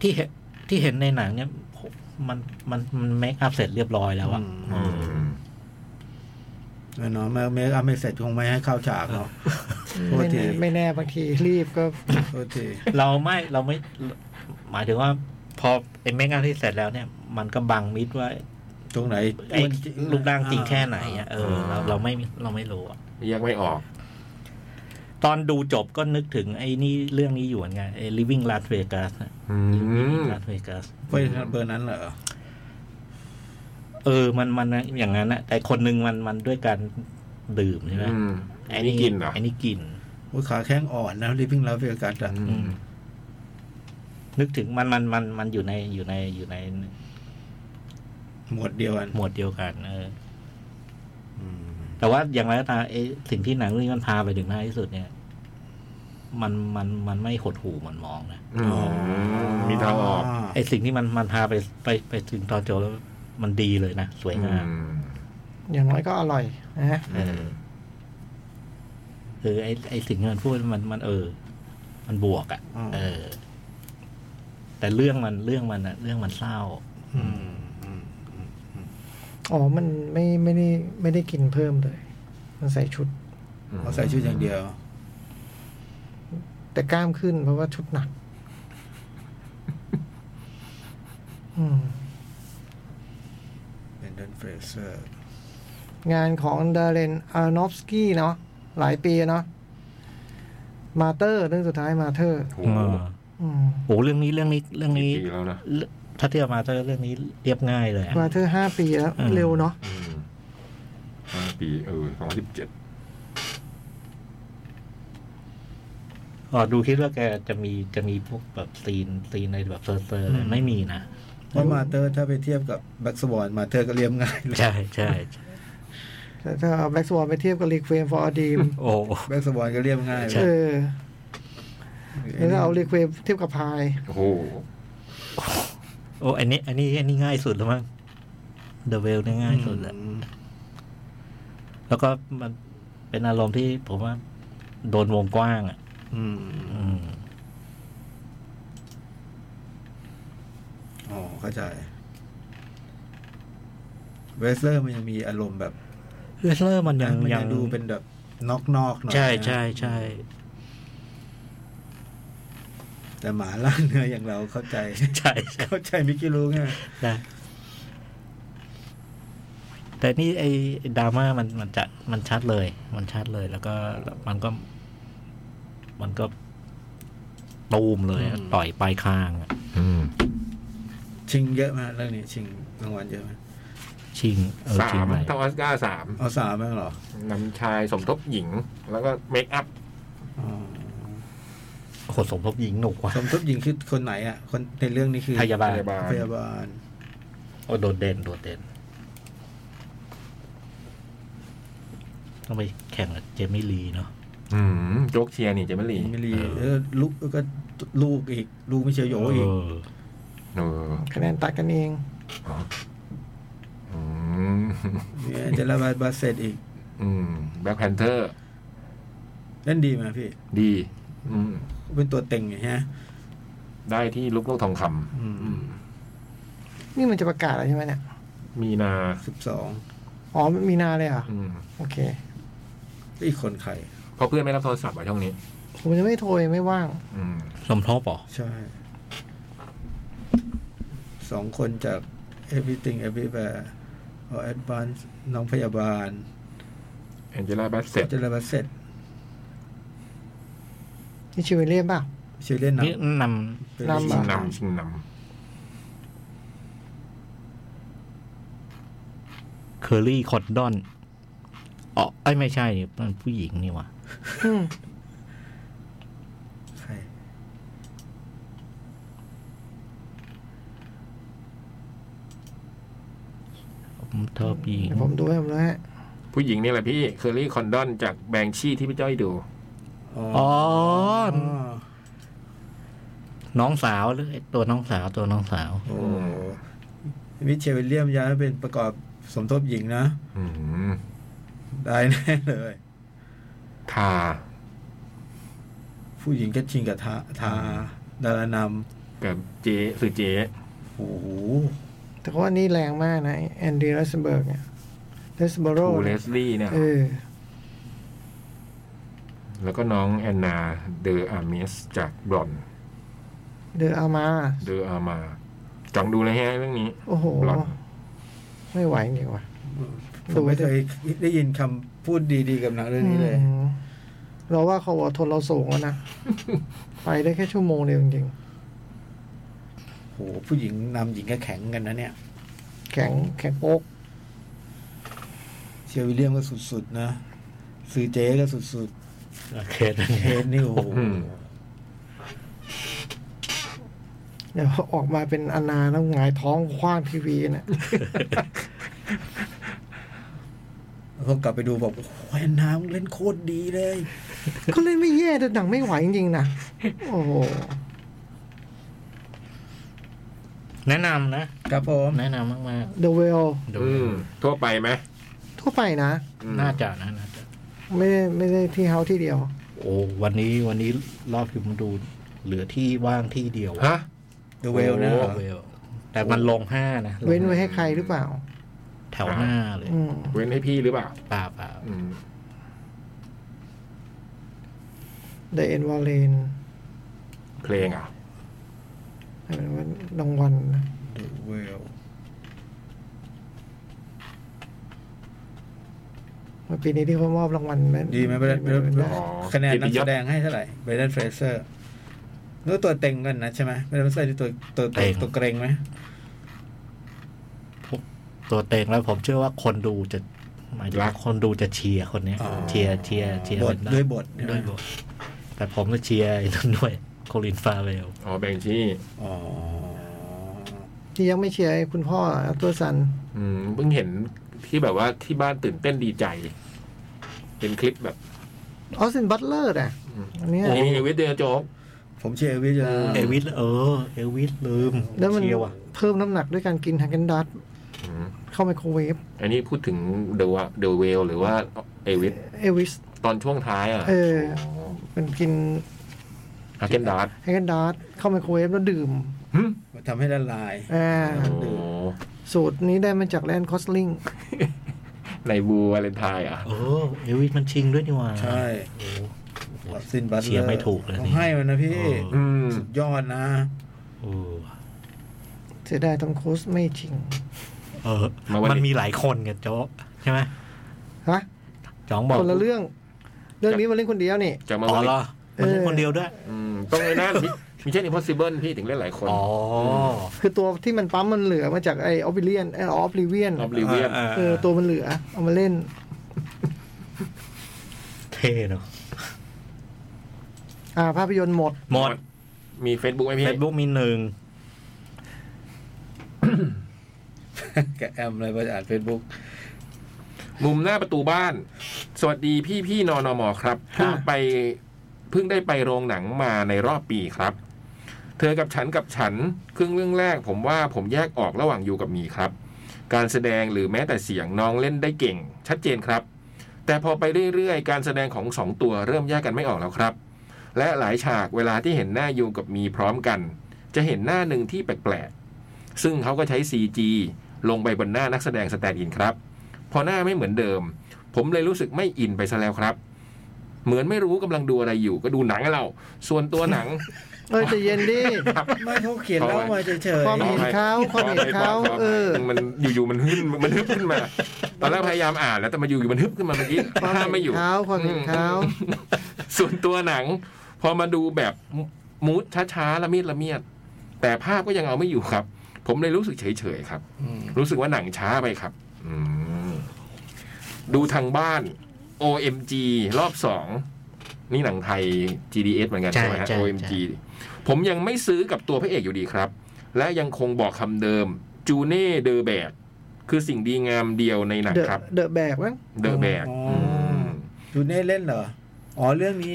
Speaker 4: ที่เห็นที่เห็นในหนังเนี่ยผมมันมันมันเมคอัพเสร็จเรียบร้อยแล้วอะ
Speaker 6: อื
Speaker 3: อื
Speaker 6: ม
Speaker 3: ม
Speaker 6: เนาะเมคอัพไม่เสร็จคงไม่ให้เข้าฉากเนาะโทษ
Speaker 2: ไม่
Speaker 6: ที
Speaker 2: แน่ไม่แน่บางทีรีบก็
Speaker 6: โทษที
Speaker 4: เราไม่เราไม่หมายถึงว่า พอไอ้เมคอัพที่เสร็จแล้วเนี่ย มันก็บังมิดว่า
Speaker 6: ตรงไหน
Speaker 4: ไอ้รูปร่างจริงแค่ไหนอะเออเราเราไม่เราไม่รู้อะ
Speaker 3: แยกไม่ออก
Speaker 4: ตอนดูจบก็นึกถึงไอ้นี่เรื่องนี้อยู่เหมือนกันไอ้ Living Las Vegas นะ
Speaker 3: อืม
Speaker 4: Las Vegas
Speaker 6: เว้ยเบอร์นั้นเหรอ
Speaker 4: เออมันมันอย่างนั้นนะแต่คนหนึ่งมันมันด้วยการดื่มใช่ไหม
Speaker 3: อืมไอ้นี่กินเหรอ
Speaker 4: ไอ้นี่กิน
Speaker 6: โอ้ยขาแข้งอ่อนนะลิฟวิ่งลาเวกัสอะ
Speaker 3: อืม
Speaker 4: นึกถึงมันมันมันมันอยู่ในอยู่ในอยู่ใน
Speaker 6: หมวดเดียวกัน
Speaker 4: หมวดเดียวกัน เออ แต่ว่าอย่างไรก็ตามไอ้สิ่งที่หนังเรื่องนี้มันพาไปถึงท้ายที่สุดเนี่ย มันมันมันไม่หดหูมันมองนะ
Speaker 3: อืมมีทางออก
Speaker 4: ไอ้สิ่งที่มันมันพาไปไปไปถึงตอนจบแล้วมันดีเลยนะสวยงาม
Speaker 3: อืม
Speaker 2: อย่างน้อยก็อร่อยนะ
Speaker 3: อืม
Speaker 4: คือไอ้ไอ้สิ่งที่มันพูดมันมันเออ มันบวกอะ่ะ เออ แต่เรื่องมันเรื่องมันอะเรื่องมันเศร้า
Speaker 6: อืมอืม
Speaker 2: อ๋อ มันไม่ไม่ได้ไม่ได้กินเพิ่มเลย มันใส่ชุด
Speaker 6: เขาใส่ชุดอย่างเดียว
Speaker 2: แต่กล้ามขึ้นเพราะว่าชุดหนัก อืม
Speaker 6: เป็นเดนเฟรเซอร์
Speaker 2: งานของดาเรนอารนอฟสกี้เนาะหลายปีเนาะมาเตอร์เรื่องสุดท้ายมาเตอร์
Speaker 3: โอ้
Speaker 4: โอ้
Speaker 3: โห
Speaker 4: โหเรื่องนี้เรื่องนี้เรื่อง
Speaker 3: กี่
Speaker 4: นี้
Speaker 3: ปีแล้วนะ
Speaker 4: ถ้าเทียบมาถ้าเรื่องนี้เรียบง่ายเลยอะ
Speaker 2: มาเตอร์ห้าปีแล้ว
Speaker 4: อืม
Speaker 2: เร็วเนาะ
Speaker 3: อืมห้าปีเออสองพันสิบเจ็ด
Speaker 4: อ๋อดูคิดว่าแกจะมีจะมีพวกแบบซีนซีนในแบบเซอร์เซอร์อะไรไม่มีนะ
Speaker 6: เพราะมาเตอร์ถ้าไปเทียบกับแบ็กสวอนมาเตอร์ก็เรียบง่ายเลย
Speaker 4: ใช่ใช่ใช่
Speaker 2: แต่ถ้าเอาแบ็กสวอไปเทียบกับรีเควมฟอร์ดีม
Speaker 4: โอ้โห
Speaker 6: แบ็กสวอนก็เรียบง่ายเล
Speaker 4: ใช่
Speaker 2: เอย อแล้วถ้าเอารีเควมเทียบกับพาย
Speaker 3: โอ้โห
Speaker 4: โอ้อันนี้ อันนี้อันนี้ง่ายสุดแล้วมั้งเดอะเวลนี่ยง่ายสุดแล้ว
Speaker 6: อืม
Speaker 4: แล้วก็มันเป็นอารมณ์ที่ผมว่า โดนวงกว้างอ่ะ
Speaker 6: อืม
Speaker 4: อืม
Speaker 6: อ๋อเข้าใจเวสเลอร์มันยังมีอารมณ์แบบ
Speaker 4: เลสเลอร์มันยัง
Speaker 6: มัน
Speaker 4: ยั
Speaker 6: ยัง งดูเป็นแบบนอกนอกๆหน่อย
Speaker 4: ใช่
Speaker 6: นะ
Speaker 4: ใช่ใช่
Speaker 6: แต่หมาล่าเนื้ออย่างเราเข้าใจ
Speaker 4: ใช่ใช่
Speaker 6: เข้าใจมิกกี้รู้ไง
Speaker 4: ได้แต่นี่ไอ้ดราม่ามันมันจะมันชัดเลย มันชัดเลย แล้วก็มันก็ มันก็ตูมเลยอะต่อยปลายคางอะ
Speaker 3: อืม
Speaker 6: ชิงเยอะมากเรื่องนี้ ชิงรางวัลเยอะไหม
Speaker 4: ชิงเออ
Speaker 3: สา
Speaker 4: ชิง
Speaker 3: ม
Speaker 4: ไป
Speaker 3: เท่าออสการ์สาม
Speaker 6: เอาสามบ้างเหรอน
Speaker 3: ำชายสมทบหญิง แล้วก็เมคอัพ
Speaker 6: อ๋อ
Speaker 4: โอ้โหสมทบหญิงหนุกว่ะ
Speaker 6: สมทบหญิงคือคนไหนอ่ะ คนในเรื่องนี้คือ
Speaker 4: พยาบา
Speaker 3: พ
Speaker 4: ล
Speaker 3: ยาบาล
Speaker 6: พยาบาล
Speaker 4: โอ้โดดเด่นโดดเด่นต้องไปแข่งกับเจมี่ลีเนาะ
Speaker 3: อืมโจ๊กเชียร์นี่เจมิลี่
Speaker 6: มิลีเออลูกก็ลูกอีก ลูกไม่เชียวโยอีก
Speaker 4: เออ
Speaker 3: เออ
Speaker 2: คะแนนตัดกันเอง
Speaker 3: อืม
Speaker 6: มีแอนเจลาบาบาเซตอีก
Speaker 3: อืมแบ็คแพนเทอร์
Speaker 6: เล่นดีไหมพี่
Speaker 3: ดี อืม
Speaker 6: เป็นตัวเต็งไงฮะ
Speaker 3: ได้ที่ลูกโลกทองค
Speaker 6: อืม
Speaker 2: นี่มันจะประกาศแล้วใช่ไหมเนี่ย
Speaker 3: ำมีนา
Speaker 6: สิบสอง
Speaker 2: อ๋อมันมีนาเลยเหรอ
Speaker 3: อืม
Speaker 2: โอเค
Speaker 6: อีกคนใคร
Speaker 3: เพราะเพื่อนไม่รับโทรศัพท์อ่ะช่วงนี้
Speaker 2: ผมจะไม่โทรยังไม่ว่าง
Speaker 3: อืม
Speaker 4: สมทบเหรอ
Speaker 6: ใช่ สองคนจาก everything everywhere or advance น้องพยาบาล
Speaker 3: แองเจล่าแบสเซต
Speaker 6: เจลาบาเซต
Speaker 2: นี่ชิวเลียมเปล่า
Speaker 6: ชื่อเล่นนะ
Speaker 4: นี่น
Speaker 6: เป็น
Speaker 2: นำเหร
Speaker 3: ชิ
Speaker 2: อ
Speaker 3: งนำชิงน
Speaker 4: ำเคอรี่คอดดอนอ๋อไอ้ยไม่ใช่นี่มันผู้หญิงนี่หว่ะ
Speaker 2: อืม
Speaker 6: ใคร
Speaker 4: เธอผู้หญิง
Speaker 2: เดี๋ยวผมดูให้ผมด้วยฮะ
Speaker 3: ำผู้หญิงนี่แหละพี่เคอรี่คอนดอนจากแบงชี่ที่พี่จ้อยดู
Speaker 6: อ๋อ
Speaker 4: อ๋
Speaker 6: อ๋
Speaker 4: อ
Speaker 6: อ
Speaker 4: น้องสาวหรือไอ้ตัวน้องสาวตัวน้องสาว
Speaker 6: โอ้มิเชลวิลเลียมย้ายมาเป็นประกอบสมทบหญิงนะ
Speaker 3: อืม
Speaker 6: ได้แน่เลย
Speaker 3: ทา
Speaker 6: ผู้หญิงก็ชิงกับทาทาดาราน
Speaker 3: กับเจ๊สื่อเจ๊
Speaker 6: ำโอ้โห
Speaker 2: แต่ก็ว่านี่แรงมากนะแอนดี้รัสเบิร์กเนี่ยรัสเบโร
Speaker 3: ทูเลสลี่เนี่ย
Speaker 2: เออ
Speaker 3: แล้วก็น้องแอนนาเดออามิสจากบลอน
Speaker 2: เดอะอามา
Speaker 3: เดออามาจังดูเลยฮะเรื่องนี้
Speaker 2: โอ้โห
Speaker 3: หลอน
Speaker 2: ไม่ไหวจริงว่ะ
Speaker 6: ผมไม่เคยได้ยินคำพูดดีๆกับหนังเรื่องนี้เลย
Speaker 2: อืมเราว่าเขาทนเราสูงแล้วนะ ไปได้แค่ชั่วโมงเดียวจริง
Speaker 6: โห ผู้หญิงนำหญิงก็แข็งกันนะเนี่ย
Speaker 2: ๆแข็งแข็งโป๊ก
Speaker 6: เชียร์วิลเลียมก็สุด ๆ นะ ซื้อเจ๊ก็สุด
Speaker 4: เคส
Speaker 6: ๆเฮดนี่โอ้โห
Speaker 3: อืม
Speaker 2: เดี๋ยว ออกมาเป็นอนาแล้วหงายท้องคว้างทีวีนะ
Speaker 6: แล้วก็กลับไปดูบอกโอ้โหแอนน้ำเล่นโคตรดีเลย
Speaker 2: ก็เล่นไม่แย่แต่หนังไม่ไหวจริงๆนะโอ้โห
Speaker 4: แนะนำนะ
Speaker 6: ครับผม
Speaker 4: แนะนำมาก
Speaker 2: เดอะเวล
Speaker 4: ๆดู
Speaker 3: อืม ทั่วไปไหม
Speaker 2: ทั่วไปนะ
Speaker 3: อืม
Speaker 4: น่าจะนะน่าจะ
Speaker 2: ไม่ได้ไม่ได้ที่เฮาส์ที่เดียว
Speaker 4: โอ้วันนี้วันนี้รอบที่ผมดู เหลือที่ว่างที่เดียว
Speaker 3: ฮะ
Speaker 6: The Whale นะเหรอ
Speaker 4: เวลแต่มันลงห้านะลง
Speaker 2: เว้นไว้ให้ใครหรือเปล่า
Speaker 4: แถวห้าเลย
Speaker 2: อืม
Speaker 3: เว้นให้พี่หรือเปล่า
Speaker 4: เปล่าเปล่า
Speaker 3: อืม
Speaker 2: เดเอ็นวอลเลน
Speaker 3: เพลงอ่ะ
Speaker 2: เป็นว่ารางวัลนะ
Speaker 6: The Whale
Speaker 2: ว่าปีนี้ที่เขามอบรางวัลนั้น
Speaker 6: ดีไหมเบรน
Speaker 2: ม่
Speaker 6: ด์
Speaker 2: ได้
Speaker 6: คะแนนนักแสดงให้เท่าไหร่เบรนด์เฟรเซอร์รู้ตัวเต็งกันนะใช่ไหมเบรนด์เฟรเซอร์นี่ตัวตัวตัวตัวเกรงไหม
Speaker 4: ตัวเต็งแล้วผมเชื่อว่าคนดูจะหมายถึง
Speaker 3: รัก
Speaker 4: คนดูจะเชียร์คนเนี้ยเชียร์เชียร์เชียร์
Speaker 6: บท
Speaker 4: คนนั้น
Speaker 6: ด้วยบทใช่ไหม
Speaker 4: ด้วยบทแต่ผมก็เชียร์ไอ้นั่นด้วยโคลินฟาเวล
Speaker 3: อ๋อแบงชี่
Speaker 6: อ๋อ
Speaker 2: ที่ยังไม่เชียร์คุณพ่อตัวสัน
Speaker 3: อืมเพิ่งเห็นที่แบบว่าที่บ้านตื่นเต้นดีใจ เป็นคลิปแบบ
Speaker 2: ออสตินบัตเลอร์อ่ะอันเนี้ย
Speaker 3: นี่เวทเดอร์โจ๊ก
Speaker 6: ผมเชียร์เอลวิสนะ
Speaker 4: เอลวิสเออ เอลวิสลืม
Speaker 2: แล้วมัน
Speaker 4: เชียร์ว่ะ
Speaker 2: เพิ่มน้ำหนักด้วยการกินแฮงเกนดัต
Speaker 3: อืม
Speaker 2: เข้าไมโครเวฟ
Speaker 3: อันนี้พูดถึงเดอะเดอะเวลหรือว่าเอวิส
Speaker 2: เอวิส
Speaker 3: ตอนช่วงท้ายอ่ะ
Speaker 2: เออ มันกิน
Speaker 3: อาเกนดาร์ด
Speaker 2: แฮงเกนดัตเข้าไมโครเวฟแล้วดื่ม
Speaker 6: ทำให้ละลาย
Speaker 2: อ่า
Speaker 3: โอ้โห
Speaker 2: สูตรนี้ได้มาจากแลนด์คอสลิง
Speaker 3: ในบูวาเลนไทน์อ่ะ
Speaker 4: เออ เอลวิสมันชิงด้วยนี่หว่า
Speaker 6: ใช่ออสตินบัตเลอร์
Speaker 4: เชียร์ไม่ถูกเลย
Speaker 6: ผม
Speaker 4: นี่
Speaker 6: ให้มันนะพี่
Speaker 4: เออ
Speaker 3: อืม
Speaker 6: สุดยอดนะ
Speaker 4: โอ้
Speaker 2: เสียดายทอมครูซไม่ชิง
Speaker 4: เออ มันมีหลายคนไงโจ๊กใช่ไหม
Speaker 2: ฮะ
Speaker 4: จ๋องบอก
Speaker 2: คนละเรื่อง เรื่องนี้มาเล่นคนเดียวนี่
Speaker 3: จากมา
Speaker 4: อ๋อ
Speaker 3: วัน
Speaker 4: เหรอมันเล่นคนเดียวด้วย
Speaker 3: มต้องไอ้นั่นมิชชั่นอิมพอสิเบิลพี่ถึงเล่นหลายคน
Speaker 4: อ๋อ
Speaker 2: คือตัวที่มันปั๊มมันเหลือมาจากไอออฟบิเลียนไอออฟลิเวียน
Speaker 3: ออบลิเวียน
Speaker 6: อ่า
Speaker 2: เออตัวมันเหลือ เอามาเล่น
Speaker 4: เท่เนอะ
Speaker 2: อ่าภาพยนตร์หมด
Speaker 4: หมด
Speaker 3: มี Facebook ไหมพี่
Speaker 4: เฟซบุ๊กมีหนึ่ง
Speaker 6: แกแอมเลยไปอ่านเฟซบุ๊ก
Speaker 3: มุมหน้าประตูบ้าน สวัสดีพี่พี่ๆนอนอมอครับเพิ่งไปเพิ่งได้ไปโรงหนังมาในรอบปีครับ เธอกับฉันกับฉันครึ่งเรื่องแรก ผมว่าผมแยกออกระหว่างอยู่กับหมีครับ การแสดงหรือแม้แต่เสียงน้องเล่นได้เก่ง ชัดเจนครับ แต่พอไปเรื่อยๆ การแสดงของสองตัวเริ่มแยกกันไม่ออกแล้วครับ และหลายฉากเวลาที่เห็นหน้ายูกับมีพร้อมกัน จะเห็นหน้าหนึ่งที่แปลกๆซึ่งเขาก็ใช้ CG ลงไปบนหน้านักแสดงสแตนด์อินครับ พอหน้าไม่เหมือนเดิม ผมเลยรู้สึกไม่อินไปซะแล้วครับ เหมือนไม่รู้กำลังดูอะไรอยู่ก็ดูหนังอะเรา ส่วนตัวหนัง
Speaker 2: เออใจะเย็นดิ
Speaker 3: ครับ
Speaker 6: ไม่เขาเขียนเล่ามาเฉย
Speaker 2: ความเห็นเขาความเห็นเขา
Speaker 3: ขออภัย
Speaker 2: เออ
Speaker 3: มันอยู่ๆมันฮึ่นมันฮึบขึ้นมา ตอนแรกพยายามอ่านแล้วแต่มันอยู่ๆมันฮึบขึ้นมาเมื่อกี้
Speaker 2: ความ
Speaker 3: ห้าม
Speaker 2: เห็
Speaker 3: ไม่อนยู่
Speaker 2: เขาความเห็นเขา
Speaker 3: ส่วนตัวหนัง พอมาดูแบบมูดช้าๆละเมียดละเมียด แต่ภาพก็ยังเอาไม่อยู่ครับ ผมเลยรู้สึกเฉยๆครับ
Speaker 6: ๆอืม
Speaker 3: รู้สึกว่าหนังช้าไปครับ อืมดูทางบ้าน OMG รอบสอง นี่หนังไทย GDS เหมือนกัน
Speaker 4: ใช่
Speaker 3: ใช่ไหมฮะ
Speaker 4: ใช่
Speaker 3: OMG ผมยังไม่ซื้อกับตัวพระเอกอยู่ดีครับ และยังคงบอกคำเดิม จูเน่เดอแบกคือสิ่งดีงามเดียวในหนัง
Speaker 2: เดอะ
Speaker 3: ครับ
Speaker 2: เดอะแบกมั้ง
Speaker 3: เดอแบก
Speaker 6: อยู่ในเล่นเหรอ อ๋อเรื่องนี้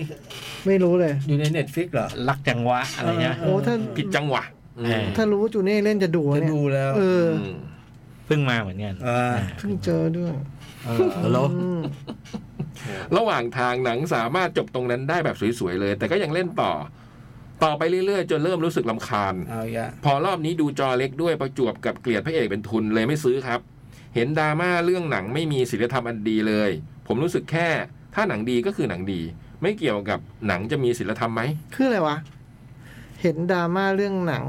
Speaker 2: ไม่รู้เลย
Speaker 6: อยู่ในเน็ตฟิกเหรอ
Speaker 4: รักจังวะอะไรเงี้ย
Speaker 2: โอ้ท่าน
Speaker 3: ผิดจังหวะอืม
Speaker 4: เออ
Speaker 2: ถ้ารู้ว่าจูเน่เล่นจะดู
Speaker 6: จะ
Speaker 2: เนี่ย
Speaker 6: ดูแล้ว
Speaker 2: เออ
Speaker 3: ม
Speaker 4: เพิ่งมาเหมือนกัน
Speaker 6: เออ
Speaker 2: เพิ่งเจอด้วย
Speaker 4: เออแล้ว
Speaker 2: อืม
Speaker 3: ระหว่างทางหนังสามารถจบตรงนั้นได้แบบสวยๆเลย แต่ก็ยังเล่นต่อ ต่อไปเรื่อยๆ จนเริ่มรู้สึกลำคาญ
Speaker 6: เอาอย่า
Speaker 3: พอรอบนี้ดูจอเล็กด้วยประจวบกับเกลียดพระเอกเป็นทุนเลยไม่ซื้อครับ เห็นดราม่าเรื่องหนังไม่มีศีลธรรมอันดีเลย ผมรู้สึกแค่ ถ้าหนังดีก็คือหนังดี ไม่เกี่ยวกับหนังจะมีศีลธรรมไหม
Speaker 2: คืออะไรวะ เห็นดราม่าเรื่องหนัง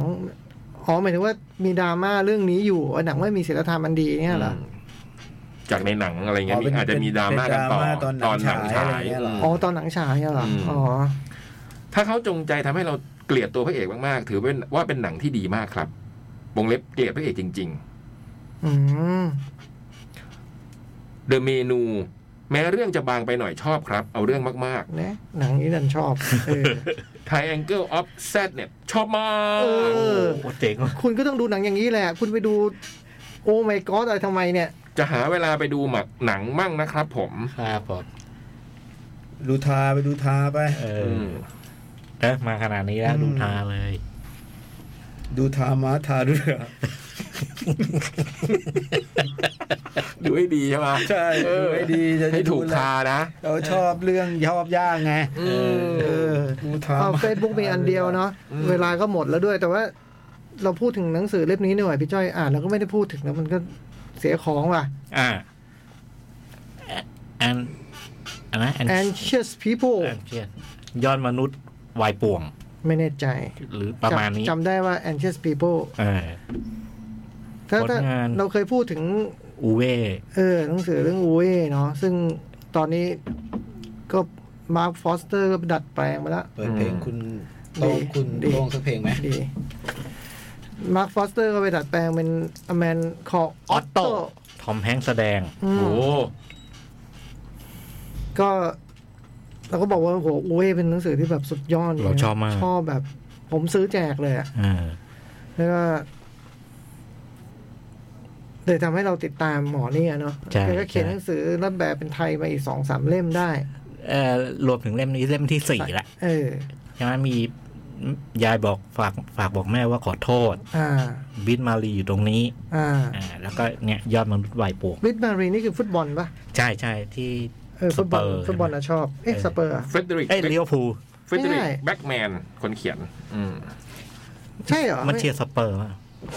Speaker 2: อ๋อหมายถึงว่ามีดราม่าเรื่องนี้อยู่ว่าหนังไม่มีศิลธรรมอันดีเนี่ยเหรอ
Speaker 3: อืมจากในหนังอะไรเงี้ยมีอาจจะมีดราม่ากันต่อ
Speaker 6: เป็นดรม่ตอนหนังฉายอะไรเงี้ยเหรอ
Speaker 2: อ๋อตอนหนังฉายอะเหรอ อ๋อ
Speaker 3: ถ้าเขาจงใจทำให้เราเกลียดตัวพระเอกมากๆ ถือเป็นว่าเป็นหนังที่ดีมากครับวงเล็บเกลียดพระเอกจริง ๆ
Speaker 2: อืม
Speaker 3: เดอะเมนู แม้เรื่องจะบางไปหน่อยชอบครับ เอาเรื่องมาก
Speaker 2: นะ หนังนี้ดันชอบ เออ
Speaker 3: ๆ Triangle of Sadness ชอบมาก
Speaker 2: เออ
Speaker 4: โอ้เจ๋งว่ะ
Speaker 2: คุณก็ต้องดูหนังอย่างนี้แหละ คุณไปดู โอ้ไม่กออะไรทำไมเนี่ย
Speaker 3: จะหาเวลาไปดูหมักหนังมั่งนะครับผม
Speaker 4: ครับผม
Speaker 6: ดูทาไปดูทาไป
Speaker 4: เออเอ๊ะมาขนาดนี้แล้วดูทาเลย
Speaker 6: ดูทาม้าทาเรือ
Speaker 3: ดูให้ดีใช่ไหม
Speaker 6: ใช่
Speaker 3: เออ
Speaker 6: ดูให้ดีจะได้
Speaker 3: ให้ถูก
Speaker 6: ดูแล
Speaker 3: ทานะ
Speaker 6: เราชอบเรื่องชอบย่างไง
Speaker 3: เออ
Speaker 6: เออ ดูทา
Speaker 2: เอา
Speaker 6: ม้า
Speaker 2: เฟซบุ๊กมีอันเดียวเนาะเวลาก็หมดแล้วด้วย แต่ว่า เราพูดถึงหนังสือเล่มนี้หน่อยพี่จ้อยอ่านเราก็ไม่ได้พูดถึงแล้วมันก็เสียของว่ะ
Speaker 4: อ่าแอนอันนะแอน
Speaker 2: anxious people
Speaker 4: ยอดมนุษย์วายป่วง
Speaker 2: ไม่แน่ใจ
Speaker 4: หรือประมาณนี้
Speaker 2: จำจำได้ว่า anxious people
Speaker 4: เออ
Speaker 2: ถ้าถ้า
Speaker 4: ผลงาน
Speaker 2: เราเคยพูดถึง
Speaker 4: อูเว่
Speaker 2: เออหนังสือเรื่องอูเว่เนาะซึ่งตอนนี้ก็มาร์คฟอสเตอร์ก็ดัดแปลงมาแล้ว
Speaker 6: เปิดเพลง
Speaker 3: อืม
Speaker 6: คุณโต้งคุณ
Speaker 2: ดี
Speaker 6: โต้งสักเพลงไหม
Speaker 2: ดีมาร์คฟอสเตอร์ก็ไปดัดแปลงเป็นอแมนคอ
Speaker 4: อ
Speaker 2: อ
Speaker 4: อ
Speaker 2: อ
Speaker 4: ต
Speaker 2: ต
Speaker 4: โต
Speaker 2: โต
Speaker 4: ทอมแฮงค์แสดง
Speaker 3: โอ้โห
Speaker 2: ก็เราก็บอกว่าโอ้โหอูเว่เป็นหนังสือที่แบบสุดยอดลยนะ
Speaker 4: เราชอบมาก
Speaker 2: ชอบแบบ ผมซื้อแจกเลยอะ
Speaker 4: อ่า
Speaker 2: แล้วก็เลยทำให้เราติดตามหมอเนี่ยเนาะแกก็เขียนหนังสือรับแบบเป็นไทยมาอีกสองสามเล่มได้
Speaker 4: เอ่อรวมถึงเล่มนี้เล่มที่สี่ละ
Speaker 2: เออ
Speaker 4: ใช่ไหมมียายบอกฝากฝากบอกแม่ว่าขอโทษ
Speaker 2: อ่า
Speaker 4: บิทมารีอยู่ตรงนี้
Speaker 2: อ่า
Speaker 4: อ่า แล้วก็เนี่ยยอดมนุษย์วายป่วง
Speaker 2: วิทมารีนี่คือฟุตบอลปะ
Speaker 4: ใช่ใช่ที่
Speaker 2: เออฟุตบอล
Speaker 4: สเปอร์
Speaker 2: ฟุตบอลนะชอบ เอ๊ะสเปอร์อะ
Speaker 3: เฟเดริก
Speaker 4: เอ้ยเลี้ยวพูล
Speaker 3: เฟเดริก
Speaker 2: ไม่ได้
Speaker 3: แบ็กแมนคนเขียน อืม
Speaker 2: ใช่เหรอ
Speaker 4: มันเชียร์สเปอร์ป่ะ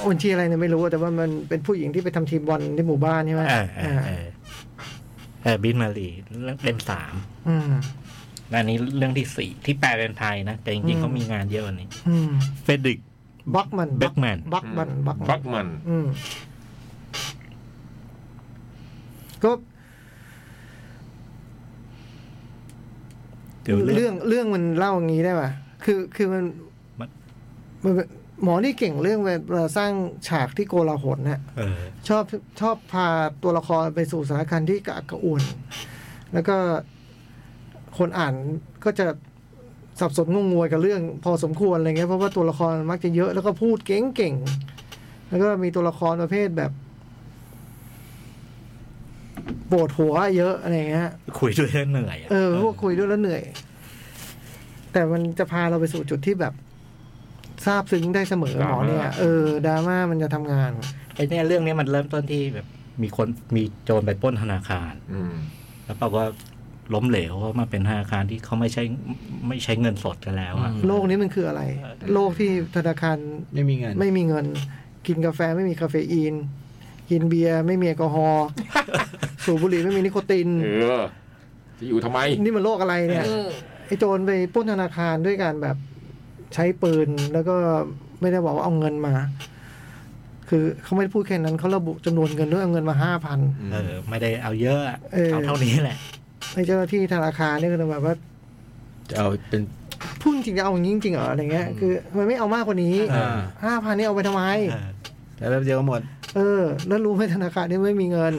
Speaker 2: มันเชียร์อะไรเนี่ยไม่รู้อะแต่ว่ามันเป็นผู้หญิงที่ไปทำทีมบอลที่หมู่บ้านใช่ไหม
Speaker 4: เออเออเออเออบิทมารีเล่มสาม
Speaker 2: อืม
Speaker 4: และอันนี้เรื่องที่สี่ที่แปลเป็นไทยนะ แต่จริงๆเขามีงานเยอะกว่านี้
Speaker 2: อืม
Speaker 4: เฟดริก
Speaker 2: บักมัน
Speaker 4: แบ็คแมน
Speaker 2: บักมันบักมั
Speaker 3: บั
Speaker 2: น
Speaker 3: กมัน
Speaker 2: อืม ก็
Speaker 4: เดี๋ยวเรื่
Speaker 2: เรื่
Speaker 4: อ
Speaker 2: อง งเรื่องมันเล่าอย่างนี้ได้ป่ะคือคือมัน
Speaker 4: มัน
Speaker 2: มันเป็นหมอนี่เก่งเรื่องเวลาสร้างฉากที่โกลาหลน่ะ
Speaker 4: เออ
Speaker 2: ชอบชอบพาตัวละครไปสู่สถานการณ์ที่กระอักกระอ่วน แล้วก็คนอ่านก็จะสับสนงงงวยกับเรื่อง พอสมควรอะไรเงี้ยเพราะว่าตัวละครมักจะเยอะแล้วก็พูดเก่งเก่งๆแล้วก็มีตัวละครประเภทแบบปวดหัวเยอะอะไรเงี้ย
Speaker 4: คุยด้วยแล้วเหนื่อยอะ
Speaker 2: เออพวกคุยด้วยแล้วเหนื่อย แต่มันจะพาเราไปสู่จุดที่แบบซาบซึ้งได้เสมอหมอเนี่ย เออดราม่ามันจะทำงาน
Speaker 4: ไอเนี่ยเรื่องเนี้ยมันเริ่มต้นที่แบบ มีคนมีโจรไปปล้นธนาคาร
Speaker 3: อืม
Speaker 4: แล้วปรากฏว่าล้มเหลวเพราะมันเป็นธนาคารที่เขาไม่ใช้ไม่ใช้เงินสดกันแล้วอะ
Speaker 6: อืม
Speaker 2: โลกนี้มันคืออะไร โลกที่ธนาคาร
Speaker 6: ไม่มีเงิน
Speaker 2: ไม่มีเงิน กินกาแฟไม่มีคาเฟอีน กินเบียร์ไม่มีแอลกอฮอล์ สูบบุหรี่ไม่มีนิโคติน
Speaker 3: เออ จะอยู่ทำไม
Speaker 2: นี่มันโลกอะไรเนี่ยไอ้โจรไปปล้นธนาคารด้วยการแบบใช้ปืนแล้วก็ไม่ได้บอกว่าเอาเงินมา คือเขาไม่ได้พูดแค่นั้นเขาระบุจำนวนเงินด้วยเอาเงินมาห้าพัน
Speaker 4: เออไม่ได้เอาเยอะอะ
Speaker 2: เออ
Speaker 4: เอาเท่านี้แหละ
Speaker 2: ไอ้เจ้าหน้าที่ธนาคารเนี่ยก็เลยแบบว่า
Speaker 6: จะเอาเป็น
Speaker 2: พูดจริงจะเอาอย่างนี้จริงๆเหรออะไรเงี้ยคือมันไม่เอามากกว่านี้
Speaker 6: อ่า
Speaker 2: ห้าพันนี่เอาไปทำไม
Speaker 4: เออ
Speaker 6: แล้วเดียวก็หมด
Speaker 2: เออ แล้วรู้ไหมธนาคารนี่ไม่มีเงิน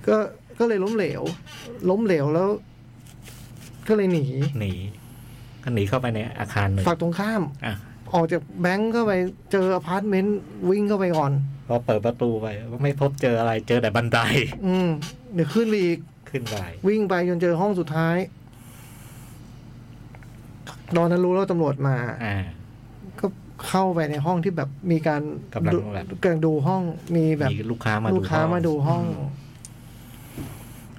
Speaker 2: ก็ก็เลยล้มเหลว ล้มเหลวแล้ว ก็เลยหนี
Speaker 4: หนีก็หนีเข้าไปในอาคารหนึ่ง
Speaker 2: ฝั่งตรงข้าม
Speaker 4: อ่ะ
Speaker 2: ออกจากแบงก์เข้าไปเจออพาร์ตเมนต์วิ่งเข้าไปก่อน
Speaker 4: พอเปิดประตูไปไม่พบเจออะไรเจอแต่บันได
Speaker 2: อืมเดี๋ยวขึ้นไปอีก
Speaker 4: ขึ้นไป
Speaker 2: วิ่งไปจนเจอห้องสุดท้าย ตอนนั้นรู้แล้วตำรวจมา
Speaker 4: อ่า
Speaker 2: ก็เข้าไปในห้องที่แบบมีการ
Speaker 4: กำลัง
Speaker 2: ดู
Speaker 4: แบบ
Speaker 2: กำลังดูห้องมีแบบ
Speaker 4: มีลูกค้ามาดู
Speaker 2: ลูกค้ามาดูห้อง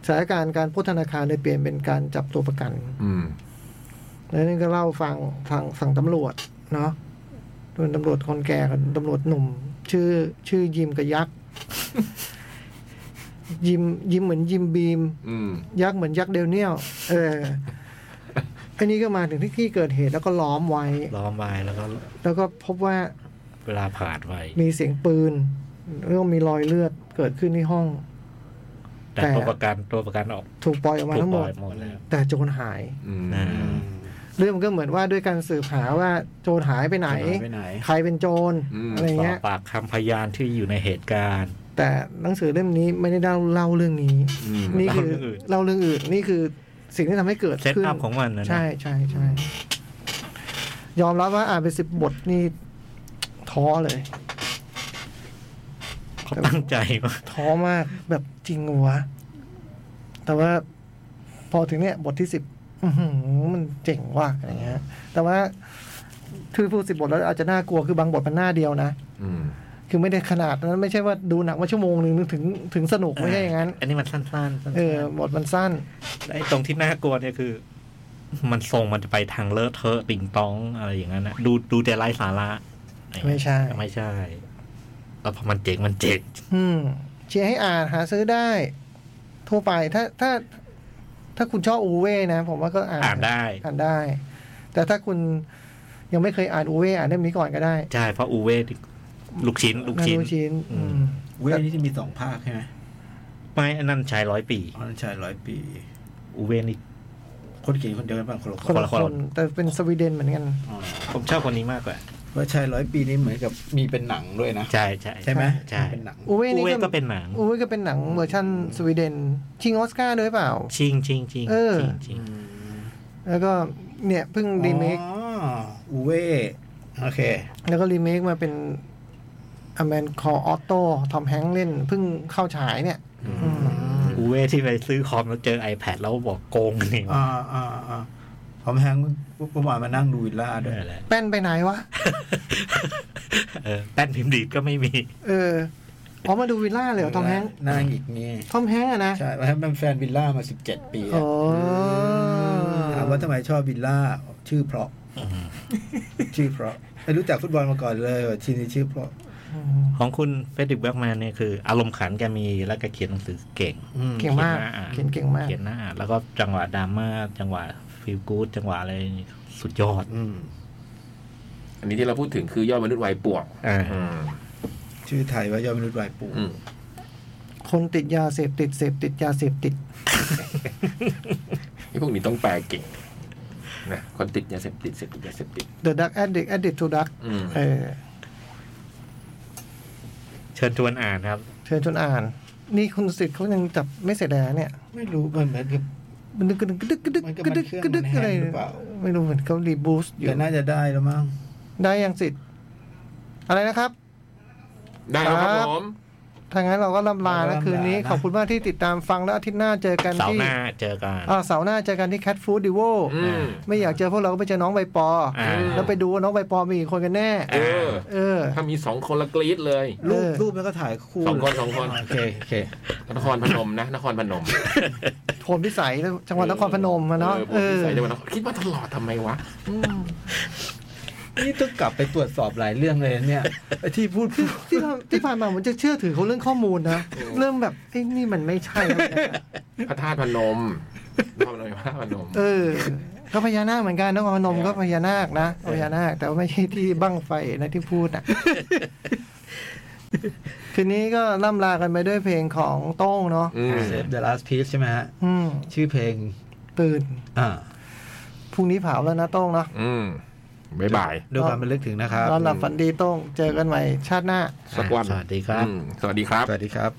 Speaker 2: สถานการณ์การพัฒนาคารเลยเปลี่ยนเป็นการจับตัวประกัน
Speaker 3: อืม
Speaker 2: แล้วนี่ก็เล่าฟังฟังฝั่งตำรวจ เนาะโดนตำรวจคนแก่กับตำรวจหนุ่ม ชื่อ ชื่อยิมกับยักษ์ ยิมยิมเหมือนยิมบีม
Speaker 3: อืม
Speaker 2: ยักษ์เหมือนยักษ์เดลเนียลเอออันนี้ก็มาถึงที่เกิดเหตุแล้วก็ล้อมไว้
Speaker 4: ล้อมไว้แล้วก็
Speaker 2: แล้วก็พบว่า
Speaker 4: เวลาผ่านไป
Speaker 2: มีเสียงปืนแล้วก็มีรอยเลือดเกิดขึ้นที่ห้อง
Speaker 4: แต่
Speaker 2: แต่
Speaker 4: ตัวประกันตัวประกันออก
Speaker 2: ถูกปล่อยออกมา
Speaker 4: ถูก
Speaker 2: ทั้ง
Speaker 4: ป
Speaker 2: หม
Speaker 4: ล่อ
Speaker 2: ด
Speaker 4: ยหมดแล้ว
Speaker 2: แต่โจรหาย
Speaker 3: อืม
Speaker 4: นะ
Speaker 2: เรื่องมันก็เหมือนว่าด้วยการสืบหาว่าโจรหายไปไหน
Speaker 6: โจรหายไปไหน
Speaker 2: ใครเป็นโจร
Speaker 3: อืม
Speaker 2: อะไร
Speaker 4: สอ
Speaker 2: เงี้
Speaker 4: บ
Speaker 2: ย
Speaker 4: ปากคำพยานที่อยู่ในเหตุการณ์
Speaker 2: แต่หนังสือเล่มนี้ไม่ได้เล่าเล่าเรื่องนี้
Speaker 3: อืม
Speaker 2: นี่คือ
Speaker 4: เล่า
Speaker 2: เล่าเรื่องอื่นนี่คือสิ่งที่ทำให้เกิด
Speaker 4: เซต
Speaker 2: ขึ้น
Speaker 4: อัพของมันนะนะ
Speaker 2: ใช่ใช่ใช่ยอมรับว่าอ่านไปสิบบทนี่ท้อเลย
Speaker 4: เขาตั้งใจมาก
Speaker 2: ท้อมากแบบจริงเหรอวะแต่ว่าพอถึงเนี่ยบทที่สิบมันเจ๋งว่ะอะไรเงี้ย แต่ว่าคือพูดสิบบทแล้วอาจจะน่ากลัวคือบางบทมันหน้าเดียวนะ
Speaker 3: อืม
Speaker 2: คือไม่ได้ขนาดนั้นไม่ใช่ว่าดูหนังมาชั่วโมงหนึ่งถึงถึงสนุกไม่ใช่อย่างนั้น
Speaker 4: อันนี้มันสั้นๆสั้นๆ
Speaker 2: เออบทมันสั้น
Speaker 4: ไอ้ตรงที่น่ากลัวเนี่ยคือ มันทรงมันจะไปทางเลอะเทอะติ่งต้องอะไรอย่างนั้นนะดูดูแต่ไร้สาระ
Speaker 2: ไม่ใช่
Speaker 4: ไม่ใช่ แล้วพอมันเจ๋งมันเจ๋ง
Speaker 2: อืมเชียร์ให้อ่านหาซื้อได้ ทั่วไปถ้าถ้า ถ้าคุณชอบอูเว่นะ ผมว่าก็อ่าน
Speaker 4: อ่านได้
Speaker 2: อ่านได้ แต่ถ้าคุณยังไม่เคยอ่านอูเว่อ่านเล่มนี้ก่อนก็ได้
Speaker 4: ใช่เพราะอูเว่ลูกชิ้น ลูกชิ้น
Speaker 2: ลูกชิ้น
Speaker 4: อื
Speaker 2: อื
Speaker 4: ม
Speaker 2: ม
Speaker 6: เว้ยนี่จะมีสองภาคใช่ไหม
Speaker 4: ไม่อันนั้นชายร้อยปี
Speaker 6: ออนันชายร้อยปี
Speaker 4: อูเว่นี่
Speaker 6: คนเขียนคนเดียวกันบ้างคนละค
Speaker 2: คน นละ
Speaker 4: ค
Speaker 2: คน น
Speaker 4: ละคน
Speaker 2: แต่เป็นสวีเดนเหมือนกัน
Speaker 6: อ๋อ
Speaker 4: ผมชอบคนนี้มากกว่า
Speaker 6: ว่าชายร้อยปีนี่เหมือนกับมีเป็นหนังด้วยนะ
Speaker 4: ใช่ใช่
Speaker 6: ใช่ไหม
Speaker 4: ใช่
Speaker 6: เป็นหนัง
Speaker 2: อูเว่
Speaker 4: อู
Speaker 2: นี่
Speaker 4: เว่ก็เป็นหนัง
Speaker 2: อูเว่ก็เป็นหนังเวอร์ชั่นสวีเดนชิงออสการ์ด้วยเปล่า
Speaker 4: ชิงชิงชิง
Speaker 2: เออ
Speaker 4: ชิงชิง
Speaker 2: แล้วก็เนี่ยเพิ่งรีเมค
Speaker 6: อ๋ออูเว่โอเค
Speaker 2: แล้วก็รีเมคมาเป็นอแมนคอออโต้ทอมแฮงค์เล่นเพิ่งเข้าฉายเนี่ย อืม
Speaker 4: อูเว่ที่ไปซื้อคอมแล้วเจอ iPad แล้วบอกโกงกันเอง
Speaker 6: อ่าอ่าอ่าผมแฮงค์เมื่อวานมานั่งดูวิลล่าด้วย
Speaker 4: นั่นแหละ
Speaker 2: แป้นไปไหนวะ
Speaker 4: เออแป้นพิมพ์ดีดก็ไม่มี
Speaker 2: เอออ๋อมาดูวิลล่าเลยเหรอทอมแฮงค์
Speaker 6: นั่งอีกนี่
Speaker 2: ทอมแฮงค์อะนะ
Speaker 6: ใช่ว่าเป็นแฟนวิลล่ามาสิบเจ็ดปีอะ
Speaker 2: โอ้
Speaker 6: ถามว่าทำไมชอบวิลล่าชื่อเพราะ ชื่อเพราะไม่รู้จักฟุตบอลมาก่อนเลยว่าทีนี้ชื่อเพราะ
Speaker 4: ของคุณเฟดดิกแบ็กแมนเนี่ยคือ อารมณ์ขันแกมีแล้วก็เขียนหนังสือเก่ง
Speaker 6: อืม
Speaker 2: เก่งมาก
Speaker 4: เขี
Speaker 2: เขี
Speaker 4: ย
Speaker 2: ย
Speaker 4: น
Speaker 2: น
Speaker 4: เก่
Speaker 2: เก่
Speaker 4: ง
Speaker 2: ง
Speaker 4: มาก
Speaker 2: มาก
Speaker 4: เขียนหน้าอ่านแล้วก็จังหวะดราม่าจังหวะฟีลกู๊ดจังหวะอะไรนี่สุดยอด
Speaker 6: อืม
Speaker 3: อันนี้ที่เราพูดถึงคือยอดมนุษย์วัยป่วง
Speaker 4: อ่า
Speaker 3: อืม
Speaker 6: ชื่อไทยว่ายอดมนุษย์วายปู
Speaker 3: อืม
Speaker 2: คนติดยาเสพติดเสพติดยาเสพติด
Speaker 3: ไอ้พวกนี้ต้องแปลเก่งนะคนติดยาเสพติดเสพติดยาเสพติด
Speaker 2: The Dark Addict Addict to Dark
Speaker 3: อืม
Speaker 2: เออ
Speaker 4: เชิญชวนอ่านครับ
Speaker 2: เชิญชวนอ่าน นี่คุณสิทธิ์เขายังจับไม่เสร็จแล้วเนี่ย
Speaker 6: ไม่รู้มันเหมือนกับ
Speaker 2: มันดึกกระดึกกระดึกกระดึก
Speaker 6: มันก็
Speaker 2: กระดึก
Speaker 6: มันเค
Speaker 2: กระดึกอะ
Speaker 6: รื่องมันแห้ง
Speaker 2: ไร
Speaker 6: หรือเปล่า
Speaker 2: ไม่รู้เหมือนเขารีบูสต์อยู่
Speaker 6: แต่น่าจะได้แล้วมั้ง
Speaker 2: ได้ยังสิทธิ์อะไรนะครับ
Speaker 3: ได้แล้วครับ
Speaker 2: ครับ
Speaker 3: ผม
Speaker 2: ถ้างั้นเราก็ลำลาแล้วคืนนี้ขอบคุณมากที่ติดตามฟังแล้วอาทิตย์หน้าเจอกัน
Speaker 4: เสาร์
Speaker 2: ที่
Speaker 4: หน้าเจอกัน
Speaker 2: อ่าเสาร์หน้าเจอกันที่ Cat Food Duo
Speaker 3: อืม
Speaker 2: ไม่อยากเจอพวกเราก็ไปเจอน้องใบปออา แล้วไปดูว่าน้องใบปอมีกี่คนกันแน่
Speaker 3: เออ
Speaker 2: เออ
Speaker 3: ถ้ามีสองคนละกรีดเลย
Speaker 6: รูป
Speaker 2: เออ
Speaker 6: รูปแล้วก็ถ่ายคู่
Speaker 3: สองคนสองคน
Speaker 6: โอเคโอเคน
Speaker 3: ครพนมนะ นครพนม
Speaker 2: โพนพิสัยจังหวัดนครพนมอะเนาะ
Speaker 3: ออผ
Speaker 2: เอ
Speaker 3: ม
Speaker 2: อง
Speaker 3: สสัยจะว่าคิดว่าตลอดทำไมวะ
Speaker 6: นี่ต้องกลับไปตรวจสอบหลายเรื่องเลยนะเนี่ยไอ้ที่พูดพูด
Speaker 2: ที่ผ่านที่ผ่านมาผมจะเชื่อถือเขาเรื่องข้อมูลนะเรื่องแบบเอ้ยนี่มันไม่ใช่แล้วนะ
Speaker 3: พระธาตุพนมนครพนมพระธาตุพนม
Speaker 2: เออ ก็พญานาคเหมือนกันนครพนมก็พญานาคนะพญานาคแต่ว่าไม่ใช่ที่บั้งไฟนะที่พูดอ่ะคืนนี้ก็ล่ำลากันไปด้วยเพลงของโต้งเนาะ
Speaker 3: อืม
Speaker 6: Save the Last Piece ใช่ไหมฮะ
Speaker 2: อืม
Speaker 6: ชื่อเพลง
Speaker 2: ตื่น
Speaker 6: อ่า
Speaker 2: พรุ่งนี้เผาแล้วนะโต้งเนาะ
Speaker 3: อืมบ๊ายบาย
Speaker 6: ด้วยความเป็นลึกถึงนะครับ
Speaker 2: นอนหลับฝันดีโต้งเจอกันใหม่ชาติหน้า
Speaker 3: สักวัน
Speaker 4: สวัสดีครับ
Speaker 3: อืมสวัสดีครับ
Speaker 6: สวัสดีครับ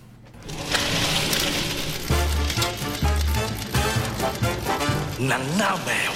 Speaker 5: หนังหน้าแมว